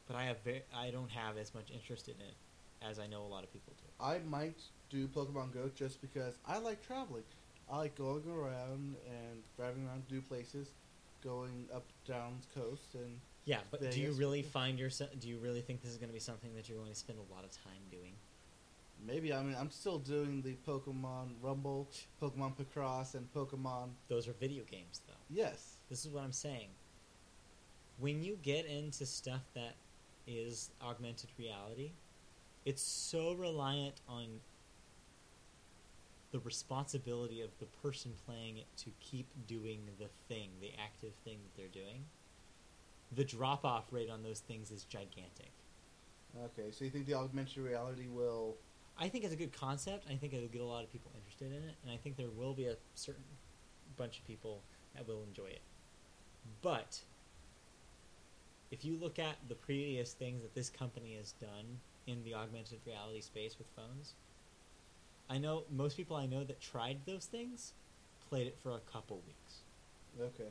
[SPEAKER 2] but I have ve- I don't have as much interest in it as I know a lot of people do.
[SPEAKER 1] I might do Pokemon Go just because I like traveling. I like going around and driving around new places, going up down the coast, and
[SPEAKER 2] Yeah, but
[SPEAKER 1] Yeah,
[SPEAKER 2] do you
[SPEAKER 1] yes.
[SPEAKER 2] really find yourself? Do you really think this is going to be something that you're going to spend a lot of time doing?
[SPEAKER 1] maybe I mean I'm still doing the Pokemon Rumble, Pokemon Picross, and Pokemon.
[SPEAKER 2] Those are video games, though.
[SPEAKER 1] Yes,
[SPEAKER 2] This is what I'm saying. When you get into stuff that is augmented reality, it's so reliant on the responsibility of the person playing it to keep doing the thing, the active thing that they're doing. The drop off rate on those things is gigantic.
[SPEAKER 1] okay. So you think the augmented reality will?
[SPEAKER 2] I think it's a good concept. I think it'll get a lot of people interested in it, and I think there will be a certain bunch of people that will enjoy it. But if you look at the previous things that this company has done in the augmented reality space with phones, I know most people I know that tried those things played it for a couple weeks.
[SPEAKER 1] Okay.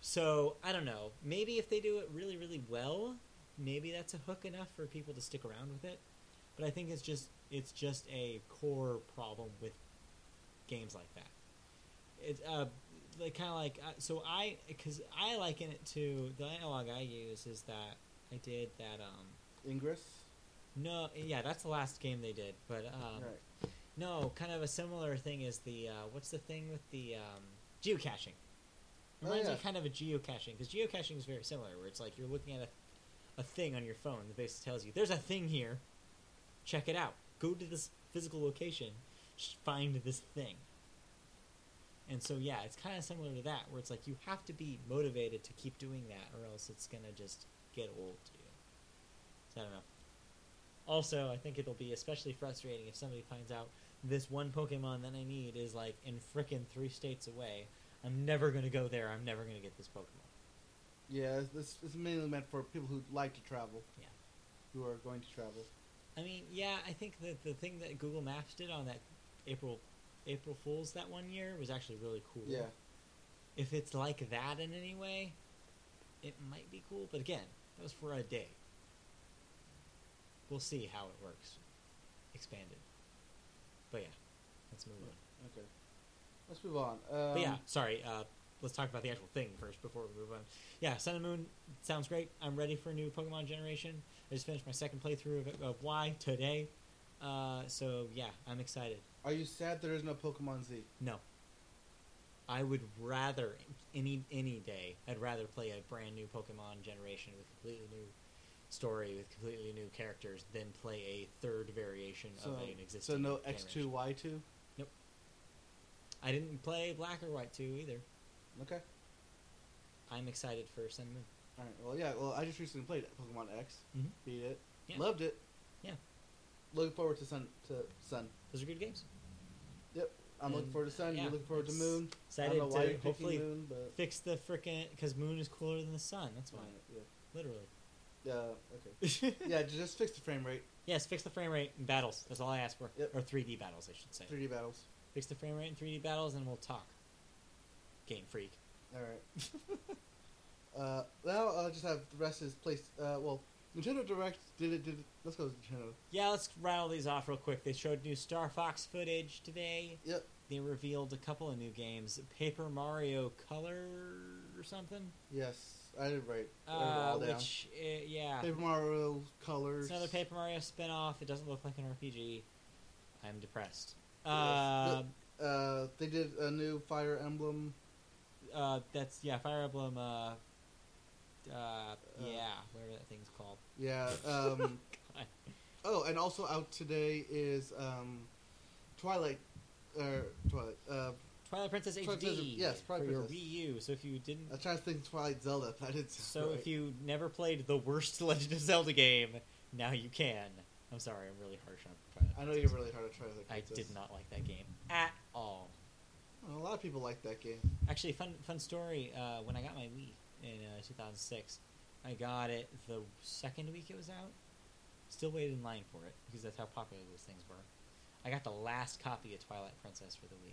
[SPEAKER 2] So I don't know. Maybe if they do it really, really well, maybe that's a hook enough for people to stick around with it. But I think it's just it's just a core problem with games like that. It's uh, like kind of like uh, so I because I liken it to the analog I use is that I did that um
[SPEAKER 1] Ingress.
[SPEAKER 2] no yeah that's the last game they did but um
[SPEAKER 1] right.
[SPEAKER 2] no kind of a similar thing is the uh, what's the thing with the um, geocaching
[SPEAKER 1] Oh,
[SPEAKER 2] reminds me
[SPEAKER 1] yeah.
[SPEAKER 2] kind of a geocaching because geocaching is very similar where it's like you're looking at a, a thing on your phone that basically tells you there's a thing here check it out go to this physical location sh- find this thing and so yeah it's kind of similar to that where it's like you have to be motivated to keep doing that or else it's gonna just get old to you so i don't know also i think it'll be especially frustrating if somebody finds out this one pokemon that i need is like in frickin' three states away i'm never gonna go there i'm never gonna get this pokemon
[SPEAKER 1] Yeah, this this is mainly meant for people who like to travel.
[SPEAKER 2] Yeah.
[SPEAKER 1] Who are going to travel.
[SPEAKER 2] I mean, yeah, I think that the thing that Google Maps did on that April April Fools that one year was actually really cool.
[SPEAKER 1] Yeah.
[SPEAKER 2] If it's like that in any way, it might be cool. But again, that was for a day. We'll see how it works, expanded. But yeah, let's move on.
[SPEAKER 1] Okay. Let's move on. Um,
[SPEAKER 2] but yeah, sorry. Uh, let's talk about the actual thing first before we move on. Yeah, Sun and Moon sounds great. I'm ready for a new Pokemon generation. I just finished my second playthrough of, of Y today. Uh, so yeah, I'm excited.
[SPEAKER 1] Are you sad there is no Pokemon Z?
[SPEAKER 2] No, I would rather any any day. I'd rather play a brand new Pokemon generation with completely new story with completely new characters than play a third variation
[SPEAKER 1] So,
[SPEAKER 2] of an existing.
[SPEAKER 1] so no X
[SPEAKER 2] generation.
[SPEAKER 1] two Y two.
[SPEAKER 2] I didn't play Black or White two either.
[SPEAKER 1] Okay.
[SPEAKER 2] I'm excited for Sun and Moon.
[SPEAKER 1] All right. Well, yeah. Well, I just recently played Pokemon X.
[SPEAKER 2] Mhm.
[SPEAKER 1] Beat it.
[SPEAKER 2] Yeah.
[SPEAKER 1] Loved it.
[SPEAKER 2] Yeah.
[SPEAKER 1] Looking forward to Sun. To Sun.
[SPEAKER 2] Those are good games.
[SPEAKER 1] I'm looking
[SPEAKER 2] And,
[SPEAKER 1] forward to Sun.
[SPEAKER 2] yeah,
[SPEAKER 1] you're looking forward to
[SPEAKER 2] it's-
[SPEAKER 1] Moon. I
[SPEAKER 2] Excited
[SPEAKER 1] don't know why you're
[SPEAKER 2] to
[SPEAKER 1] picking
[SPEAKER 2] hopefully
[SPEAKER 1] Moon, but
[SPEAKER 2] fix the frickin' because moon is cooler than the sun. That's why,
[SPEAKER 1] yeah.
[SPEAKER 2] literally. (laughs)
[SPEAKER 1] Uh, okay. Yeah. Just fix the frame rate.
[SPEAKER 2] yes, fix the frame rate in battles. That's all I ask for,
[SPEAKER 1] Yep.
[SPEAKER 2] or 3D battles, I should say.
[SPEAKER 1] 3D battles.
[SPEAKER 2] Fix the frame rate in 3D battles, and we'll talk. Game freak. (laughs)
[SPEAKER 1] All right. uh, now I'll just have the rest is placed. Uh, well, Nintendo Direct did it. Did it, let's go with Nintendo.
[SPEAKER 2] Yeah, let's rattle these off real quick. They showed new Star Fox footage today.
[SPEAKER 1] Yep.
[SPEAKER 2] They revealed a couple of new games: Paper Mario Color or something,
[SPEAKER 1] Yes, I did right. I wrote
[SPEAKER 2] uh,
[SPEAKER 1] it all down.
[SPEAKER 2] which uh, yeah,
[SPEAKER 1] Paper Mario colors.
[SPEAKER 2] It's another Paper Mario spin-off. It doesn't look like an RPG. I'm depressed.
[SPEAKER 1] Yes.
[SPEAKER 2] Uh,
[SPEAKER 1] Uh, they did a new Fire Emblem.
[SPEAKER 2] uh, that's yeah, Fire Emblem. Uh, uh, yeah, whatever that thing's called. (laughs)
[SPEAKER 1] Yeah. Um,
[SPEAKER 2] God.
[SPEAKER 1] oh, and also out today is um, Twilight. Or Twilight. Uh,
[SPEAKER 2] Twilight Princess
[SPEAKER 1] Twilight
[SPEAKER 2] HD.
[SPEAKER 1] Princess- yes, Twilight
[SPEAKER 2] for your
[SPEAKER 1] Princess.
[SPEAKER 2] Wii U. So if you didn't,
[SPEAKER 1] I was trying to think Twilight Zelda. (laughs) That did sound
[SPEAKER 2] so
[SPEAKER 1] right.
[SPEAKER 2] if you never played the worst (laughs) Legend of Zelda game, now you can. I'm sorry, I'm really harsh on Twilight.
[SPEAKER 1] I know
[SPEAKER 2] Princess.
[SPEAKER 1] you're really hard to try. Like
[SPEAKER 2] I did not like that game at all.
[SPEAKER 1] Oh, A lot of people like that game.
[SPEAKER 2] Actually, fun fun story. Uh, when I got my Wii in uh, 2006, I got it the second week it was out. Still waited in line for it because that's how popular those things were. I got the last copy of Twilight Princess for the Wii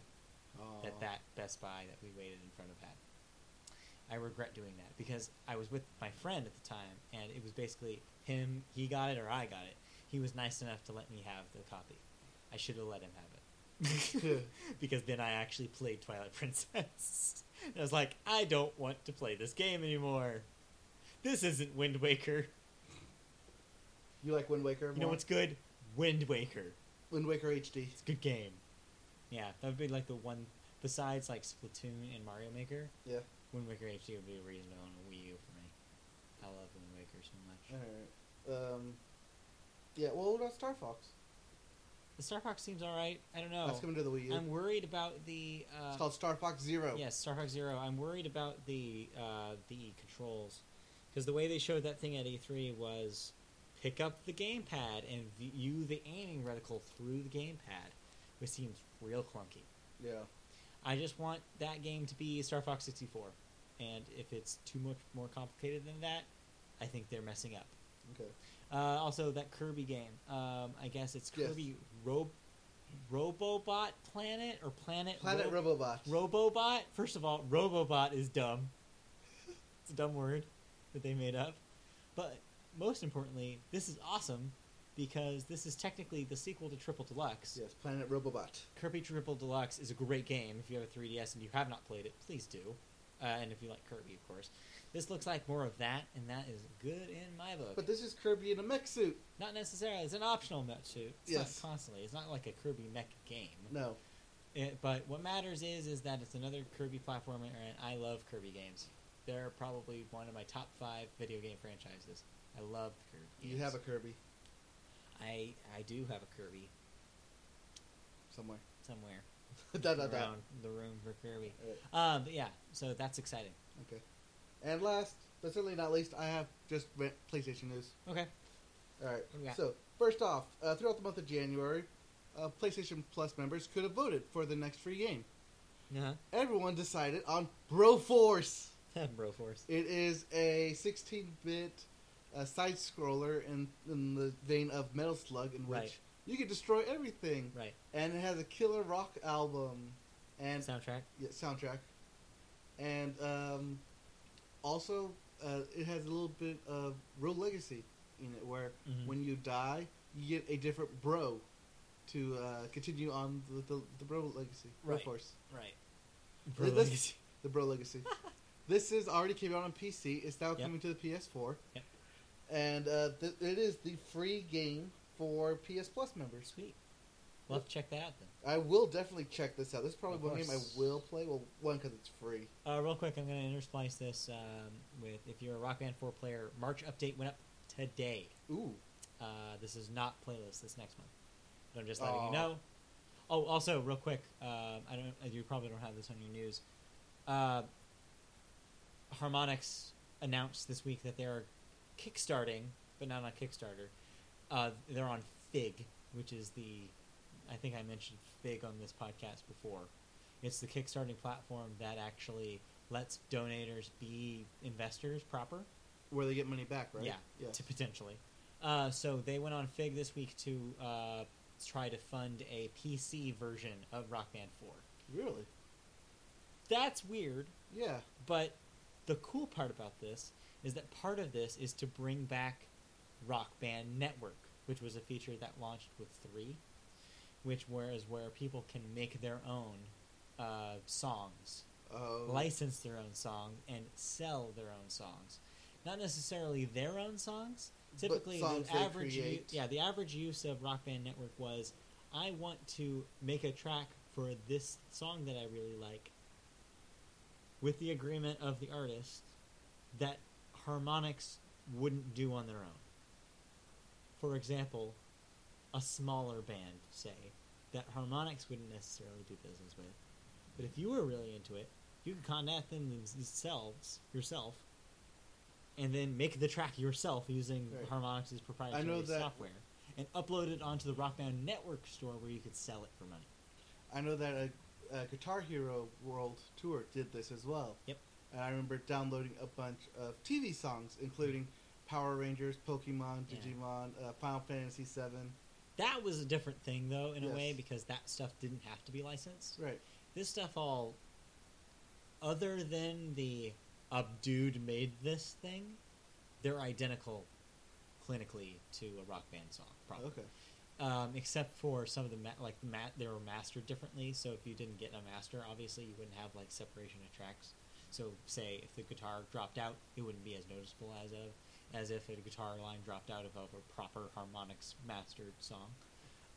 [SPEAKER 1] Oh.
[SPEAKER 2] that that Best Buy that we waited in front of had. I regret doing that because I was with my friend at the time, and it was basically him. He got it or I got it. He was nice enough to let me have the copy. I should have let him
[SPEAKER 1] (laughs)
[SPEAKER 2] have it (laughs) because then I actually played Twilight (laughs) Princess. And I was like, I don't want to play this game anymore. This isn't Wind Waker.
[SPEAKER 1] You like Wind Waker?
[SPEAKER 2] You know
[SPEAKER 1] more?
[SPEAKER 2] what's good? Wind Waker.
[SPEAKER 1] Wind Waker HD.
[SPEAKER 2] It's a good game. Yeah, that would be like the one besides like Splatoon and Mario Maker.
[SPEAKER 1] Yeah.
[SPEAKER 2] Wind Waker HD would be a reason to own a Wii U for me. I love Wind Waker so much.
[SPEAKER 1] All right. Um, yeah. Well, what about Star Fox?
[SPEAKER 2] The Star Fox seems all right. I don't know.
[SPEAKER 1] That's coming to the Wii U.
[SPEAKER 2] Oh, I'm worried about the. Uh,
[SPEAKER 1] it's called Star Fox Zero.
[SPEAKER 2] Yes, Star Fox Zero. I'm worried about the uh, the controls because the way they showed that thing at E3 was pick up the gamepad and view the aiming reticle through the gamepad, which seems real clunky.
[SPEAKER 1] Yeah.
[SPEAKER 2] I just want that game to be Star Fox 64, and if it's too much more complicated than that, I think they're messing up.
[SPEAKER 1] Okay.
[SPEAKER 2] Uh, also, that Kirby game. Um, I guess it's
[SPEAKER 1] Yes.
[SPEAKER 2] Kirby Ro- Robobot Planet or Planet
[SPEAKER 1] Planet
[SPEAKER 2] Ro-
[SPEAKER 1] Robobot.
[SPEAKER 2] Robobot. First of all, Robobot is dumb. It's a dumb word that they made up. But most importantly, this is awesome because this is technically the sequel to Triple Deluxe.
[SPEAKER 1] yes, Planet Robobot.
[SPEAKER 2] Kirby Triple Deluxe is a great game. If you have a 3DS and you have not played it, please do. Uh, and if you like Kirby, of course. This looks like more of that, and that is good in my book.
[SPEAKER 1] But this is Kirby in a mech suit.
[SPEAKER 2] Not necessarily. It's an optional mech suit. It's
[SPEAKER 1] Yes.
[SPEAKER 2] not constantly. It's not like a Kirby mech game.
[SPEAKER 1] No.
[SPEAKER 2] It- but what matters is is that it's another Kirby platformer, and I love Kirby games. They're probably one of my top five video game franchises. I love Kirby.
[SPEAKER 1] You have a Kirby
[SPEAKER 2] a. I I do have a Kirby
[SPEAKER 1] somewhere. (laughs)
[SPEAKER 2] somewhere
[SPEAKER 1] dot, dot, dot.
[SPEAKER 2] around the room for Kirby.
[SPEAKER 1] Alright,
[SPEAKER 2] Um, but yeah. So that's exciting.
[SPEAKER 1] Okay. And last, but certainly not least, I have just re- PlayStation news.
[SPEAKER 2] Okay.
[SPEAKER 1] All right.
[SPEAKER 2] What do we got?
[SPEAKER 1] So first off, uh, throughout the month of January, uh, PlayStation Plus members could have voted for the next free game.
[SPEAKER 2] Uh
[SPEAKER 1] Uh-huh. Everyone decided on Broforce.
[SPEAKER 2] huh. (laughs) Bro Force.
[SPEAKER 1] It is a 16-bit uh, side scroller in in the vein of Metal Slug, in which
[SPEAKER 2] Right.
[SPEAKER 1] you can destroy everything,
[SPEAKER 2] Right.
[SPEAKER 1] and it has a killer rock album and
[SPEAKER 2] Soundtrack.
[SPEAKER 1] yeah, soundtrack, and um, also uh, it has a little bit of Road Legacy in it, where
[SPEAKER 2] Mhm.
[SPEAKER 1] when you die, you get a different bro to uh, continue on with the, the bro legacy. Bro
[SPEAKER 2] Right.
[SPEAKER 1] force.
[SPEAKER 2] Right.
[SPEAKER 1] This- (laughs) The bro
[SPEAKER 2] (laughs)
[SPEAKER 1] legacy. this is already came out on PC. It's now
[SPEAKER 2] Yep.
[SPEAKER 1] coming to the PS4,
[SPEAKER 2] Yep.
[SPEAKER 1] and uh, th- it is the free game for PS Plus members.
[SPEAKER 2] Sweet. We'll have to check that out then.
[SPEAKER 1] I will definitely check this out. This is probably
[SPEAKER 2] Of
[SPEAKER 1] one game
[SPEAKER 2] course.
[SPEAKER 1] I will play. Well, one because it's free.
[SPEAKER 2] Uh, real quick, I'm going to intersplice this um, with if you're a Rock Band 4 player, March update went up today.
[SPEAKER 1] Ooh,
[SPEAKER 2] Uh, this is not playlist this next month, but I'm just letting
[SPEAKER 1] Aw.
[SPEAKER 2] you know. Oh, also, real quick, um I don't. You probably don't have this on your news. Uh, Harmonix announced this week that they are kickstarting, but not on Kickstarter. Uh, they're on Fig, which is the. I think I mentioned Fig on this podcast before. It's the kickstarting platform that actually lets donators be investors proper.
[SPEAKER 1] where they get money back, right?
[SPEAKER 2] Yeah,
[SPEAKER 1] yeah.
[SPEAKER 2] to potentially. Uh, so they went on Fig this week to uh, try to fund a PC version of Rock Band 4.
[SPEAKER 1] Really?
[SPEAKER 2] That's weird,
[SPEAKER 1] Yeah.
[SPEAKER 2] but the cool part about this is that part of this is to bring back Rock Band Network, which was a feature that launched with 3, which whereas where people can make their own uh, songs
[SPEAKER 1] Oh.
[SPEAKER 2] license their own song and sell their own songs. Not necessarily their own songs.
[SPEAKER 1] But
[SPEAKER 2] Typically,
[SPEAKER 1] songs
[SPEAKER 2] the
[SPEAKER 1] they
[SPEAKER 2] average u-
[SPEAKER 1] create.
[SPEAKER 2] yeah the average use of Rock Band Network was, I want to make a track for this song that I really like. With the agreement of the artist, that harmonics wouldn't do on their own. For example, a smaller band, say, that harmonics wouldn't necessarily do business with. But if you were really into it, you could contact them themselves, yourself, and then make the track yourself using
[SPEAKER 1] Right.
[SPEAKER 2] Harmonix's proprietary
[SPEAKER 1] that-
[SPEAKER 2] software and upload it onto the Rock Band Network store where you could sell it for money.
[SPEAKER 1] I know that a, a Guitar Hero World Tour did this as well.
[SPEAKER 2] Yep.
[SPEAKER 1] And I remember downloading a bunch of TV songs, including Power Rangers, Pokemon,
[SPEAKER 2] Yeah.
[SPEAKER 1] Digimon, uh, Final Fantasy VII.
[SPEAKER 2] That was a different thing, though, in
[SPEAKER 1] Yes.
[SPEAKER 2] a way, because that stuff didn't have to be licensed.
[SPEAKER 1] Right.
[SPEAKER 2] This stuff all, other than the "Abdude made this thing," they're identical, clinically, to a rock band song. Probably.
[SPEAKER 1] Okay.
[SPEAKER 2] um, except for some of the ma- like the ma- they were mastered differently. So if you didn't get a master, obviously you wouldn't have like separation of tracks. So say if the guitar dropped out, it wouldn't be as noticeable as of as if a guitar line dropped out of a proper harmonics mastered song.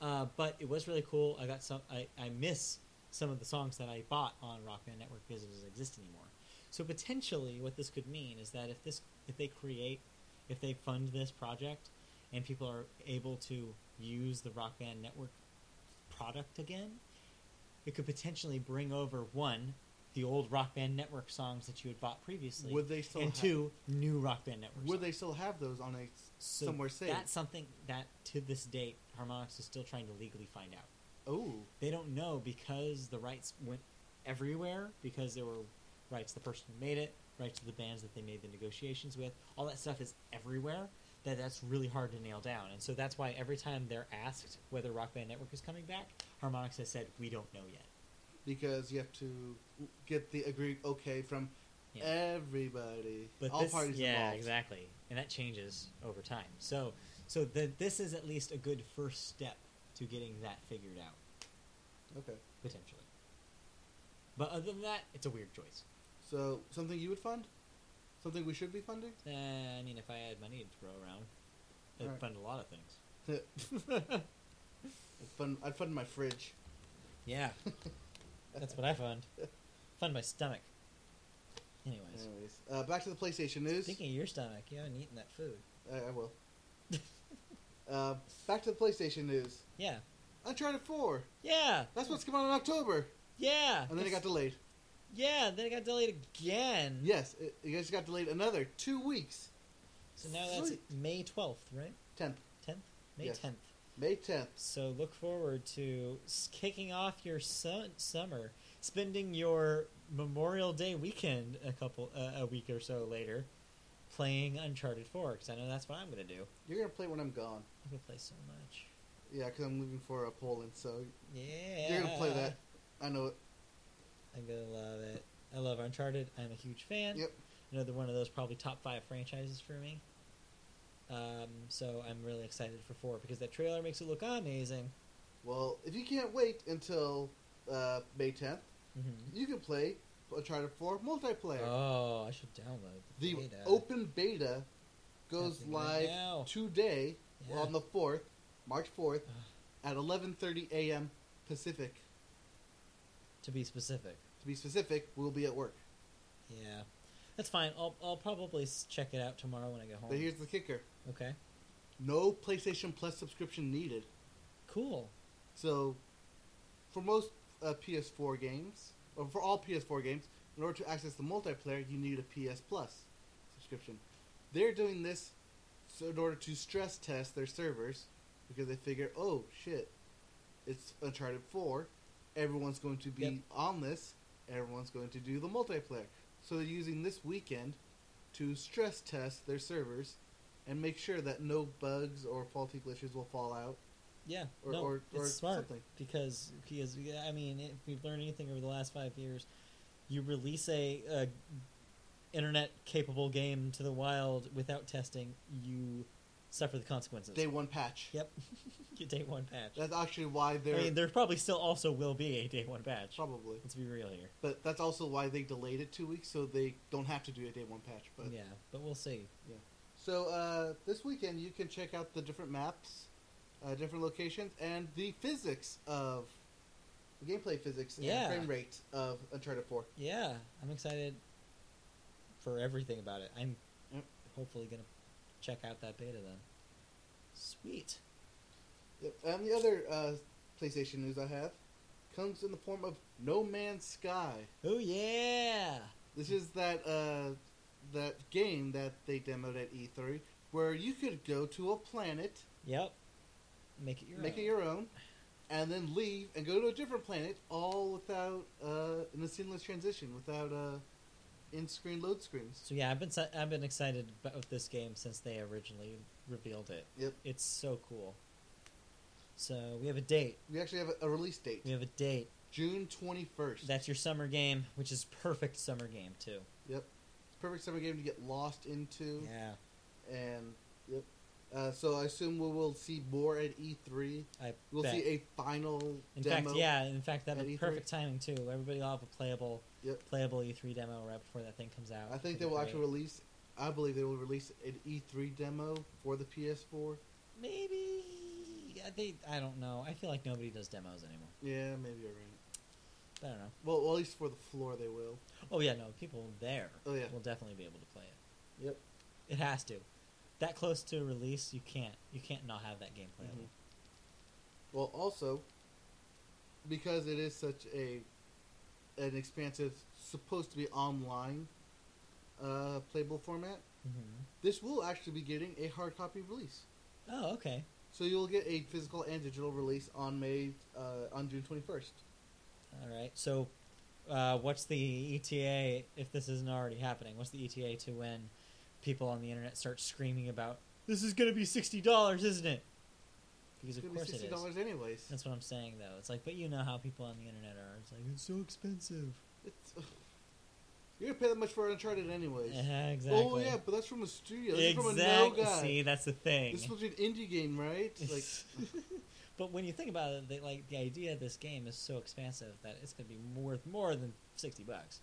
[SPEAKER 2] Uh, but it was really cool. I got some. I, I miss some of the songs that I bought on Rock Band Network because it doesn't exist anymore. So potentially, what this could mean is that if this if they create if they fund this project and people are able to use the Rock Band Network product again, it could potentially bring over one the old Rock Band Network songs that you had bought previously,
[SPEAKER 1] Would they still
[SPEAKER 2] and
[SPEAKER 1] ha-
[SPEAKER 2] two new Rock Band Network.
[SPEAKER 1] Would
[SPEAKER 2] songs.
[SPEAKER 1] they still have those on a s-
[SPEAKER 2] So
[SPEAKER 1] somewhere safe?
[SPEAKER 2] That's something that to this date Harmonix is still trying to legally find out.
[SPEAKER 1] Oh.
[SPEAKER 2] They don't know because the rights went everywhere because there were rights to the person who made it, rights to the bands that they made the negotiations with. All that stuff is everywhere. that that's really hard to nail down. And so that's why every time they're asked whether Rock Band Network is coming back, Harmonix has said, we don't know yet.
[SPEAKER 1] because you have to get the agreed okay from
[SPEAKER 2] Yeah.
[SPEAKER 1] everybody, Eh, all
[SPEAKER 4] this-
[SPEAKER 1] parties
[SPEAKER 4] yeah,
[SPEAKER 1] involved.
[SPEAKER 4] exactly.
[SPEAKER 2] and that changes over time. So, so the, this is at least a good first step to getting that figured out
[SPEAKER 1] Okay,
[SPEAKER 2] potentially. But other than that, it's a weird choice.
[SPEAKER 1] so something you would fund, something we should be
[SPEAKER 2] (laughs)
[SPEAKER 1] funding.
[SPEAKER 2] Uh, I mean, if I had money to throw around, I'd
[SPEAKER 1] Right.
[SPEAKER 2] fund a lot of
[SPEAKER 1] I'd
[SPEAKER 2] things.
[SPEAKER 1] fund, I'd fund my fridge.
[SPEAKER 2] yeah, (laughs) that's what I fund. Fund my stomach. Anyways,
[SPEAKER 1] Anyways, uh, back to the PlayStation news.
[SPEAKER 2] thinking of your stomach, you haven't eaten that food.
[SPEAKER 1] I,
[SPEAKER 2] (laughs)
[SPEAKER 1] I will. uh, back to the PlayStation news.
[SPEAKER 2] Yeah,
[SPEAKER 1] Uncharted Four.
[SPEAKER 2] yeah,
[SPEAKER 1] That's what's coming out in October,
[SPEAKER 2] yeah.
[SPEAKER 1] and then it got delayed.
[SPEAKER 2] yeah, then it got delayed again.
[SPEAKER 1] Yes, it, it just got delayed another two weeks.
[SPEAKER 2] So now that's
[SPEAKER 1] Sweet.
[SPEAKER 2] May twelfth, right?
[SPEAKER 1] Tenth,
[SPEAKER 2] Tenth, May
[SPEAKER 1] Yes.
[SPEAKER 2] tenth.
[SPEAKER 1] May tenth.
[SPEAKER 2] So look forward to s- kicking off your su- summer, spending your Memorial Day weekend a couple uh, a week or so later, playing Uncharted Four because I know that's what I'm gonna do.
[SPEAKER 1] You're gonna play when I'm gone.
[SPEAKER 2] I'm gonna play so much.
[SPEAKER 1] Yeah, because I'm leaving for uh, Poland, so
[SPEAKER 2] Yeah,
[SPEAKER 1] you're gonna play that. I know it.
[SPEAKER 2] I'm gonna love it. I love Uncharted. I'm a huge fan.
[SPEAKER 1] Yep.
[SPEAKER 2] Another one of those probably top five franchises for me. Um, so I'm really excited for four because that trailer makes it look amazing.
[SPEAKER 1] Well, if you can't wait until uh, May tenth,
[SPEAKER 2] Mm-hmm.
[SPEAKER 1] you can play Uncharted Four multiplayer.
[SPEAKER 2] Oh, I should download
[SPEAKER 1] the
[SPEAKER 2] beta.
[SPEAKER 1] open beta goes
[SPEAKER 2] Happening right
[SPEAKER 1] live
[SPEAKER 2] now.
[SPEAKER 1] today
[SPEAKER 2] Yeah.
[SPEAKER 1] on the fourth, March
[SPEAKER 2] (sighs)
[SPEAKER 1] fourth,
[SPEAKER 2] Ugh.
[SPEAKER 1] at 11:30 a.m. Pacific.
[SPEAKER 2] to be specific.
[SPEAKER 1] To be specific, we'll be at work.
[SPEAKER 2] Yeah, that's fine. I'll I'll probably s- check it out tomorrow when I get home.
[SPEAKER 1] But here's the kicker:
[SPEAKER 2] okay,
[SPEAKER 1] no PlayStation Plus subscription needed.
[SPEAKER 2] cool.
[SPEAKER 1] So, for most uh, PS4 games, or for all PS4 games, in order to access the multiplayer, you need a PS Plus subscription. They're doing this so in order to stress test their servers because they figure, oh shit, it's Uncharted 4, everyone's going to be
[SPEAKER 2] Yep.
[SPEAKER 1] on this, everyone's going to do the multiplayer. So they're using this weekend to stress test their servers and make sure that no bugs or faulty glitches will fall out
[SPEAKER 2] Yeah,
[SPEAKER 1] or,
[SPEAKER 2] no,
[SPEAKER 1] or,
[SPEAKER 2] it's
[SPEAKER 1] or
[SPEAKER 2] smart
[SPEAKER 1] something.
[SPEAKER 2] because he is. I mean, if we've learned anything over the last five years, you release a, a internet capable game to the wild without testing, you suffer the consequences.
[SPEAKER 1] Day one patch.
[SPEAKER 2] (laughs) yep, you day one patch.
[SPEAKER 1] That's actually why
[SPEAKER 2] I
[SPEAKER 1] they're
[SPEAKER 2] mean, there probably still also will be a day one patch.
[SPEAKER 1] probably,
[SPEAKER 2] Let's be real here.
[SPEAKER 1] but that's also why they delayed it two weeks so they don't have to do a day one patch. But
[SPEAKER 2] yeah, but we'll see.
[SPEAKER 1] so uh, this weekend you can check out the different maps, uh, different locations, and the physics of the gameplay physics
[SPEAKER 2] Yeah.
[SPEAKER 1] and frame rate of Uncharted Four.
[SPEAKER 2] Yeah, I'm excited for everything about it. I'm
[SPEAKER 1] Yep.
[SPEAKER 2] hopefully gonna check out that beta then. Sweet.
[SPEAKER 1] Yep. And the other uh, PlayStation news I have comes in the form of No Man's Sky.
[SPEAKER 2] Oh yeah.
[SPEAKER 1] This is that uh, that game that they demoed at E3 where you could go to a planet,
[SPEAKER 2] Yep. Make it your
[SPEAKER 1] make
[SPEAKER 2] own.
[SPEAKER 1] it your own, and then leave and go to a different planet, all without uh, in a seamless transition, without uh, in-screen load screens.
[SPEAKER 2] So yeah, I've been si- I've been excited about this game since they originally revealed it.
[SPEAKER 1] Yep.
[SPEAKER 2] It's so cool. So we have a date.
[SPEAKER 1] We actually have a, a release date,
[SPEAKER 2] We have a date.
[SPEAKER 1] June twenty-first.
[SPEAKER 2] That's your summer game, which is perfect summer game too.
[SPEAKER 1] yep, perfect summer game to get lost into.
[SPEAKER 2] Yeah.
[SPEAKER 1] And yep. Uh, so I assume we will see more at E3.
[SPEAKER 2] I
[SPEAKER 1] We'll
[SPEAKER 2] bet.
[SPEAKER 1] see a final
[SPEAKER 2] In
[SPEAKER 1] demo.
[SPEAKER 2] fact, yeah. In fact, that'd
[SPEAKER 1] at
[SPEAKER 2] be
[SPEAKER 1] E3.
[SPEAKER 2] perfect timing too. Everybody will have a playable,
[SPEAKER 1] Yep.
[SPEAKER 2] playable E3 demo right before that thing comes out.
[SPEAKER 1] I
[SPEAKER 2] That'd be
[SPEAKER 1] think they will
[SPEAKER 2] great.
[SPEAKER 1] actually release. I believe they will release an E3 demo for the PS4.
[SPEAKER 2] Maybe I think I don't know. I feel like nobody does demos anymore.
[SPEAKER 1] Yeah, maybe you're right.
[SPEAKER 2] I don't know.
[SPEAKER 1] Well, well, at least for the floor they will.
[SPEAKER 2] Oh yeah, no. People there
[SPEAKER 1] Oh, yeah.
[SPEAKER 2] will definitely be able to play it.
[SPEAKER 1] Yep.
[SPEAKER 2] It has to. That close to release, you can't. You can't not have that game playable.
[SPEAKER 1] Mm-hmm. Well, also because it is such a an expansive, supposed to be online uh, playable format,
[SPEAKER 2] Mm-hmm.
[SPEAKER 1] this will actually be getting a hard copy release.
[SPEAKER 2] Oh okay.
[SPEAKER 1] So you'll get a physical and digital release on May uh, on June 21st.
[SPEAKER 2] All right. So, uh, what's the E ETA? If this isn't already happening, what's the ETA to when people on the internet start screaming about this is gonna be sixty dollars, isn't it? Because
[SPEAKER 1] It's
[SPEAKER 2] of
[SPEAKER 1] gonna be
[SPEAKER 2] course it
[SPEAKER 1] sixty
[SPEAKER 2] is.
[SPEAKER 1] dollars anyways.
[SPEAKER 2] That's what I'm saying though. It's like, but you know how people on the internet are. It's like it's so expensive.
[SPEAKER 1] It's, ugh. You're gonna pay that much for Uncharted anyways.
[SPEAKER 2] Yeah, Uh-huh, exactly.
[SPEAKER 1] Oh yeah, but that's from a studio. This is from a no
[SPEAKER 2] exactly.
[SPEAKER 1] guy.
[SPEAKER 2] See, that's the thing.
[SPEAKER 1] this
[SPEAKER 2] (laughs)
[SPEAKER 1] is supposed to be an indie game, right? Like,
[SPEAKER 2] but when you think about it, they, like the idea of this game is so expansive that it's going to be worth more than sixty bucks.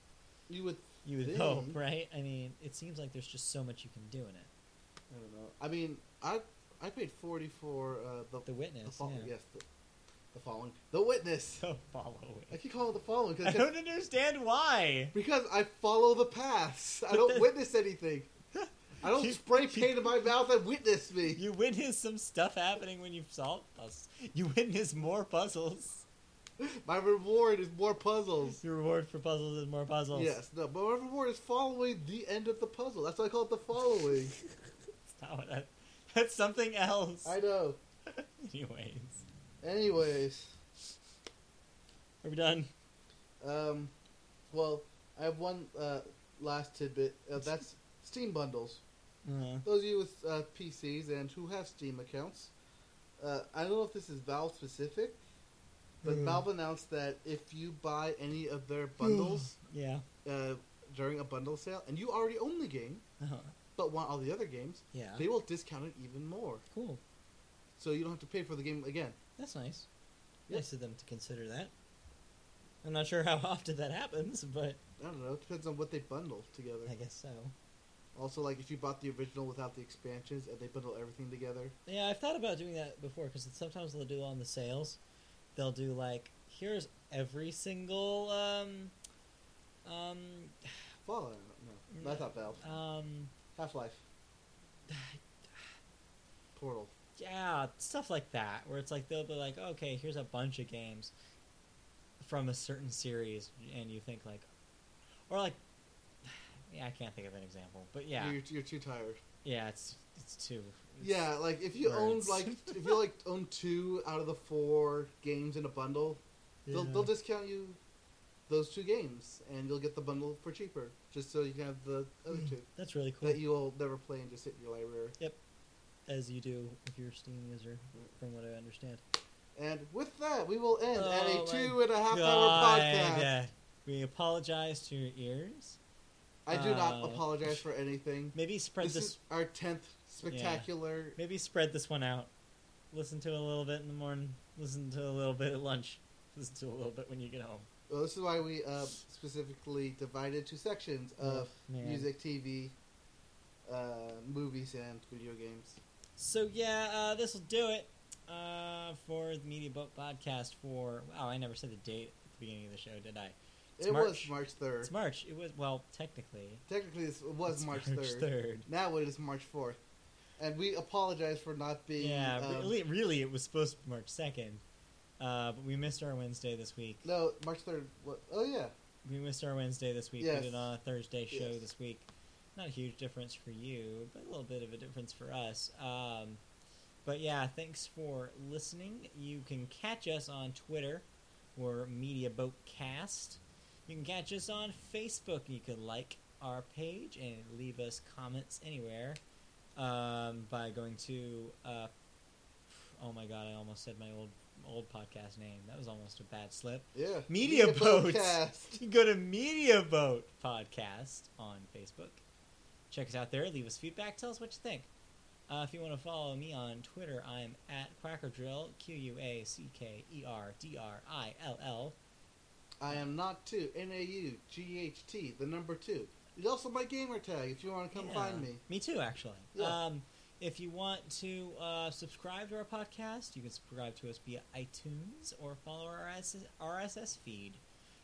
[SPEAKER 1] you would.
[SPEAKER 2] You would
[SPEAKER 1] Then-
[SPEAKER 2] hope, right? I mean, it seems like there's just so much you can do in it.
[SPEAKER 1] I don't know. I mean, I I paid forty for uh, the
[SPEAKER 2] The Witness,
[SPEAKER 1] The fall,
[SPEAKER 2] yeah.
[SPEAKER 1] Yes, the, the following. The witness.
[SPEAKER 2] (laughs) So follow (laughs)
[SPEAKER 1] I
[SPEAKER 2] it.
[SPEAKER 1] keep calling it the following
[SPEAKER 2] I
[SPEAKER 1] because
[SPEAKER 2] don't understand
[SPEAKER 1] (laughs)
[SPEAKER 2] why.
[SPEAKER 1] because I follow the paths. I
[SPEAKER 2] But
[SPEAKER 1] don't
[SPEAKER 2] (laughs) then-
[SPEAKER 1] witness anything. I don't
[SPEAKER 2] You-
[SPEAKER 1] spray paint in my mouth and witness me.
[SPEAKER 2] You witness some stuff happening when you solve puzzles. You witness more
[SPEAKER 1] (laughs)
[SPEAKER 2] puzzles.
[SPEAKER 1] My reward is more puzzles.
[SPEAKER 2] Your reward for puzzles is more puzzles. (laughs)
[SPEAKER 1] Yes, no, but my reward is following the end of the puzzle. That's why I call it the
[SPEAKER 2] (laughs)
[SPEAKER 1] following.
[SPEAKER 2] It's not what that- that's something else.
[SPEAKER 1] I know.
[SPEAKER 2] (laughs) Anyways,
[SPEAKER 1] Anyways,
[SPEAKER 2] are we done?
[SPEAKER 1] um, well, I have one uh, last tidbit. Uh, that's Steam bundles.
[SPEAKER 2] Uh,
[SPEAKER 1] Those of you with uh, PCs and who have Steam accounts, uh, I don't know if this is Valve specific, but
[SPEAKER 2] Hmm.
[SPEAKER 1] Valve announced that if you buy any of their bundles
[SPEAKER 2] yeah.
[SPEAKER 1] uh, during a bundle sale, and you already own the game
[SPEAKER 2] Uh-huh.
[SPEAKER 1] but want all the other games,
[SPEAKER 2] Yeah.
[SPEAKER 1] they will discount it even more,
[SPEAKER 2] Cool.
[SPEAKER 1] so you don't have to pay for the game again.
[SPEAKER 2] That's nice.
[SPEAKER 1] Yeah.
[SPEAKER 2] Nice of them to consider that. I'm not sure how (laughs) often that happens, but
[SPEAKER 1] I don't know. It depends on what they bundle together.
[SPEAKER 2] I guess so.
[SPEAKER 1] Also, like if you bought the original without the expansions and they bundle everything together,
[SPEAKER 2] Yeah, I've thought about doing that before because sometimes they'll do on the sales, they'll do like here's every single um um
[SPEAKER 1] Fallout. No, that's not Valve.
[SPEAKER 2] um
[SPEAKER 1] Half Life,
[SPEAKER 2] (sighs)
[SPEAKER 1] Portal.
[SPEAKER 2] yeah stuff like that where it's like they'll be like okay here's a bunch of games from a certain series and you think like or like (sighs) yeah I can't think of an example but yeah
[SPEAKER 1] you're, you're too tired.
[SPEAKER 2] yeah it's it's too it's-
[SPEAKER 1] Yeah, like if you
[SPEAKER 2] words.
[SPEAKER 1] owned
[SPEAKER 2] (laughs)
[SPEAKER 1] like if you like own two out of the four games in a bundle, they'll
[SPEAKER 2] Yeah.
[SPEAKER 1] they'll discount you those two games, and you'll get the bundle for cheaper, just so you can have the other two
[SPEAKER 2] that's really cool
[SPEAKER 1] that you'll never play and just sit in your library.
[SPEAKER 2] as you do if you're a Steam user from what I understand.
[SPEAKER 1] And with that, we will end at
[SPEAKER 2] Oh
[SPEAKER 1] a
[SPEAKER 2] my
[SPEAKER 1] two and a half hour
[SPEAKER 2] God,
[SPEAKER 1] podcast.
[SPEAKER 2] yeah. We apologize to your ears.
[SPEAKER 1] I do not
[SPEAKER 2] Uh,
[SPEAKER 1] apologize for anything.
[SPEAKER 2] Maybe spread
[SPEAKER 1] this,
[SPEAKER 2] this.
[SPEAKER 1] is our tenth spectacular.
[SPEAKER 2] maybe spread this one out. Listen to a little bit in the morning. Listen to a little bit at lunch. Listen to a little bit when you get home.
[SPEAKER 1] Well, this is why we uh, specifically divided two sections of
[SPEAKER 2] Oh, man.
[SPEAKER 1] music, TV, uh, movies, and video games.
[SPEAKER 2] So yeah, uh, this will do it uh, for the Media Boat Podcast. For wow, I never said the date at the beginning of the show, did I? It's
[SPEAKER 1] it
[SPEAKER 2] March.
[SPEAKER 1] was March third.
[SPEAKER 2] It's March. It was well, technically.
[SPEAKER 1] Technically, this was
[SPEAKER 2] it's
[SPEAKER 1] March third.
[SPEAKER 2] third.
[SPEAKER 1] Now it is March fourth, and we apologize for not being.
[SPEAKER 2] Yeah,
[SPEAKER 1] um,
[SPEAKER 2] really, really, it was supposed to be March second, uh, but we missed our Wednesday this week.
[SPEAKER 1] No, March third. Oh yeah,
[SPEAKER 2] We missed our Wednesday this week.
[SPEAKER 1] Yes.
[SPEAKER 2] We did it on a Thursday show
[SPEAKER 1] Yes.
[SPEAKER 2] this week. Not a huge difference for you, but a little bit of a difference for us. Um, but yeah, thanks for listening. You can catch us on Twitter or Media Boat Cast. You can catch us on Facebook. You can like our page and leave us comments anywhere um, by going to. Uh, oh my god, I almost said my old old podcast name. That was almost a bad slip.
[SPEAKER 1] yeah.
[SPEAKER 2] Media boats.
[SPEAKER 1] Podcast.
[SPEAKER 2] You can (laughs) go to Media Boat Podcast on Facebook. Check us out there. Leave us feedback. Tell us what you think. Uh, if you want to follow me on Twitter, I'm at Quackerdrill, Q U A C K E R D R I L L.
[SPEAKER 1] I am not two. N A U G H T. The number two. It's also my gamer tag. If you want to come
[SPEAKER 2] Yeah.
[SPEAKER 1] find me.
[SPEAKER 2] Me too, actually.
[SPEAKER 1] Yeah.
[SPEAKER 2] Um, if you want to uh, subscribe to our podcast, you can subscribe to us via iTunes or follow our RSS, RSS feed.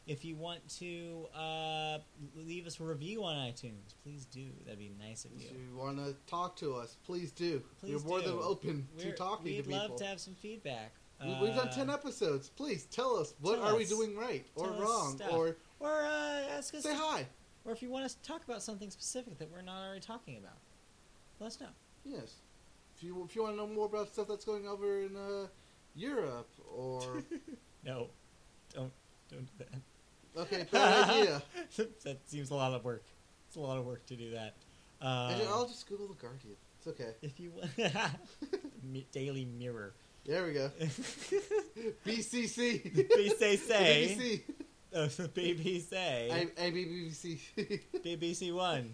[SPEAKER 2] If you want to uh, leave us a review on iTunes, please do. That'd be nice of you.
[SPEAKER 1] If you want to talk to us, please do. we are
[SPEAKER 2] Please
[SPEAKER 1] more than
[SPEAKER 2] do.
[SPEAKER 1] open
[SPEAKER 2] We're-
[SPEAKER 1] to talking to
[SPEAKER 2] We'd love
[SPEAKER 1] people.
[SPEAKER 2] to have some feedback.
[SPEAKER 1] We- We've done
[SPEAKER 2] Uh,
[SPEAKER 1] 10 episodes. Please tell us what
[SPEAKER 2] tell
[SPEAKER 1] are we
[SPEAKER 2] us.
[SPEAKER 1] doing right or
[SPEAKER 2] Tell us
[SPEAKER 1] wrong
[SPEAKER 2] stuff.
[SPEAKER 1] or
[SPEAKER 2] Or uh, ask us.
[SPEAKER 1] say hi.
[SPEAKER 2] Or if you want us to talk about something specific that we're not already talking about, let us know.
[SPEAKER 1] Yes. If you if you want to know more about stuff that's going over in uh, Europe
[SPEAKER 2] (laughs)
[SPEAKER 1] or
[SPEAKER 2] No, don't don't do that.
[SPEAKER 1] okay,
[SPEAKER 2] (laughs)
[SPEAKER 1] bad idea.
[SPEAKER 2] that seems a lot of work. It's a lot of work to do that.
[SPEAKER 1] Actually,
[SPEAKER 2] Uh,
[SPEAKER 1] I'll just Google the Guardian. It's okay. (laughs)
[SPEAKER 2] If you want, (laughs) Mi- Daily Mirror. (laughs)
[SPEAKER 1] There we go. BCC. (laughs)
[SPEAKER 2] BBC say,
[SPEAKER 1] BBC.
[SPEAKER 2] oh, BBC
[SPEAKER 1] I,
[SPEAKER 2] say,
[SPEAKER 1] I BBC. (laughs)
[SPEAKER 2] BBC One,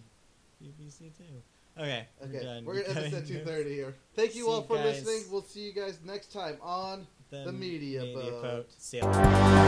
[SPEAKER 2] BBC Two. Okay, we're
[SPEAKER 1] Okay,
[SPEAKER 2] done.
[SPEAKER 1] we're, at
[SPEAKER 2] (laughs) cutting
[SPEAKER 1] episode
[SPEAKER 2] this.
[SPEAKER 1] 230 here. Thank you
[SPEAKER 2] See
[SPEAKER 1] all
[SPEAKER 2] you
[SPEAKER 1] for
[SPEAKER 2] guys.
[SPEAKER 1] listening. We'll see you guys next time on
[SPEAKER 2] The,
[SPEAKER 1] The media boat.
[SPEAKER 2] See ya.